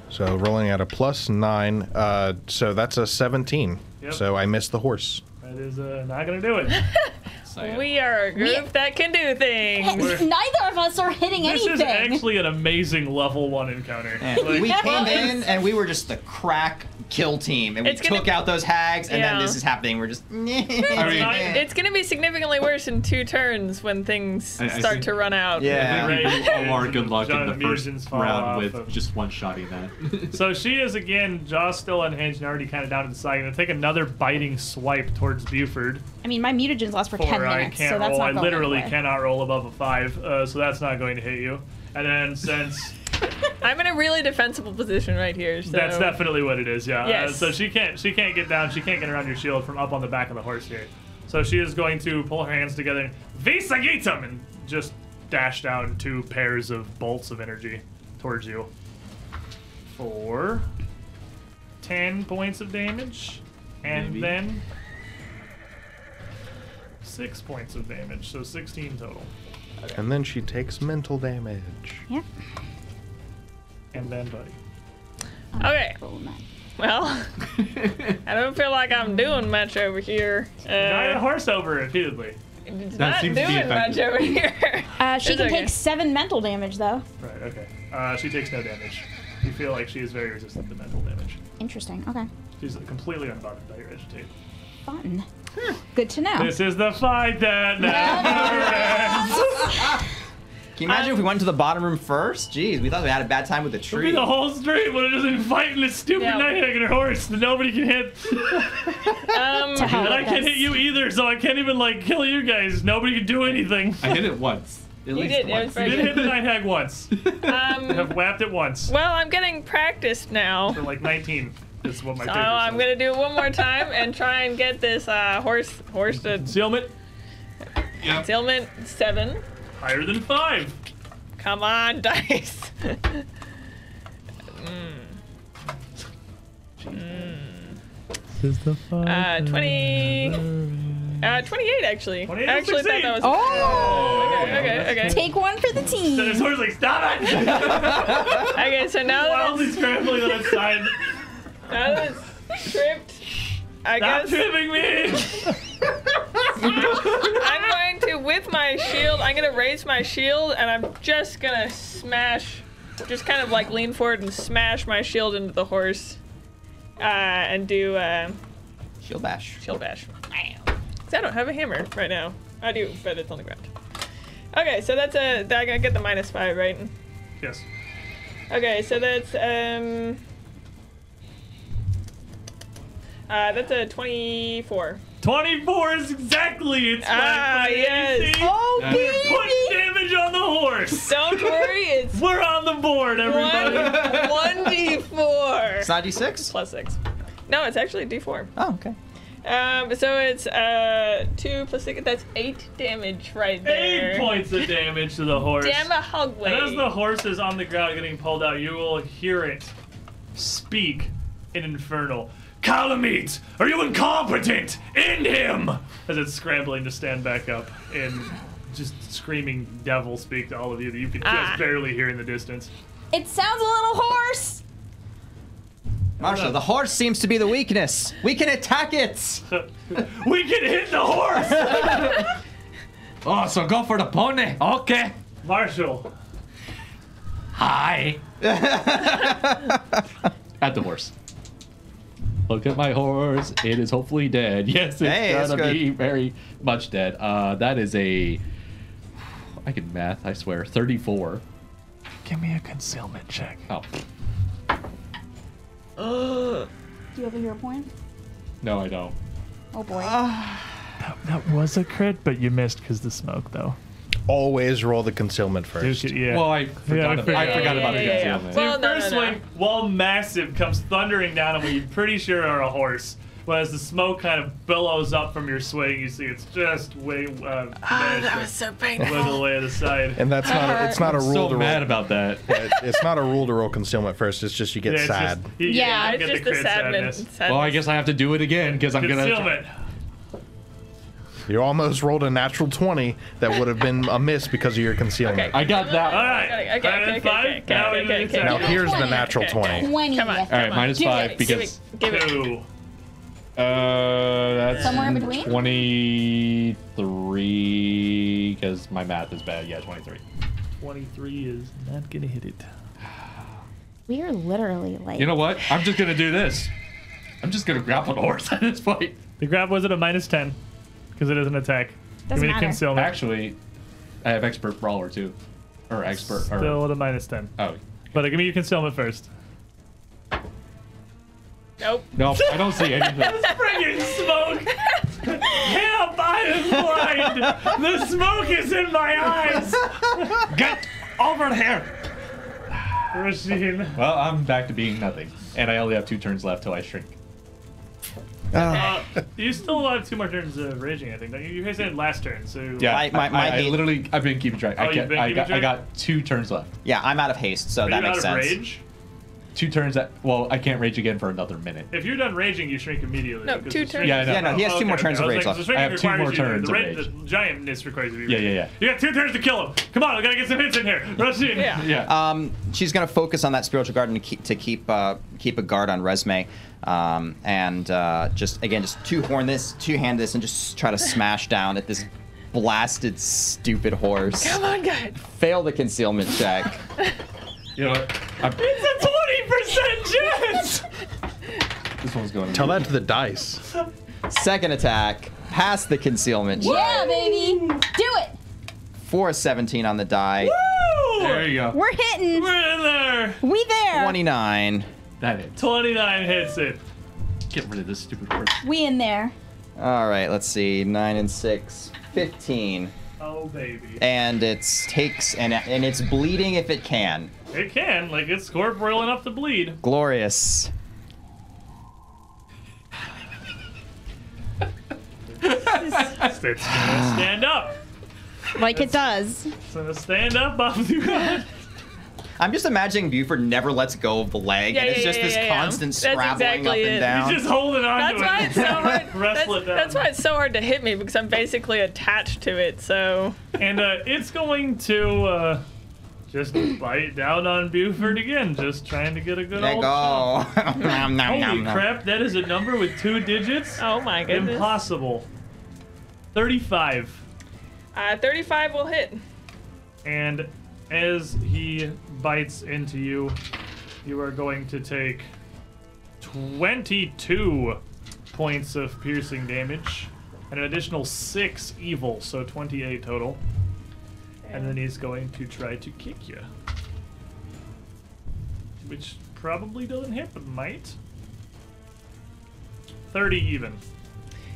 E: So rolling at a plus nine. Uh, so that's a seventeen.
C: Yep.
E: So I missed the horse.
C: That is uh, not gonna do it.
A: Cyan.
F: We are a group that can do things.
B: *laughs* Neither of us are hitting
C: this
B: anything.
C: is actually an amazing level one encounter.
D: And
C: Like,
D: we came in and we were just the crack kill team, and we
F: It's gonna-
D: took out those hags, and then
F: Yeah.
D: this is happening. We're just. *laughs*
C: mean-
F: It's gonna be significantly worse in two turns when things
A: I- I
F: start
A: think-
F: to run out.
A: I
D: yeah.
A: think we all are good luck in the
C: Jonathan Mugen's
A: first
C: fall off
A: round with
C: of-
A: just one shotting *laughs* that.
C: so she is again, jaw still unhinged and already kind of down to the side. Gonna take another biting swipe towards Buford.
B: I mean, my mutagens last for 10
C: Or I
B: minutes,
C: can't
B: so that's
C: roll.
B: not
C: I
B: going
C: literally
B: anywhere.
C: cannot roll above a five, uh, so that's not going to hit you. And then
B: *laughs*
C: since
F: I'm in a really defensible position right here. So
C: That's definitely what it is. Yeah.
F: Yes.
C: Uh, so she can't she can't get down. She can't get around your shield from up on the back of the horse here. So she is going to pull her hands together and Visa Gitum and just dash down two pairs of bolts of energy towards you. For ten points of damage. And
A: Maybe.
C: then six points of damage. So sixteen total.
E: And then she takes mental damage.
B: Yeah.
C: And then buddy.
F: Okay.
B: Roll nine.
A: *laughs*
F: Well, I don't feel like I'm doing much over here.
C: Guy a
F: Uh,
C: horse over repeatedly.
F: not
A: seems
F: doing
A: to be
F: much
A: effective.
F: over here. *laughs*
B: Uh, she
F: It's
B: can
F: okay.
B: take seven mental damage, though.
C: Right, okay. Uh, she takes no damage. You feel like she is very resistant to mental damage.
B: Interesting. Okay.
C: She's completely unbothered by your agitate.
B: Fun. Good to know.
C: This is the fight that never ends.
D: you imagine
F: Um,
D: if we went to the bottom room first? Jeez, we thought we had a bad time with the tree.
C: Be the whole street would have just been fighting this stupid
F: Yeah.
C: night hanging horse that nobody can hit.
F: *laughs* Um,
B: To help
C: and I can't
B: us.
C: hit you either, so I can't even like kill you guys. Nobody can do anything.
A: I hit it once. At
F: You
A: least
F: did, it was
A: once.
F: very
C: I did hit the night hag once.
F: um,
C: I've whapped it once.
F: well, I'm getting practiced
A: *laughs*
F: now.
C: For like 19 is what my
F: So
C: paper
F: I'm
C: says.
F: gonna do it one more time and try and get this uh, horse horse to
C: Concealment
F: concealment seven.
C: higher than five.
F: Come on, *laughs* dice.
G: This is the fun.
F: Uh, 20. Uh, 28 actually.
C: 28
F: Actually, thought
C: succeed.
F: that was
B: Oh!
F: okay. Okay.
B: Take one for the
C: So this
B: team.
C: horse like, stop
F: *laughs*
C: it!
F: Okay. So now that
C: Wildly scrambling on its side.
F: it's, now that it's tripped, I
C: Stop
F: guess
C: tripping me!
F: I'm going to with my shield. I'm gonna raise my shield and I'm just gonna smash. Just kind of like lean forward and smash my shield into the horse, uh, and do. Uh,
D: Shield bash.
F: Shield bash. Because I don't have a hammer right now. I do, but it's on the ground. Okay, so that's a. That I gotta get the minus five, right?
C: yes.
F: Okay, so that's um. Uh, that's a twenty-four.
C: 24 is exactly its
F: Ah,
C: life,
F: yes.
C: see?
B: Oh,
A: Yeah.
B: baby!
C: Put damage on the horse!
F: Don't worry,
C: *laughs*
F: it's
C: We're on the board,
F: one
C: everybody!
F: one d four
D: It's not d6?
F: plus six. No, it's actually d four.
D: Oh, okay.
F: Um, so it's uh two plus six. That's eight damage right there.
C: Eight points of damage to the horse.
F: Damn a
C: And as the
F: hugway.
C: horse is on the ground getting pulled out, you will hear it speak in infernal. Calamite, are you incompetent? End him! As it's scrambling to stand back up and just screaming devil speak to all of you that you can
F: Ah.
C: just barely hear in the distance.
B: It sounds a little hoarse.
D: Marshall, the horse seems to be the weakness. We can attack it!
C: we can hit the horse!
A: Oh, so go for the pony. Okay.
C: Marshall,
A: Hi. At the horse. Look at my horse. It is hopefully dead. *laughs* Yes, it's
D: Hey, that's
A: gonna be very much dead. Uh, that is a. I can math. I swear. Thirty-four.
G: Give me a concealment check.
A: Oh
B: Do you have a hero point?
A: no, I don't.
B: Oh boy.
C: Ah,
G: That, that was a crit, but you missed because the smoke, though.
E: Always roll the concealment first.
G: Duke it- yeah.
A: Well, I forgot.
G: I
A: about, I
G: figured-
A: forgot about
F: Yeah, yeah,
A: the
F: yeah, yeah.
A: concealment.
F: Well,
C: Your
F: no, no,
C: first
F: no.
C: one, while massive, comes thundering down on what you pretty sure are a horse. Whereas the smoke kind of billows up from your swing, you see it's just way uh, managed to
F: so
C: wiggle away to the side.
E: And that's not a,
C: *laughs*
E: it's not a rule
A: so
E: to
A: mad
E: roll.
A: about that.
E: it- it's not a rule to roll concealment first. It's just you get
C: Yeah, it's
E: sad.
C: just- you- you
B: Yeah,
C: don't
F: It's
C: get
F: just
C: the
F: the
C: crit
F: sadman.
C: sadness.
A: Well, I guess I have to do it again because I'm gonna.
C: Concealment.
E: You almost rolled a natural twenty that would have been a miss because of your concealment.
A: I got that.
C: All
A: All
C: right.
F: Okay, okay,
C: Nine and
F: okay,
C: five.
F: okay,
C: Now
F: okay,
C: we
F: okay,
C: need
F: okay,
C: to-
E: Now
F: okay.
E: here's the natural
F: Okay.
E: twenty.
B: Twenty.
F: Come on.
A: All right,
F: come on.
A: minus
F: Give
A: five
F: it,
A: because-
F: Give it. Give it.
C: Two.
A: Uh, that's
B: Somewhere in between?
A: 23 because my math is bad. Yeah, 23.
G: 23 is not gonna hit it.
B: We are literally like.
A: You know what? I'm just going to do this. I'm just going to grapple the horse *laughs* at this point.
C: The grab was at a minus 10 because it is an attack. Give
B: Doesn't
C: me the
B: matter.
C: concealment.
A: Actually, I have expert brawler too. Or expert.
C: Still
A: Or,
C: at a minus 10.
A: oh.
C: But uh, give me your concealment first. *laughs*
F: Nope.
A: No, I don't see anything.
C: Friggin' smoke! Help! I am blind! The smoke is in my eyes!
A: Get over here!
C: Rasheen.
A: Well, I'm back to being nothing. And I only have two turns left till I shrink.
D: Ah.
C: Uh, You still have two more turns of raging, I think. don't you? You guys had last turn, so.
A: Yeah,
D: My- my-
A: I-
D: my
A: I, I
D: hate-
A: literally, I've been keeping track.
C: Oh,
A: I,
C: you've
A: can't,
C: been
A: I,
C: keeping
A: got, I
C: track?
A: got two turns left.
D: yeah, I'm out of haste, so
C: Are you
D: that makes
C: out of
D: sense.
C: rage?
A: Two turns that, well, I can't rage again for another minute.
C: If you're done raging, you shrink immediately.
F: No,
C: because
F: two
C: the shrink- Oh,
F: turns.
A: Yeah, I know.
D: Yeah, no, he has two
C: Okay,
D: more turns
C: okay.
D: of
C: I
D: rage
C: was like,
D: left.
C: the shrinking
A: I have two
C: requires
A: more
C: you to-
A: turns
C: the,
A: of
C: ra-
A: rage.
C: The giantness requires you. to be
A: Yeah, yeah,
C: raging. You got two turns to kill him. Come on, we gotta get some hits in
A: *laughs*
C: here. Rasheen.
F: Yeah.
C: *laughs*
A: Yeah.
D: Um, she's gonna focus on that spiritual garden to keep to keep, uh, keep a guard on resume, um, and uh, just again just two horn this, two hand this, and just try to smash down at this blasted stupid horse.
F: Come on, guys.
D: Fail the concealment check.
A: you know what? I'm,
C: It's a 20% chance!
A: this one's going.
E: Tell that to the dice.
D: Second attack, pass the concealment check
B: Yeah, baby. Do it.
D: for a 17 on the die.
A: There you go.
B: We're hitting.
C: We're in there.
B: We there.
D: 29.
A: That hit.
C: 29 hits it.
A: Get rid of this stupid person.
B: We in there.
D: All right, let's see. 9 and 6. 15.
C: Oh baby.
D: And it's takes and and it's bleeding if it can.
C: It can. Like it's corporeal enough to bleed.
D: Glorious.
C: It's gonna stand up.
B: Like it does.
C: It's gonna stand up off the
D: *laughs*
C: ground.
D: I'm just imagining Buford never lets go of the leg,
F: Yeah,
D: and it's
F: yeah,
D: just
F: yeah,
D: this
F: yeah, yeah.
D: constant
F: That's
D: scrabbling
F: exactly
D: up and
F: it.
D: down.
C: He's just holding on
F: That's
C: to
F: why
C: it. *laughs*
F: it's so hard.
C: Wrestle
F: that's,
C: it down.
F: that's why it's so hard to hit me because I'm basically attached to it. So
C: and uh, it's going to uh, just bite down on Buford again, just trying to get a good
D: Let
C: old chomp.
D: go. oh.
F: *laughs*
D: Nom, nom,
C: Holy
D: nom, nom.
C: crap, that is a number with two digits.
F: oh my goodness.
C: Impossible. 35.
F: Uh, 35 will hit.
C: And as he bites into you, you are going to take 22 points of piercing damage and an additional 6 evil, so 28 total. And then he's going to try to kick you. Which probably doesn't hit, but might. 30 even.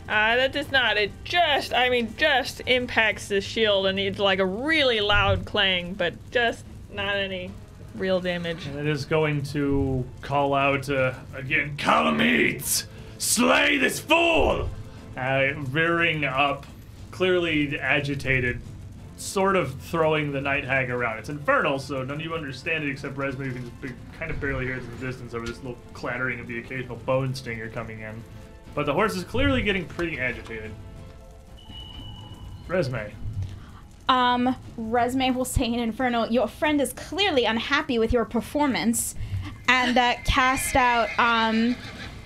F: Uh, that does not. It just, I mean, just impacts the shield and it's like a really loud clang, but just not any real damage.
C: And it is going to call out uh, again, Calamite! Slay this fool! Uh, rearing up, clearly agitated, sort of throwing the night hag around. It's infernal, so none of you understand it except Resmo. You can just be, kind of barely hear it in the distance over this little clattering of the occasional bone stinger coming in. But the horse is clearly getting pretty agitated. Resme.
B: Um, Resume will say in Inferno, your friend is clearly unhappy with your performance. And uh, cast out um,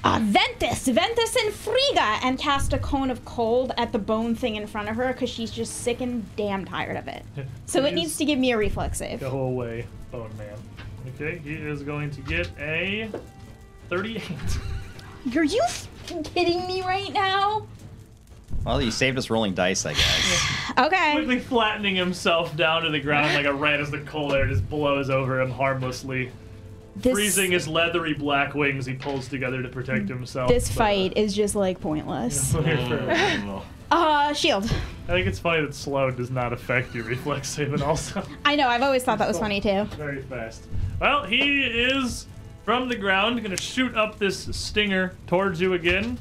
B: uh, Ventus, Ventus and Friga, and cast a cone of cold at the bone thing in front of her because she's just sick and damn tired of it. So it
C: Please
B: needs to give me a reflex save.
C: Go away, bone Oh, man. Okay, he is going to get a 38.
B: Are you f- kidding me right now?
D: Well, you saved us rolling dice, I guess.
C: *laughs*
B: Okay.
C: quickly flattening himself down to the ground
B: *laughs*
C: like a rat as the cold air just blows over him harmlessly.
B: This,
C: Freezing his leathery black wings, he pulls together to protect himself.
B: Mm. this
C: but- uh,
B: fight is just like pointless.
C: *laughs* I
B: Uh, shield.
C: think
B: *laughs*
C: it's funny that slow does not affect your reflex saving also. *laughs*
B: I know, I've always thought that was funny too.
C: Very fast. Well, he is from the ground, gonna shoot up this stinger towards you again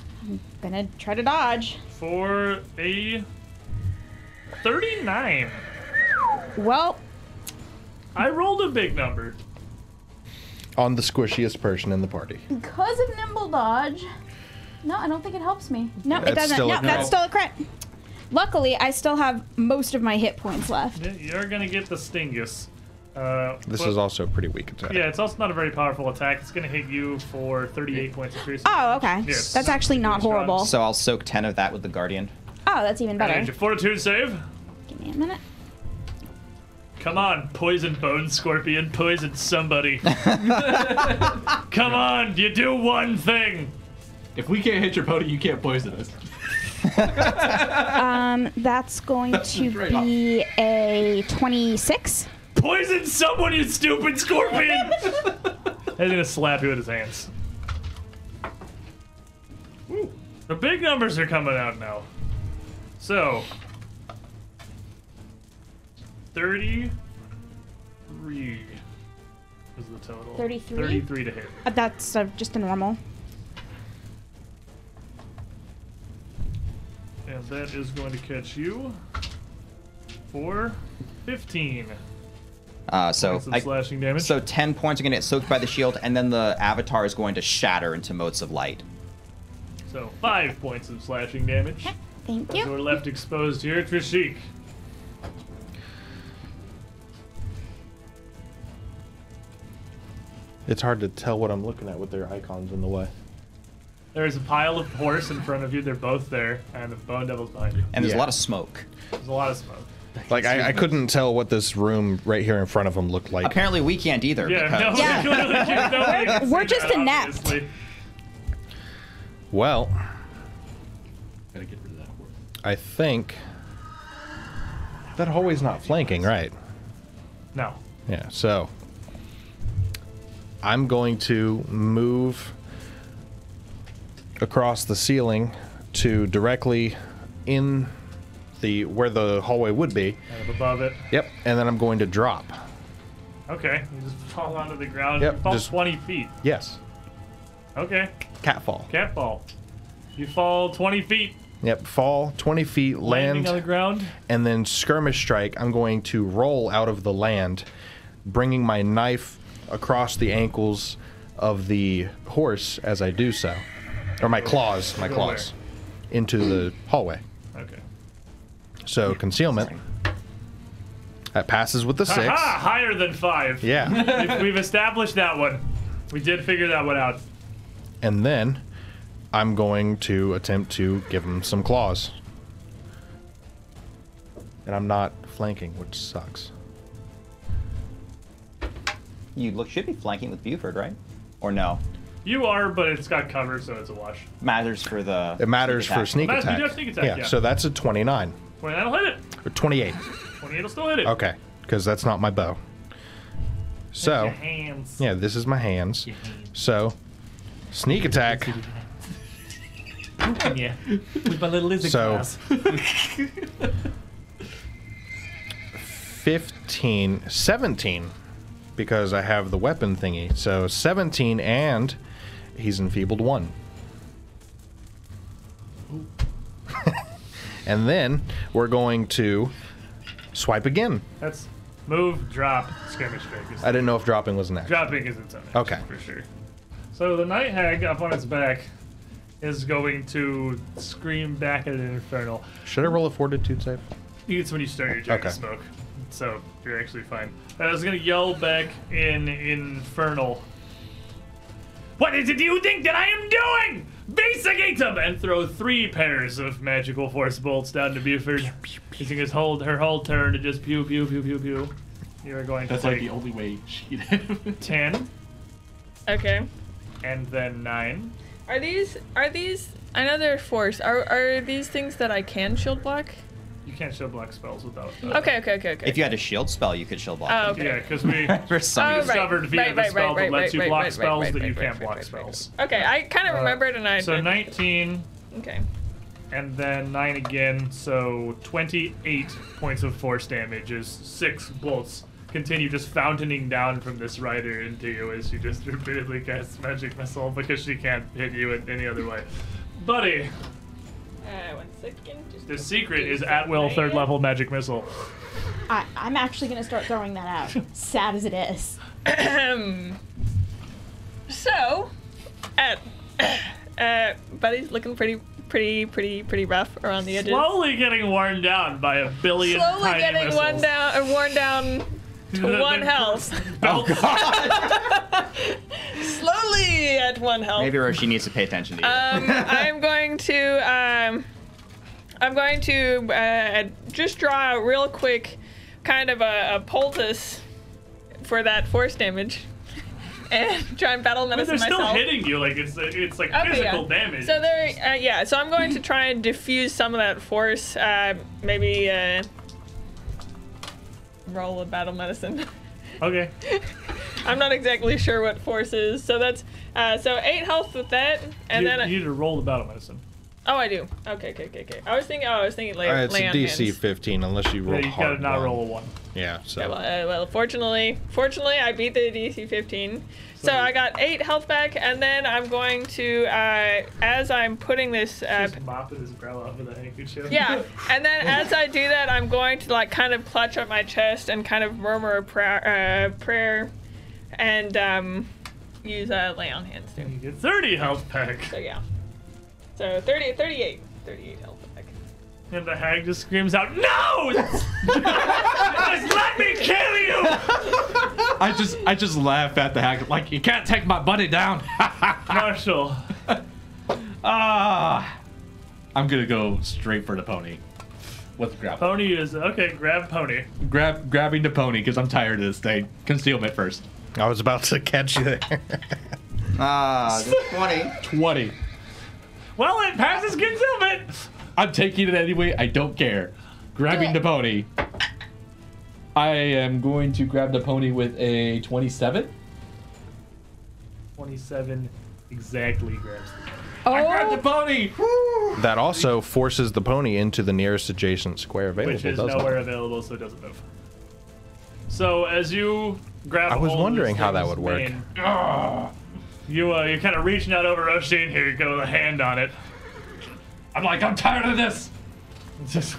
B: Gonna try to dodge.
C: for a 39.
B: Well,
C: I rolled a big number.
E: On the squishiest person in the party.
B: Because of nimble dodge. No, I don't think it helps me. No, it
E: That's
B: doesn't.
E: still
B: No,
E: a crit.
B: that's still a crit. Luckily, I still have most of my hit points left.
C: Yeah, You're gonna get the stingus. Uh,
E: This
C: but-
E: is also a pretty weak attack.
C: Yeah, it's also not a very powerful attack. It's going to hit you for 38 points of piercing.
B: Oh, okay.
C: Yes.
B: That's actually not
C: Strong.
B: horrible.
D: So I'll soak 10 of that with the Guardian. *laughs*
B: Oh, that's even
C: And
B: better.
C: your fortitude save.
B: Give me a minute.
C: Come on, poison bone scorpion, poison somebody. *laughs* Come on, you do one thing.
A: If we can't hit your pony, you can't poison us.
B: Um, that's going to
A: right
B: be a 26.
C: Poison someone, you stupid scorpion. *laughs* He's going to slap you with his hands. Ooh, the big numbers are coming out now. So, 33 is the total.
B: 33?
C: 33 to hit.
B: Uh, That's uh, just a normal.
C: And that is going to catch you for 15
D: Uh, so
C: points of
D: I,
C: slashing damage.
D: so 10 points are going to get soaked by the shield, and then the avatar is going to shatter into motes of light.
C: So 5 points of slashing damage.
B: Thank
C: So we're
B: you.
C: left exposed here. Trishik.
E: It's hard to tell what I'm looking at with their icons in the *laughs* way.
C: There's a pile of horse in front of you. They're both there. And the bone devil's behind you.
D: And there's a
E: Yeah.
D: lot of smoke.
C: There's a lot of smoke.
E: Like I, I couldn't tell what this room right here in front of them looked like.
D: Apparently, we can't either.
C: Yeah, no, *laughs*
D: because-
F: *laughs*
B: Yeah.
C: clearly can't-
B: *laughs*
C: nobody can
B: We're
C: see
B: just
C: that,
B: inept.
C: obviously.
E: Well,
A: Gotta get rid of that horse.
E: I think that hallway's not flanking, right?
C: No.
E: Yeah, so I'm going to move across the ceiling to directly in the where the hallway would be.
C: Kind of above it.
E: Yep, and then I'm going to drop.
C: Okay. You just fall onto the ground.
E: Yep,
C: you fall
E: just-
C: 20 feet.
E: Yes,
C: Okay.
E: catfall.
C: Cat fall. You fall 20 feet,
E: Yep, fall 20 feet,
C: landing
E: land,
C: on the ground.
E: and then skirmish strike. I'm going to roll out of the land, bringing my knife across the ankles of the horse as I do so, or my claws, my
C: Go
E: claws, into the hallway.
C: Okay.
E: So concealment. That passes with the six.
C: Aha! Higher than five.
E: Yeah, *laughs*
C: We've- We've established that one. We did figure that one out.
E: and then I'm going to attempt to give him some claws, and I'm not flanking, which sucks.
D: You look should be flanking with Buford, right? Or no?
C: You are, but it's got cover, so it's a wash.
D: Matters for the.
E: It matters
D: sneak
E: for
D: attack.
E: sneak
C: Matters- you
E: attack.
C: do have sneak attack, yeah.
E: So that's a 29
C: 29 will hit it.
E: or 28.
C: 28 will still hit it.
E: Okay, because that's not my bow.
C: Your
E: So
C: hands.
E: yeah, this is my hands. So sneak attack.
C: Yeah. With my little lizard
E: So- claws. *laughs* 15, 17, because I have the weapon thingy. So 17 and he's enfeebled one. *laughs* and then we're going to swipe again.
C: That's move, drop, skirmish strike. is-
E: I didn't know if dropping was next.
C: Dropping is its own. action,
E: Okay.
C: For sure. So the night hag up on its back is going to scream back at an infernal.
E: Should I roll a fortitude save?
C: It's when you start your turn
E: Okay.
C: to smoke. So you're actually fine. I was gonna yell back in Infernal. What is it you think that I am doing? Basicate him! And throw three pairs of magical force bolts down to Buford. Using his whole her whole turn to just pew pew pew pew pew. You're going to
A: That's like
C: take
A: the only way she *laughs* did.
C: ten
F: Okay.
C: and then nine.
F: Are these are these? I know they're force. Are are these things that I can shield block?
C: You can't show black spells without. Uh,
F: Okay, okay, okay, okay.
D: If you had a shield spell, you could shield block.
F: oh,
D: them.
F: okay.
C: Yeah, because we
D: *laughs* For some
F: Oh,
D: reason.
F: right.
C: discovered via
F: Right,
C: the
F: right,
C: spell
F: right, right,
C: that lets you
F: right,
C: block
F: right,
C: spells
F: right,
C: that you
F: right,
C: can't
F: right,
C: block
F: right,
C: spells.
F: Okay, I kind of
C: Uh,
F: remembered and I.
C: So
F: did.
C: 19
F: Okay.
C: and then 9 again, so 28 points of force damage is 6 bolts continue just fountaining down from this rider into you as she just *laughs* repeatedly casts magic missile because she can't hit you in any other way. Buddy,
F: Uh, one second. Just
C: the secret is at will third level magic missile.
B: I, I'm actually gonna start throwing that out. Sad as it is.
F: Ahem. Um, so, at uh, Buddy's looking pretty, pretty, pretty, pretty rough around the edges.
C: Slowly getting worn down by a billion
F: Slowly
C: tiny
F: getting
C: missiles.
F: one down, uh, worn down
C: *laughs*
F: to one health.
C: Belt
D: *laughs*
F: *laughs* Slowly at one health.
D: Maybe Roshi needs to pay attention to you.
C: *laughs*
F: Um, I'm going to um, I'm going to uh, just draw a real quick, kind of a, a poultice for that force damage, *laughs* and try and battle medicine
C: They're still
F: myself.
C: hitting you like it's it's like
F: Oh,
C: physical
F: yeah.
C: damage.
F: So there, uh, yeah. So I'm
C: *laughs*
F: going to try and diffuse some of that force. Uh, maybe uh, roll a battle medicine. *laughs*
C: okay.
F: I'm not exactly sure what force is. So that's uh, so eight health with that, and
C: you,
F: then
C: you need to roll the battle medicine.
F: oh, I do. Okay, okay, okay, okay. I was thinking. Oh, I was thinking. Lay,
E: Uh, it's
F: lay
E: a
F: on
E: DC
F: hands.
E: 15 unless you roll
C: you
E: hard.
C: gotta not
E: one.
C: roll a one.
E: Yeah, so
F: Yeah, well, uh, well, fortunately, fortunately, I beat the DC 15. So, I got eight health back, and then I'm going to, uh, as I'm putting this, uh,
C: Just mopping his umbrella up with a handkerchief.
F: yeah, and then as I do that, I'm going to like kind of clutch at my chest and kind of murmur a prayer, uh, prayer, and um, use uh, lay on hands too.
C: you get 30 health
F: So
C: back.
F: yeah, so 30, 38, 38 health back.
C: And the hag just screams out, "No! *laughs* Just let me kill you!"
A: I just I just laugh at the hack like you can't take my buddy down. *laughs*
C: Marshall,
A: ah, I'm gonna go straight for the pony. What's grab?
C: pony is okay. Grab pony.
A: Grab grabbing the pony because I'm tired of this thing. Concealment first.
E: I was about to catch you there.
B: *laughs*
D: Ah, that's 20.
A: Twenty.
C: Well, it passes concealment.
A: I'm taking it anyway. I don't care. Grabbing
B: it.
A: the pony. I am going to grab the pony with a 27.
C: 27 exactly grabs the pony.
B: Oh,
A: I grabbed the pony!
E: That also forces the pony into the nearest adjacent square available,
C: which is
E: doesn't
C: nowhere
E: it?
C: available, so it doesn't move. So as you grab,
E: I was
C: hold of
E: wondering
C: this
E: how that
C: thing's
E: would work.
C: mane, *sighs* you uh, you're kind of reaching out over Oshin here. You go with a hand on it.
A: I'm like, I'm tired of this! Just,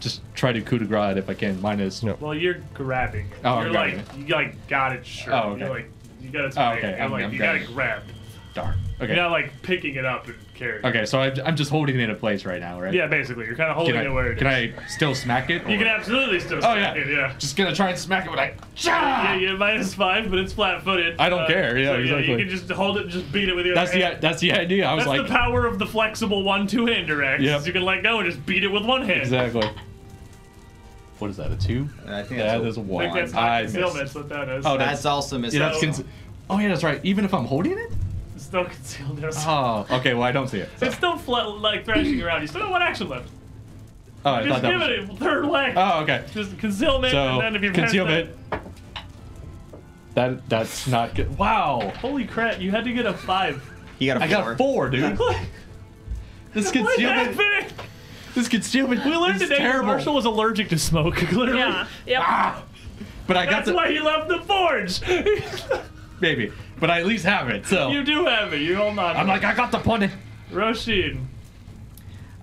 A: just try to coup de grace it if I can. Mine is.
E: No.
C: Well, you're grabbing. It.
A: Oh, I'm
C: you're like
A: grabbing
C: you like got it. Sure.
A: Oh, okay.
C: You're like you got it.
A: Oh, okay,
C: You're
A: I'm-
C: like
A: I'm
C: you got it
A: grabbing it.
C: grabbed.
A: Darn. Okay.
C: You're not like picking it up and carrying. it.
A: Okay, so I'm, I'm just holding it in place right now, right?
C: Yeah, basically, you're kind of holding
A: Can I,
C: it where it is.
A: can I still smack it?
C: You
A: or-
C: can absolutely still.
A: Oh,
C: smack
A: yeah.
C: It, yeah.
A: Just gonna try and smack it with a.
C: Yeah, you have minus five, but it's flat-footed. uh,
A: I don't care, yeah,
C: so, You
A: exactly.
C: can just hold it, and just beat it with your.
A: That's
C: hand.
A: the that's the idea. I was
C: That's
A: like,
C: the power of the flexible one-two hand direct.
A: Yep.
C: is You can let go and just beat it with one hand.
A: exactly. What is that? A two?
D: I think
A: Yeah,
D: that's
A: there's a
C: I
A: one.
C: think that's
A: I
C: not concealment. That's
A: missed.
C: what that is.
A: Oh,
D: That's, also missing.
A: Yeah, that's cons- oh yeah, that's right. Even if I'm holding it.
C: it's still concealed. Yes.
A: Oh, okay. Well, I don't see it.
C: It's still flat, like thrashing around. You still have one action left.
A: Oh, I
C: Just
A: thought that
C: give
A: was.
C: it a third leg.
A: Oh, okay.
C: Just concealment,
A: So
C: and then if you pass
A: concealment. That that's not good. Wow,
C: that- Holy crap! You had to get a five.
D: He got a
A: I
D: four.
A: got four, dude.
C: what
A: This
C: what
A: *laughs* concealment.
C: happened?
A: This concealment.
C: We learned
A: this is
C: today that
A: terrible.
C: Marshall was allergic to smoke. *laughs* Literally.
F: Yeah. Yep.
A: Ah, but I got
C: That's
A: the
C: why he left the forge.
A: maybe. But I at least have it. So
C: you do have it. You hold on.
A: I'm like, I got the pony.
C: Roshin.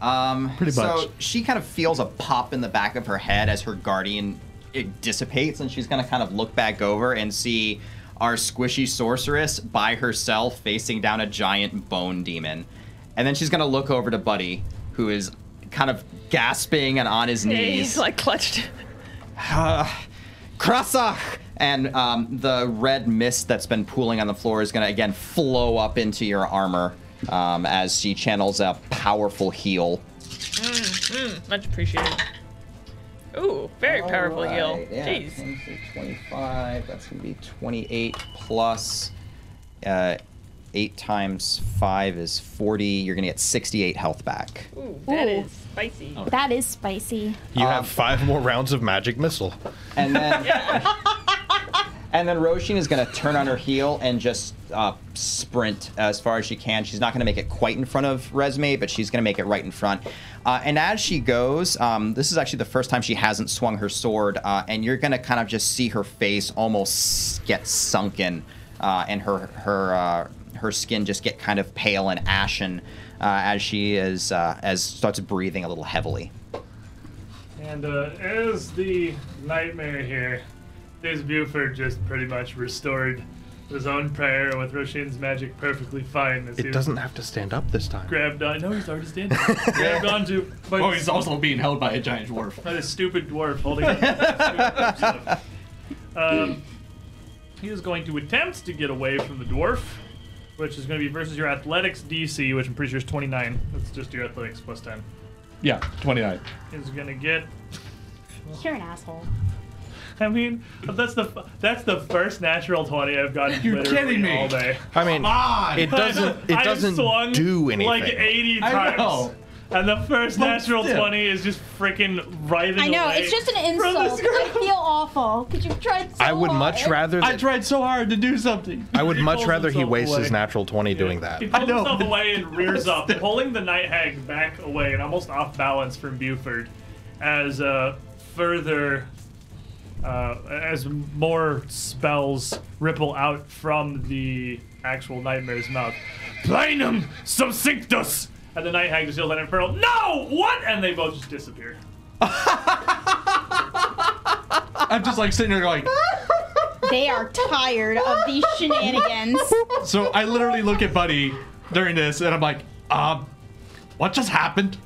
D: Um,
E: Pretty much.
D: So she kind of feels a pop in the back of her head as her guardian it dissipates, and she's gonna kind of look back over and see our squishy sorceress by herself facing down a giant bone demon, and then she's gonna look over to Buddy, who is kind of gasping and on his knees.
F: He's like clutched.
D: uh, Krasach! And um, the red mist that's been pooling on the floor is going to again flow up into your armor um, as she channels a powerful heal.
F: Much appreciated. Ooh, very powerful heal.
D: Alright, yeah,
F: Jeez.
D: 10, 25, that's going to be 28 plus uh, 8 times 5 is 40. You're going to get 68 health back.
F: Ooh, that
B: Ooh.
F: is spicy.
C: Oh.
B: that is spicy.
E: You have five more rounds of magic missile.
D: And then, and then Roshin is going to turn on her heel and just uh, sprint as far as she can. She's not going to make it quite in front of Resme, but she's going to make it right in front. Uh, and as she goes, um, this is actually the first time she hasn't swung her sword, uh, and you're going to kind of just see her face almost get sunken, uh, and her her uh, her skin just get kind of pale and ashen uh, as she is uh, as starts breathing a little heavily.
C: And uh, as the nightmare here, Days Buford just pretty much restored his own prayer with Roshin's magic perfectly fine. As he
E: It doesn't have to stand up this time.
C: grabbed on. No, he's already standing.
E: *laughs*
C: grabbed onto by,
A: Oh, he's also being held by a giant dwarf.
C: by this stupid dwarf holding on. to himself. um, he is going to attempt to get away from the dwarf, which is going to be versus your athletics DC, which I'm pretty sure is 29. That's just your athletics plus 10.
A: Yeah, 29.
C: He's going to get
B: You're an asshole.
C: *laughs* I mean, that's the that's the first natural twenty I've gotten.
A: You're
C: literally
A: kidding me.
C: All day.
E: I mean,
A: Ah,
C: *laughs*
E: it
A: *laughs*
E: doesn't it
C: I've swung
E: doesn't do anything.
C: Like eighty
A: I
C: times.
A: know.
C: And the first
A: But
C: natural
A: still.
C: twenty is just freaking writhing.
B: I know,
C: away
B: it's just an
C: from this
B: insult. I
C: girl.
B: feel awful because you've tried so
E: I would much
B: hard.
E: rather
A: I
E: that-
A: tried so hard to do something.
E: I would
C: He
E: much
C: pulls
E: rather he
C: himself
E: wastes
C: away.
E: his natural 20 doing that.
C: He pulls
A: I know.
C: himself away
A: *laughs*
C: and rears up,
A: Still.
C: pulling the night hag back away and almost off balance from Buford, as uh, further, uh, as more spells ripple out from the actual nightmare's mouth. Plainum subsinctus! And the night hag just yells at Infernal, No! What? And they both just disappear.
A: I'm just like sitting there going.
B: They are tired of
C: *laughs*
B: these shenanigans.
A: So I literally look at Buddy during this and I'm like, um, what just happened?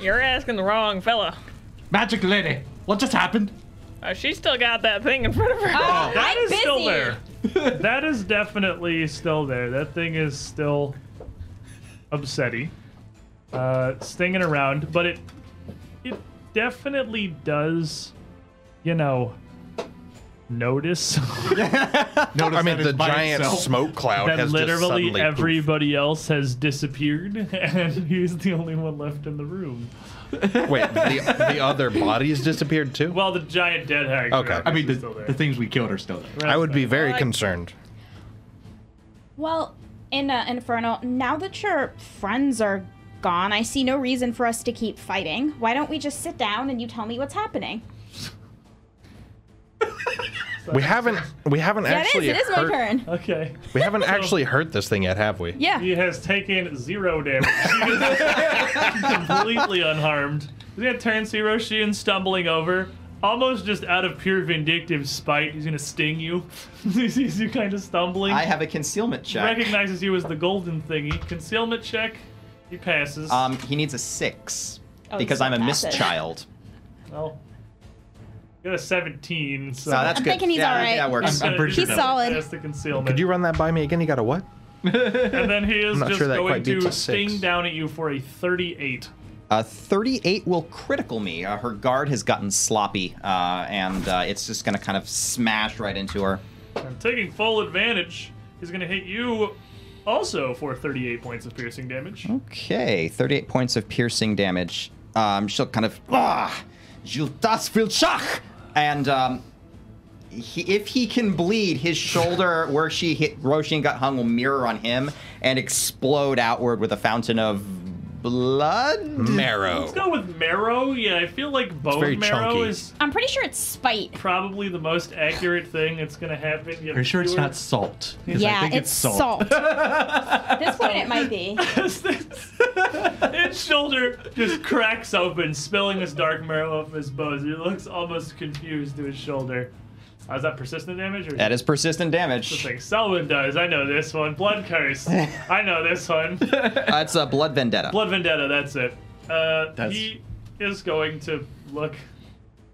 F: You're asking the wrong fella.
A: Magic lady, what just happened?
F: Uh, she's still got that thing in front of her.
B: Oh,
C: That
B: I'm
C: is
B: busy.
C: still there. *laughs* that is definitely still there. That thing is still upsetty, uh, stinging around, but it it definitely does, you know, notice *laughs*
E: I mean,
A: that
E: the
A: it's by
E: giant
A: itself.
E: smoke cloud
C: that
E: has just
C: literally
E: suddenly
C: everybody else has disappeared *laughs* and he's the only one left in the room.
E: poof. *laughs* Wait, the, the other bodies disappeared too.
C: Well, the giant dead hag.
E: Okay.
A: I mean, the,
C: is still there.
A: the things we killed are still there.
E: I would be very
F: Like-
E: concerned.
B: Well, in uh, Inferno, now that your friends are gone, I see no reason for us to keep fighting. Why don't we just sit down and you tell me what's happening?
E: We haven't we haven't
B: Yeah, it is.
E: actually
B: It is my
E: hurt,
B: turn.
C: Okay.
E: we haven't actually hurt this thing yet, have we?
B: Yeah.
C: He has taken zero damage. He is *laughs* completely unharmed. He's gonna turn Siroshi stumbling over. Almost just out of pure vindictive spite, he's gonna sting you. *laughs* he sees you kind of stumbling.
D: I have a concealment check.
C: recognizes you as the golden thingy. Concealment check. He passes.
D: Um, he needs a six
B: Oh,
D: because
B: so
D: I'm a
B: that's it.
D: mischild.
C: well, you got a 17, so
D: No, that's
B: I'm
D: good.
B: thinking he's
D: yeah,
B: alright.
D: That works.
A: I'm pretty sure
B: He's
A: that-
B: solid.
C: That's the concealment.
E: Could you run that by me again? You got a what?
C: and then he is
E: not
C: just
E: sure that
C: going
E: quite beats
C: to
E: a six.
C: sting down at you for a 38.
D: Uh, 38 will critical me. Uh, her guard has gotten sloppy, uh, and uh, it's just going to kind of smash right into her.
C: And taking full advantage, he's going to hit you also for 38 points of piercing damage.
D: Okay, 38 points of piercing damage. Um, she'll kind of. Ah! You das will schach! And um, he, if he can bleed, his shoulder where she hit Roshin got hung will mirror on him and explode outward with a fountain of blood.
E: Marrow.
C: Let's go with marrow. Yeah, I feel like
E: Oh. very
C: bone marrow
E: chunky.
C: is
B: I'm pretty sure it's spite.
C: probably the most accurate thing that's going to happen. You have
A: Are you sure it's
C: fewer- *laughs*
A: not salt? 'Cause I
B: Yeah,
A: think
B: it's, salt. this point it might be.
C: His shoulder just cracks open, spilling this dark marrow off his bones. He looks almost confused to his shoulder. Uh, is that persistent damage? Or
D: That is persistent damage.
C: Like Selwyn does. I know this one. Blood Curse.
E: *laughs*
C: I know this one.
D: Uh, it's a blood vendetta.
C: Blood Vendetta, that's it. Uh,
A: That's-
C: He is going to look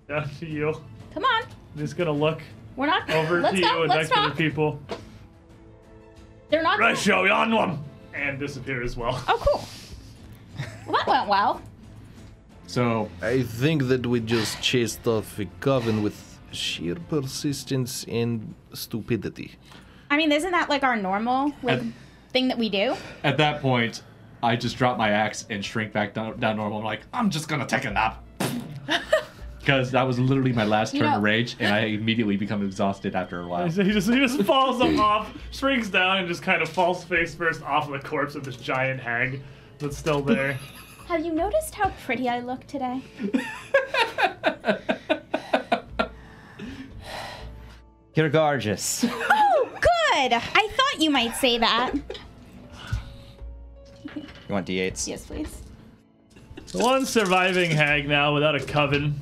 C: down to you.
B: Come on.
C: He's going to look
B: We're not
C: over
B: Let's
C: to
B: go.
C: you and back
B: Let's
C: to the
B: talk.
C: people.
B: They're not. gonna-
C: Ratio Yanwam! And disappear as well.
B: Oh, cool. Well, that went well.
A: So
E: I think that we just chased off a coven with sheer persistence and stupidity.
B: I mean, isn't that like our normal like
A: And-
B: thing that we do?
A: at that point, I just drop my axe and shrink back down, down normal. I'm like, I'm just gonna take
B: *laughs*
A: a nap. Because that was literally my last
B: You
A: turn
B: know-
A: of rage, and I immediately become exhausted after a while.
C: So *laughs* he just he just falls *laughs* off, shrinks down, and just kind of falls face first off the corpse of this giant hag that's still
B: *laughs*
C: there.
B: Have you noticed how pretty I look today?
D: You're gorgeous.
B: Oh, good. I thought you might say that.
D: You want d8s?
B: Yes, please.
C: The one surviving hag now without a coven.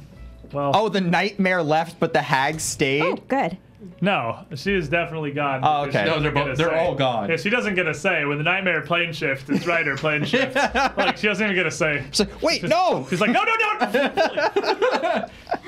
C: Well,
D: Oh, the nightmare left, but the hag stayed.
B: Oh, good.
C: no, she is definitely gone.
D: Oh,
C: because she
D: okay.
C: doesn't
A: No, they're
C: get
A: both-
C: a
A: they're
C: say.
A: all gone.
C: Yeah, she doesn't get a say when the nightmare plane shift is right or
A: *laughs*
C: plane shift. like she doesn't even get a say.
D: She's like, wait, no.
C: She's like, no, no, no.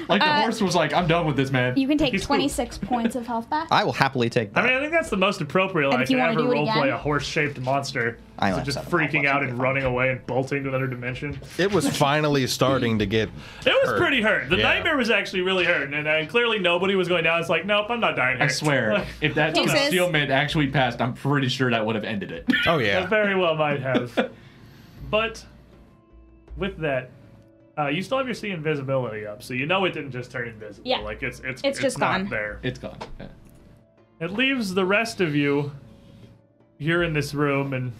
A: Like the
B: Uh,
A: horse was like, I'm done with this, man.
B: You can take
C: He's cool.
B: 26 points of health back.
D: I will happily take
C: I
D: that.
C: mean, I think that's the most appropriate
B: And
C: I
B: if you
C: can
B: wanna
C: ever
B: do it
C: roleplay
B: again-
C: a horse-shaped monster.
D: I
C: So
D: like
C: just
D: that.
C: freaking out and
D: Okay.
C: running away and bolting to another dimension.
E: It was finally starting to get.
C: It was
E: hurt.
C: pretty hurt. The
E: Yeah.
C: nightmare was actually really hurt, and, and clearly nobody was going down. It's like, nope, I'm not dying here.
A: I swear, if that
B: Deuces.
A: concealment actually passed, I'm pretty sure that would have ended it.
E: Oh
C: I
E: yeah.
C: very well might have. but with that, uh, you still have your see invisibility up, so you know it didn't just turn invisible.
B: Yeah.
C: Like it's it's
B: It's just
C: not
B: gone.
C: there.
A: It's gone. Yeah.
C: It leaves the rest of you here in this room in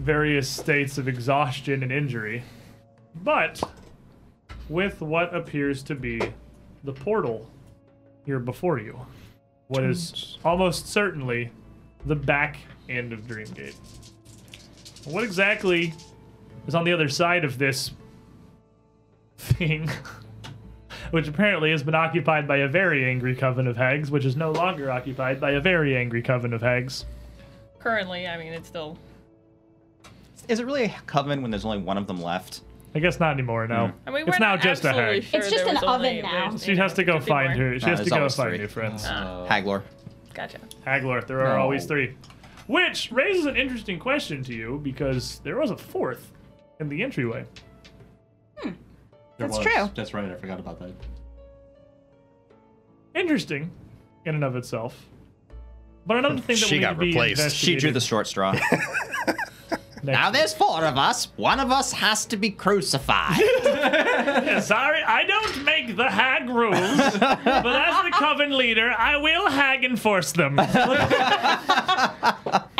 C: various states of exhaustion and injury, but with what appears to be the portal here before you. What is almost certainly the back end of Dreamgate. What exactly is on the other side of this *laughs* thing? which apparently has been occupied by a very angry coven of hags, which is no longer occupied by a very angry coven of hags.
F: Currently, I mean, it's still.
D: Is it really a coven when there's only one of them left?
C: I guess not anymore now.
D: Hmm.
F: I mean,
C: it's
F: we're
C: now
F: not
C: just a
F: absolutely
C: hag.
F: sure
B: It's just
F: there
B: an
F: was
B: oven
F: only-
B: now.
F: there's-
C: She has to go
F: there's
C: find
F: more.
C: her. She
D: No,
C: has to
D: there's
C: go
D: always
C: find
D: three.
C: new friends.
D: Haglor.
F: Gotcha.
C: Haglor, there are
D: No.
C: always three. Which raises an interesting question to you because there was a fourth in the entryway.
A: There
B: That's true.
A: That's right. I forgot about that.
C: Interesting. in and of itself. But
D: *laughs*
C: another thing that
E: She
C: we
E: got
C: need to be
E: replaced.
D: She drew
C: investigating
D: the short
C: *laughs*
D: straw.
C: next
D: now there's four of us. One of us has to
C: *laughs*
D: be crucified.
C: Sorry, I don't make the hag rules, but as the coven leader, I will hag enforce
D: *laughs*
C: them.
B: I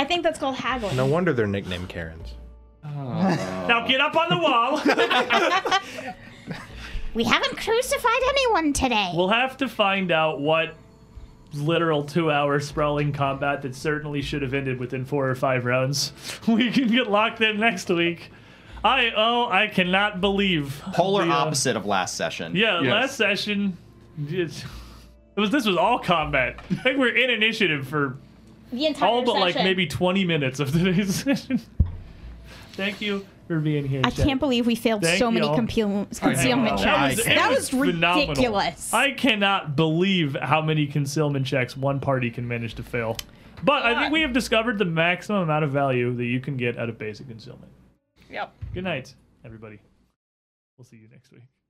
B: think that's called haggling.
E: No wonder they're nicknamed Karens.
C: now get up on the wall.
B: We haven't crucified anyone today.
C: We'll have to find out what literal two-hour sprawling combat that certainly should have ended within four or five rounds. *laughs* We can get locked in next week. I oh, I cannot believe
D: Polar
C: the, uh,
D: opposite of last session.
C: Yeah,
A: Yes.
C: last session, it's- it was this was all combat. I think we're in initiative for
B: the entire
C: all but like
B: session.
C: maybe 20 minutes of *laughs* today's session. Thank you for being here.
B: I can't believe we failed
C: Thank
B: so many
C: y'all.
B: compil- concealment
A: know.
B: checks.
A: was-
B: That, was
C: phenomenal.
B: ridiculous.
C: I cannot believe how many concealment checks one party can manage to fail. But I think we have discovered the maximum amount of value that you can get out of basic concealment.
F: Yep.
C: Good night, everybody. We'll see you next week.